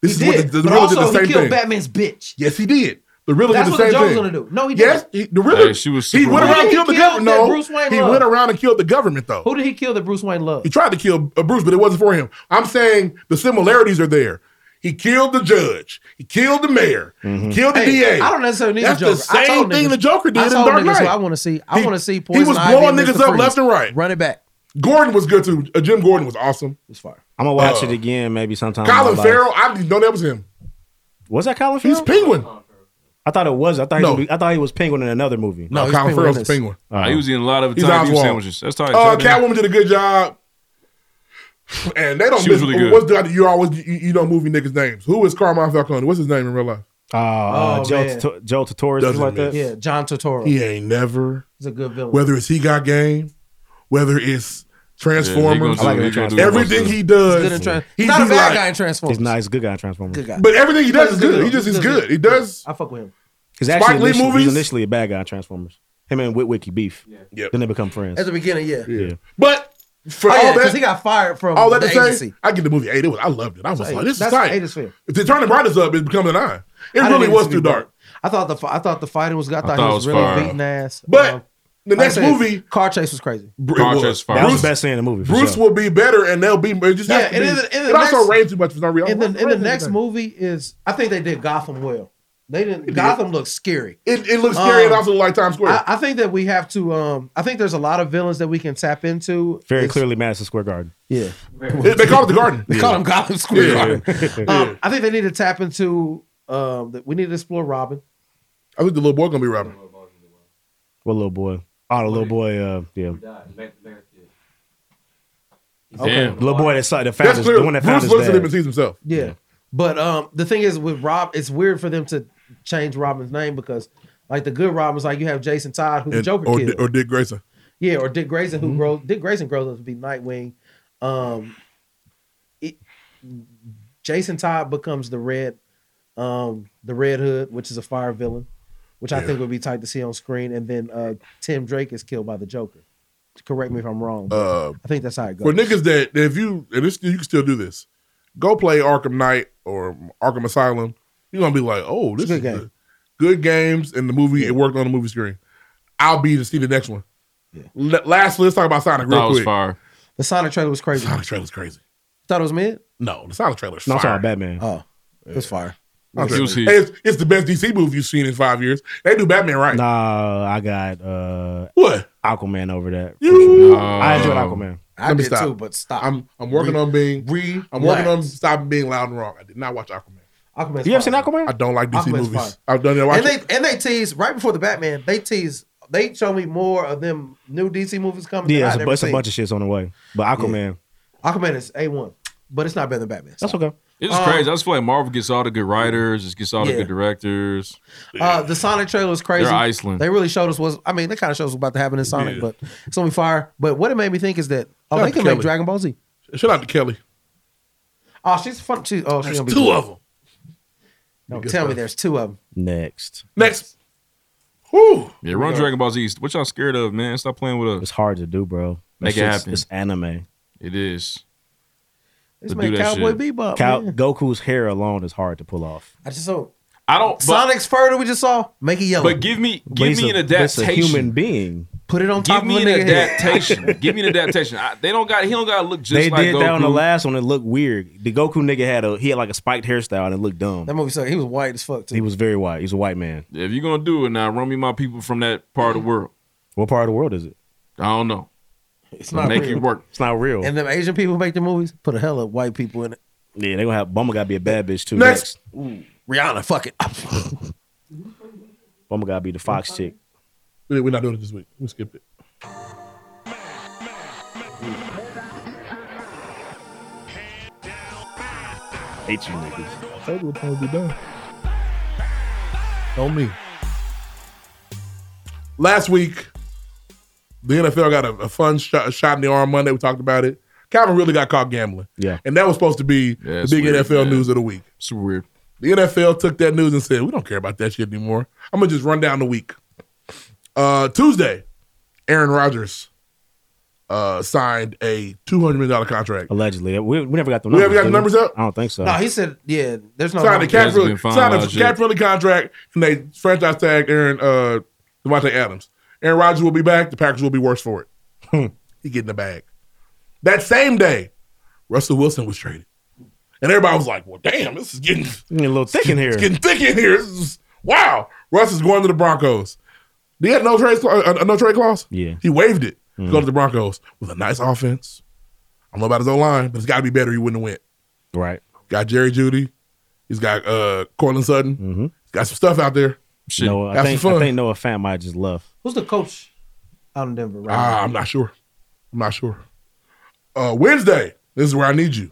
[SPEAKER 2] This
[SPEAKER 3] he
[SPEAKER 2] is
[SPEAKER 3] did.
[SPEAKER 2] what the, the
[SPEAKER 3] but
[SPEAKER 2] Riddler
[SPEAKER 3] also,
[SPEAKER 2] did the same
[SPEAKER 3] he killed
[SPEAKER 2] thing.
[SPEAKER 3] Batman's bitch.
[SPEAKER 2] Yes, he did. The Riddler did the
[SPEAKER 3] That's what the
[SPEAKER 2] same
[SPEAKER 3] Joker's
[SPEAKER 2] thing.
[SPEAKER 3] gonna do. No, he
[SPEAKER 2] yes,
[SPEAKER 3] didn't.
[SPEAKER 2] he, the Riddler.
[SPEAKER 1] Hey, she was
[SPEAKER 2] he
[SPEAKER 1] super
[SPEAKER 2] went
[SPEAKER 1] rich.
[SPEAKER 2] around and
[SPEAKER 3] Who
[SPEAKER 2] killed the
[SPEAKER 3] did he kill
[SPEAKER 2] government.
[SPEAKER 3] that
[SPEAKER 2] No,
[SPEAKER 3] Bruce Wayne
[SPEAKER 2] he
[SPEAKER 3] loved?
[SPEAKER 2] went around and killed the government though.
[SPEAKER 3] Who did he kill that Bruce Wayne loved?
[SPEAKER 2] He tried to kill uh, Bruce, but it wasn't for him. I'm saying the similarities are there. He killed the judge. He killed the mayor.
[SPEAKER 1] Mm-hmm.
[SPEAKER 2] He killed the
[SPEAKER 3] Hey,
[SPEAKER 2] DA.
[SPEAKER 3] I don't necessarily need
[SPEAKER 2] That's
[SPEAKER 3] a Joker.
[SPEAKER 2] the
[SPEAKER 3] I
[SPEAKER 2] same
[SPEAKER 3] told
[SPEAKER 2] thing
[SPEAKER 3] niggas,
[SPEAKER 2] the Joker did
[SPEAKER 3] I
[SPEAKER 2] in
[SPEAKER 3] told
[SPEAKER 2] Dark
[SPEAKER 3] niggas what
[SPEAKER 2] Knight.
[SPEAKER 3] I want to see. I
[SPEAKER 2] He-
[SPEAKER 3] want to see.
[SPEAKER 2] He
[SPEAKER 3] Poison
[SPEAKER 2] was
[SPEAKER 3] Ivy
[SPEAKER 2] blowing
[SPEAKER 3] and
[SPEAKER 2] niggas
[SPEAKER 3] Mr.
[SPEAKER 2] up
[SPEAKER 3] Freeze.
[SPEAKER 2] left and right.
[SPEAKER 3] Run it back.
[SPEAKER 2] Gordon was good too. Uh, Jim Gordon was awesome.
[SPEAKER 3] It's fire.
[SPEAKER 4] I'm gonna watch
[SPEAKER 2] Uh,
[SPEAKER 4] it again maybe sometime. in my
[SPEAKER 2] Colin
[SPEAKER 4] life.
[SPEAKER 2] Farrell, I didn't know that was him.
[SPEAKER 4] was that Colin Farrell?
[SPEAKER 2] He's Penguin.
[SPEAKER 4] I thought it was. I thought
[SPEAKER 2] No.
[SPEAKER 4] he was, I thought he was Penguin in another movie. Uh,
[SPEAKER 2] No,
[SPEAKER 3] he's
[SPEAKER 2] Colin
[SPEAKER 3] Penguin
[SPEAKER 2] Farrell's
[SPEAKER 3] in this.
[SPEAKER 2] Penguin.
[SPEAKER 1] Nah, he was eating a lot of
[SPEAKER 2] He's
[SPEAKER 1] Italian beef
[SPEAKER 2] Oswald.
[SPEAKER 1] sandwiches. That's tight.
[SPEAKER 2] Uh, Catwoman did a good job. And they don't.
[SPEAKER 1] She was
[SPEAKER 2] miss-
[SPEAKER 1] really good.
[SPEAKER 2] What's the, you always you, you don't movie niggas' names. Who is Carmine Falcone? What's his name in real life?
[SPEAKER 4] Uh, uh,
[SPEAKER 3] Oh,
[SPEAKER 4] Joe
[SPEAKER 3] man.
[SPEAKER 4] Tato- Joe Torres
[SPEAKER 2] Doesn't
[SPEAKER 4] like that.
[SPEAKER 3] Yeah, John Turturro.
[SPEAKER 2] He ain't never.
[SPEAKER 3] He's a good villain.
[SPEAKER 2] Whether it's he got game, whether it's Transformers,
[SPEAKER 4] Yeah, he gonna do- he gonna do
[SPEAKER 2] everything
[SPEAKER 4] what he
[SPEAKER 2] he
[SPEAKER 3] He's good in
[SPEAKER 2] does,
[SPEAKER 3] Tran-
[SPEAKER 2] he
[SPEAKER 3] he's not a
[SPEAKER 2] be
[SPEAKER 3] bad
[SPEAKER 2] like-
[SPEAKER 3] guy in Transformers.
[SPEAKER 4] He's nice, good guy in Transformers.
[SPEAKER 3] Good guy.
[SPEAKER 2] But everything he does is
[SPEAKER 3] He's a good
[SPEAKER 2] good.
[SPEAKER 3] villain.
[SPEAKER 2] He just
[SPEAKER 3] He's
[SPEAKER 2] is
[SPEAKER 3] a good
[SPEAKER 2] good. He does.
[SPEAKER 3] I fuck with him.
[SPEAKER 4] He's
[SPEAKER 2] Spike
[SPEAKER 4] actually
[SPEAKER 2] Lee
[SPEAKER 4] initially, he's
[SPEAKER 2] movies?
[SPEAKER 4] initially a bad guy in Transformers. Him and Witwicky beef.
[SPEAKER 2] Yep.
[SPEAKER 4] Then they become friends.
[SPEAKER 3] At the beginning, yeah.
[SPEAKER 4] yeah.
[SPEAKER 2] But for
[SPEAKER 3] oh, yeah,
[SPEAKER 2] all
[SPEAKER 3] because
[SPEAKER 2] that,
[SPEAKER 3] he got fired from
[SPEAKER 2] all that
[SPEAKER 3] the
[SPEAKER 2] to say,
[SPEAKER 3] agency.
[SPEAKER 2] I get the movie eight. It was, I loved it. I was
[SPEAKER 3] That's
[SPEAKER 2] like,
[SPEAKER 3] eight.
[SPEAKER 2] this is
[SPEAKER 3] That's
[SPEAKER 2] tight.
[SPEAKER 3] eight is fair.
[SPEAKER 2] If they turn the brightness up, it becomes a nine. It
[SPEAKER 3] I didn't
[SPEAKER 2] really
[SPEAKER 3] need
[SPEAKER 2] was
[SPEAKER 3] to be
[SPEAKER 2] too dark.
[SPEAKER 3] I thought the fi- I thought the fighting was good. I thought,
[SPEAKER 1] thought
[SPEAKER 3] he
[SPEAKER 1] it was
[SPEAKER 3] was, really
[SPEAKER 1] fire.
[SPEAKER 3] beating ass.
[SPEAKER 2] But
[SPEAKER 3] Um,
[SPEAKER 2] the
[SPEAKER 3] like I
[SPEAKER 2] next
[SPEAKER 3] said,
[SPEAKER 2] movie,
[SPEAKER 3] car chase was crazy.
[SPEAKER 2] Br- it
[SPEAKER 1] Car
[SPEAKER 2] was.
[SPEAKER 1] chase fire.
[SPEAKER 4] That was
[SPEAKER 2] Bruce,
[SPEAKER 4] the best scene in the movie. For
[SPEAKER 2] Bruce
[SPEAKER 4] sure.
[SPEAKER 2] will be better, and they'll be. It just
[SPEAKER 3] Yeah,
[SPEAKER 2] has to
[SPEAKER 3] and
[SPEAKER 2] be.
[SPEAKER 3] in the- in the
[SPEAKER 2] it also
[SPEAKER 3] next-
[SPEAKER 2] ran too much for no reason.
[SPEAKER 3] And then and the
[SPEAKER 2] Rained
[SPEAKER 3] next
[SPEAKER 2] too much.
[SPEAKER 3] movie is I think they did Gotham well. They didn't. Gotham looks scary.
[SPEAKER 2] it, it looks scary. and
[SPEAKER 3] Um,
[SPEAKER 2] also looked like Times Square.
[SPEAKER 3] I, I think that we have to. Um, I think there's a lot of villains that we can tap into.
[SPEAKER 4] Very
[SPEAKER 3] It's-
[SPEAKER 4] clearly Madison Square Garden.
[SPEAKER 3] Yeah,
[SPEAKER 2] It- they call it the Garden.
[SPEAKER 3] they call him Gotham Square
[SPEAKER 2] Yeah.
[SPEAKER 3] Garden. Um, I think they need to tap into. Um, that we need to explore Robin.
[SPEAKER 2] I think the little boy gonna be Robin.
[SPEAKER 4] What little boy? Oh, the little boy. Uh, yeah.
[SPEAKER 1] Damn.
[SPEAKER 4] Little boy that saw the found
[SPEAKER 2] That's
[SPEAKER 4] his,
[SPEAKER 2] clear.
[SPEAKER 4] the one that found
[SPEAKER 2] Bruce
[SPEAKER 4] his
[SPEAKER 2] looks at him and
[SPEAKER 4] dad.
[SPEAKER 2] sees himself.
[SPEAKER 3] Yeah. But um, the thing is with Rob, it's weird for them to change Robin's name because like the good Robin's like you have Jason Todd who the
[SPEAKER 2] And-
[SPEAKER 3] Joker
[SPEAKER 2] or,
[SPEAKER 3] killed.
[SPEAKER 2] Di- or Dick Grayson.
[SPEAKER 3] yeah, or Dick Grayson who grows Dick Grayson grows up to be Nightwing. Um it, Jason Todd becomes the red um the Red Hood, which is a fire villain, which I
[SPEAKER 2] Yeah.
[SPEAKER 3] think would be tight to see on screen. And then uh Tim Drake is killed by the Joker. Correct me if I'm wrong. but
[SPEAKER 2] Uh,
[SPEAKER 3] I think that's how it goes.
[SPEAKER 2] for niggas that if you and this, you can still do this. Go play Arkham Knight or Arkham Asylum. You're gonna be like, oh, this
[SPEAKER 3] It's a
[SPEAKER 2] is
[SPEAKER 3] good
[SPEAKER 2] good,
[SPEAKER 3] game.
[SPEAKER 2] good games, and the movie it worked on the movie screen. I'll be to see the next one.
[SPEAKER 3] Yeah.
[SPEAKER 2] La- last, let's talk about Sonic
[SPEAKER 1] That
[SPEAKER 2] real
[SPEAKER 1] was
[SPEAKER 2] quick.
[SPEAKER 1] fire.
[SPEAKER 3] the Sonic trailer was crazy.
[SPEAKER 2] Sonic trailer's crazy.
[SPEAKER 3] Thought it was mid?
[SPEAKER 2] No, the Sonic trailer's
[SPEAKER 4] No, I'm
[SPEAKER 2] fire.
[SPEAKER 4] talking about Batman.
[SPEAKER 3] Oh. It was fire.
[SPEAKER 2] Sonic
[SPEAKER 1] He was
[SPEAKER 2] trailer-
[SPEAKER 1] here.
[SPEAKER 2] It's, it's the best DC movie you've seen in five years. They do Batman right.
[SPEAKER 4] Nah, I got uh,
[SPEAKER 2] What?
[SPEAKER 4] Aquaman over that.
[SPEAKER 2] You?
[SPEAKER 4] I enjoyed Aquaman.
[SPEAKER 3] I
[SPEAKER 2] Let me
[SPEAKER 3] did
[SPEAKER 2] stop.
[SPEAKER 3] too, but stop.
[SPEAKER 2] I'm I'm working on being
[SPEAKER 3] re-
[SPEAKER 2] I'm working on stopping being loud and wrong. I did not watch Aquaman.
[SPEAKER 3] Aquaman's
[SPEAKER 4] You
[SPEAKER 3] fire.
[SPEAKER 4] ever seen Aquaman?
[SPEAKER 2] I don't like DC movies.
[SPEAKER 3] Aquaman's fire.
[SPEAKER 2] I've done that. Watch
[SPEAKER 3] And
[SPEAKER 2] it.
[SPEAKER 3] they and they tease right before the Batman. They tease. They show me more of them new DC movies coming.
[SPEAKER 4] yeah,
[SPEAKER 3] Yeah,
[SPEAKER 4] it's
[SPEAKER 3] than
[SPEAKER 4] a,
[SPEAKER 3] I've
[SPEAKER 4] it's a bunch
[SPEAKER 3] Of-
[SPEAKER 4] of shits on the way. But Aquaman,
[SPEAKER 3] Aquaman is a one, but it's not better than Batman.
[SPEAKER 4] that's okay.
[SPEAKER 1] It's
[SPEAKER 2] Um,
[SPEAKER 1] just crazy. I just feel like Marvel gets all the good writers, just gets all the
[SPEAKER 3] Yeah.
[SPEAKER 1] good directors.
[SPEAKER 3] Uh, the Sonic trailer was crazy.
[SPEAKER 1] They're Iceland.
[SPEAKER 3] They really showed us was. I mean, they kind of showed us what's about to happen in Sonic, but it's gonna be fire. But what it made me think is that oh,
[SPEAKER 2] Shout out
[SPEAKER 3] they
[SPEAKER 2] to
[SPEAKER 3] can make
[SPEAKER 2] Kelly.
[SPEAKER 3] Dragon Ball Z.
[SPEAKER 2] Shout out to Kelly.
[SPEAKER 3] Oh, she's fun. She, oh, she's
[SPEAKER 2] There's
[SPEAKER 3] gonna be
[SPEAKER 2] two
[SPEAKER 3] good.
[SPEAKER 2] of them.
[SPEAKER 3] Don't tell me there's two of them.
[SPEAKER 4] Next.
[SPEAKER 2] Next. Whew.
[SPEAKER 1] Yeah, run
[SPEAKER 4] Yeah.
[SPEAKER 1] Dragon Ball Z. What y'all scared of, man? Stop playing with us.
[SPEAKER 4] It's hard to do, bro. That
[SPEAKER 1] Make it
[SPEAKER 4] shit's-
[SPEAKER 1] happen.
[SPEAKER 4] It's anime.
[SPEAKER 1] It is.
[SPEAKER 3] This man Cowboy Bebop, man.
[SPEAKER 4] Goku's hair alone is hard to pull off.
[SPEAKER 3] I just so
[SPEAKER 1] I don't. but-
[SPEAKER 3] Sonic's fur that we just saw. Make it yellow.
[SPEAKER 1] But give me,
[SPEAKER 4] But
[SPEAKER 1] give
[SPEAKER 4] he's
[SPEAKER 1] me
[SPEAKER 4] a-
[SPEAKER 1] an
[SPEAKER 4] but it's a
[SPEAKER 1] adaptation.
[SPEAKER 4] human being.
[SPEAKER 3] Put it on
[SPEAKER 1] Give
[SPEAKER 3] top
[SPEAKER 1] me
[SPEAKER 3] of
[SPEAKER 1] an
[SPEAKER 3] a nigga head.
[SPEAKER 1] adaptation. give me an adaptation. I, they don't got. He don't got to look just
[SPEAKER 4] they
[SPEAKER 1] like
[SPEAKER 4] did
[SPEAKER 1] Goku.
[SPEAKER 4] that on the last one. It looked weird. The Goku nigga had a he had like a spiked hairstyle and it looked dumb.
[SPEAKER 3] That movie sucked. He was white as fuck too.
[SPEAKER 4] He was very white. He's a white man.
[SPEAKER 1] If you're gonna do it now, run me my people from that part of the world.
[SPEAKER 4] What part of the world is it?
[SPEAKER 1] I don't know.
[SPEAKER 3] It's not
[SPEAKER 1] make
[SPEAKER 3] real.
[SPEAKER 1] it work.
[SPEAKER 4] It's not real.
[SPEAKER 3] And them Asian people make the movies. Put a hell of white people in it.
[SPEAKER 4] yeah, they gonna have Bumba gotta be a bad bitch too.
[SPEAKER 3] Next.
[SPEAKER 4] Next,
[SPEAKER 3] Ooh, Rihanna, fuck it.
[SPEAKER 4] Bumba gotta be the fox chick.
[SPEAKER 2] We- We're not doing it this week. We skipped it.
[SPEAKER 4] Hate you E niggas.
[SPEAKER 2] I told you what time we'd be done. On me. Last week, the NFL got a, a fun shot, shot in the arm Monday. We talked about it. Calvin really got caught gambling.
[SPEAKER 4] Yeah.
[SPEAKER 2] And that was supposed to be the
[SPEAKER 1] it's
[SPEAKER 2] big
[SPEAKER 1] weird,
[SPEAKER 2] NFL
[SPEAKER 1] man.
[SPEAKER 2] news of the week.
[SPEAKER 1] It's weird.
[SPEAKER 2] The NFL took that news and said, we don't care about that shit anymore. I'm going to just run down the week. Uh, Tuesday, Aaron Rodgers uh, signed a $200 million contract.
[SPEAKER 4] Allegedly, we, we never got the
[SPEAKER 2] We
[SPEAKER 4] numbers.
[SPEAKER 2] ever got the
[SPEAKER 4] did
[SPEAKER 2] numbers up?
[SPEAKER 4] I don't think so.
[SPEAKER 3] No, he said, yeah, there's no
[SPEAKER 2] signed a cap
[SPEAKER 1] hasn't
[SPEAKER 2] friendly,
[SPEAKER 1] been
[SPEAKER 2] signed a
[SPEAKER 1] finalized
[SPEAKER 2] cap friendly contract, and they franchise tag Aaron uh, Devontae Adams. Aaron Rodgers will be back. The Packers will be worse for it. Hmm. he get in the bag. That same day, Russell Wilson was traded, and everybody was like, "Well, damn, this is getting
[SPEAKER 4] Getting a little thick in here.
[SPEAKER 2] it's getting thick in here. This is- wow, Russ is going to the Broncos. He had no trade, cla- uh, uh, no trade clause.
[SPEAKER 4] Yeah.
[SPEAKER 2] He waived it to go to the Broncos with a nice offense. I don't know about his own line, but it's got to be better. He wouldn't have went.
[SPEAKER 4] Right.
[SPEAKER 2] Got Jerry Judy. He's got uh Cortland Sutton.
[SPEAKER 1] Mm-hmm.
[SPEAKER 2] He's got some stuff out there.
[SPEAKER 1] Shit.
[SPEAKER 4] No, Mm-hmm. I
[SPEAKER 2] Got
[SPEAKER 4] think,
[SPEAKER 2] some
[SPEAKER 4] I
[SPEAKER 2] fun.
[SPEAKER 4] think Noah Fan might just left.
[SPEAKER 3] Who's the coach out in Denver? Right
[SPEAKER 2] Ah, I'm not sure. I'm not sure. Uh, Wednesday. This is where I need you.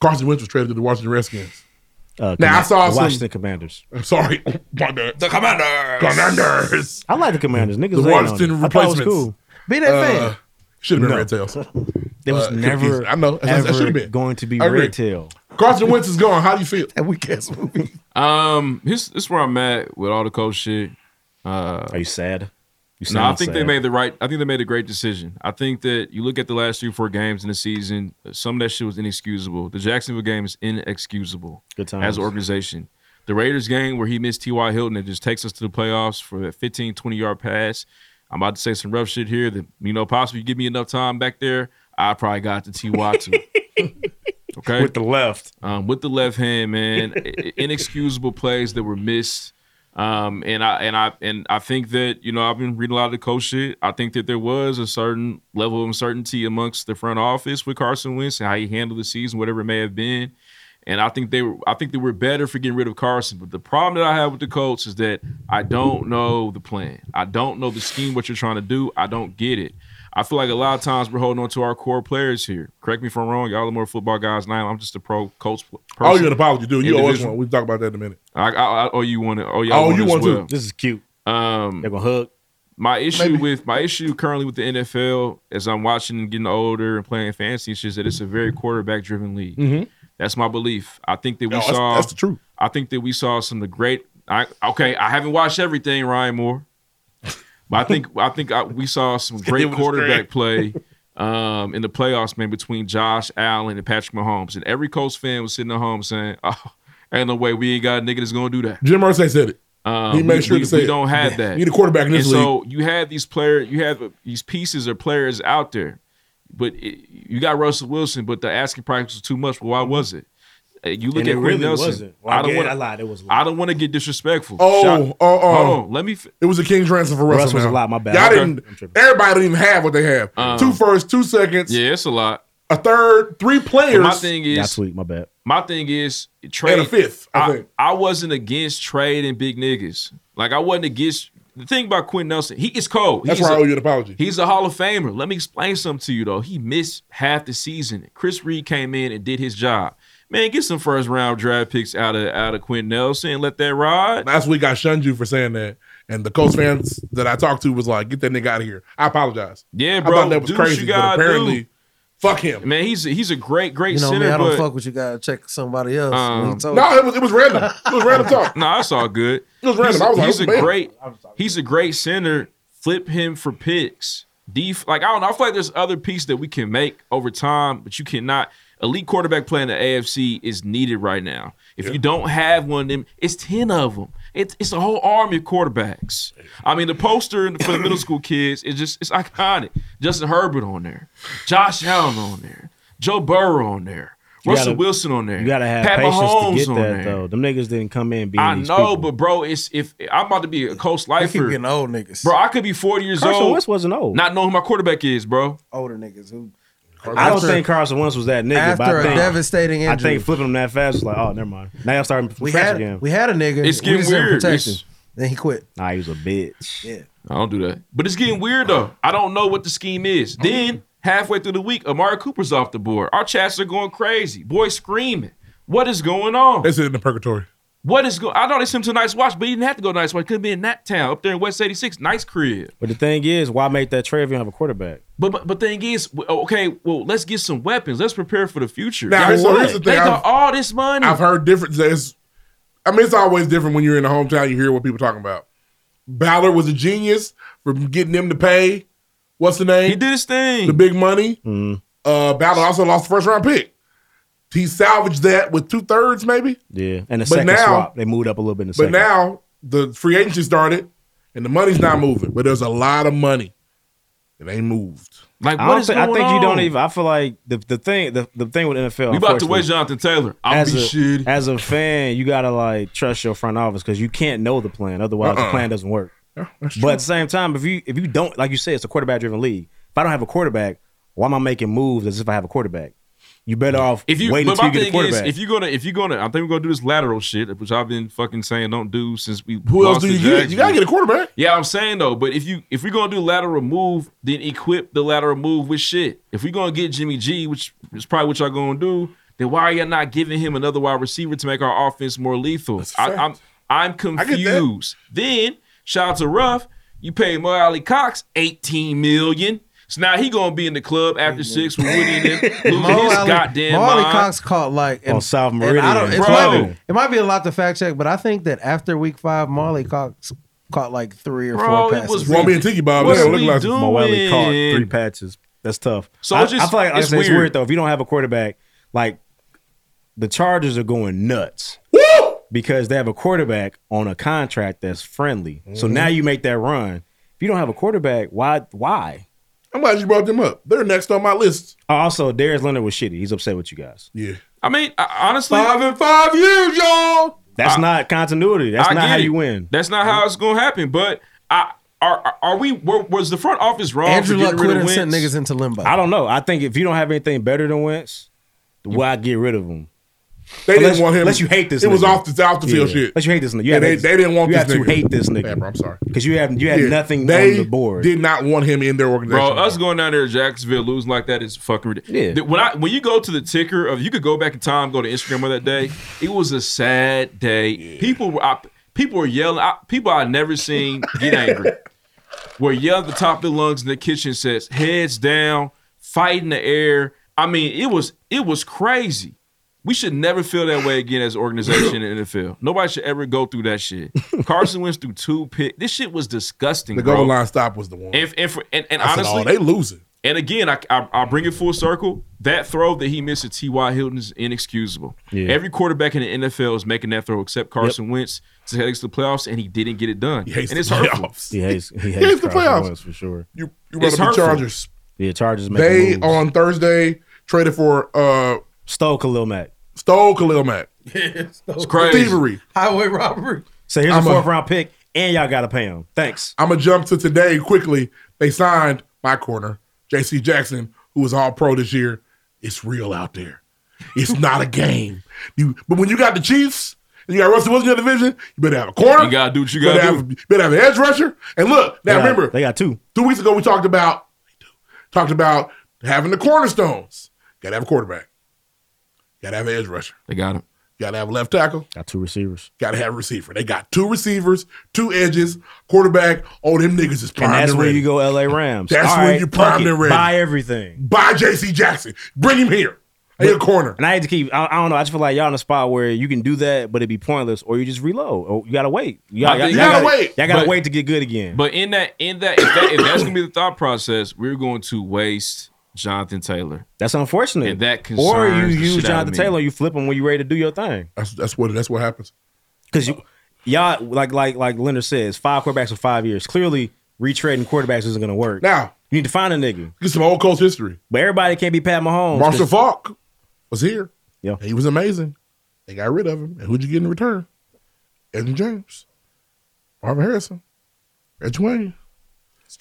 [SPEAKER 2] Carson Wentz was traded to the Washington Redskins.
[SPEAKER 4] Uh,
[SPEAKER 2] Now, I
[SPEAKER 4] Command-
[SPEAKER 2] saw some-
[SPEAKER 4] Washington Commanders.
[SPEAKER 2] I'm sorry, my bad. The Commanders. Commanders.
[SPEAKER 4] I like the Commanders. Niggas
[SPEAKER 2] The
[SPEAKER 4] hate on
[SPEAKER 2] Washington
[SPEAKER 4] them. I thought it was
[SPEAKER 2] replacements.
[SPEAKER 4] cool.
[SPEAKER 3] Be that
[SPEAKER 2] Uh,
[SPEAKER 3] fan.
[SPEAKER 2] should have been
[SPEAKER 4] No.
[SPEAKER 2] Red Tails.
[SPEAKER 4] There was
[SPEAKER 2] Uh,
[SPEAKER 4] never,
[SPEAKER 2] cookies. I know. That's- that
[SPEAKER 4] ever
[SPEAKER 2] should've been.
[SPEAKER 4] going to be
[SPEAKER 2] I agree.
[SPEAKER 4] Red Tail.
[SPEAKER 2] Carson Wentz is gone. How do you feel?
[SPEAKER 3] That weak ass movie.
[SPEAKER 1] Um, this this where I'm at with all the coach shit. Uh,
[SPEAKER 4] Are you sad? You
[SPEAKER 1] no, I
[SPEAKER 4] sound
[SPEAKER 1] think
[SPEAKER 4] sad.
[SPEAKER 1] they made the right. I think they made a great decision. I think that you look at the last three, four games in the season. Some of that shit was inexcusable. The Jacksonville game is inexcusable.
[SPEAKER 4] Good times.
[SPEAKER 1] as an organization. The Raiders game where he missed T.Y. Hilton and just takes us to the playoffs for that 15, 20 yard pass. I'm about to say some rough shit here that, you know, possibly give me enough time back there. I probably got to T.Y. too. Okay.
[SPEAKER 4] with the left.
[SPEAKER 1] um, with the left hand, man. I- inexcusable plays that were missed. Um, and I and I and I think that you know I've been reading a lot of the coach shit. I think that there was a certain level of uncertainty amongst the front office with Carson Wentz and how he handled the season, whatever it may have been. And I think they were I think they were better for getting rid of Carson. But the problem that I have with the Colts is that I don't know the plan. I don't know the scheme, what you're trying to do. I don't get it. I feel like a lot of times we're holding on to our core players here. Correct me if I'm wrong. Y'all are more football guys now. I'm just a pro Colts pl- person.
[SPEAKER 2] Oh, you're an apology, dude. You owe us
[SPEAKER 1] Individual.
[SPEAKER 2] one. We'll talk about that in a minute.
[SPEAKER 1] I, I, I owe you one. Oh,
[SPEAKER 2] I owe
[SPEAKER 1] y'all
[SPEAKER 2] you
[SPEAKER 1] you
[SPEAKER 2] one,
[SPEAKER 1] one
[SPEAKER 2] too.
[SPEAKER 1] well.
[SPEAKER 4] This is cute.
[SPEAKER 1] Um,
[SPEAKER 4] They're gonna hug.
[SPEAKER 1] my issue
[SPEAKER 2] Maybe.
[SPEAKER 1] with my issue currently with the NFL as I'm watching and getting older and playing fantasy is just that it's a very quarterback driven league. That's my belief. I think that we
[SPEAKER 2] Mm-hmm. No, that's-
[SPEAKER 1] saw
[SPEAKER 2] that's the truth.
[SPEAKER 1] I think that we saw some of the great. I, okay, I haven't watched everything, Ryan Moore, but I think I think I, we saw some
[SPEAKER 2] It
[SPEAKER 1] great
[SPEAKER 2] was
[SPEAKER 1] quarterback play um, in the playoffs, man, between Josh Allen and Patrick Mahomes, and every Colts fan was sitting at home saying, "Oh, ain't no way we ain't got a nigga that's gonna do that."
[SPEAKER 2] Jim Irsay said it.
[SPEAKER 1] Um,
[SPEAKER 2] He made
[SPEAKER 1] we-
[SPEAKER 2] sure
[SPEAKER 1] we,
[SPEAKER 2] to say
[SPEAKER 1] we
[SPEAKER 2] it.
[SPEAKER 1] don't have
[SPEAKER 2] Yeah.
[SPEAKER 1] that.
[SPEAKER 2] You need a quarterback in this
[SPEAKER 1] and So you have these players, you have uh, these pieces or players out there, but it, you got Russell Wilson, but the asking price was too much. Well, why was it? Uh, You look
[SPEAKER 4] Mm-hmm. And
[SPEAKER 1] at
[SPEAKER 4] it
[SPEAKER 1] Quentin
[SPEAKER 4] really
[SPEAKER 1] Nelson.
[SPEAKER 4] wasn't. Well, I
[SPEAKER 1] don't
[SPEAKER 4] get it.
[SPEAKER 1] wanna-
[SPEAKER 4] I lied. It was a lie.
[SPEAKER 1] I don't want to get disrespectful.
[SPEAKER 2] Oh,
[SPEAKER 1] Shot-
[SPEAKER 2] oh, oh.
[SPEAKER 1] Hold on. Let me. Fi-
[SPEAKER 2] It was a king transfer for
[SPEAKER 4] Russ
[SPEAKER 2] Russell.
[SPEAKER 4] was
[SPEAKER 2] now.
[SPEAKER 4] a lot. My bad.
[SPEAKER 2] Y'all
[SPEAKER 4] Okay. I'm
[SPEAKER 2] didn't.
[SPEAKER 4] tripping.
[SPEAKER 2] Everybody didn't even have what they have. two firsts, two seconds,
[SPEAKER 1] Uh-huh. yeah, it's a lot.
[SPEAKER 2] a third, three players.
[SPEAKER 1] But my thing is,
[SPEAKER 4] That's weak. My bad.
[SPEAKER 1] My thing is trade
[SPEAKER 2] a fifth, I think.
[SPEAKER 1] I wasn't against trading big niggas. Like I wasn't against the thing about Quentin Nelson. He is cold.
[SPEAKER 2] That's
[SPEAKER 1] He's
[SPEAKER 2] why I
[SPEAKER 1] a-
[SPEAKER 2] owe you an apology.
[SPEAKER 1] He's a Hall of Famer. Let me explain something to you though. He missed half the season. Chris Reed came in and did his job. Man, get some first round draft picks out of out of Quentin Nelson and let that ride.
[SPEAKER 2] Last week I shunned you for saying that, and the Colts fans that I talked to was like, "Get that nigga out of here." I apologize.
[SPEAKER 1] Yeah,
[SPEAKER 2] I
[SPEAKER 1] bro.
[SPEAKER 2] thought that was
[SPEAKER 1] do what
[SPEAKER 2] crazy,
[SPEAKER 1] you
[SPEAKER 2] but
[SPEAKER 1] gotta
[SPEAKER 2] apparently,
[SPEAKER 1] do.
[SPEAKER 2] Fuck him.
[SPEAKER 1] Man, he's he's a great great
[SPEAKER 2] You know,
[SPEAKER 1] center.
[SPEAKER 2] man, I don't
[SPEAKER 1] but-
[SPEAKER 2] fuck
[SPEAKER 11] What you gotta check somebody else.
[SPEAKER 1] Um,
[SPEAKER 11] when he told
[SPEAKER 2] No,
[SPEAKER 11] you.
[SPEAKER 2] it was it was random. It was random talk.
[SPEAKER 1] No, that's all good.
[SPEAKER 2] It was random.
[SPEAKER 1] He's,
[SPEAKER 2] I was like,
[SPEAKER 1] he's a
[SPEAKER 2] man.
[SPEAKER 1] great. He's a great center. Flip him for picks. Def, like I don't know. I feel like there's other piece that we can make over time, but you cannot. Elite quarterback play in the AFC is needed right now. If you don't have one of them, it's ten of them. It's it's a whole army of quarterbacks. I mean, the poster for the middle school kids is just it's iconic. Justin Herbert on there, Josh Allen on there, Joe Burrow on there,
[SPEAKER 4] You
[SPEAKER 1] Russell
[SPEAKER 4] gotta-
[SPEAKER 1] Wilson on there.
[SPEAKER 4] You gotta have
[SPEAKER 1] Pat
[SPEAKER 4] patience
[SPEAKER 1] Mahomes
[SPEAKER 4] to
[SPEAKER 1] on
[SPEAKER 4] get that
[SPEAKER 1] there.
[SPEAKER 4] though. Them niggas didn't come in being
[SPEAKER 1] I
[SPEAKER 4] these
[SPEAKER 1] know,
[SPEAKER 4] people.
[SPEAKER 1] but bro, it's if I'm about to be a coach lifer.
[SPEAKER 4] getting
[SPEAKER 11] old niggas.
[SPEAKER 1] Bro, I could be 40 years
[SPEAKER 4] Carson
[SPEAKER 1] old.
[SPEAKER 4] Wentz wasn't old.
[SPEAKER 1] Not knowing who my quarterback is, bro.
[SPEAKER 11] older niggas who.
[SPEAKER 4] I don't think Carson Wentz was that nigga. but
[SPEAKER 11] After
[SPEAKER 4] I
[SPEAKER 11] a
[SPEAKER 4] think,
[SPEAKER 11] devastating
[SPEAKER 4] I
[SPEAKER 11] injury.
[SPEAKER 4] think flipping him that fast was like, oh, never mind. Now I'm starting from
[SPEAKER 11] We
[SPEAKER 4] scratch
[SPEAKER 11] had
[SPEAKER 4] again.
[SPEAKER 11] we had a nigga.
[SPEAKER 1] It's
[SPEAKER 11] We
[SPEAKER 1] getting
[SPEAKER 11] was in
[SPEAKER 1] weird.
[SPEAKER 11] protection.
[SPEAKER 1] It's-
[SPEAKER 11] Then he quit.
[SPEAKER 4] Nah, he was a bitch. Yeah.
[SPEAKER 1] I don't do that. But it's getting weird though. I don't know what the scheme
[SPEAKER 2] Mm-hmm.
[SPEAKER 1] is. Then halfway through the week, Amari Cooper's off the board. Our chats are going crazy. Boys screaming. What is going on?
[SPEAKER 2] They said in the purgatory.
[SPEAKER 1] What is going? I know they sent him to Nice Watch, but he didn't have to go to Nice Watch. Could be in that town up there in West 86. Nice crib.
[SPEAKER 4] But the thing is, why make that trade if you don't have a quarterback?
[SPEAKER 1] But but, but thing is, w- okay, well, let's get some weapons. Let's prepare for the future.
[SPEAKER 2] Now,
[SPEAKER 1] Y'all-
[SPEAKER 2] so here's the
[SPEAKER 1] They
[SPEAKER 2] thing,
[SPEAKER 1] got
[SPEAKER 2] I've-
[SPEAKER 1] all this money.
[SPEAKER 2] I've heard different. It's, I mean, it's always different when you're in the hometown. You hear what people talking about. Ballard was a genius for getting them to pay. What's the name? He
[SPEAKER 1] did his thing.
[SPEAKER 2] The big money.
[SPEAKER 1] Hmm.
[SPEAKER 2] Uh, Ballard also lost the first round pick. He salvaged that with two thirds, maybe.
[SPEAKER 4] Yeah. And the
[SPEAKER 2] But
[SPEAKER 4] second
[SPEAKER 2] now-
[SPEAKER 4] swap, they moved up a little bit in the
[SPEAKER 2] But
[SPEAKER 4] second.
[SPEAKER 2] now the free agency started, and the money's not moving. But there's a lot of money. It ain't moved.
[SPEAKER 1] Like
[SPEAKER 4] I, don't think, I think you don't even. I feel like the, the thing the, the thing with NFL.
[SPEAKER 1] We about to
[SPEAKER 4] unfortunately,
[SPEAKER 1] waste Jonathan Taylor. I'll
[SPEAKER 4] as
[SPEAKER 1] be
[SPEAKER 4] a,
[SPEAKER 1] shitty.
[SPEAKER 4] As a fan, you gotta like trust your front office because you can't know the plan. Otherwise,
[SPEAKER 1] Uh-uh.
[SPEAKER 4] the plan doesn't work.
[SPEAKER 2] that's
[SPEAKER 4] But at the same time, if you if you don't like you said, it's a quarterback driven league. If I don't have a quarterback, why am I making moves as if I have a quarterback? You better off
[SPEAKER 1] If you,
[SPEAKER 4] waiting
[SPEAKER 1] but
[SPEAKER 4] until
[SPEAKER 1] my
[SPEAKER 4] you get a
[SPEAKER 1] thing is,
[SPEAKER 4] quarterback.
[SPEAKER 1] if you're gonna, if you're gonna, I think we're gonna do this lateral shit, which I've been fucking saying don't do since we.
[SPEAKER 2] Who else
[SPEAKER 1] lost
[SPEAKER 2] do
[SPEAKER 1] to
[SPEAKER 2] you get? You
[SPEAKER 1] Jacksonville.
[SPEAKER 2] gotta get a quarterback.
[SPEAKER 1] Yeah, I'm saying though, but if you if we're gonna do lateral move, then equip the lateral move with shit. If we're gonna get Jimmy G, which is probably what y'all gonna do, then why are y'all not giving him another wide receiver to make our offense more lethal? I, I'm I'm confused. Then shout out to Ruff, you pay Mo Ali Cox 18 million. So now he gonna be in the club after six with Woody and them, losing
[SPEAKER 3] Mo
[SPEAKER 1] his
[SPEAKER 3] Ali-
[SPEAKER 1] goddamn
[SPEAKER 3] Mo Ali
[SPEAKER 1] mind.
[SPEAKER 3] Cox caught like
[SPEAKER 4] On South
[SPEAKER 3] and I don't,
[SPEAKER 4] Meridian.
[SPEAKER 3] it,
[SPEAKER 4] Bro.
[SPEAKER 3] might be, it might be a lot to fact check, but I think that after week five, Marley Cox caught like three or
[SPEAKER 1] Bro,
[SPEAKER 3] four
[SPEAKER 1] it
[SPEAKER 3] passes.
[SPEAKER 1] was Won't be a Tiki Bob. What It don't are look we like it. doing?
[SPEAKER 4] Moelle caught three patches. That's tough.
[SPEAKER 1] So
[SPEAKER 4] So I,
[SPEAKER 1] it's just-
[SPEAKER 4] I feel like, like I
[SPEAKER 1] it's
[SPEAKER 4] said, it's
[SPEAKER 1] weird.
[SPEAKER 4] weird though. If you don't have a quarterback, like the Chargers are going nuts because they have a quarterback on a contract that's friendly. So
[SPEAKER 2] Mhm.
[SPEAKER 4] now you make that run. If you don't have a quarterback, why? Why?
[SPEAKER 2] I'm glad you brought them up. They're next on my list.
[SPEAKER 4] Also, Darius Leonard was shitty. He's upset with you guys.
[SPEAKER 2] Yeah,
[SPEAKER 1] I mean, I, honestly,
[SPEAKER 2] Five and five years, y'all.
[SPEAKER 4] that's
[SPEAKER 1] I-
[SPEAKER 4] not continuity. That's
[SPEAKER 1] I
[SPEAKER 4] not
[SPEAKER 1] get
[SPEAKER 4] how
[SPEAKER 1] it.
[SPEAKER 4] you win.
[SPEAKER 1] That's not how it's gonna happen. But I are are- are we were, was the front office wrong
[SPEAKER 3] Andrew
[SPEAKER 1] for
[SPEAKER 3] Luck
[SPEAKER 1] getting
[SPEAKER 3] quit
[SPEAKER 1] rid of
[SPEAKER 3] and sent
[SPEAKER 1] Wentz?
[SPEAKER 3] niggas into limbo.
[SPEAKER 4] I don't know. I think if you don't have anything better than Wentz, why get rid of him?
[SPEAKER 2] They
[SPEAKER 4] Unless-
[SPEAKER 2] didn't want him.
[SPEAKER 4] Unless you hate this.
[SPEAKER 2] It was
[SPEAKER 4] nigga.
[SPEAKER 2] off the off the field
[SPEAKER 4] Yeah.
[SPEAKER 2] shit.
[SPEAKER 4] Unless you hate this nigga. You
[SPEAKER 2] Yeah,
[SPEAKER 4] have
[SPEAKER 2] they,
[SPEAKER 4] hate-
[SPEAKER 2] they didn't want
[SPEAKER 4] you
[SPEAKER 2] this
[SPEAKER 4] have
[SPEAKER 2] nigga.
[SPEAKER 4] to hate this nigga.
[SPEAKER 2] Yeah, bro, I'm sorry.
[SPEAKER 4] Because you have you had
[SPEAKER 2] Yeah,
[SPEAKER 4] nothing
[SPEAKER 2] they
[SPEAKER 4] on the board.
[SPEAKER 2] Did not want him in their
[SPEAKER 1] Bro,
[SPEAKER 2] organization.
[SPEAKER 1] us going down there to Jacksonville losing like that is fucking ridiculous.
[SPEAKER 4] Yeah.
[SPEAKER 1] When I when you go to the ticker of you could go back in time, go to Instagram of that day. It was a sad day. People were I, people were yelling. I, people I never seen get angry. were yelling at the top of their lungs in the kitchen sets, heads down, fighting the air. I mean, it was it was crazy. We should never feel that way again as an organization in the NFL. Nobody should ever go through that shit. Carson went through two pick. This shit was disgusting.
[SPEAKER 2] the
[SPEAKER 1] bro.
[SPEAKER 2] goal line stop was the one.
[SPEAKER 1] And, and, for, and, and
[SPEAKER 2] I said,
[SPEAKER 1] honestly,
[SPEAKER 2] oh, they losing.
[SPEAKER 1] And again, I, I I bring it full circle. That throw that he missed at T.Y. Hilton is inexcusable.
[SPEAKER 4] Yeah.
[SPEAKER 1] Every quarterback in the NFL is making that throw except Carson Wentz to head to the playoffs, and he didn't get it done.
[SPEAKER 2] hates
[SPEAKER 1] and
[SPEAKER 2] the
[SPEAKER 1] it's hurtful.
[SPEAKER 2] playoffs.
[SPEAKER 4] He hates. He hates,
[SPEAKER 2] hates the
[SPEAKER 4] Carson
[SPEAKER 2] playoffs.
[SPEAKER 4] Wentz for sure.
[SPEAKER 2] You you brought
[SPEAKER 1] It's
[SPEAKER 2] up the
[SPEAKER 1] hurtful.
[SPEAKER 2] Chargers.
[SPEAKER 4] Yeah, Chargers make
[SPEAKER 2] They
[SPEAKER 4] they
[SPEAKER 2] on Thursday traded for uh
[SPEAKER 4] stole Khalil Mack.
[SPEAKER 2] Stole Khalil Mack.
[SPEAKER 1] It's crazy.
[SPEAKER 2] Thievery.
[SPEAKER 3] Highway robbery.
[SPEAKER 4] So here's
[SPEAKER 2] I'm
[SPEAKER 4] a
[SPEAKER 2] a-
[SPEAKER 4] fourth round pick, and y'all gotta pay him. Thanks.
[SPEAKER 2] I'm gonna jump to today quickly. They signed my corner, J.C. Jackson, who was All Pro this year. It's real out there. It's not a game. You, but when you got the Chiefs and you got Russell Wilson in the division, you better have a corner.
[SPEAKER 1] You gotta do what you
[SPEAKER 2] better
[SPEAKER 1] gotta
[SPEAKER 2] have, Better have an edge rusher. And look, now
[SPEAKER 4] They got-
[SPEAKER 2] remember,
[SPEAKER 4] they got two.
[SPEAKER 2] two weeks ago we talked about talked about having the cornerstones. Gotta have a quarterback. Gotta have an edge rusher.
[SPEAKER 1] They got him.
[SPEAKER 2] You gotta have a left tackle.
[SPEAKER 4] Got two receivers.
[SPEAKER 2] Gotta have a receiver. They got two receivers, two edges, quarterback. All them niggas is
[SPEAKER 4] And
[SPEAKER 2] primed
[SPEAKER 4] that's
[SPEAKER 2] and
[SPEAKER 4] where
[SPEAKER 2] ready.
[SPEAKER 4] you go, LA Rams.
[SPEAKER 2] That's
[SPEAKER 4] All
[SPEAKER 2] where
[SPEAKER 4] right,
[SPEAKER 2] you
[SPEAKER 4] fuck
[SPEAKER 2] primed
[SPEAKER 4] it.
[SPEAKER 2] and ready.
[SPEAKER 4] Buy everything.
[SPEAKER 2] Buy J.C. Jackson. Bring him here. In the corner.
[SPEAKER 4] And I had to keep. I, I don't know. I just feel like y'all in a spot where you can do that, but it'd be pointless, or you just reload, or you gotta wait. Y'all,
[SPEAKER 1] I
[SPEAKER 4] y'all-
[SPEAKER 1] think-
[SPEAKER 4] y'all
[SPEAKER 1] You gotta
[SPEAKER 4] gotta
[SPEAKER 1] wait.
[SPEAKER 4] Y'all gotta
[SPEAKER 1] But-
[SPEAKER 4] wait to get good again.
[SPEAKER 1] But in that, in that, if, that, if that's gonna be the thought process, we're going to waste Jonathan Taylor.
[SPEAKER 4] That's unfortunate.
[SPEAKER 1] And that concerns
[SPEAKER 4] or you
[SPEAKER 1] the
[SPEAKER 4] use
[SPEAKER 1] shit out of
[SPEAKER 4] Jonathan
[SPEAKER 1] me.
[SPEAKER 4] Taylor, you flip him when you're ready to do your thing.
[SPEAKER 2] That's that's what that's what happens.
[SPEAKER 4] Because you, y'all, like like like Leonard says, five quarterbacks in five years. Clearly, retreading quarterbacks isn't gonna work.
[SPEAKER 2] Now
[SPEAKER 4] you need to find a nigga.
[SPEAKER 2] Get some old coach history.
[SPEAKER 4] But everybody can't be Pat Mahomes.
[SPEAKER 2] Marshall
[SPEAKER 4] 'cause-
[SPEAKER 2] Falk was here.
[SPEAKER 4] Yeah.
[SPEAKER 2] He was amazing. They got rid of him. And who'd you get in return? Edwin James. Marvin Harrison. Reggie Wayne.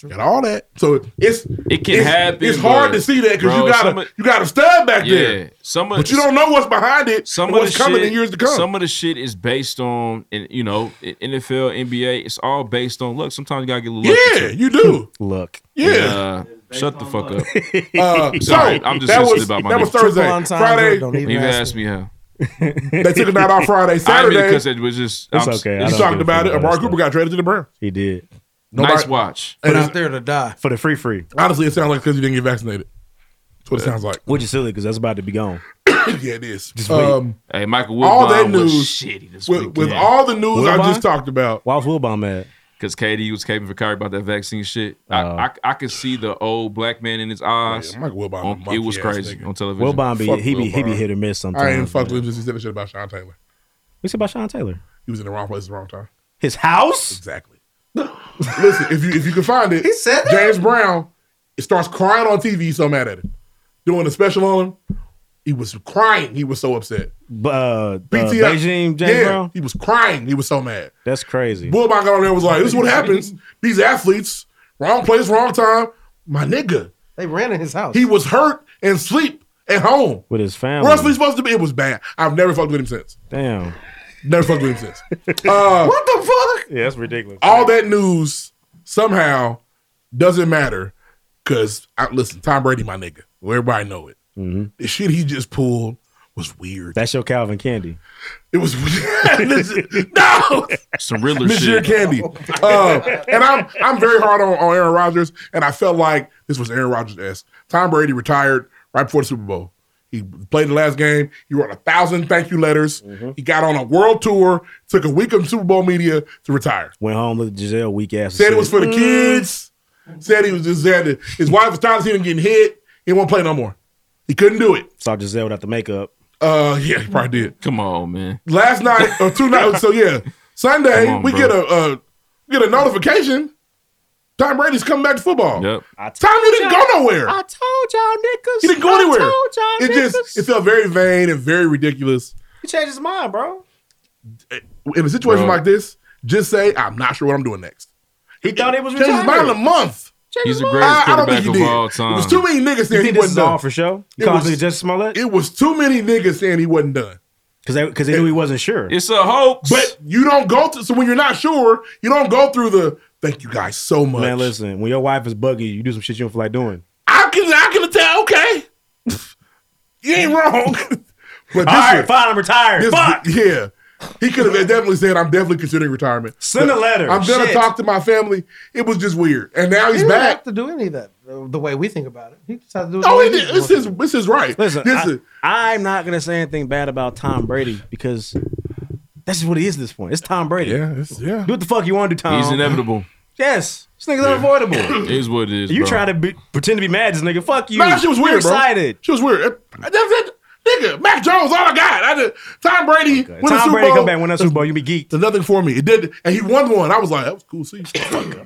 [SPEAKER 2] Got all that. So it's
[SPEAKER 1] It can
[SPEAKER 2] it's,
[SPEAKER 1] happen,
[SPEAKER 2] It's hard
[SPEAKER 1] but,
[SPEAKER 2] to see that because
[SPEAKER 1] bro,
[SPEAKER 2] you gotta
[SPEAKER 1] some of-
[SPEAKER 2] you gotta stud back
[SPEAKER 1] Yeah,
[SPEAKER 2] there.
[SPEAKER 1] some of-
[SPEAKER 2] but you don't know what's behind it.
[SPEAKER 1] Some
[SPEAKER 2] and
[SPEAKER 1] of
[SPEAKER 2] what's
[SPEAKER 1] the
[SPEAKER 2] coming
[SPEAKER 1] shit,
[SPEAKER 2] in years to come.
[SPEAKER 1] Some of the shit is based on, and you know, i- NFL, NBA. It's all based on luck. Sometimes you gotta get a little.
[SPEAKER 2] Yeah, you do.
[SPEAKER 4] Luck.
[SPEAKER 1] Yeah. shut the fuck up.
[SPEAKER 2] Uh,
[SPEAKER 1] Sorry,
[SPEAKER 2] so,
[SPEAKER 1] I'm just
[SPEAKER 2] that
[SPEAKER 1] sensitive
[SPEAKER 2] was-
[SPEAKER 1] about my.
[SPEAKER 2] that was
[SPEAKER 1] nigga.
[SPEAKER 2] Thursday. Triple on time, Friday- bro, don't
[SPEAKER 1] Don't
[SPEAKER 2] even
[SPEAKER 1] even
[SPEAKER 2] ask
[SPEAKER 1] ask me how.
[SPEAKER 2] they took it out on Friday,
[SPEAKER 1] I
[SPEAKER 2] Saturday.
[SPEAKER 1] mean, because it was just.
[SPEAKER 4] It's
[SPEAKER 1] I'm-
[SPEAKER 4] okay. I
[SPEAKER 2] you
[SPEAKER 4] don't
[SPEAKER 2] talked
[SPEAKER 4] give a
[SPEAKER 2] about
[SPEAKER 4] fuck
[SPEAKER 2] it.
[SPEAKER 4] about
[SPEAKER 2] Amari
[SPEAKER 4] that
[SPEAKER 2] Cooper got traded to the Browns.
[SPEAKER 4] He did.
[SPEAKER 1] Nice watch.
[SPEAKER 3] Put
[SPEAKER 2] And
[SPEAKER 3] out
[SPEAKER 2] it's-
[SPEAKER 3] there to die.
[SPEAKER 4] for the free free.
[SPEAKER 2] honestly, it sounds like because you didn't get vaccinated. That's what it sounds like.
[SPEAKER 4] Which is silly because that's about to be gone.
[SPEAKER 2] yeah, it is.
[SPEAKER 4] Just wait.
[SPEAKER 2] Um,
[SPEAKER 1] Hey, Michael Wilbon
[SPEAKER 2] all that
[SPEAKER 1] was
[SPEAKER 2] news
[SPEAKER 1] shitty this
[SPEAKER 2] with, with
[SPEAKER 1] weekend.
[SPEAKER 2] all the news I
[SPEAKER 4] Wilbon?
[SPEAKER 2] just talked about.
[SPEAKER 4] Why was Wilbon mad?
[SPEAKER 1] Because KD was caping for Kyrie about that vaccine shit.
[SPEAKER 4] Oh.
[SPEAKER 1] I, I I could see the old black man in his eyes.
[SPEAKER 2] Yeah, Mike Wilbon Um,
[SPEAKER 1] On-
[SPEAKER 2] a
[SPEAKER 1] it was
[SPEAKER 2] monkey-ass
[SPEAKER 1] crazy
[SPEAKER 2] nigga.
[SPEAKER 1] on television.
[SPEAKER 4] Wilbon be
[SPEAKER 2] Fuck
[SPEAKER 4] he be he be
[SPEAKER 2] Wilbon.
[SPEAKER 4] hit or miss sometimes.
[SPEAKER 2] I ain't fuck
[SPEAKER 4] man.
[SPEAKER 2] with him. He said that shit about Sean Taylor.
[SPEAKER 4] What's about Sean Taylor?
[SPEAKER 2] He was in the wrong place at the wrong time.
[SPEAKER 4] His house?
[SPEAKER 2] Exactly. Listen, if you if you can find it, he
[SPEAKER 4] said that?
[SPEAKER 2] James Brown. It starts crying on TV. He's so mad at it. Doing a special on him. He was crying. He was so upset.
[SPEAKER 4] B-
[SPEAKER 2] BTI.
[SPEAKER 4] Uh, uh, Beijing James
[SPEAKER 2] yeah,
[SPEAKER 4] Brown.
[SPEAKER 2] He was crying. He was so mad.
[SPEAKER 4] That's crazy.
[SPEAKER 2] Bullbine got on there and was like, this is what happens. These athletes, wrong place, wrong time. My nigga.
[SPEAKER 3] They ran in his house.
[SPEAKER 2] He was hurt and sleep at home.
[SPEAKER 4] with his family.
[SPEAKER 2] Where else was he supposed to be? It was bad. I've never fucked with him since.
[SPEAKER 4] Damn.
[SPEAKER 2] Never fucked with him since. Uh,
[SPEAKER 3] what the fuck?
[SPEAKER 4] Yeah, that's ridiculous.
[SPEAKER 2] all that news somehow doesn't matter because listen, Tom Brady, my nigga, well, everybody know it. The shit he just pulled was weird.
[SPEAKER 4] That's your Calvin Candy.
[SPEAKER 2] It was Listen, no
[SPEAKER 1] Some Riddler
[SPEAKER 2] Monsieur
[SPEAKER 1] shit.
[SPEAKER 2] Candy, uh, and I'm I'm very hard on, on Aaron Rodgers, and I felt like this was Aaron Rodgers' s. Tom Brady retired right before the Super Bowl. He played the last game. He wrote a thousand thank you letters. He got on a world tour. Took a week of Super Bowl media to retire.
[SPEAKER 4] Went home, looked at Giselle, weak ass. Mm.
[SPEAKER 2] Said it was for
[SPEAKER 4] Mm-hmm.
[SPEAKER 2] the kids. Said he was just there. To, his wife was tired of him getting hit. He won't play no more. He couldn't do it.
[SPEAKER 4] Saw Giselle without the makeup.
[SPEAKER 2] Uh, yeah, he probably did.
[SPEAKER 1] Come on, man.
[SPEAKER 2] Last night or two nights. So yeah, Sunday
[SPEAKER 1] Come on,
[SPEAKER 2] we
[SPEAKER 1] bro.
[SPEAKER 2] get a uh, we get a notification. Tom Brady's coming back to football.
[SPEAKER 1] Yep.
[SPEAKER 2] Tom, you didn't go nowhere.
[SPEAKER 4] I told y'all niggas.
[SPEAKER 2] He didn't go
[SPEAKER 4] I
[SPEAKER 2] anywhere.
[SPEAKER 4] told y'all
[SPEAKER 2] It just it felt very vain and very ridiculous.
[SPEAKER 4] he changed his mind, bro.
[SPEAKER 2] In a situation
[SPEAKER 1] Bro.
[SPEAKER 2] like this, just say I'm not sure what I'm doing next. He
[SPEAKER 4] thought he was
[SPEAKER 2] changed his mind in
[SPEAKER 4] retired.
[SPEAKER 2] a month.
[SPEAKER 1] He's the greatest
[SPEAKER 2] I, I don't
[SPEAKER 1] quarterback
[SPEAKER 2] think he
[SPEAKER 1] of
[SPEAKER 2] did.
[SPEAKER 1] all
[SPEAKER 2] It was
[SPEAKER 1] time.
[SPEAKER 2] too many niggas
[SPEAKER 4] You
[SPEAKER 2] saying he
[SPEAKER 4] think this
[SPEAKER 2] wasn't
[SPEAKER 4] is all
[SPEAKER 2] done.
[SPEAKER 4] for show?
[SPEAKER 2] It
[SPEAKER 4] You calls
[SPEAKER 2] was-
[SPEAKER 4] it just Smollett?
[SPEAKER 2] It was too many niggas saying he wasn't done.
[SPEAKER 4] Because they, 'cause they knew he wasn't sure.
[SPEAKER 1] It's a hoax.
[SPEAKER 2] But you don't go to so when you're not sure, you don't go through the thank you guys so much.
[SPEAKER 4] Man, listen, when your wife is buggy, you do some shit you don't feel like doing.
[SPEAKER 2] I can I can tell, okay. you ain't wrong. but this
[SPEAKER 4] All right,
[SPEAKER 2] one-
[SPEAKER 4] fine, I'm retired.
[SPEAKER 2] this-
[SPEAKER 4] Fuck.
[SPEAKER 2] yeah. He could have definitely said, I'm definitely considering retirement.
[SPEAKER 4] Send a letter.
[SPEAKER 2] I'm gonna
[SPEAKER 4] Shit.
[SPEAKER 2] talk to my family. It was just weird. And now he's
[SPEAKER 3] he didn't
[SPEAKER 2] back.
[SPEAKER 3] have to do any of that uh, the way we think about it. He just had to do it.
[SPEAKER 2] No,
[SPEAKER 3] the
[SPEAKER 2] it
[SPEAKER 3] way
[SPEAKER 2] is. This
[SPEAKER 3] he
[SPEAKER 2] is this is right.
[SPEAKER 4] Listen,
[SPEAKER 2] this
[SPEAKER 4] I,
[SPEAKER 2] is
[SPEAKER 4] I'm not gonna say anything bad about Tom Brady because that's just what he is at this point. It's Tom Brady.
[SPEAKER 2] yeah, it's, yeah.
[SPEAKER 4] Do what the fuck you want to do, Tom.
[SPEAKER 1] He's inevitable.
[SPEAKER 4] Yes, this nigga's unavoidable.
[SPEAKER 1] It is what it is.
[SPEAKER 4] you
[SPEAKER 1] bro.
[SPEAKER 4] trying to be, pretend to be mad, at this nigga? Fuck you.
[SPEAKER 2] Nah, she was
[SPEAKER 4] You're
[SPEAKER 2] weird, bro.
[SPEAKER 4] Excited.
[SPEAKER 2] She was weird. That- that- that- nigga, Mac Jones, all I got. I did, Tom Brady win a
[SPEAKER 4] Tom
[SPEAKER 2] Super
[SPEAKER 4] Brady
[SPEAKER 2] Bowl.
[SPEAKER 4] come back win that Super Bowl, you be geeked.
[SPEAKER 2] There's nothing for me. It did, and he won one. I was like, that was cool. See,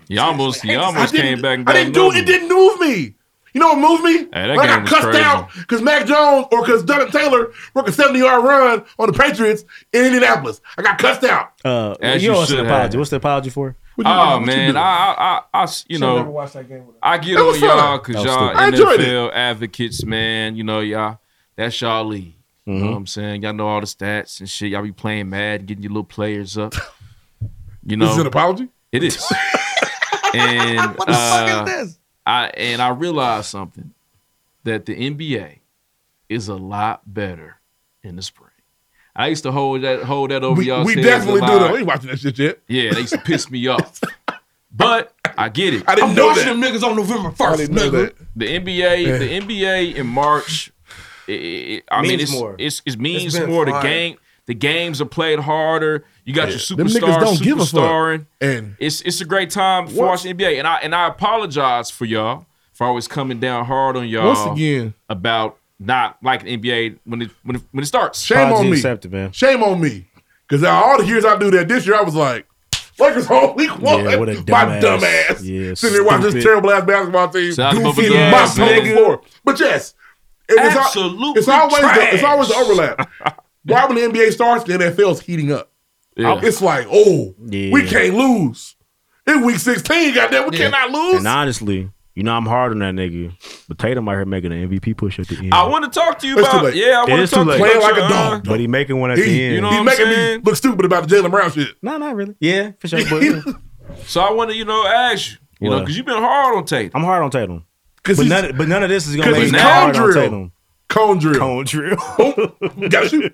[SPEAKER 1] You almost, you
[SPEAKER 2] I
[SPEAKER 1] almost
[SPEAKER 2] didn't,
[SPEAKER 1] came back. And
[SPEAKER 2] I didn't do it. It didn't move me. You know what moved me?
[SPEAKER 1] Hey, that
[SPEAKER 2] when I
[SPEAKER 1] game
[SPEAKER 2] got
[SPEAKER 1] was
[SPEAKER 2] cussed
[SPEAKER 1] crazy.
[SPEAKER 2] out because Mac Jones or because Jonathan Taylor broke a 70 yard run on the Patriots in Indianapolis. I got cussed out.
[SPEAKER 4] Uh,
[SPEAKER 1] As
[SPEAKER 4] you
[SPEAKER 1] you
[SPEAKER 4] know what's the
[SPEAKER 1] should have.
[SPEAKER 4] apology? What's the apology for?
[SPEAKER 2] What you-
[SPEAKER 1] Oh
[SPEAKER 2] what you
[SPEAKER 1] man,
[SPEAKER 2] do?
[SPEAKER 1] I, I, I, I, you
[SPEAKER 3] Should've never
[SPEAKER 1] know, uh,
[SPEAKER 3] watched that game with him.
[SPEAKER 1] I get
[SPEAKER 2] That
[SPEAKER 1] on
[SPEAKER 2] was fun.
[SPEAKER 1] y'all because
[SPEAKER 4] That was
[SPEAKER 1] y'all
[SPEAKER 4] stupid.
[SPEAKER 2] I enjoyed
[SPEAKER 1] NFL advocates, man. You know, y'all, that's y'all league. You
[SPEAKER 2] Mm-hmm.
[SPEAKER 1] know what I'm saying? Y'all know all the stats and shit. Y'all be playing mad, getting your little players up. You
[SPEAKER 2] This is
[SPEAKER 1] know,
[SPEAKER 2] an apology.
[SPEAKER 1] it is. and
[SPEAKER 3] What the
[SPEAKER 1] uh,
[SPEAKER 3] fuck is this?
[SPEAKER 1] I and I realized something that the NBA is a lot better in the spring. I used to hold that hold that over
[SPEAKER 2] We-
[SPEAKER 1] y'all.
[SPEAKER 2] we definitely do that. We ain't watching that shit yet.
[SPEAKER 1] Yeah, they used to piss me off. But I get it.
[SPEAKER 2] I didn't
[SPEAKER 1] am
[SPEAKER 2] know
[SPEAKER 1] watching
[SPEAKER 2] that.
[SPEAKER 1] them niggas on November
[SPEAKER 2] I
[SPEAKER 1] first.
[SPEAKER 2] didn't know
[SPEAKER 1] nigga.
[SPEAKER 2] that.
[SPEAKER 1] The NBA,
[SPEAKER 2] Yeah.
[SPEAKER 1] the NBA in March. It, it- it- I mean,
[SPEAKER 2] Means
[SPEAKER 1] it's,
[SPEAKER 2] more.
[SPEAKER 1] it's it means
[SPEAKER 2] It's been
[SPEAKER 1] more. The
[SPEAKER 2] fire.
[SPEAKER 1] game, the games are played harder. You got your
[SPEAKER 2] Them
[SPEAKER 1] superstars,
[SPEAKER 2] niggas don't give a fuck.
[SPEAKER 1] superstarring.
[SPEAKER 2] And
[SPEAKER 1] It's it's a great time for
[SPEAKER 2] What?
[SPEAKER 1] watching NBA, and I and I apologize for y'all for always coming down hard on y'all
[SPEAKER 2] Once again.
[SPEAKER 1] about not liking NBA when it when it, when it starts.
[SPEAKER 2] shame on me. Shame on me. Because all the years I do that this year, I was like, Lakers home week one.
[SPEAKER 4] Yeah, what a
[SPEAKER 2] My
[SPEAKER 4] dumbass.
[SPEAKER 2] dumb ass.
[SPEAKER 4] Yeah,
[SPEAKER 2] Sitting there watching
[SPEAKER 4] stupid.
[SPEAKER 2] this terrible ass basketball team.
[SPEAKER 4] Shout out to
[SPEAKER 2] Goofy
[SPEAKER 4] Bubba
[SPEAKER 2] and
[SPEAKER 4] Guts,
[SPEAKER 2] mopped on the
[SPEAKER 4] nigga.
[SPEAKER 2] floor. But yes, it- it's, al-
[SPEAKER 1] Absolutely
[SPEAKER 2] it's always the,
[SPEAKER 1] trash.
[SPEAKER 2] it's always the overlap. Why when the NBA starts, the NFL's heating up.
[SPEAKER 1] Yeah.
[SPEAKER 2] It's like, oh,
[SPEAKER 4] Yeah.
[SPEAKER 2] we can't lose. In week 16, goddamn, we cannot lose.
[SPEAKER 4] And honestly, you know I'm hard on that nigga, but Tatum out here making an MVP push at the end.
[SPEAKER 1] I want to talk to you
[SPEAKER 4] It's
[SPEAKER 1] about
[SPEAKER 4] too late.
[SPEAKER 1] yeah. I
[SPEAKER 4] It
[SPEAKER 1] want to
[SPEAKER 4] is
[SPEAKER 1] talk
[SPEAKER 4] too
[SPEAKER 1] to
[SPEAKER 4] late.
[SPEAKER 1] you
[SPEAKER 4] Playing
[SPEAKER 1] about
[SPEAKER 4] like a
[SPEAKER 1] your, uh,
[SPEAKER 4] dog. But he making one at the
[SPEAKER 2] He,
[SPEAKER 4] end.
[SPEAKER 2] you
[SPEAKER 4] You know
[SPEAKER 2] he
[SPEAKER 4] what I'm
[SPEAKER 2] making
[SPEAKER 1] saying?
[SPEAKER 2] me look stupid about the Jalen Brown shit.
[SPEAKER 4] No, not really. Yeah, for sure. But
[SPEAKER 1] uh, So I want to you know ask you, you know
[SPEAKER 4] What?
[SPEAKER 1] because you've been hard on Tatum.
[SPEAKER 4] I'm hard on Tatum.
[SPEAKER 2] 'Cause
[SPEAKER 4] But
[SPEAKER 2] he's-
[SPEAKER 4] none, but none of this is gonna
[SPEAKER 2] 'cause
[SPEAKER 4] make
[SPEAKER 2] he's
[SPEAKER 4] me hard
[SPEAKER 2] cone
[SPEAKER 4] on
[SPEAKER 2] drill.
[SPEAKER 4] Tatum.
[SPEAKER 2] Cone drill.
[SPEAKER 4] Cone drill.
[SPEAKER 2] Got you.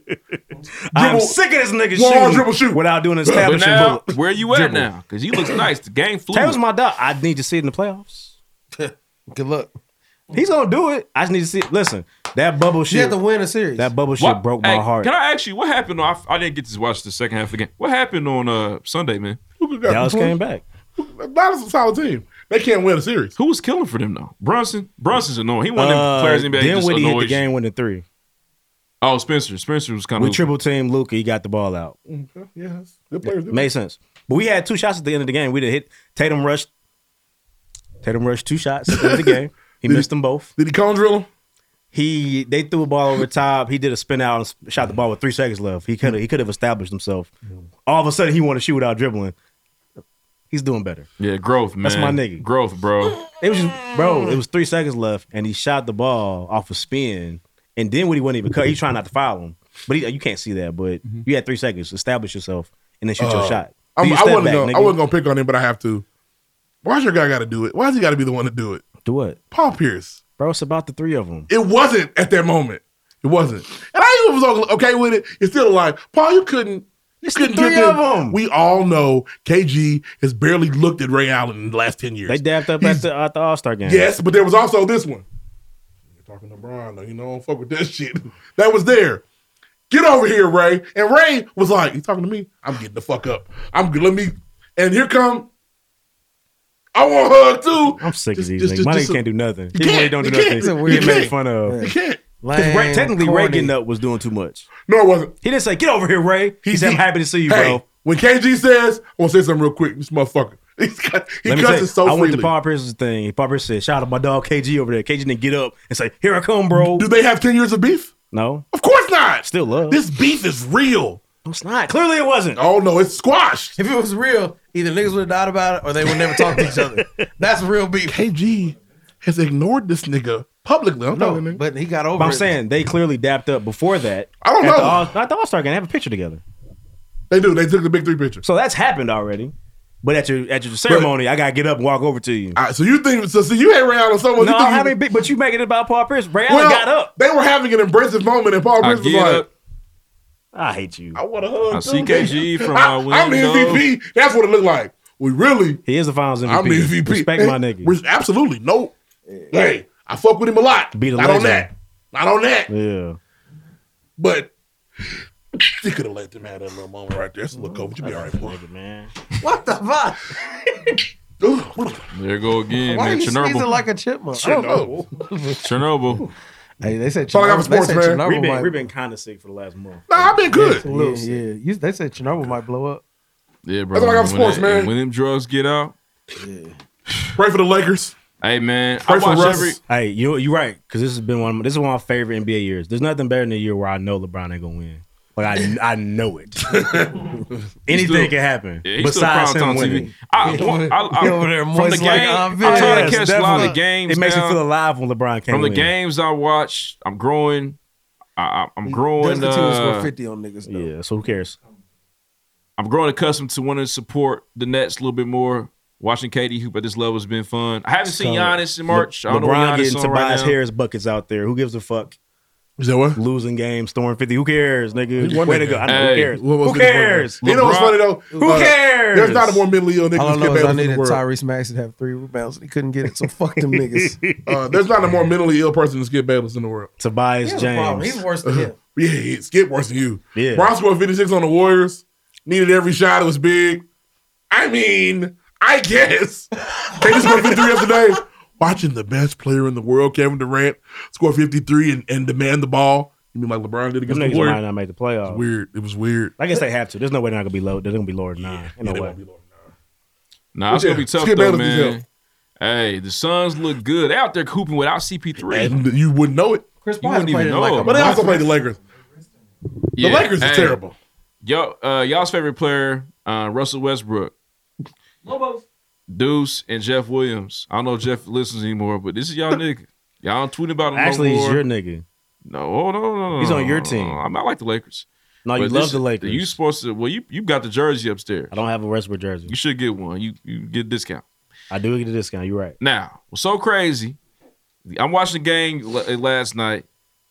[SPEAKER 4] I'm
[SPEAKER 1] Dribble.
[SPEAKER 4] sick of this nigga
[SPEAKER 1] One
[SPEAKER 4] shooting
[SPEAKER 1] dribble
[SPEAKER 4] shoot. without doing an
[SPEAKER 1] But
[SPEAKER 4] establishing
[SPEAKER 1] now,
[SPEAKER 4] bullet.
[SPEAKER 1] where you at
[SPEAKER 4] Dribble.
[SPEAKER 1] now? Because he looks nice. The game flew.
[SPEAKER 4] Tatum's my dog. I need to see it in the playoffs. Good luck. He's gonna do it. I just need to see. It. Listen, that bubble shit.
[SPEAKER 3] had to win a series.
[SPEAKER 4] That bubble shit broke my
[SPEAKER 1] Hey,
[SPEAKER 4] heart.
[SPEAKER 1] Can I ask you what happened? On, I, I didn't get to watch the second half of the game. What happened on uh, Sunday, man?
[SPEAKER 4] Dallas came back.
[SPEAKER 2] Dallas is a solid team. They can't win a series.
[SPEAKER 1] Who was killing for them though? Brunson. Brunson's annoying. He one of
[SPEAKER 4] Uh,
[SPEAKER 1] them players in the NBA that just
[SPEAKER 4] Dinwiddie hit the
[SPEAKER 1] annoys. you.
[SPEAKER 4] game winning three.
[SPEAKER 1] Oh, Spencer. Spencer was kind
[SPEAKER 4] We
[SPEAKER 1] of.
[SPEAKER 4] triple team Luca. He got the ball out.
[SPEAKER 2] Okay, yes. Good players. do.
[SPEAKER 4] Made sense. But we had two shots at the end of the game. We did hit Tatum rushed. Tatum rushed two shots at the end of the game. He missed them both.
[SPEAKER 2] Did he cone drill him?
[SPEAKER 4] He they threw a ball over top. He did a spin out and s- shot the ball with three seconds left. He could he could have established himself. All of a sudden he wanted to shoot without dribbling. He's doing better.
[SPEAKER 1] Yeah, growth, man.
[SPEAKER 4] That's my nigga.
[SPEAKER 1] Growth, bro.
[SPEAKER 4] It was just, bro. It was three seconds left, and he shot the ball off a spin, and then when he wasn't even cut, he's trying not to foul him, but he, you can't see that. But you had three seconds, establish yourself, and then shoot your
[SPEAKER 2] Mm-hmm. Uh,
[SPEAKER 4] shot.
[SPEAKER 2] I'm, I
[SPEAKER 4] Do your step
[SPEAKER 2] wasn't
[SPEAKER 4] back,
[SPEAKER 2] gonna, I
[SPEAKER 4] nigga.
[SPEAKER 2] wasn't gonna pick on him, but I have to. Why's your guy got to do it? Why's he got to be the one to do it?
[SPEAKER 4] Do what?
[SPEAKER 2] Paul Pierce.
[SPEAKER 4] Bro, it's about the three of them.
[SPEAKER 2] It wasn't at that moment. It wasn't, and I even was okay with it. It's still alive, Paul. You couldn't. You couldn't
[SPEAKER 4] three
[SPEAKER 2] get
[SPEAKER 4] of 'em.
[SPEAKER 2] We all know KG has barely looked at Ray Allen in the last ten years.
[SPEAKER 4] They dapped up at the, at the All Star game.
[SPEAKER 2] Yes, but there was also this one. You're talking to Brian, though. You know, I don't fuck with that shit. That was there. Get over here, Ray. And Ray was like, "You talking to me? I'm getting the fuck up. I'm let me." And here come. I want a hug too.
[SPEAKER 4] I'm sick of these
[SPEAKER 2] just-
[SPEAKER 4] niggas.
[SPEAKER 2] just-
[SPEAKER 4] My
[SPEAKER 2] just-
[SPEAKER 4] nigga can't do nothing.
[SPEAKER 2] You
[SPEAKER 4] He really
[SPEAKER 2] can't,
[SPEAKER 4] don't do
[SPEAKER 2] you can't,
[SPEAKER 4] nothing.
[SPEAKER 2] you
[SPEAKER 4] He get made
[SPEAKER 2] can't.
[SPEAKER 4] fun of.
[SPEAKER 2] You can't.
[SPEAKER 4] 'Cause Ray,
[SPEAKER 2] Lame,
[SPEAKER 4] technically, Ray
[SPEAKER 2] corny.
[SPEAKER 4] getting up was doing too much.
[SPEAKER 2] No, it wasn't.
[SPEAKER 4] He didn't say, "Get over here, Ray." He said, "I'm happy to see you,
[SPEAKER 2] Hey,
[SPEAKER 4] bro."
[SPEAKER 2] When KG says, "I want to say something real quick," this motherfucker. He's got, he
[SPEAKER 4] Let me tell
[SPEAKER 2] cuts
[SPEAKER 4] you,
[SPEAKER 2] it so
[SPEAKER 4] I went
[SPEAKER 2] freely.
[SPEAKER 4] to Paul Pierce's thing. Paul Pierce said, "Shout out my dog KG over there." KG didn't get up and say, "Here I come, bro."
[SPEAKER 2] Do they have ten years of beef?
[SPEAKER 4] No,
[SPEAKER 2] of course not.
[SPEAKER 4] Still love.
[SPEAKER 2] This beef is real.
[SPEAKER 4] No, it's not. Clearly, it wasn't.
[SPEAKER 2] Oh no, it's squashed.
[SPEAKER 3] If it was real, either niggas would have died about it or they would never talk to each other. That's real beef.
[SPEAKER 2] KG has ignored this nigga publicly. I'm
[SPEAKER 3] no, but he got over.
[SPEAKER 4] But I'm
[SPEAKER 3] it.
[SPEAKER 4] saying they clearly dapped up before that.
[SPEAKER 2] I don't
[SPEAKER 4] At The
[SPEAKER 2] know.
[SPEAKER 4] All, not the All Star game. They have a picture together.
[SPEAKER 2] They do. They took the big three picture.
[SPEAKER 4] So that's happened already. But at your at your ceremony, I gotta get up and walk over to you.
[SPEAKER 2] All right, so you think so? So you hate Ray Allen so much?
[SPEAKER 4] no,
[SPEAKER 2] you think you-
[SPEAKER 4] how many big? But you making it about Paul Pierce? Ray Allen
[SPEAKER 2] Well,
[SPEAKER 4] got up.
[SPEAKER 2] They were having an impressive moment, and Paul
[SPEAKER 4] I
[SPEAKER 2] Pierce was
[SPEAKER 4] get
[SPEAKER 2] like,
[SPEAKER 4] up. I hate you.
[SPEAKER 2] "I want a hug."
[SPEAKER 4] I
[SPEAKER 2] too,
[SPEAKER 4] see KG
[SPEAKER 2] nigga.
[SPEAKER 4] from
[SPEAKER 2] I-
[SPEAKER 4] my
[SPEAKER 2] I'm the
[SPEAKER 4] window.
[SPEAKER 2] MVP. That's what it looked like. We really.
[SPEAKER 4] He is the Finals MVP.
[SPEAKER 2] I'm the MVP.
[SPEAKER 4] Respect my nigga.
[SPEAKER 2] Res- Absolutely no. Hey, I fuck with him a lot.
[SPEAKER 4] Be the
[SPEAKER 2] Not on
[SPEAKER 4] legend.
[SPEAKER 2] that. Not on that.
[SPEAKER 4] Yeah.
[SPEAKER 2] But you could have let them have that little moment right there. So look over. You be all right, boy.
[SPEAKER 4] man.
[SPEAKER 3] what the fuck?
[SPEAKER 1] There go again,
[SPEAKER 3] Why are
[SPEAKER 1] man.
[SPEAKER 3] you sneezing
[SPEAKER 1] Chernobyl.
[SPEAKER 3] like a chipmunk? I don't know.
[SPEAKER 1] Chernobyl.
[SPEAKER 3] Hey, they said
[SPEAKER 2] Probably got
[SPEAKER 3] Chernobyl.
[SPEAKER 2] for
[SPEAKER 3] They
[SPEAKER 2] sports,
[SPEAKER 3] said
[SPEAKER 2] man.
[SPEAKER 3] Chernobyl
[SPEAKER 4] We've been,
[SPEAKER 3] might-
[SPEAKER 4] we been kind of sick for the last month.
[SPEAKER 2] Nah, I've been good.
[SPEAKER 3] Yeah, yeah, You- they said Chernobyl might blow up.
[SPEAKER 1] Yeah, bro.
[SPEAKER 2] That's all I got for
[SPEAKER 1] When
[SPEAKER 2] sports,
[SPEAKER 1] that-
[SPEAKER 2] man.
[SPEAKER 1] When them drugs get out,
[SPEAKER 2] Pray for the Lakers.
[SPEAKER 1] hey man, I
[SPEAKER 2] Pray for
[SPEAKER 1] watch
[SPEAKER 2] Russ.
[SPEAKER 1] every.
[SPEAKER 4] Hey, you you right because this has been one. Of, my- this is one of my favorite NBA years. There's nothing better than a year where I know LeBron ain't gonna win. Like I I know it. Anything
[SPEAKER 1] still-
[SPEAKER 4] can happen.
[SPEAKER 1] Yeah, he's still
[SPEAKER 4] besides
[SPEAKER 1] prime time
[SPEAKER 4] him winning.
[SPEAKER 1] TV. I, I, I,
[SPEAKER 3] He over there
[SPEAKER 1] from the
[SPEAKER 3] moist
[SPEAKER 1] game,
[SPEAKER 3] like
[SPEAKER 1] I'm
[SPEAKER 3] I'm
[SPEAKER 1] trying
[SPEAKER 4] Yes,
[SPEAKER 1] to catch a lot of the
[SPEAKER 4] definitely.
[SPEAKER 1] games.
[SPEAKER 4] It makes
[SPEAKER 1] now.
[SPEAKER 4] me feel alive when LeBron came
[SPEAKER 1] From the
[SPEAKER 4] win.
[SPEAKER 1] games I watch, I'm growing. I, I, I'm
[SPEAKER 3] Does
[SPEAKER 1] growing.
[SPEAKER 3] the two score
[SPEAKER 1] Uh,
[SPEAKER 3] fifty on niggas though.
[SPEAKER 4] Yeah, so who cares?
[SPEAKER 1] I'm growing accustomed to wanting to support the Nets a little bit more. Watching KD hoop at this level has been fun. I haven't seen
[SPEAKER 4] So,
[SPEAKER 1] Giannis in March.
[SPEAKER 4] Le-
[SPEAKER 1] I don't know
[SPEAKER 4] LeBron
[SPEAKER 1] what Giannis
[SPEAKER 4] getting
[SPEAKER 1] on right
[SPEAKER 4] Tobias
[SPEAKER 1] now.
[SPEAKER 4] Harris buckets out there. Who gives a fuck?
[SPEAKER 2] Is that what?
[SPEAKER 4] Losing games, throwing 50. Who cares,
[SPEAKER 2] He
[SPEAKER 4] nigga?
[SPEAKER 2] won
[SPEAKER 4] Way
[SPEAKER 2] that
[SPEAKER 4] to go.
[SPEAKER 2] game.
[SPEAKER 4] I know,
[SPEAKER 2] Hey,
[SPEAKER 4] who cares?
[SPEAKER 2] what was
[SPEAKER 4] Who
[SPEAKER 2] it that won?
[SPEAKER 4] cares?
[SPEAKER 2] You know what's funny, though?
[SPEAKER 4] Who
[SPEAKER 2] Uh,
[SPEAKER 4] cares?
[SPEAKER 2] there's not a more mentally ill nigga
[SPEAKER 3] All I
[SPEAKER 2] who's
[SPEAKER 3] know
[SPEAKER 2] kicked
[SPEAKER 3] is
[SPEAKER 2] ass
[SPEAKER 3] I
[SPEAKER 2] in the
[SPEAKER 3] needed
[SPEAKER 2] world.
[SPEAKER 3] Tyrese Max to have three rebounds and he couldn't get it, so fuck them niggas.
[SPEAKER 2] Uh, there's not a more mentally ill person than Skip Bayless in the world.
[SPEAKER 4] Tobias
[SPEAKER 3] He has a problem. James. He's worse than him.
[SPEAKER 2] yeah, he- Skip worse than you.
[SPEAKER 4] Yeah.
[SPEAKER 2] Bron scored 56 on the Warriors. Needed every shot. It was big. I mean, I guess. They just scored 53 yesterday. Watching the best player in the world, Kevin Durant, score 53 and, and demand the ball. You mean like LeBron did
[SPEAKER 4] Them
[SPEAKER 2] against the
[SPEAKER 4] niggas might
[SPEAKER 2] Warriors?
[SPEAKER 4] not make the playoffs.
[SPEAKER 2] It's weird. It was weird.
[SPEAKER 4] I guess they have to. There's no way they're not gonna be low. They're gonna be lower than nine. Ain't no way.
[SPEAKER 1] Nah, it's
[SPEAKER 4] Yeah,
[SPEAKER 1] gonna be tough
[SPEAKER 4] Skip
[SPEAKER 1] though,
[SPEAKER 4] Bayless needs
[SPEAKER 1] man. Hey, the Suns look good They out there hooping without CP3.
[SPEAKER 2] And you wouldn't know it.
[SPEAKER 3] Chris
[SPEAKER 1] You wouldn't even know it.
[SPEAKER 2] But they also played the Lakers. The
[SPEAKER 1] Yeah,
[SPEAKER 2] Lakers
[SPEAKER 1] hey.
[SPEAKER 2] are terrible.
[SPEAKER 1] Yo, uh, y'all's favorite player, uh, Russell Westbrook,
[SPEAKER 3] Lobos.
[SPEAKER 1] Deuce, and Jeff Williams. I don't know if Jeff listens anymore, but this is y'all nigga. Y'all don't tweet about him.
[SPEAKER 4] Actually,
[SPEAKER 1] no
[SPEAKER 4] he's
[SPEAKER 1] more.
[SPEAKER 4] your nigga.
[SPEAKER 1] No, no, no, no, no.
[SPEAKER 4] He's on your
[SPEAKER 1] no,
[SPEAKER 4] team.
[SPEAKER 1] no, no. I, mean, I like the Lakers.
[SPEAKER 4] No, you
[SPEAKER 1] But
[SPEAKER 4] love
[SPEAKER 1] this-
[SPEAKER 4] the Lakers.
[SPEAKER 1] You supposed to? Well, you you got the jersey upstairs.
[SPEAKER 4] I don't have a Westbrook jersey.
[SPEAKER 1] You should get one. You you get a discount.
[SPEAKER 4] I do get a discount. You're right.
[SPEAKER 1] Now, what's so crazy? I'm watching the game l- last night.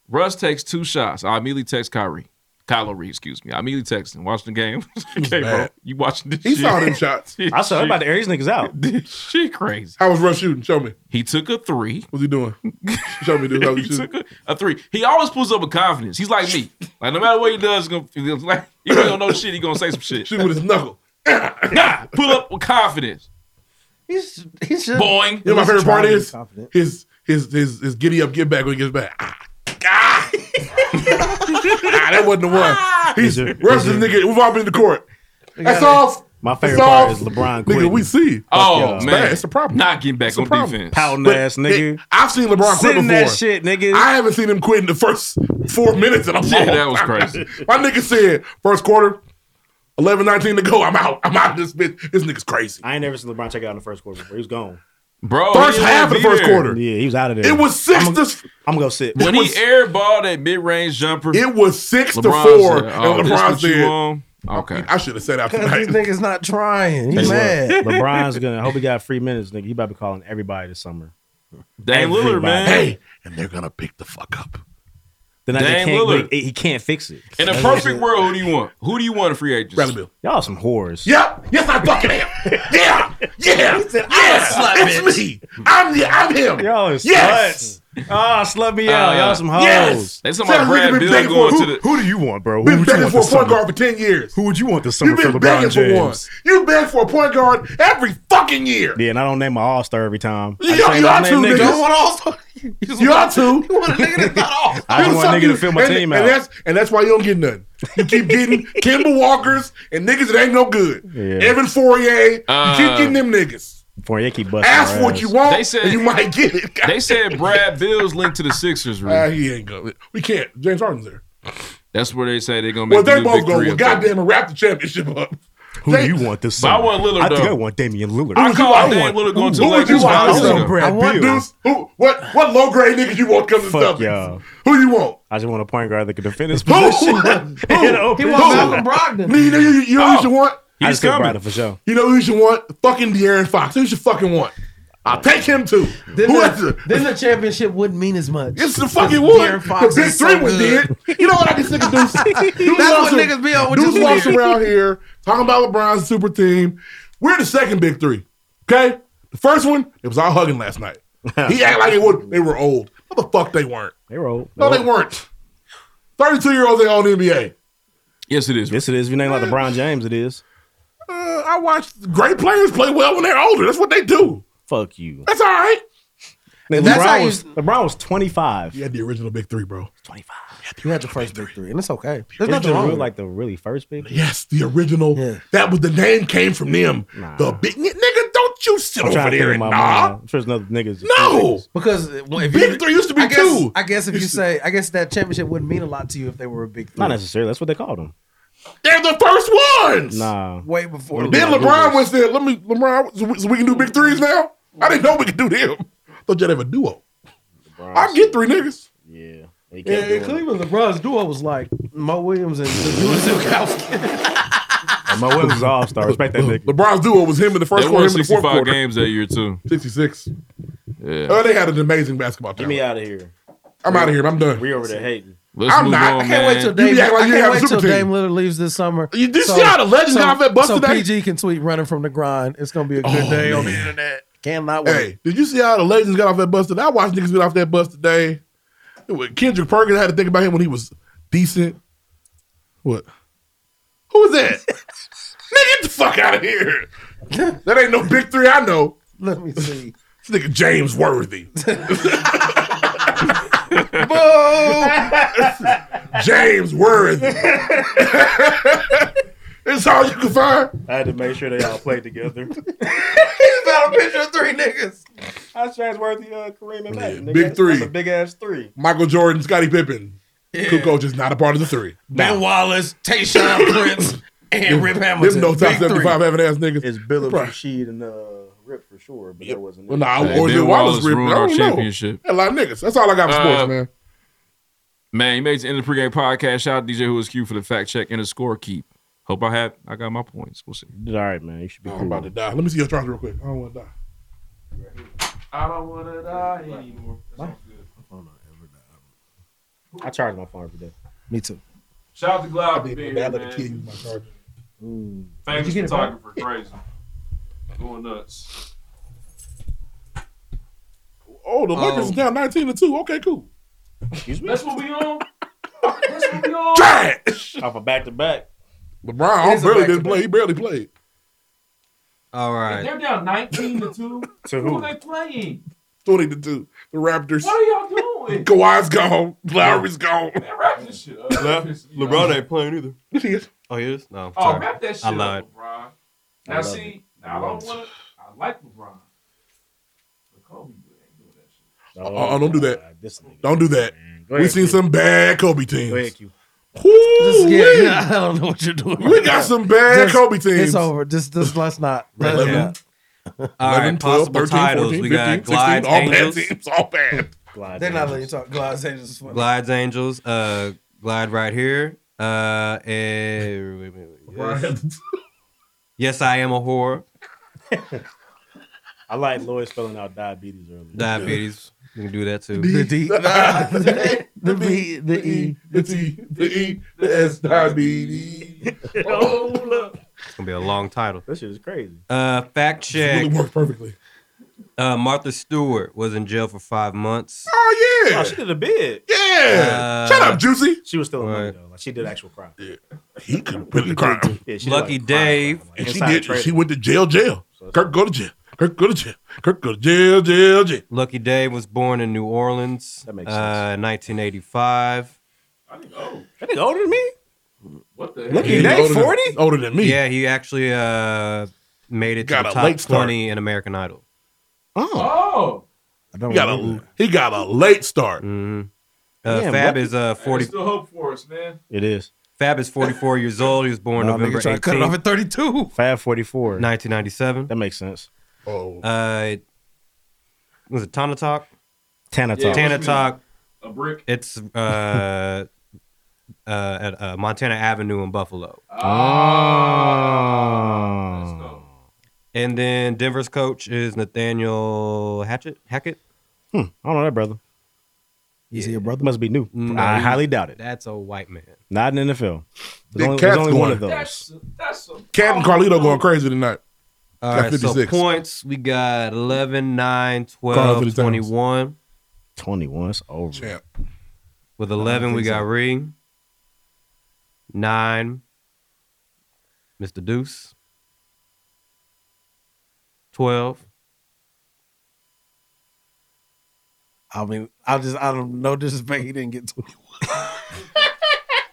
[SPEAKER 1] Russ takes two shots. I immediately text Kyrie. Kylo Reed, excuse me. I immediately text him. Watching the game. okay, bro.
[SPEAKER 2] bad.
[SPEAKER 1] You watching this
[SPEAKER 2] He
[SPEAKER 1] shit?
[SPEAKER 2] saw them shots.
[SPEAKER 1] This
[SPEAKER 4] I saw
[SPEAKER 1] shit-
[SPEAKER 4] about to air these niggas out.
[SPEAKER 1] this shit crazy.
[SPEAKER 2] How was Russ shooting? Show me.
[SPEAKER 1] He took a three.
[SPEAKER 2] What's he doing? Show me, dude. How
[SPEAKER 1] he
[SPEAKER 2] was he shooting?
[SPEAKER 1] took a, a three. He always pulls up with confidence. He's like me. Like no matter what he does, he's gonna, he's like he don't know shit. He gonna say some shit.
[SPEAKER 2] Shoot with his knuckle.
[SPEAKER 1] nah, pull up with confidence.
[SPEAKER 3] He's he should.
[SPEAKER 1] Boing.
[SPEAKER 2] You know what my favorite part is
[SPEAKER 3] Confident.
[SPEAKER 2] his his his his giddy up get back when he gets back. Ah, ah. Ah, that wasn't the one.
[SPEAKER 1] Ah.
[SPEAKER 2] He's Russ this nigga. We've all been to court. That's all.
[SPEAKER 4] My
[SPEAKER 2] That's
[SPEAKER 4] favorite part
[SPEAKER 2] all.
[SPEAKER 4] is LeBron
[SPEAKER 2] Nigga,
[SPEAKER 4] quitting.
[SPEAKER 2] we see.
[SPEAKER 1] Oh
[SPEAKER 2] It's
[SPEAKER 1] man,
[SPEAKER 2] bad. it's a problem.
[SPEAKER 1] Not getting back
[SPEAKER 2] It's a
[SPEAKER 1] on
[SPEAKER 2] problem.
[SPEAKER 1] defense.
[SPEAKER 4] Pouting
[SPEAKER 2] But,
[SPEAKER 4] ass nigga.
[SPEAKER 2] nigga, I've seen LeBron quit
[SPEAKER 4] Sitting
[SPEAKER 2] before.
[SPEAKER 4] that shit, nigga.
[SPEAKER 2] I haven't seen him quit in the first four minutes in a long
[SPEAKER 1] Yeah, that was
[SPEAKER 2] time.
[SPEAKER 1] crazy.
[SPEAKER 2] My nigga said first quarter, 11-19 to go. I'm out. I'm out of this bitch. This nigga's crazy.
[SPEAKER 4] I ain't never seen LeBron check out in the first quarter before. He was gone.
[SPEAKER 1] bro.
[SPEAKER 2] First
[SPEAKER 1] he
[SPEAKER 2] half of the
[SPEAKER 1] be
[SPEAKER 2] first
[SPEAKER 1] there.
[SPEAKER 2] quarter.
[SPEAKER 4] Yeah, he was out of there.
[SPEAKER 2] It was six
[SPEAKER 4] I'm,
[SPEAKER 2] to
[SPEAKER 4] I'm gonna go sit.
[SPEAKER 1] When
[SPEAKER 2] It
[SPEAKER 1] he
[SPEAKER 2] was-
[SPEAKER 1] airballed that mid-range jumper,
[SPEAKER 2] It was six to
[SPEAKER 1] LeBron
[SPEAKER 2] four,
[SPEAKER 1] said, "Oh,
[SPEAKER 2] and
[SPEAKER 1] this
[SPEAKER 2] LeBron
[SPEAKER 1] what you
[SPEAKER 2] said,
[SPEAKER 1] on?" "Okay."
[SPEAKER 2] "I should have sat out
[SPEAKER 3] This
[SPEAKER 2] tonight."
[SPEAKER 3] nigga's not trying. He's
[SPEAKER 4] Hey,
[SPEAKER 3] mad.
[SPEAKER 4] look, LeBron's gonna. I hope he got free minutes, nigga. He about to be calling everybody this summer.
[SPEAKER 1] Dame Lillard, man.
[SPEAKER 2] hey, and they're gonna pick the fuck up.
[SPEAKER 4] Then I
[SPEAKER 1] Dame
[SPEAKER 4] can't,
[SPEAKER 1] Lillard.
[SPEAKER 4] He, he can't fix it.
[SPEAKER 1] In a perfect world, who do you want? Who do you want in free agents?
[SPEAKER 2] Bradley Bill.
[SPEAKER 4] Y'all some whores.
[SPEAKER 2] Yep. Yes, I fucking am. Yeah. Yeah. yeah. It's me. I'm the. I'm him.
[SPEAKER 4] Y'all is
[SPEAKER 2] Yes.
[SPEAKER 4] sluts. Ah, slut me out.
[SPEAKER 1] Uh,
[SPEAKER 4] Y'all some hoes.
[SPEAKER 2] yes.
[SPEAKER 1] They talking about
[SPEAKER 2] Tell me
[SPEAKER 1] Brad
[SPEAKER 2] you've been
[SPEAKER 1] Bill
[SPEAKER 2] begging for
[SPEAKER 1] going to
[SPEAKER 2] who-
[SPEAKER 1] the.
[SPEAKER 8] Who do you want, bro? Who
[SPEAKER 2] Been
[SPEAKER 8] would you
[SPEAKER 2] begging
[SPEAKER 8] want
[SPEAKER 2] for a
[SPEAKER 8] this
[SPEAKER 2] point
[SPEAKER 8] summer?
[SPEAKER 2] guard for ten years.
[SPEAKER 8] Who would you want this summer
[SPEAKER 2] You've
[SPEAKER 8] for
[SPEAKER 2] been begging
[SPEAKER 8] LeBron
[SPEAKER 2] for one.
[SPEAKER 8] James?
[SPEAKER 2] You beg for a point guard every fucking year.
[SPEAKER 4] Yeah, and I don't name my all star every time. I just
[SPEAKER 2] Y'all-
[SPEAKER 4] name
[SPEAKER 2] y'all
[SPEAKER 4] my
[SPEAKER 2] two
[SPEAKER 4] name,
[SPEAKER 2] niggas.
[SPEAKER 4] nigga.
[SPEAKER 2] Y'all two.
[SPEAKER 3] You want a nigga that's not off.
[SPEAKER 4] I just
[SPEAKER 2] You
[SPEAKER 4] want
[SPEAKER 2] suck
[SPEAKER 4] a nigga to
[SPEAKER 2] you-
[SPEAKER 4] fill my
[SPEAKER 2] and,
[SPEAKER 4] team
[SPEAKER 2] and
[SPEAKER 4] out.
[SPEAKER 2] That's, and that's why you don't get nothing. You keep getting Kimball Walkers and niggas that ain't no good.
[SPEAKER 4] Yeah.
[SPEAKER 2] Evan Fourier.
[SPEAKER 1] Uh,
[SPEAKER 2] you keep getting them niggas.
[SPEAKER 4] For Yankee bust.
[SPEAKER 2] Ask
[SPEAKER 4] our
[SPEAKER 2] what
[SPEAKER 4] ass.
[SPEAKER 2] you want,
[SPEAKER 1] They said-
[SPEAKER 2] and you might get it.
[SPEAKER 1] They said Brad Bill's linked to the Sixers.
[SPEAKER 2] Ah,
[SPEAKER 1] Really.
[SPEAKER 2] he ain't going. We can't. James Harden's there.
[SPEAKER 1] That's where they say they're gonna
[SPEAKER 2] Well,
[SPEAKER 1] make.
[SPEAKER 2] they
[SPEAKER 1] the new
[SPEAKER 2] both
[SPEAKER 1] big
[SPEAKER 2] go.
[SPEAKER 1] three
[SPEAKER 2] Well,
[SPEAKER 1] up there.
[SPEAKER 2] goddamn, and wrap the championship up.
[SPEAKER 4] Who
[SPEAKER 2] They-
[SPEAKER 4] do you want this
[SPEAKER 1] But I
[SPEAKER 4] summer?
[SPEAKER 1] want Lillard,
[SPEAKER 4] I think
[SPEAKER 1] though.
[SPEAKER 4] I want Damian Lillard.
[SPEAKER 1] I
[SPEAKER 4] Who
[SPEAKER 1] call
[SPEAKER 4] you- I
[SPEAKER 1] Dame
[SPEAKER 4] want-
[SPEAKER 1] Lillard going to
[SPEAKER 2] Who
[SPEAKER 1] the
[SPEAKER 2] would you
[SPEAKER 1] Lakers.
[SPEAKER 2] want?
[SPEAKER 1] five
[SPEAKER 2] I
[SPEAKER 1] years
[SPEAKER 2] want
[SPEAKER 1] ago.
[SPEAKER 4] Brad
[SPEAKER 3] I want
[SPEAKER 4] Beal.
[SPEAKER 2] Deuce, who? What? What low grade niggas you want come to
[SPEAKER 4] Fuck
[SPEAKER 2] Celtics?
[SPEAKER 4] y'all.
[SPEAKER 2] Who you want?
[SPEAKER 4] I just want a point guard that can defend his
[SPEAKER 2] Who?
[SPEAKER 4] position.
[SPEAKER 2] Who?
[SPEAKER 4] In the open
[SPEAKER 3] He wants Malcolm
[SPEAKER 4] field.
[SPEAKER 3] Brogdon.
[SPEAKER 2] You know, you, you know who you
[SPEAKER 1] Oh.
[SPEAKER 2] should want.
[SPEAKER 4] I
[SPEAKER 1] He's
[SPEAKER 4] just said
[SPEAKER 1] coming.
[SPEAKER 4] Brogdon for sure.
[SPEAKER 2] You know who you should want. Fucking De'Aaron Fox. Who you should fucking want? I'll take him too.
[SPEAKER 3] Then,
[SPEAKER 2] who else?
[SPEAKER 3] the, then the championship wouldn't mean as much.
[SPEAKER 2] It's the fucking
[SPEAKER 3] Because
[SPEAKER 2] wood.
[SPEAKER 3] De'Aaron Fox
[SPEAKER 2] the big
[SPEAKER 3] is so
[SPEAKER 2] three was
[SPEAKER 3] good.
[SPEAKER 2] dead. You know what I just niggas do? Dude
[SPEAKER 3] That's
[SPEAKER 2] walks
[SPEAKER 3] what
[SPEAKER 2] ar-
[SPEAKER 3] niggas be on with
[SPEAKER 2] Dude
[SPEAKER 3] this
[SPEAKER 2] walks
[SPEAKER 3] weird.
[SPEAKER 2] around here talking about LeBron's super team. We're the second big three. Okay, the first one it was all hugging last night. He act like it would. They were old. What the fuck they weren't?
[SPEAKER 4] They roll.
[SPEAKER 2] No, they weren't. Thirty-two year olds they own the NBA.
[SPEAKER 1] Yes, it is.
[SPEAKER 4] Yes, it is. If you name like LeBron James, it is.
[SPEAKER 2] Uh, I watched great players play well when they're older. That's what they do.
[SPEAKER 4] Fuck you.
[SPEAKER 2] That's all right.
[SPEAKER 4] LeBron,
[SPEAKER 3] that's how you-
[SPEAKER 4] was, LeBron was 25.
[SPEAKER 2] You had the original big three, bro.
[SPEAKER 4] 25.
[SPEAKER 3] You had the first big three, and it's okay. There's
[SPEAKER 4] Isn't
[SPEAKER 3] nothing
[SPEAKER 4] the
[SPEAKER 3] wrong
[SPEAKER 4] real,
[SPEAKER 3] with
[SPEAKER 4] like the really first big? three?
[SPEAKER 2] Yes, the original.
[SPEAKER 3] Yeah.
[SPEAKER 2] That was the name came from them.
[SPEAKER 4] Nah.
[SPEAKER 2] The big nigga, don't you sit
[SPEAKER 4] I'm
[SPEAKER 2] over
[SPEAKER 4] trying to
[SPEAKER 2] there
[SPEAKER 4] think in
[SPEAKER 2] and
[SPEAKER 4] my
[SPEAKER 2] nah.
[SPEAKER 4] mind. I'm sure there's another niggas.
[SPEAKER 2] No,
[SPEAKER 3] Because well, if
[SPEAKER 2] Big
[SPEAKER 3] you,
[SPEAKER 2] three used to be
[SPEAKER 3] I guess,
[SPEAKER 2] two.
[SPEAKER 3] I guess if you
[SPEAKER 2] Used to-
[SPEAKER 3] say, I guess that championship wouldn't mean a lot to you if they were a big three.
[SPEAKER 4] Not necessarily. That's what they called him.
[SPEAKER 2] they're the first ones.
[SPEAKER 4] Nah.
[SPEAKER 3] Way before
[SPEAKER 2] Then
[SPEAKER 3] LeBron.
[SPEAKER 2] LeBron went there. Let me, LeBron, so we, so we can do big threes now. I didn't know we could do them. Thought y'all have a duo. I get three niggas.
[SPEAKER 4] Yeah.
[SPEAKER 3] Yeah, in Cleveland, LeBron's duo was like Mo Williams and Julius Zukowski.
[SPEAKER 4] My Williams is all star. Respect that nigga.
[SPEAKER 2] LeBron's duo was him in the
[SPEAKER 1] They
[SPEAKER 2] first
[SPEAKER 1] won
[SPEAKER 2] quarter, him in the
[SPEAKER 1] 65
[SPEAKER 2] fourth quarter.
[SPEAKER 1] games that year too.
[SPEAKER 2] Sixty-six.
[SPEAKER 1] Yeah.
[SPEAKER 2] Oh, they had an amazing basketball
[SPEAKER 4] Get
[SPEAKER 2] team.
[SPEAKER 4] me out of here.
[SPEAKER 2] I'm out of here. I'm done.
[SPEAKER 4] We over there hating.
[SPEAKER 1] Let's
[SPEAKER 2] I'm
[SPEAKER 1] move
[SPEAKER 2] not.
[SPEAKER 1] on, man.
[SPEAKER 2] I can't wait till Dame. You act like
[SPEAKER 3] I
[SPEAKER 2] you
[SPEAKER 3] can't
[SPEAKER 2] have a
[SPEAKER 3] wait
[SPEAKER 2] super
[SPEAKER 3] till
[SPEAKER 2] team.
[SPEAKER 3] Dame Lillard leaves this summer.
[SPEAKER 2] You did see how the legends got off that bus
[SPEAKER 3] so
[SPEAKER 2] today?
[SPEAKER 3] PG can tweet running from the grind. It's gonna be a good
[SPEAKER 2] Oh,
[SPEAKER 3] day on the
[SPEAKER 2] man.
[SPEAKER 3] internet. Cannot wait.
[SPEAKER 2] Hey, did you see how the legends got off that bus today? I watched niggas get off that bus today. When Kendrick Perkins I had to think about him when he was decent. What? Who was that? Nigga, get the fuck out of here. That ain't no big three I know.
[SPEAKER 3] Let me see.
[SPEAKER 2] This nigga James Worthy. Oh. James Worthy. it's all you can find.
[SPEAKER 4] I had to make sure they all played together.
[SPEAKER 3] He's got a picture of three niggas.
[SPEAKER 4] That's Transworthy, uh, Kareem, and Matt. nigga.
[SPEAKER 2] Big three.
[SPEAKER 4] That's a big ass three.
[SPEAKER 2] Michael Jordan, Scottie Pippen.
[SPEAKER 4] Yeah.
[SPEAKER 2] Kukoc is not a part of the three.
[SPEAKER 3] Ben Wallace, Tayshawn Prince, and Rip Hamilton.
[SPEAKER 2] Them no top
[SPEAKER 3] Big three.
[SPEAKER 2] 75 having ass niggas.
[SPEAKER 4] It's Bill
[SPEAKER 2] Bruh.
[SPEAKER 4] Rashid and uh, Rip for sure, but that wasn't.
[SPEAKER 2] Well, nah,
[SPEAKER 1] Hey,
[SPEAKER 2] or
[SPEAKER 1] Ben
[SPEAKER 2] Ben
[SPEAKER 1] Wallace
[SPEAKER 2] Wallace ripped.
[SPEAKER 1] ruined
[SPEAKER 2] I
[SPEAKER 1] our
[SPEAKER 2] don't know.
[SPEAKER 1] championship.
[SPEAKER 2] A lot of niggas. That's all I got for
[SPEAKER 1] Uh,
[SPEAKER 2] sports, man.
[SPEAKER 1] Man, you made it to the end of the pregame podcast. Shout out to DJ Who Is Q for the fact check and the score keep. Hope I had I got my points. We'll see.
[SPEAKER 4] All right, man. You should be
[SPEAKER 2] I'm about to die. Let me see your charger real quick. I don't want to die.
[SPEAKER 1] I don't want to die anymore.
[SPEAKER 4] I charge my phone every day.
[SPEAKER 3] Me too.
[SPEAKER 1] Shout out to Glob for
[SPEAKER 2] I'd
[SPEAKER 1] being
[SPEAKER 2] be
[SPEAKER 1] here,
[SPEAKER 2] bad to
[SPEAKER 1] man.
[SPEAKER 2] kill you with my charger.
[SPEAKER 1] Famous
[SPEAKER 3] Did you get it, bro?
[SPEAKER 1] photographer, crazy, going nuts.
[SPEAKER 2] Oh, the Lakers is down 19 to 2. Okay, cool.
[SPEAKER 4] Excuse me.
[SPEAKER 1] That's what we on. That's what we on.
[SPEAKER 2] Trash!
[SPEAKER 4] Off a back to back.
[SPEAKER 2] LeBron
[SPEAKER 3] It's Oh. a
[SPEAKER 2] barely didn't
[SPEAKER 3] back-to-back.
[SPEAKER 2] play. He barely played.
[SPEAKER 12] All right.
[SPEAKER 1] They're down 19 to 2.
[SPEAKER 4] To
[SPEAKER 1] Who
[SPEAKER 4] who?
[SPEAKER 2] Uh,
[SPEAKER 1] are they playing?
[SPEAKER 2] 20 to 2. The Raptors.
[SPEAKER 1] What are y'all doing?
[SPEAKER 2] Kawhi's gone. Lowry's gone.
[SPEAKER 1] Man, wrap this shit up.
[SPEAKER 12] Le- LeBron ain't playing either.
[SPEAKER 2] Yes, he is.
[SPEAKER 12] Oh, he is? No.
[SPEAKER 1] Oh,
[SPEAKER 12] sorry.
[SPEAKER 1] wrap that shit
[SPEAKER 12] I lied.
[SPEAKER 1] up, LeBron.
[SPEAKER 12] I
[SPEAKER 1] Now,
[SPEAKER 12] love
[SPEAKER 1] see, I don't want to. I like LeBron. But Kobe ain't doing that shit.
[SPEAKER 2] Oh, oh, don't do that.
[SPEAKER 4] This nigga.
[SPEAKER 2] Don't do that.
[SPEAKER 4] Go
[SPEAKER 2] We
[SPEAKER 4] ahead,
[SPEAKER 2] seen
[SPEAKER 4] Q.
[SPEAKER 2] some bad Kobe teams.
[SPEAKER 4] Go ahead, Q.
[SPEAKER 2] Woo-wee.
[SPEAKER 3] Just- yeah, I don't know what you're doing.
[SPEAKER 2] We got some bad
[SPEAKER 3] Just-
[SPEAKER 2] Kobe teams.
[SPEAKER 3] It's over. Just, just let's not. Let's
[SPEAKER 2] Eleven.
[SPEAKER 3] not.
[SPEAKER 12] All right,
[SPEAKER 2] 11, 12,
[SPEAKER 12] possible
[SPEAKER 2] 13,
[SPEAKER 12] titles.
[SPEAKER 2] 14,
[SPEAKER 12] we got
[SPEAKER 2] 15,
[SPEAKER 12] Glides
[SPEAKER 2] 16, all bad
[SPEAKER 12] Angels.
[SPEAKER 2] teams, all bad.
[SPEAKER 4] Glide
[SPEAKER 3] They're not letting you
[SPEAKER 4] Angels.
[SPEAKER 3] talk. Glide's Angels is funny.
[SPEAKER 12] Glides Angels. Uh, glide right here. Uh, and wait, wait, wait. Yes. Yes, I am a whore.
[SPEAKER 4] I like Lloyd spelling out diabetes earlier.
[SPEAKER 12] Diabetes. You can do that too.
[SPEAKER 3] The D, the, B, the E.
[SPEAKER 2] E. the T, the E, the S, diabetes.
[SPEAKER 4] oh, look.
[SPEAKER 12] It's gonna be a long title.
[SPEAKER 4] This shit is crazy.
[SPEAKER 12] Uh, fact
[SPEAKER 2] Really
[SPEAKER 12] check.
[SPEAKER 2] worked perfectly.
[SPEAKER 12] Uh, Martha Stewart was in jail for five months.
[SPEAKER 2] Oh yeah,
[SPEAKER 4] Oh, she did a bid.
[SPEAKER 2] yeah.
[SPEAKER 12] Uh,
[SPEAKER 2] Shut up, Juicy.
[SPEAKER 4] She was still in money
[SPEAKER 12] Right.
[SPEAKER 4] though. Like she did actual crime.
[SPEAKER 2] He committed a crime,
[SPEAKER 4] Yeah, she
[SPEAKER 12] Lucky
[SPEAKER 4] did, crime,
[SPEAKER 12] Dave.
[SPEAKER 4] crime, like,
[SPEAKER 2] and she
[SPEAKER 4] inside
[SPEAKER 2] did.
[SPEAKER 4] trading.
[SPEAKER 2] She went to jail, jail.
[SPEAKER 4] So it's-
[SPEAKER 2] Kirk, go to jail. Kirk, go to jail. Kirk, go to jail, jail, jail.
[SPEAKER 12] Lucky Dave was born in New Orleans.
[SPEAKER 4] That makes
[SPEAKER 12] Uh, 1985.
[SPEAKER 1] I think, oh,
[SPEAKER 4] That nigga older than me.
[SPEAKER 1] what the
[SPEAKER 4] Look
[SPEAKER 1] hell?
[SPEAKER 4] at- He
[SPEAKER 2] He's
[SPEAKER 4] ain't
[SPEAKER 2] older than-
[SPEAKER 4] 40?
[SPEAKER 2] Older than me.
[SPEAKER 12] Yeah, he actually uh, made it
[SPEAKER 2] Got
[SPEAKER 12] to
[SPEAKER 2] a
[SPEAKER 12] the top
[SPEAKER 2] late
[SPEAKER 12] 20
[SPEAKER 2] start.
[SPEAKER 12] in American Idol.
[SPEAKER 4] Oh,
[SPEAKER 1] Oh,
[SPEAKER 3] I don't
[SPEAKER 2] He got
[SPEAKER 3] remember
[SPEAKER 2] a he got a late start.
[SPEAKER 12] hmm Uh,
[SPEAKER 4] Damn,
[SPEAKER 12] Fab
[SPEAKER 4] Lucky-
[SPEAKER 12] is uh,
[SPEAKER 1] man, there's
[SPEAKER 12] 40.
[SPEAKER 1] still hope for us, man.
[SPEAKER 4] it is.
[SPEAKER 12] Fab is 44 years old. He was born
[SPEAKER 3] Nah,
[SPEAKER 12] November
[SPEAKER 3] nigga tried to cut
[SPEAKER 12] 18,
[SPEAKER 3] it off at 32.
[SPEAKER 4] Fab forty four.
[SPEAKER 12] 1997.
[SPEAKER 4] That makes sense.
[SPEAKER 2] Oh,
[SPEAKER 12] Uh, was it Tana Talk?
[SPEAKER 4] Tana
[SPEAKER 1] Yeah.
[SPEAKER 4] talk.
[SPEAKER 12] Tana Talk.
[SPEAKER 1] A brick.
[SPEAKER 12] It's uh, uh, at uh, Montana Avenue in Buffalo.
[SPEAKER 1] Ah, let's go.
[SPEAKER 12] And then Denver's coach is Nathaniel Hatchett. Hackett.
[SPEAKER 4] Hmm, I don't know that brother.
[SPEAKER 3] Is he a
[SPEAKER 4] Brother
[SPEAKER 3] brother?
[SPEAKER 4] must be new.
[SPEAKER 12] No,
[SPEAKER 4] I
[SPEAKER 12] he-
[SPEAKER 4] highly doubt it.
[SPEAKER 12] That's a white man.
[SPEAKER 4] Not in the NFL.
[SPEAKER 2] Big
[SPEAKER 4] There's only,
[SPEAKER 2] cat's
[SPEAKER 4] there's only one
[SPEAKER 2] going.
[SPEAKER 4] of those.
[SPEAKER 1] That's that's a
[SPEAKER 2] Cat
[SPEAKER 6] Oh.
[SPEAKER 2] and Carlito going crazy tonight.
[SPEAKER 12] All
[SPEAKER 2] Got
[SPEAKER 12] right, so
[SPEAKER 2] 56.
[SPEAKER 12] points we got 11, 9,
[SPEAKER 2] Carl Anthony Towns.
[SPEAKER 12] 12, 21.
[SPEAKER 4] Twenty one. It's over.
[SPEAKER 2] Champ.
[SPEAKER 12] With 11, we got Ree. 9, Mr. Deuce. 12.
[SPEAKER 3] I mean, I just, I don't know. Disrespect. He didn't get 21.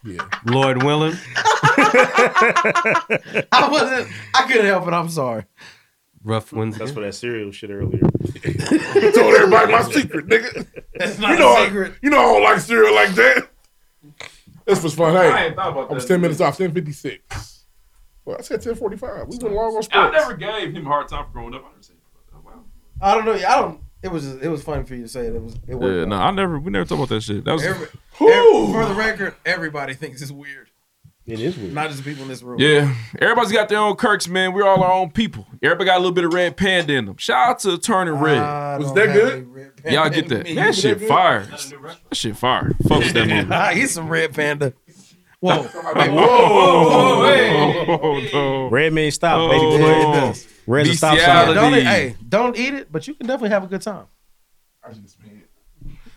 [SPEAKER 2] Yeah.
[SPEAKER 12] Lloyd Willen.
[SPEAKER 3] I wasn't, I couldn't help it. I'm sorry.
[SPEAKER 12] Rough
[SPEAKER 4] That's
[SPEAKER 12] Wednesday.
[SPEAKER 4] for that cereal shit earlier.
[SPEAKER 2] I told everybody my secret, nigga.
[SPEAKER 3] That's
[SPEAKER 2] you know, I, you know I don't like cereal like that. This was fun.
[SPEAKER 1] I
[SPEAKER 2] Hey,
[SPEAKER 1] ain't thought about
[SPEAKER 2] I
[SPEAKER 1] that.
[SPEAKER 2] was ten minutes off, ten fifty six. Well, I said ten forty five. We went long on sports.
[SPEAKER 1] I never gave him a hard time for growing up. I never said, oh, wow.
[SPEAKER 3] I don't know. I don't. It was just, it was funny for you to say it. It was. It worked.
[SPEAKER 1] Yeah, no, I
[SPEAKER 3] out.
[SPEAKER 1] never. We never talked about that shit. That was
[SPEAKER 3] Every, every-
[SPEAKER 2] Who?
[SPEAKER 3] for the record, everybody thinks it's weird.
[SPEAKER 4] It is weird.
[SPEAKER 15] Not just the people in this room.
[SPEAKER 1] Yeah, everybody's got their own Kirks, man. We're all our own people. Everybody got a little bit of red panda in them. Shout out to Turning Red.
[SPEAKER 2] Was that good?
[SPEAKER 1] Y'all Uh, get that?
[SPEAKER 3] Me,
[SPEAKER 1] That
[SPEAKER 3] you
[SPEAKER 1] shit
[SPEAKER 3] good?
[SPEAKER 1] fire. That shit fire. Fuck with that movie.
[SPEAKER 3] He's some red panda. Whoa.
[SPEAKER 1] Whoa, whoa, whoa, whoa.
[SPEAKER 4] Red means stop,
[SPEAKER 1] Oh,
[SPEAKER 4] baby.
[SPEAKER 1] no.
[SPEAKER 4] Red's a stop sign.
[SPEAKER 1] Bestiality.
[SPEAKER 3] Don't eat, hey, don't eat it, but you can definitely have a good time. Lay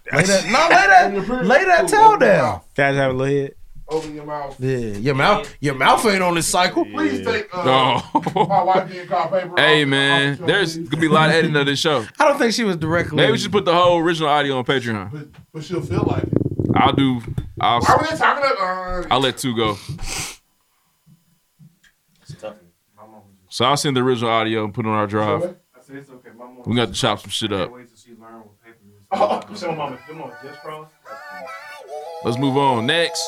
[SPEAKER 3] that, no, lay that, lay that tail down.
[SPEAKER 4] Guys have a little hit.
[SPEAKER 2] Open your mouth.
[SPEAKER 3] Yeah, your mouth, your mouth ain't on this cycle.
[SPEAKER 2] Please take uh,
[SPEAKER 1] Oh.
[SPEAKER 2] my wife being called paper.
[SPEAKER 1] Hey man, there's gonna be a lot of editing of this show.
[SPEAKER 3] I don't think she was directly.
[SPEAKER 1] Maybe we should put the whole original audio on Patreon.
[SPEAKER 2] But she'll feel like it.
[SPEAKER 1] I'll do. I'll.
[SPEAKER 2] Why are we talking about? Uh,
[SPEAKER 1] I'll let two go. So I'll send the original audio and put it on our drive. We got to chop some shit up.
[SPEAKER 15] Oh, your mama, your mama just froze.
[SPEAKER 1] Let's move on. Next.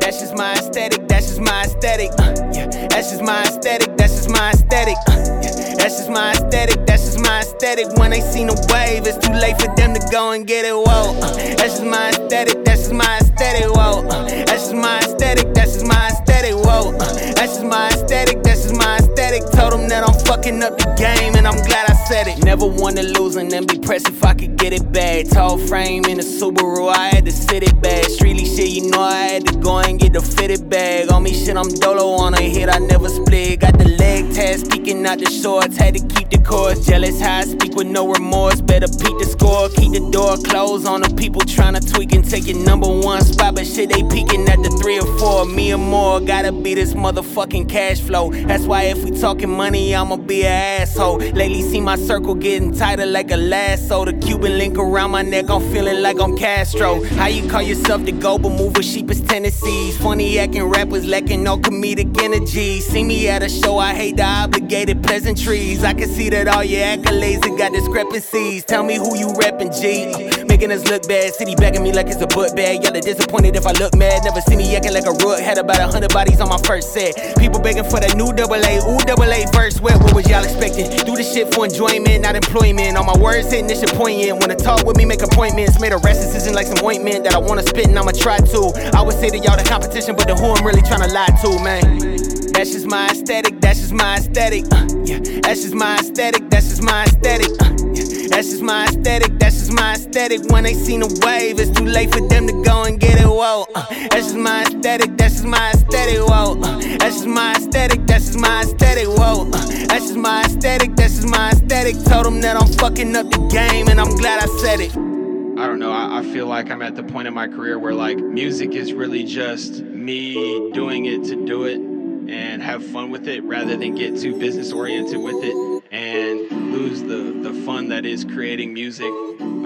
[SPEAKER 12] That's just my aesthetic, that's just my aesthetic. uh, yeah. That's just my aesthetic, that's just my aesthetic. uh, yeah. That's just my aesthetic, that's just my aesthetic. When they seen a wave, it's too late for them to go and get it. Whoa, uh, that's just my aesthetic, that's just my aesthetic. Whoa, uh, that's just my aesthetic, that's just my aesthetic. Whoa, uh, that's just my aesthetic, that's just my aesthetic. Told them that I'm fucking up the game, and I'm glad I said it. Never wanna lose and then be pressed if I could get it back. Tall frame in a Subaru, I had to sit it back. Streetly shit, you know I had to go and get the fitted bag. On me shit, I'm dolo on a hit, I never split. Got the leg tab speaking out the shorts, had to keep the course. Jealous how I speak with no remorse. Better peep the score, keep the door closed on the people trying to tweak and take your number one spot. But shit, they peeking at the three or four. Me or more, gotta be this motherfucking cash flow. That's why if we talking money, I'ma be an asshole. Lately, see my circle getting tighter like a lasso. The Cuban link around my neck, I'm feeling like I'm Castro. How you call yourself the go, but move with sheep is Tennessee's. Funny acting rappers lacking no comedic energy. See me at a show, I hate the obligated pleasantries. I can see that all your accolades and got discrepancies. Tell me who you rapping, G. Uh, Making us look bad, city bagging me like it's a butt bag. Y'all are disappointed if I look mad. Never see me acting like a rook. Had about a hundred bodies on my first set. People begging for that new double A, ooh double A verse. What, what was y'all expecting? Do this shit for enjoyment, not employment. All my words hitting this shit poignant. Wanna talk with me, make appointments. Made a rest decision like some ointment that I wanna spit and I'ma try to. I would say to y'all the competition, but the who I'm really tryna lie to, man. That's just my aesthetic, that's just my aesthetic. uh, yeah. That's just my aesthetic, that's just my aesthetic. uh, yeah. That's just my aesthetic, that's just my aesthetic. When they seen a wave, it's too late for them to go and get it. Whoa, uh, that's just my aesthetic, that's just my aesthetic. Whoa, uh, that's just my aesthetic, that's just my aesthetic. Whoa, uh, that's just my aesthetic, that's just my aesthetic. Told them that I'm fucking up the game, and I'm glad I said it.
[SPEAKER 16] I don't know. I, I feel like I'm at the point in my career where like music is really just me doing it to do it and have fun with it rather than get too business oriented with it and lose the, the fun that is creating music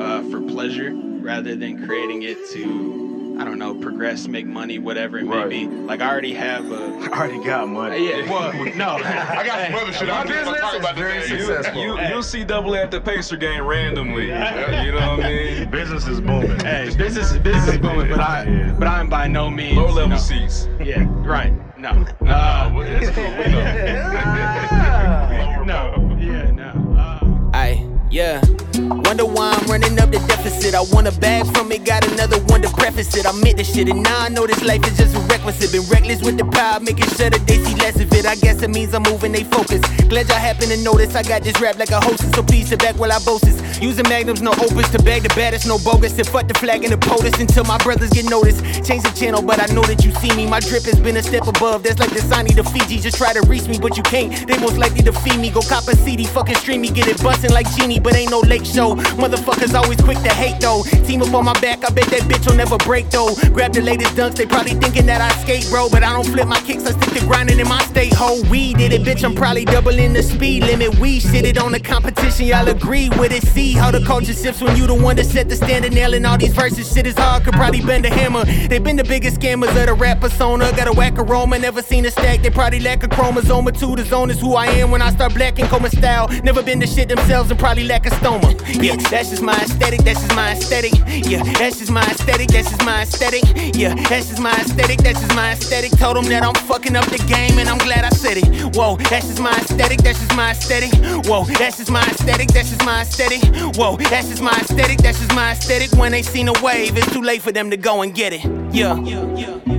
[SPEAKER 16] uh, for pleasure rather than creating it to I don't know progress, make money, whatever it
[SPEAKER 17] Right.
[SPEAKER 16] may be. Like I already have a I already got money. Yeah, well, no,
[SPEAKER 2] I got some other shit
[SPEAKER 16] My
[SPEAKER 2] I'm just gonna
[SPEAKER 16] business
[SPEAKER 2] talk
[SPEAKER 16] is
[SPEAKER 2] about
[SPEAKER 16] very
[SPEAKER 2] today.
[SPEAKER 16] successful.
[SPEAKER 2] You-
[SPEAKER 1] You,
[SPEAKER 2] you-
[SPEAKER 1] you'll see double A at the Pacer game randomly. You know what I mean?
[SPEAKER 16] Business is booming. Hey, business is business is booming, but I but I'm by no means
[SPEAKER 1] Low level
[SPEAKER 16] no.
[SPEAKER 1] seats.
[SPEAKER 16] Yeah, right. No. Uh, no. Yeah, no. Uh.
[SPEAKER 12] Ay, yeah. Wonder why I'm running up the deficit. I want a bag from it, got another one to preface it. I meant this shit, and now I know this life is just a requisite. Been reckless with the power, making sure that they see less of it. I guess it means I'm moving they focus. Glad y'all happen to notice I got this rap like a hostess, so please sit back while I boast this. Using magnums, no opus to bag the baddest, no bogus. To fuck the flag and the POTUS until my brothers get noticed. Change the channel, but I know that you see me. My drip has been a step above. That's like the Sani to Fiji. Just try to reach me, but you can't. They most likely defeat me. Go cop a CD, fucking stream me. Get it bustin' like Genie, but ain't no late show. Motherfuckers always quick to hate though. Team up on my back, I bet that bitch will never break though. Grab the latest dunks, they probably thinking that I skate, bro. But I don't flip my kicks, I stick to grinding in my state. Ho, we did it, bitch. I'm probably doubling the speed limit. We shit it on the competition, y'all agree with it. See how the culture shifts when you the one that set the standard. Nailing all these verses, shit is hard, could probably bend a hammer. They been the biggest scammers of the rap persona. Got a whack aroma, never seen a stack. They probably lack a chromosome or two. The zone is who I am when I start blacking coma style. Never been to shit themselves and probably lack a stoma. Yeah, that's just my aesthetic. That's just my aesthetic. Yeah, that's just my aesthetic. That's just my aesthetic. Yeah, that's just my aesthetic. That's just my aesthetic. Told them that I'm fucking up the game and I'm glad I said it. Whoa, that's just my aesthetic. That's just my aesthetic. Whoa, that's just my aesthetic. That's just my aesthetic. Whoa, that's just my aesthetic. That's just my aesthetic. When they seen a wave, it's too late for them to go and get it. Yeah.